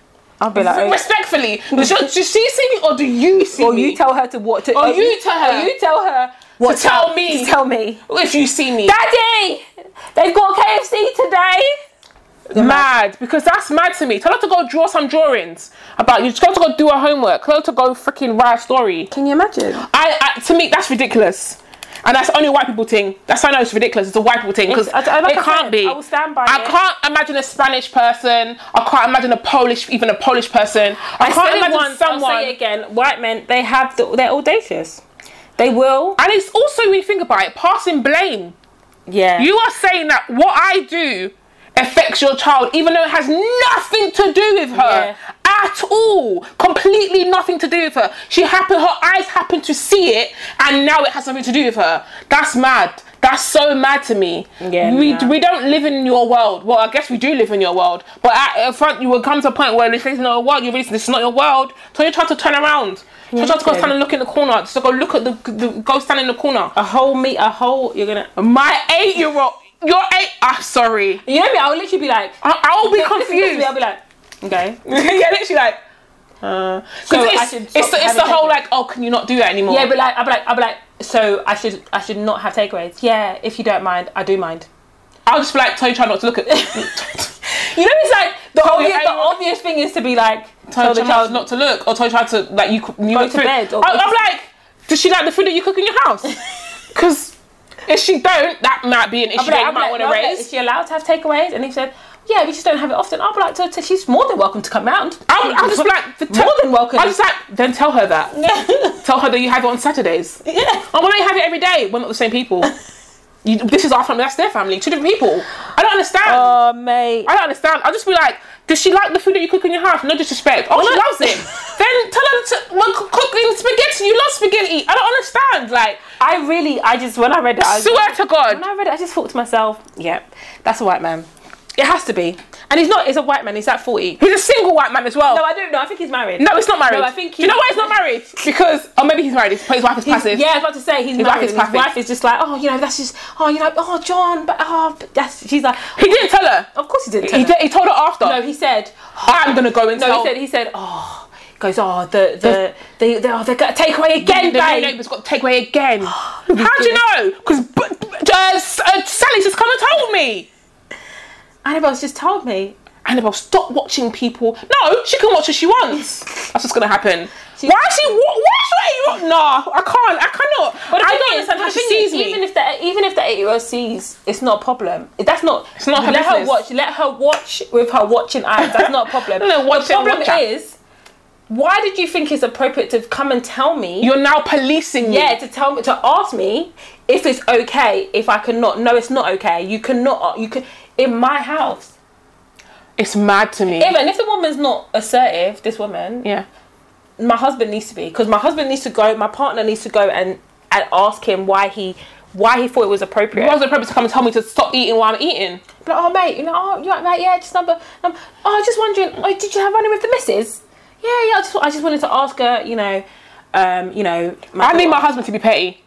Speaker 1: I'll be like, oh,
Speaker 2: Respectfully, does she, does she see me or do you see
Speaker 6: Or
Speaker 2: me?
Speaker 6: you tell her to what? To,
Speaker 2: Or you tell her.
Speaker 6: or You tell her what?
Speaker 2: to tell me
Speaker 6: to tell me.
Speaker 2: if you see me.
Speaker 1: Daddy, they've got KFC today.
Speaker 2: mad because that's mad to me. Tell her to go draw some drawings about you. Tell her to go do her homework. Tell her to go freaking write a story.
Speaker 6: Can you imagine?
Speaker 2: I, I to me that's ridiculous. And that's only white people thing. That's I know it's ridiculous. It's a white people thing because
Speaker 6: It's- I- I- like
Speaker 2: it
Speaker 6: I
Speaker 2: can't
Speaker 6: said,
Speaker 2: be.
Speaker 6: I will stand by
Speaker 2: I
Speaker 6: it.
Speaker 2: can't imagine a Spanish person. I can't imagine a Polish, even a Polish person. I, can't
Speaker 1: said it
Speaker 2: imagine
Speaker 1: once,
Speaker 2: someone.
Speaker 1: I'll say it again. White men, they have the, they're audacious. They will.
Speaker 2: And it's also when you think about it, passing blame.
Speaker 1: Yeah.
Speaker 2: You are saying that what I do affects your child, even though it has nothing to do with her at all. Completely nothing to do with her. She happened, her eyes happened to see it, and now it has something to do with her. That's mad. That's so mad to me.
Speaker 1: Yeah,
Speaker 2: we,
Speaker 1: nah.
Speaker 2: we don't live in your world. Well, I guess we do live in your world, but at, at front you will come to a point where this is not your world. You realize this is not your world. So you try to turn around. So you try to go
Speaker 1: okay.
Speaker 2: stand and look in the corner. So go look at the, the go stand in the corner.
Speaker 1: a whole meat, a whole. You're gonna.
Speaker 2: My eight year old, your eight. I'm sorry.
Speaker 1: You know me. I will literally be like,
Speaker 2: I, I'll
Speaker 1: [LAUGHS]
Speaker 2: be
Speaker 1: This is- this is me,
Speaker 2: confused.
Speaker 1: I'll be like, okay.
Speaker 2: [LAUGHS] yeah, literally like. Uh, so
Speaker 1: I
Speaker 2: it's,
Speaker 1: should
Speaker 2: it's,
Speaker 1: stop
Speaker 2: the, it's
Speaker 1: having
Speaker 2: the whole
Speaker 1: takeaways.
Speaker 2: like, oh, can you not do that anymore?
Speaker 1: Yeah, but like, I'll be like, I'll be like. So I should, I should not have takeaways. Yeah, if you don't mind, I do mind.
Speaker 2: I'll just be like, tell you try not to look
Speaker 1: [LAUGHS]
Speaker 2: at.
Speaker 1: You know, it's like the
Speaker 2: Tell your
Speaker 1: obvious, the
Speaker 2: eight-year-old-
Speaker 1: obvious thing is to be like, tell
Speaker 2: tell
Speaker 1: the child
Speaker 2: not to look, or tell you try to like you. c- you
Speaker 1: Go
Speaker 2: look
Speaker 1: to
Speaker 2: through-
Speaker 1: bed, or
Speaker 2: I,
Speaker 1: go to-
Speaker 2: I'm like, does she like the food that you cook in your
Speaker 1: [LAUGHS]
Speaker 2: house? Because if she don't, that might be an issue
Speaker 1: But
Speaker 2: that
Speaker 1: I'll
Speaker 2: you
Speaker 1: be
Speaker 2: might
Speaker 1: like,
Speaker 2: want
Speaker 1: no,
Speaker 2: to
Speaker 1: I'll be like,
Speaker 2: raise.
Speaker 1: Is she allowed to have takeaways? And he said, yeah, we just don't have it often. I'll be like, so, so she's more than welcome to come round.
Speaker 2: I'm,
Speaker 1: [LAUGHS]
Speaker 2: I'm just like the
Speaker 1: More than welcome.
Speaker 2: I'm just like then tell her that.
Speaker 1: [LAUGHS]
Speaker 2: tell her that you have it on Saturdays.
Speaker 1: yeah.
Speaker 2: Oh, why don't you have it every day? We're not the
Speaker 1: [LAUGHS]
Speaker 2: same people. You, this is our family. That's their family. Two different people. I don't understand.
Speaker 1: [LAUGHS]
Speaker 6: Oh, mate.
Speaker 2: I don't understand. I'll just be like, does she like the food that you cook in your house? No disrespect. Oh, she
Speaker 1: no. [LAUGHS]
Speaker 2: loves it. then tell her to well, c- cook in spaghetti. You love spaghetti. I don't understand. Like,
Speaker 1: I really, I just, when I read it, I
Speaker 2: I swear to
Speaker 1: When
Speaker 2: God.
Speaker 1: I read it, I just thought to myself, yeah, that's a white man. It has to be. And he's not, he's a white man, he's at 40.
Speaker 2: He's a single white man as well.
Speaker 1: No,
Speaker 2: No,
Speaker 1: I don't know, I think he's married.
Speaker 2: it's not married.
Speaker 1: No, I think
Speaker 2: Do you know why it's not married? Because, oh, maybe he's married. But his wife is
Speaker 1: He's-
Speaker 2: passive.
Speaker 1: Yeah, I was about to say he's
Speaker 2: His wife
Speaker 1: married.
Speaker 2: is
Speaker 1: and his
Speaker 2: passive.
Speaker 1: wife is just like, oh, you know, that's just, oh, you know, oh, John, but oh, but that's. She's like,
Speaker 2: He didn't tell her.
Speaker 1: of course he didn't. Tell
Speaker 2: He,
Speaker 1: her.
Speaker 2: did, he told her after.
Speaker 1: No, he Oh, said,
Speaker 2: I'm gonna go and
Speaker 1: No,
Speaker 2: tell.
Speaker 1: he said he said, oh, he goes, oh, the the they they oh, they got to take away again,
Speaker 2: again, the new
Speaker 1: babe.
Speaker 2: neighbour's got takeaway again. [GASPS] How do you know? Because b- b- uh, S- uh, Sally's just come and told me.
Speaker 1: Annabelle's just told me.
Speaker 2: Annabelle, stop watching people. No, she can watch what she [LAUGHS] wants. That's what's gonna happen. why is she? Why, why is she? No, I can't. I cannot.
Speaker 1: But
Speaker 2: I don't understand how she sees me.
Speaker 1: Even if the even if the eight year old sees, it's not a problem. That's not. It's
Speaker 2: not her
Speaker 1: Let her
Speaker 2: business.
Speaker 1: watch. Let her watch with her watching eyes. That's not a problem.
Speaker 2: [LAUGHS] No, no, watch
Speaker 1: the
Speaker 2: and
Speaker 1: problem
Speaker 2: watch her.
Speaker 1: is, why did you think it's appropriate to come and tell me?
Speaker 2: You're now policing me.
Speaker 1: yeah, to tell me to ask me if it's okay if I cannot. No, it's not okay. You cannot. You can in my house.
Speaker 2: it's mad to me.
Speaker 1: Even if the woman's not assertive, this woman,
Speaker 2: yeah.
Speaker 1: my husband needs to be because my husband needs to go my partner needs to go and and ask him why he
Speaker 4: why he thought it was appropriate.
Speaker 2: It wasn't appropriate to come and tell me to stop eating while I'm eating.
Speaker 4: But oh mate, you know, oh you're right, mate, yeah, just number, number oh I was just wondering, oh, did you have running with the missus? Yeah, yeah, I just I just wanted to ask her, you know, um, you know,
Speaker 2: I need
Speaker 4: [LAUGHS]
Speaker 2: my husband to be petty.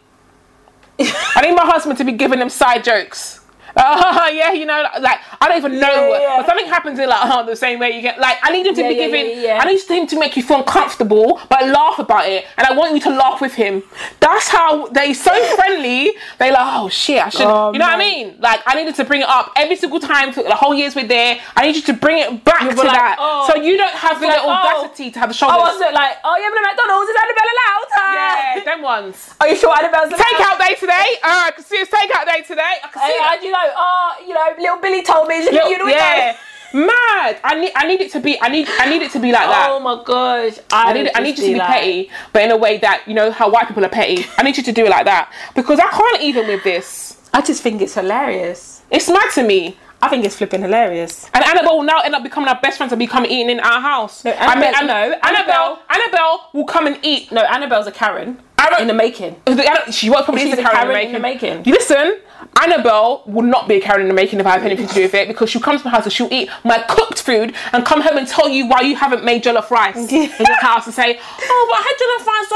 Speaker 2: I need my husband to be giving them side jokes. [LAUGHS] Oh, yeah, you know, like I don't even know.
Speaker 4: Yeah,
Speaker 2: what-
Speaker 4: yeah.
Speaker 2: But something happens in like oh, the same way you get. Like I need him to
Speaker 4: Yeah,
Speaker 2: be
Speaker 4: yeah,
Speaker 2: giving.
Speaker 4: yeah, yeah.
Speaker 2: I need him to make you feel uncomfortable, but laugh about it. And I want you to laugh with him. That's how
Speaker 4: [LAUGHS]
Speaker 2: they so friendly. They like, oh shit, I should.
Speaker 4: Oh,
Speaker 2: you know what I
Speaker 4: man.
Speaker 2: mean? Like I needed to bring it up every single time for the whole years we're there. I need you to bring it back to
Speaker 4: like,
Speaker 2: that,
Speaker 4: oh.
Speaker 2: so you don't have the
Speaker 4: You'll be like, oh.
Speaker 2: audacity to have a shoulder.
Speaker 4: I was like, oh yeah, but at McDonald's is Annabelle allowed? [LAUGHS]
Speaker 2: yeah, [LAUGHS] them ones.
Speaker 4: Are you sure Annabelle's allowed?
Speaker 2: Takeout day today. Uh, I can see it's takeout day today. I can see
Speaker 4: Hey,
Speaker 2: that.
Speaker 4: how do you know? Oh, you know, little Billy told me.
Speaker 2: Yo,
Speaker 4: you know,
Speaker 2: yeah. Mad. I need. I need it to be. I need. I need it to be like that.
Speaker 4: Oh my gosh,
Speaker 2: I
Speaker 4: I,
Speaker 2: need. I
Speaker 4: would
Speaker 2: need
Speaker 4: just
Speaker 2: you to be
Speaker 4: like-
Speaker 2: petty, but in a way that you know how white people are petty. I need you to do it like that because I can't even with this.
Speaker 4: I just think it's hilarious.
Speaker 2: It's mad to me.
Speaker 4: I think it's flipping hilarious.
Speaker 2: And Annabelle will now end up becoming our best friends and become eating in our house.
Speaker 4: No,
Speaker 2: I mean,
Speaker 4: Annabelle-
Speaker 2: An-
Speaker 4: no,
Speaker 2: Annabelle.
Speaker 4: Annabelle-
Speaker 2: Annabelle will come and eat.
Speaker 4: No, Annabelle's a Karen
Speaker 2: I don't-
Speaker 4: in the making.
Speaker 2: The- Anna- She was probably
Speaker 4: She's
Speaker 2: is a
Speaker 4: a
Speaker 2: Karen,
Speaker 4: Karen
Speaker 2: in
Speaker 4: in
Speaker 2: the
Speaker 4: the
Speaker 2: making.
Speaker 4: making.
Speaker 2: Listen, Annabelle will not be a Karen in the making if I have anything to do with it because she'll come to my house and she'll eat my cooked food and come home and tell you why you haven't made
Speaker 4: [LAUGHS]
Speaker 2: jollof rice in your house and say, oh, but I had jollof rice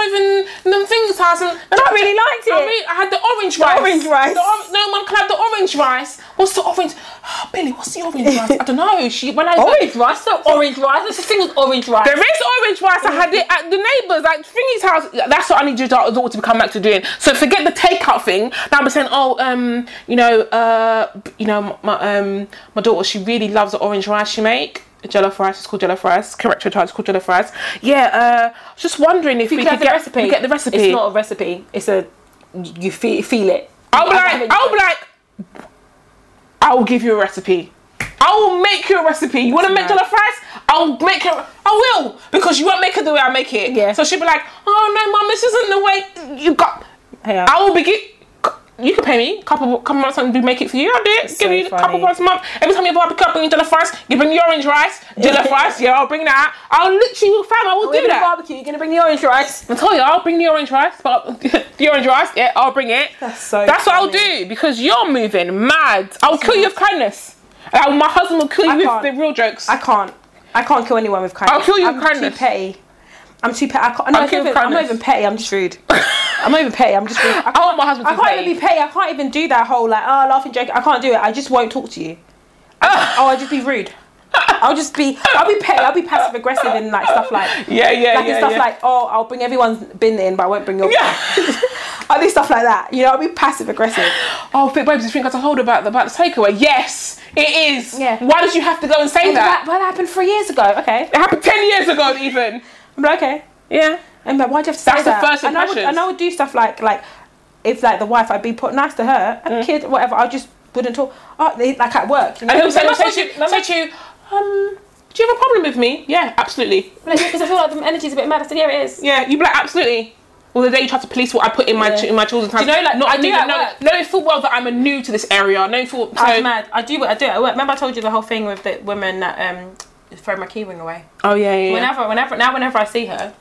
Speaker 2: over in the thing's house and, and I
Speaker 4: really liked
Speaker 2: I,
Speaker 4: it.
Speaker 2: really- I had the orange rice.
Speaker 4: orange rice.
Speaker 2: The or- no one can have the orange rice. What's the orange? [GASPS] Billy, what's the orange rice? I don't know. She
Speaker 4: [LAUGHS]
Speaker 2: when I
Speaker 4: Orange rice, so orange rice. This thing was orange rice.
Speaker 2: there is orange rice. I had it at the neighbours, like Thingy's house. That's what I need your daughter daughter to come back to doing. So forget the takeout thing. Now I'm saying, oh, um, you know, uh, b- you know, my um, my daughter, she really loves the orange rice she make. Jollof rice, it's called jollof rice. Correct your child, it's called jollof rice. Yeah, uh, I was just wondering if we
Speaker 4: You
Speaker 2: could
Speaker 4: get
Speaker 2: get
Speaker 4: the recipe.
Speaker 2: we get the recipe.
Speaker 4: It's not a recipe. It's a you feel, feel it.
Speaker 2: I'll be
Speaker 4: I
Speaker 2: like,
Speaker 4: haven't-
Speaker 2: I'll be like, I will give you a recipe. I will make you a recipe. You want to make
Speaker 4: mad.
Speaker 2: jollof rice? I'll make it. I will because you won't make it the way I make it.
Speaker 4: Yeah.
Speaker 2: So she'll be like, oh no, mum, this isn't the way you got.
Speaker 4: Yeah.
Speaker 2: I will begin. You can pay me a couple, couple months and do make it for you. I'll do it.
Speaker 4: So
Speaker 2: Give you a couple
Speaker 4: funny.
Speaker 2: months a month. Every time you barbecue, I'll bring you jollof rice. You bring the orange rice,
Speaker 4: [LAUGHS]
Speaker 2: jollof rice. Yeah, I'll bring that. I'll literally, fam, I will
Speaker 4: We're
Speaker 2: do
Speaker 4: gonna
Speaker 2: that.
Speaker 4: barbecue. You're gonna bring the orange rice.
Speaker 2: I told you, I'll bring the orange rice, but [LAUGHS] the orange rice, yeah, I'll bring it.
Speaker 4: That's so
Speaker 2: That's what I'll
Speaker 4: funny.
Speaker 2: do because you're moving mad. I'll kill you with kindness. And I- my husband will kill you
Speaker 1: I
Speaker 2: with
Speaker 1: can't.
Speaker 2: the real jokes. [LAUGHS]
Speaker 1: I can't. I can't kill anyone with kindness.
Speaker 2: I'll kill you
Speaker 1: I'm
Speaker 2: with kindness.
Speaker 1: too petty. I'm too petty. I can't, no,
Speaker 2: I'll
Speaker 1: it's
Speaker 2: kill
Speaker 1: not
Speaker 2: you with
Speaker 1: even- I'm not
Speaker 2: kindness.
Speaker 1: even petty. I'm just
Speaker 2: [LAUGHS]
Speaker 1: rude. I'm not even petty. I'm just rude. I
Speaker 2: I want my husband
Speaker 1: I
Speaker 2: to
Speaker 1: can't
Speaker 2: say-
Speaker 1: even be petty. I can't even do that whole like oh laughing joke. I can't do it. I just won't talk to you.
Speaker 2: [LAUGHS]
Speaker 1: I, oh, I'll just be rude. I'll just be. I'll be petty. I'll be passive aggressive and like stuff
Speaker 2: [LAUGHS]
Speaker 1: like like
Speaker 2: Yeah, yeah,
Speaker 1: in
Speaker 2: yeah.
Speaker 1: stuff
Speaker 2: yeah.
Speaker 1: like oh I'll bring everyone's bin in, but I won't bring your. [LAUGHS]
Speaker 2: Yeah.
Speaker 1: I'll do stuff like that. You know, I'll be passive aggressive.
Speaker 2: oh, Fit Babes, you think I told about the, about the takeaway? Yes, it is.
Speaker 1: Yeah.
Speaker 2: Why did you have to go and say
Speaker 1: But
Speaker 2: that?
Speaker 1: that, but that happened three years ago. Okay,
Speaker 2: It happened 10 years ago, even.
Speaker 1: I'm like, okay.
Speaker 2: Yeah.
Speaker 1: And like, why do you have to
Speaker 2: That's
Speaker 1: say
Speaker 2: the
Speaker 1: that?
Speaker 2: first
Speaker 1: and I would,
Speaker 2: impressions.
Speaker 1: and I would do stuff like like if like the wife, I'd be put nice to her,
Speaker 2: Mm.
Speaker 1: and kid, whatever. I just wouldn't talk. Oh, they, like at work. You know?
Speaker 2: And he'll say,
Speaker 4: Remember
Speaker 2: say, to you, say to you, um, do you have a problem with me? Yeah, absolutely.
Speaker 4: Because I feel like the energy's a bit mad. I said, yeah, it is.
Speaker 2: Yeah, you'd be like, absolutely. Well, the day you try to police what I put in my
Speaker 4: Yeah.
Speaker 2: ch- in my children's house.
Speaker 4: you know, like, I do
Speaker 2: knowing-
Speaker 4: at
Speaker 2: knowing,
Speaker 4: work. Oh,
Speaker 2: knowing full well that I'm a new to this area. Knowing full. So,
Speaker 1: I'm mad. I do. I do. I work. Remember, I told you the whole thing with the woman that um throw my keyring away.
Speaker 2: oh yeah, yeah. yeah. [LAUGHS]
Speaker 1: Whenever, whenever now, whenever I see her,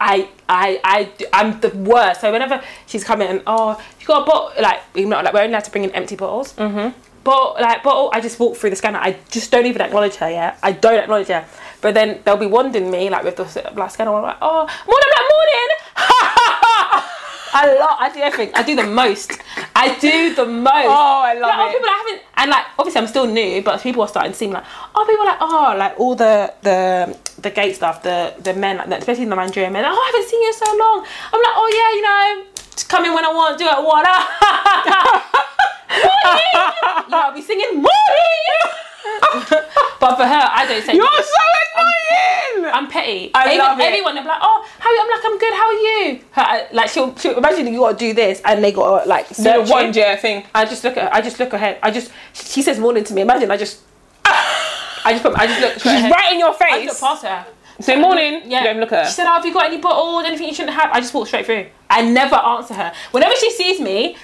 Speaker 4: I, I, I, do- I'm the worst. So whenever she's coming and oh, you got a bottle, like you know, like we're only allowed to bring in empty bottles. Mm-hmm. But like bottle, I just walk through the scanner. I just don't even acknowledge her. Yeah, I don't acknowledge her. But then they'll be wanding me like with the like scanner. I'm like, oh, morning, I'm like morning. [LAUGHS] I lot. I do everything. I do the most. I do the most.
Speaker 2: Oh, I love
Speaker 4: like,
Speaker 2: it.
Speaker 4: Oh, people I haven't, and like obviously I'm still new, but people are starting to seem like,
Speaker 1: oh, people are like, oh, like all the the the gay stuff, the the men, like, especially the Nigerian men. Oh, I haven't seen you in so long. I'm like, oh yeah, you know, just come in when I want, do what I want.
Speaker 4: [LAUGHS] yeah, I'll be singing morning. but for her, I don't say.
Speaker 2: You're so annoying.
Speaker 4: I'm petty.
Speaker 2: I
Speaker 4: Even
Speaker 2: love it.
Speaker 4: Everyone, I'm like, oh, how? you? I'm like, I'm good. How are you?
Speaker 1: Her- like she'll, she'll imagine you gotta do this, and they gotta like
Speaker 2: The
Speaker 1: search
Speaker 2: one
Speaker 1: it.
Speaker 2: yeah thing.
Speaker 4: I just look at. Her, I just look ahead. I just. She says morning to me. Imagine. I just. I just. Put, I just look. Straight
Speaker 2: She's
Speaker 4: ahead.
Speaker 2: right in your
Speaker 4: I just
Speaker 2: face.
Speaker 4: look past her.
Speaker 2: So morning.
Speaker 4: Yeah.
Speaker 2: You don't look at
Speaker 4: She
Speaker 2: her.
Speaker 4: said, oh, "Have you got any bottles? Anything you shouldn't have?" I just walk straight through. I never answer her. Whenever she sees me,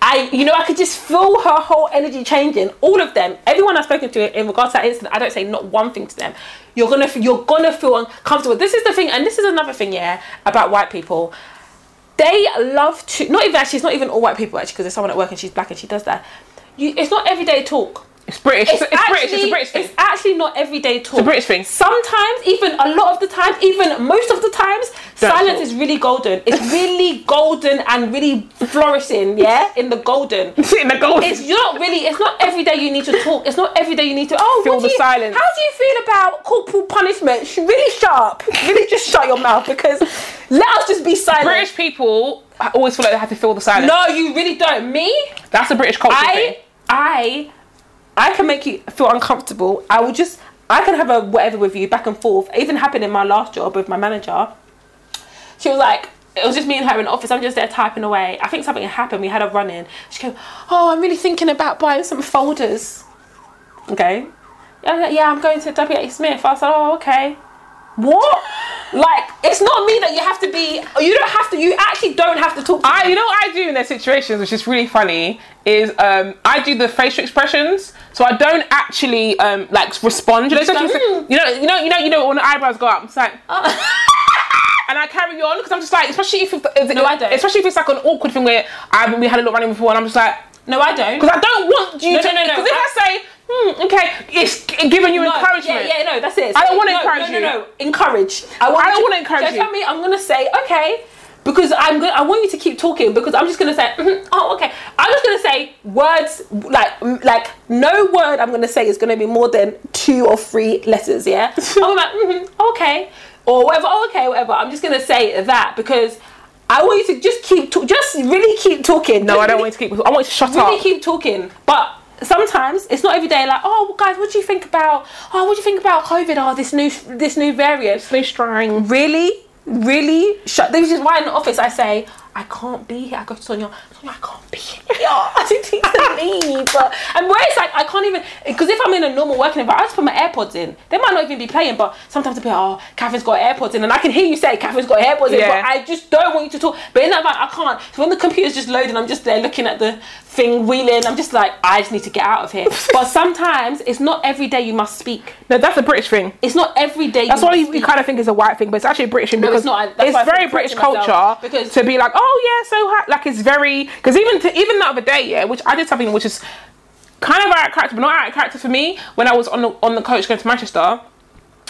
Speaker 4: I, you know, I could just feel her whole energy changing. All of them, everyone I've spoken to in regards to that incident, I don't say not one thing to them. You're gonna, f- you're gonna feel uncomfortable. This is the thing, and this is another thing, yeah, about white people.
Speaker 1: They love to. Not even actually. It's not even all white people actually, because there's someone at work and she's black and she does that. You, it's not everyday talk.
Speaker 2: It's British. It's,
Speaker 1: actually,
Speaker 2: British. It's a British thing.
Speaker 1: It's actually not everyday talk.
Speaker 2: It's a British thing. [LAUGHS]
Speaker 1: Sometimes, even a lot of the times, even most of the times,
Speaker 2: Don't
Speaker 1: silence
Speaker 2: talk.
Speaker 1: is really golden. It's really golden and really flourishing. Yeah, in the golden.
Speaker 2: Sitting the gold.
Speaker 1: It's you're not really. It's not every day you need to talk. It's not every day you need to. Oh,
Speaker 2: Feel
Speaker 1: what do
Speaker 2: the
Speaker 1: you,
Speaker 2: silence.
Speaker 1: How do you feel about corporal punishment? Sh- Really sharp. Really, just shut your mouth because let us just be silent.
Speaker 2: British people always feel like they have to fill the silence.
Speaker 1: No, you really don't. Me,
Speaker 2: That's a British culture thing.
Speaker 1: I, I, I can make you feel uncomfortable. I will just. I can have a whatever with you back and forth. It even happened in my last job with my manager. She was like, it was just me and her in the office. I'm just there typing away. I think something had happened. We had a run in. She came, oh, I'm really thinking about buying some folders. Okay. I was like, yeah, I'm going to W.A. Smith. I was like, oh, okay. What? like, it's not me that you have to be, you don't have to, you actually don't have to talk to
Speaker 2: I, you know what I do in their situations, which is really funny, is um, I do the facial expressions, so I don't actually um, like respond. You
Speaker 1: go,
Speaker 2: know, sometimes- you know, you know, you know, you know, when the eyebrows go up, it's like.
Speaker 1: Oh.
Speaker 2: [LAUGHS] And I carry on because I'm just like, especially if, it's- if,
Speaker 1: No, I don't.
Speaker 2: especially if it's like an awkward thing where I we had a little running before, and I'm just like,
Speaker 1: No, I don't.
Speaker 2: because I don't want you
Speaker 1: No,
Speaker 2: to.
Speaker 1: no, no, no.
Speaker 2: Because if I, say, hmm, okay, it's giving you
Speaker 1: No,
Speaker 2: encouragement.
Speaker 1: Yeah, yeah, no, that's it.
Speaker 2: I don't wanna
Speaker 1: No,
Speaker 2: encourage
Speaker 1: No,
Speaker 2: you.
Speaker 1: no, no, encourage. I,
Speaker 2: I don't wanna encourage
Speaker 1: so
Speaker 2: you.
Speaker 1: tell me, I'm gonna say okay, because I'm gonna. I want you to keep talking because I'm just gonna say, "Mhm, oh, okay. I'm just gonna say words like mm, like no word I'm gonna say is gonna be more than two or three letters.
Speaker 2: [LAUGHS]
Speaker 1: Yeah, I'm like mm okay or whatever. "Oh, okay, whatever. I'm just gonna say that because. I want you to just keep, talk just really keep talking.
Speaker 2: No,
Speaker 1: Just
Speaker 2: I don't
Speaker 1: really
Speaker 2: want you to keep. I want you to shut
Speaker 1: really
Speaker 2: up.
Speaker 1: keep talking, but sometimes it's not every day. Like, oh guys, what do you think about? Oh, what do you think about COVID? Oh, this new this new variant.
Speaker 2: Keep strong.
Speaker 1: Really, really. Shut. This is why in the office I say I can't be here. I go to Sonia. Sonia, I can't be here. I [LAUGHS] just need to leave. But, and where it's like I can't even because if I'm in a normal working environment, I just put my AirPods in. They might not even be playing, but sometimes I'll be like, oh, Catherine's got her AirPods in, and I can hear you say Catherine's got her AirPods in,
Speaker 2: Yeah.
Speaker 1: but I just don't want you to talk. But in that moment, I can't. So when the computer's just loading, I'm just there looking at the thing wheeling. I'm just like, I just need to get out of
Speaker 2: [LAUGHS]
Speaker 1: here. but sometimes it's not every day you must speak.
Speaker 2: No, that's a British thing.
Speaker 1: It's not every day.
Speaker 2: That's
Speaker 1: you
Speaker 2: why
Speaker 1: must
Speaker 2: you, you
Speaker 1: speak.
Speaker 2: kind of think it's a white thing, but it's actually a British thing
Speaker 1: No,
Speaker 2: because
Speaker 1: it's not. That's why I
Speaker 2: it's very
Speaker 1: feel
Speaker 2: British
Speaker 1: correct myself,
Speaker 2: culture
Speaker 1: because-
Speaker 2: to be like, oh yeah, so hot. like it's very because even to, even the other day, yeah, which I did something which is kind of out of character, but not out of character for me. When I was on the on the coach going to Manchester,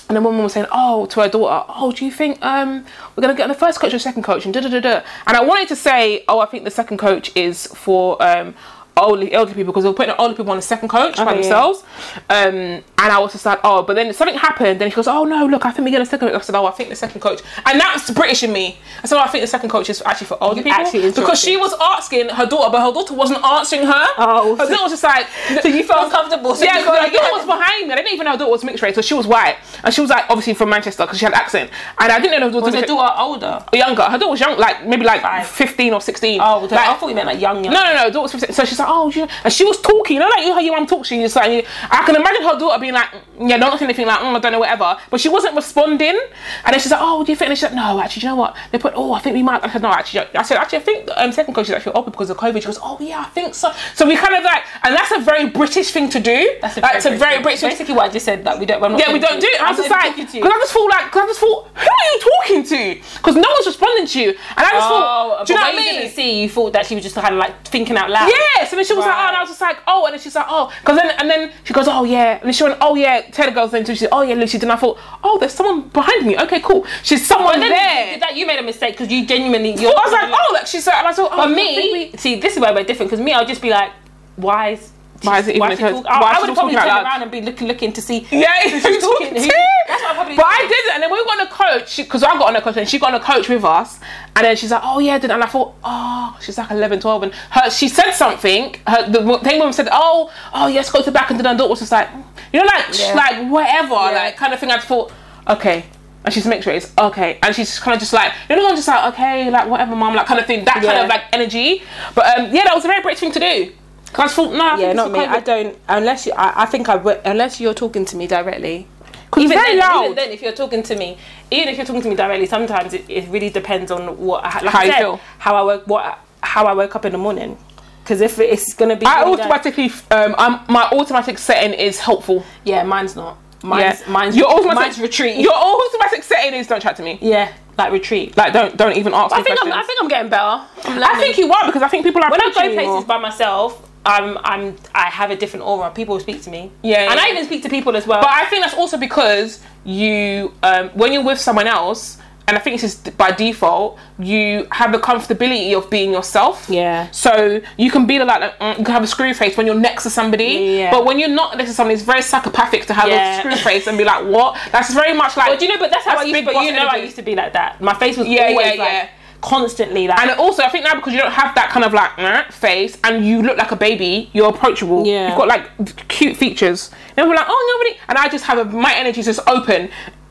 Speaker 2: and the woman was saying, oh, to her daughter, oh, do you think um we're gonna get on the first coach or second coach and da da da da, and I wanted to say, oh, I think the second coach is for um. Older, elderly people because they were putting older people on the second coach by
Speaker 1: Oh, yeah.
Speaker 2: themselves um, and I was just like oh but then something happened then she goes oh no look I think we get a second coach I said oh I think the second coach and that's British in me I said oh, I think the second coach is actually for older people
Speaker 1: actually
Speaker 2: because she was asking her daughter but her daughter wasn't answering her
Speaker 1: Oh,
Speaker 2: her
Speaker 1: so-
Speaker 2: daughter was just like
Speaker 1: [LAUGHS] So you felt uncomfortable. So
Speaker 2: yeah,
Speaker 1: you got
Speaker 2: like, you know
Speaker 1: like-
Speaker 2: what's behind me? I didn't even know her daughter was mixed race, so she was white, and she was like obviously from Manchester because she had accent, and I didn't know her daughter
Speaker 1: Was
Speaker 2: was
Speaker 1: her
Speaker 2: mixed-
Speaker 1: daughter older?
Speaker 2: younger. Her daughter was young, like maybe like
Speaker 1: Five.
Speaker 2: fifteen or sixteen.
Speaker 1: Oh, okay.
Speaker 2: Like,
Speaker 1: I thought you meant like young, young.
Speaker 2: no, no, no. Daughter was 15. So she's like, oh, you and she was talking. You know, like you know how your mum talks. She's like, you- I can imagine her daughter being like, mm, yeah, not anything like, mm, I don't know, whatever. But she wasn't responding. And then she's like, oh, do you think? And she's like, no, actually, do you know what? They put, oh, I think we might. I said, no, actually, I said, actually, I think um, second coach is actually open because of COVID. She goes, oh, yeah, I think so. So we kind of like, and that's a very British thing to do.
Speaker 1: That's a
Speaker 2: Like,
Speaker 1: very,
Speaker 2: it's a very British. thing.
Speaker 1: Basically, what I just said that we don't. I'm not
Speaker 2: Yeah, we don't
Speaker 1: talking
Speaker 2: do
Speaker 1: to
Speaker 2: it.
Speaker 1: you.
Speaker 2: I was just
Speaker 1: not
Speaker 2: like,
Speaker 1: talking to
Speaker 2: because
Speaker 1: you.
Speaker 2: I just feel like, because I just thought, who are you talking to? Because no one's responding to you. And I just
Speaker 1: Oh,
Speaker 2: thought, do you know
Speaker 1: but
Speaker 2: what I
Speaker 1: when
Speaker 2: mean?
Speaker 1: You didn't see. You thought that she was just kind of like thinking out loud.
Speaker 2: Yeah, so then she was like, oh, and I was just like, oh, and then she's like, oh, because then and then she goes, oh yeah, and then she went, oh yeah, tell the girls then too. She said, oh yeah, Lucy. Then I thought, oh, there's someone behind me. Okay, cool. She's someone
Speaker 1: But then you
Speaker 2: there.
Speaker 1: did that you made a mistake because you genuinely. You're,
Speaker 2: I was like, oh, look, she's like, and I thought, oh,
Speaker 1: But
Speaker 2: I think
Speaker 1: me,
Speaker 2: we-
Speaker 1: see, this is where we're different because me, I'll just be like, why is.
Speaker 2: Why is it even
Speaker 1: why
Speaker 2: a
Speaker 1: she
Speaker 2: code?
Speaker 1: talk-
Speaker 2: Why is
Speaker 1: I,
Speaker 2: she
Speaker 1: I would have
Speaker 2: talking
Speaker 1: probably
Speaker 2: out
Speaker 1: turned
Speaker 2: loud?
Speaker 1: around and been look, looking to see.
Speaker 2: Yeah, [LAUGHS] who's
Speaker 1: talking
Speaker 2: talking
Speaker 1: to?
Speaker 2: to?
Speaker 1: That's what I probably
Speaker 2: But I
Speaker 1: did.
Speaker 2: didn't, and then we got on a coach because I got on a coach, and she got on a coach with us, and then she's like, "Oh yeah," did and I thought, "Oh, she's like 11, 12. and her she said something. Her the wo- thing woman said, "Oh, oh yes, go to back," and then her daughter was just like, you know, like sh-
Speaker 1: Yeah.
Speaker 2: like whatever, like kind of thing. I just thought, okay. And she's mixed race, okay. And she's kind of just like, you know, I'm just like, okay, like whatever, mom, like kind of thing, that kind
Speaker 1: Yeah.
Speaker 2: of like energy. But um, yeah, that was a very British thing to do. Cause I just thought, nah, I
Speaker 1: Yeah,
Speaker 2: think
Speaker 1: not
Speaker 2: it's
Speaker 1: me.
Speaker 2: okay.
Speaker 1: I don't. Unless you, I, I think I would. Unless you're talking to me directly.
Speaker 2: 'Cause it's
Speaker 1: Even
Speaker 2: very
Speaker 1: then,
Speaker 2: loud.
Speaker 1: even then, if you're talking to me, even if you're talking to me directly, sometimes it, it really depends on what I- like
Speaker 2: How
Speaker 1: I
Speaker 2: you
Speaker 1: said,
Speaker 2: feel.
Speaker 1: how I woke, what, how I woke up in the morning. Because if it's gonna be,
Speaker 2: I
Speaker 1: really dark-
Speaker 2: automatically, um, I'm, my automatic setting is helpful.
Speaker 1: yeah, mine's not. Mine's,
Speaker 2: yeah.
Speaker 1: mine's,
Speaker 2: your automatic
Speaker 1: mine's retreat.
Speaker 2: Your automatic setting is don't chat to me.
Speaker 1: yeah, like retreat.
Speaker 2: Like, don't don't even ask.
Speaker 1: I
Speaker 2: me
Speaker 1: think I'm,
Speaker 2: questions.
Speaker 1: I think I'm getting better. I'm
Speaker 2: I think you are because I think people are
Speaker 1: when I go
Speaker 2: approaching you
Speaker 1: places
Speaker 2: more.
Speaker 1: by myself, I'm I'm I have a different aura. People speak to me.
Speaker 2: Yeah,
Speaker 1: and
Speaker 2: yeah.
Speaker 1: I even speak to people as well.
Speaker 2: But I think that's also because you, um, when you're with someone else, and I think this is by default, you have the comfortability of being yourself.
Speaker 7: Yeah.
Speaker 2: So you can be like, like, mm, you can have a screw face when you're next to somebody.
Speaker 7: Yeah.
Speaker 2: But when you're not next to somebody, it's very psychopathic to have
Speaker 1: Yeah.
Speaker 2: a screw face and be like, what? That's very much like.
Speaker 1: But do you know? But that's how
Speaker 2: That's
Speaker 1: I
Speaker 2: big
Speaker 1: used. But
Speaker 2: boss
Speaker 1: you know, I
Speaker 2: energy.
Speaker 1: used to be like that. My face was
Speaker 2: Yeah,
Speaker 1: always
Speaker 2: yeah,
Speaker 1: like
Speaker 2: yeah.
Speaker 1: constantly like.
Speaker 2: and also, I think now because you don't have that kind of like mm, face and you look like a baby, you're approachable.
Speaker 7: Yeah.
Speaker 2: You've got like cute features. And people are like, oh, nobody. And I just have a, my energy's just open.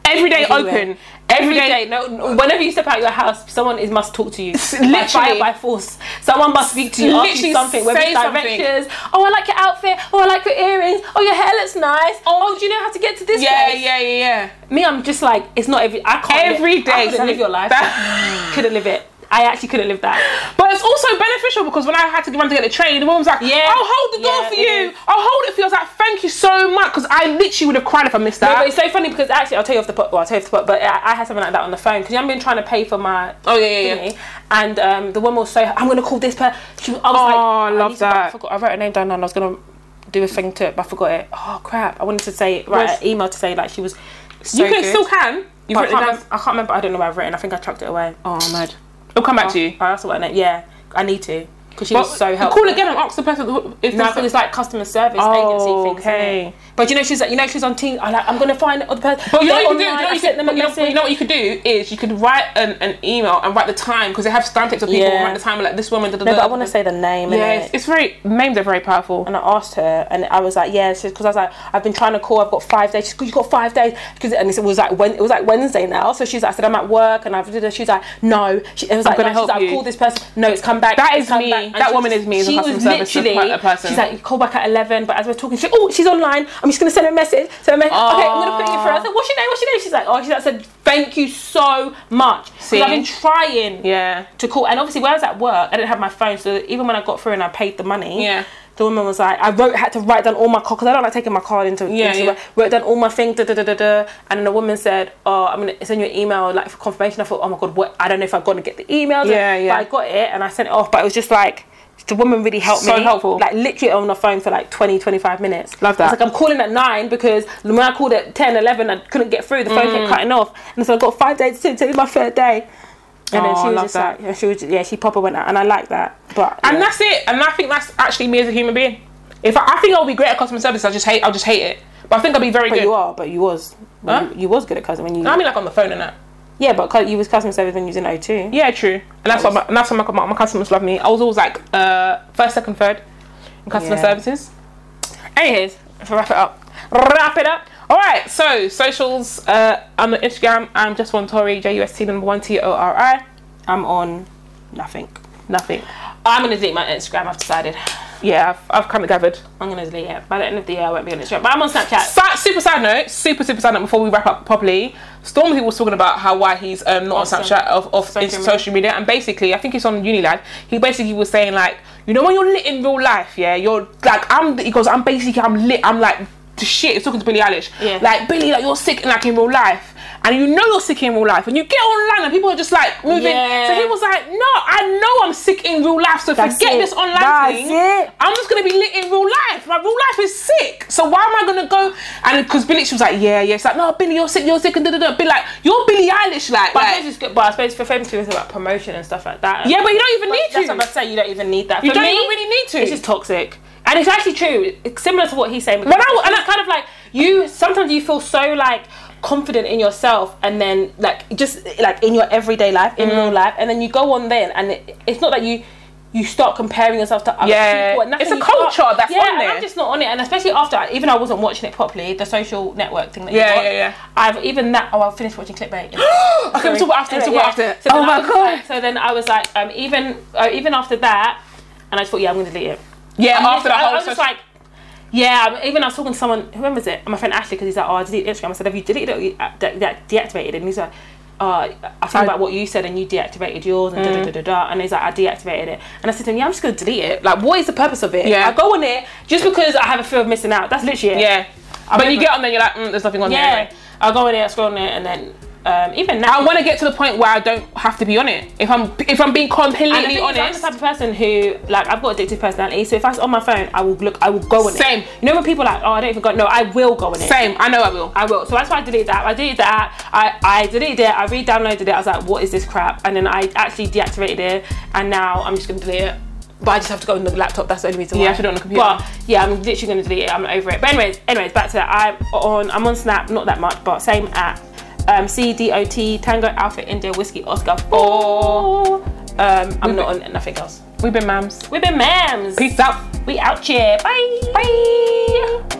Speaker 2: Every day
Speaker 7: Everywhere.
Speaker 2: open.
Speaker 1: Every day, no, no, whenever you step out your house, someone is must talk to you. by
Speaker 2: literally.
Speaker 1: fire, by force. Someone must speak to you, ask
Speaker 2: Literally
Speaker 1: you something, whether
Speaker 2: say
Speaker 1: it's
Speaker 2: something.
Speaker 1: directions. Oh, I like your outfit. Oh, I like your earrings. Oh, your hair looks nice. Oh, do you know how to get to this?
Speaker 2: Yeah,
Speaker 1: place?
Speaker 2: yeah, yeah, yeah.
Speaker 1: Me, I'm just like, it's not every. I can't.
Speaker 2: Every
Speaker 1: live, I
Speaker 2: day,
Speaker 1: couldn't live your life.
Speaker 2: That-
Speaker 1: [LAUGHS] couldn't live it. I actually couldn't live that.
Speaker 2: But it's also beneficial because when I had to run to get the train, the woman was like,
Speaker 1: Yeah.
Speaker 2: I'll hold the door
Speaker 1: Yeah,
Speaker 2: for
Speaker 1: it
Speaker 2: you.
Speaker 1: is.
Speaker 2: I'll hold it for you. I was like, thank you so much because I literally would have cried if I missed
Speaker 1: No,
Speaker 2: that.
Speaker 1: but it's so funny because actually, I'll tell you off the pot. Well, I'll tell you off the pot. But I, I had something like that on the phone because I've been trying to pay for my.
Speaker 2: Oh, yeah, yeah, yeah.
Speaker 1: thingy, And um, the woman was so. I'm gonna call this person. She was, I was
Speaker 2: Oh,
Speaker 1: like,
Speaker 2: I love
Speaker 1: need to- I
Speaker 2: that.
Speaker 1: forgot. I wrote her name down and I was gonna do a thing to it, but I forgot it. Oh crap! I wanted to say right
Speaker 2: Where's-
Speaker 1: an email to say like she was. So
Speaker 2: you can
Speaker 1: good.
Speaker 2: still can.
Speaker 1: But
Speaker 2: You've
Speaker 1: I
Speaker 2: written
Speaker 1: can't,
Speaker 2: it down.
Speaker 1: remember, I can't remember. I don't know where I've written. I think I chucked it away.
Speaker 2: Oh, mad. It'll come back to you.
Speaker 1: I asked her what her name. Yeah, I need to because she was so helpful.
Speaker 2: Call again and ask the person who- if
Speaker 1: No,
Speaker 2: there's
Speaker 1: it was like customer service
Speaker 2: Oh,
Speaker 1: agency things.
Speaker 2: okay.
Speaker 1: Okay. But you know she's like, you know she's on team. I'm like, I'm gonna find other person.
Speaker 2: But you know,
Speaker 1: They're
Speaker 2: what you, could do, you, know
Speaker 1: online,
Speaker 2: what
Speaker 1: I
Speaker 2: you,
Speaker 1: sent
Speaker 2: could,
Speaker 1: them a
Speaker 2: but you, know,
Speaker 1: message.
Speaker 2: you know what you could do is you could write an, an email and write the time because they have statistics of people
Speaker 7: Yeah.
Speaker 2: around the time like this woman. Da, da,
Speaker 7: No, but I
Speaker 2: da.
Speaker 7: want to say the name.
Speaker 2: Yeah,
Speaker 7: innit?
Speaker 2: it's, it's very names are very powerful.
Speaker 7: and I asked her, and I was like, "Yeah," because I was like, "I've been trying to call. I've got five days. She's, "You got five days?" Because and it was like when it was like Wednesday now. So she's like, "I said I'm at work," and I've did. She's like, "No." She, it was like,
Speaker 2: gonna
Speaker 7: no.
Speaker 2: help
Speaker 7: she's like,
Speaker 2: you.
Speaker 7: "I've called this person. No, it's come back."
Speaker 2: That
Speaker 7: It's
Speaker 2: is
Speaker 7: come
Speaker 2: me.
Speaker 7: back." And
Speaker 2: That
Speaker 7: she
Speaker 2: woman
Speaker 7: was-
Speaker 2: is me as a
Speaker 1: she
Speaker 2: customer
Speaker 1: was
Speaker 2: service per-
Speaker 1: literally.
Speaker 2: per- person.
Speaker 1: She's like, you call back at eleven. But as we're talking, she's like, oh, she's online. I'm just gonna send her a message. So I'm like, okay, I'm gonna put you through. I said, what's your name? What's your name? She's like, oh, she's like, I said, thank you so much. 'Cause
Speaker 2: See?
Speaker 1: I've been trying
Speaker 2: Yeah.
Speaker 1: to call. And obviously, where I was at work, I didn't have my phone. So even when I got through and I paid the money,
Speaker 2: Yeah.
Speaker 1: the woman was like, I wrote, had to write down all my cards because I don't like taking my card into.
Speaker 2: Yeah,
Speaker 1: into
Speaker 2: yeah.
Speaker 1: work. Wrote down all my things, da da da da da. And then the woman said, Oh, I'm gonna send you an email like for confirmation. I thought, Oh my god, what? I don't know if I'm gonna get the email.
Speaker 2: Yeah, yeah.
Speaker 1: But I got it and I sent it off. But it was just like. The woman really helped
Speaker 2: So
Speaker 1: me.
Speaker 2: helpful.
Speaker 1: Like literally on the phone for like 20, 25 minutes.
Speaker 2: Love that.
Speaker 1: I was like, I'm calling at nine because when I called at 10, 11, I couldn't get through. The phone
Speaker 2: Mm.
Speaker 1: kept cutting off. And so I got five days to today's my third day. And then
Speaker 2: Oh, I
Speaker 1: she was
Speaker 2: love
Speaker 1: just
Speaker 2: that.
Speaker 1: like, and she was, yeah, she proper went out, and I like that. But
Speaker 2: And
Speaker 1: yeah.
Speaker 2: that's it. And I think that's actually me as a human being. If I, I think I'll be great at customer service, I just hate. I'll just hate it. But I think I'll be very
Speaker 7: But
Speaker 2: good.
Speaker 7: you are, but you was,
Speaker 2: Huh?
Speaker 7: you, you was good at cousin when you.
Speaker 2: I mean, like on the phone and that.
Speaker 7: yeah, but cu- you was customer service when you was in O2.
Speaker 2: Yeah, true. And that's why my, and that's why my, my, my customers love me. I was always like uh, first, second, third in customer
Speaker 7: Yeah.
Speaker 2: services. Anyways, if I wrap it up, wrap it up. All right. So socials. Uh, I'm on Instagram. I'm just one Tori. J U S T number one T O R I.
Speaker 7: I'm on nothing.
Speaker 2: Nothing.
Speaker 1: I'm gonna delete my Instagram. I've decided.
Speaker 2: Yeah, I've, I've kind of gathered.
Speaker 1: I'm gonna delete it by the end of the year. I won't be on Instagram, but I'm on Snapchat.
Speaker 2: Side, super side note, super super side note. Before we wrap up properly, Stormzy was talking about how why he's um, not
Speaker 1: Awesome.
Speaker 2: on Snapchat of, of social,
Speaker 1: media.
Speaker 2: social media, and basically I think he's on Unilad. He basically was saying like, you know, when you're lit in real life, yeah, you're like I'm. He goes, I'm basically I'm lit. I'm like the shit. He's talking to Billie Eilish.
Speaker 1: Yeah.
Speaker 2: Like Billie, like you're sick, like in real life. And you know you're sick in real life, and you get online and people are just like moving.
Speaker 1: Yeah.
Speaker 2: So he was like, "No, I know I'm sick in real life, so
Speaker 7: That's
Speaker 2: forget
Speaker 7: it.
Speaker 2: this online
Speaker 7: That's
Speaker 2: thing.
Speaker 7: it.
Speaker 2: I'm just gonna be lit in real life. My real life is sick. So why am I gonna go? And because Billie, she was like, yeah, yeah. It's like, no, Billie, you're sick, you're sick, and da da da. Be like, you're Billie Eilish, like,
Speaker 1: But I
Speaker 2: like-
Speaker 1: suppose it's good. But I suppose for famous people, it's about promotion and stuff like that.
Speaker 2: yeah, but you don't even need
Speaker 1: that's
Speaker 2: to.
Speaker 1: what I'm saying. You don't even need that.
Speaker 2: you
Speaker 1: For
Speaker 2: don't
Speaker 1: me,
Speaker 2: even really need to.
Speaker 1: It's just toxic, and it's actually true. It's similar to what he's saying.
Speaker 2: When I-
Speaker 1: and it's kind of like you. Sometimes you feel so like confident in yourself, and then like just like in your everyday life, in
Speaker 2: Mm.
Speaker 1: real life, and then you go on then, and it, it's not that you you start comparing yourself to other
Speaker 2: Yeah.
Speaker 1: people. And nothing
Speaker 2: It's a
Speaker 1: you
Speaker 2: culture
Speaker 1: got-
Speaker 2: that's
Speaker 1: yeah,
Speaker 2: on
Speaker 1: and
Speaker 2: there.
Speaker 1: I'm just not on it, and especially after I- even I wasn't watching it properly, the social network thing. That you
Speaker 2: Yeah,
Speaker 1: got,
Speaker 2: yeah, yeah.
Speaker 1: I've even that. Oh, I finished watching clickbait.
Speaker 2: [GASPS] okay, we talk about after. we talk
Speaker 1: Anyway,
Speaker 2: about
Speaker 1: yeah.
Speaker 2: after.
Speaker 1: So then
Speaker 2: oh
Speaker 1: I
Speaker 2: my
Speaker 1: was
Speaker 2: god.
Speaker 1: like- so then I was like, um, even uh, even after that, and I just thought, yeah, I'm gonna delete it.
Speaker 2: yeah,
Speaker 1: And
Speaker 2: after
Speaker 1: literally,
Speaker 2: that
Speaker 1: I, I
Speaker 2: whole.
Speaker 1: was just like, yeah. I'm- Even I was talking to someone. Who remembers it? My friend Ashley, because he's like, oh, I deleted Instagram. I said, have you deleted it? Or you uh, de- de- deactivated? it?" And he's like. Uh, I think about what you said, and you deactivated yours, and
Speaker 2: Mm.
Speaker 1: da da da da da. And he's like, I deactivated it, and I said to him, Yeah, I'm just gonna delete it. Like, what is the purpose of it?
Speaker 2: Yeah.
Speaker 1: I go on it just because I have a fear of missing out. That's literally it.
Speaker 2: yeah. But you get on there, you're like, mm, there's nothing on there.
Speaker 1: Yeah.
Speaker 2: Anyway.
Speaker 1: I go in there, I scroll in there, and then
Speaker 8: um, even now.
Speaker 2: I want to get to the point where I don't have to be on it. If I'm if I'm being
Speaker 1: And the
Speaker 2: completely
Speaker 1: thing is, I'm the
Speaker 2: honest,
Speaker 1: type of person who, like, I've got addictive personality. So if that's on my phone, I will look. I will go on it.
Speaker 2: Same.
Speaker 1: You know when people are like, oh, I don't even go. No, I will go on it.
Speaker 2: same. I know I will.
Speaker 1: I will. So that's why I deleted that. I deleted that. I, I deleted it. I re-downloaded it. I was like, what is this crap? And then I actually deactivated it. And now I'm just gonna delete it. But I just have to go on the laptop. That's the only reason why.
Speaker 2: Yeah, I should do it on the computer.
Speaker 1: But yeah, I'm literally gonna delete it. I'm not over it. But anyways, anyways, back to that. I'm on. I'm on Snap. Not that much, but same app. Um, C D O T Tango Alpha India Whiskey Oscar. Four. Um, I'm not on nothing else.
Speaker 2: We've been mams.
Speaker 1: We've been mams.
Speaker 2: Peace out.
Speaker 1: We out here. Bye. Bye.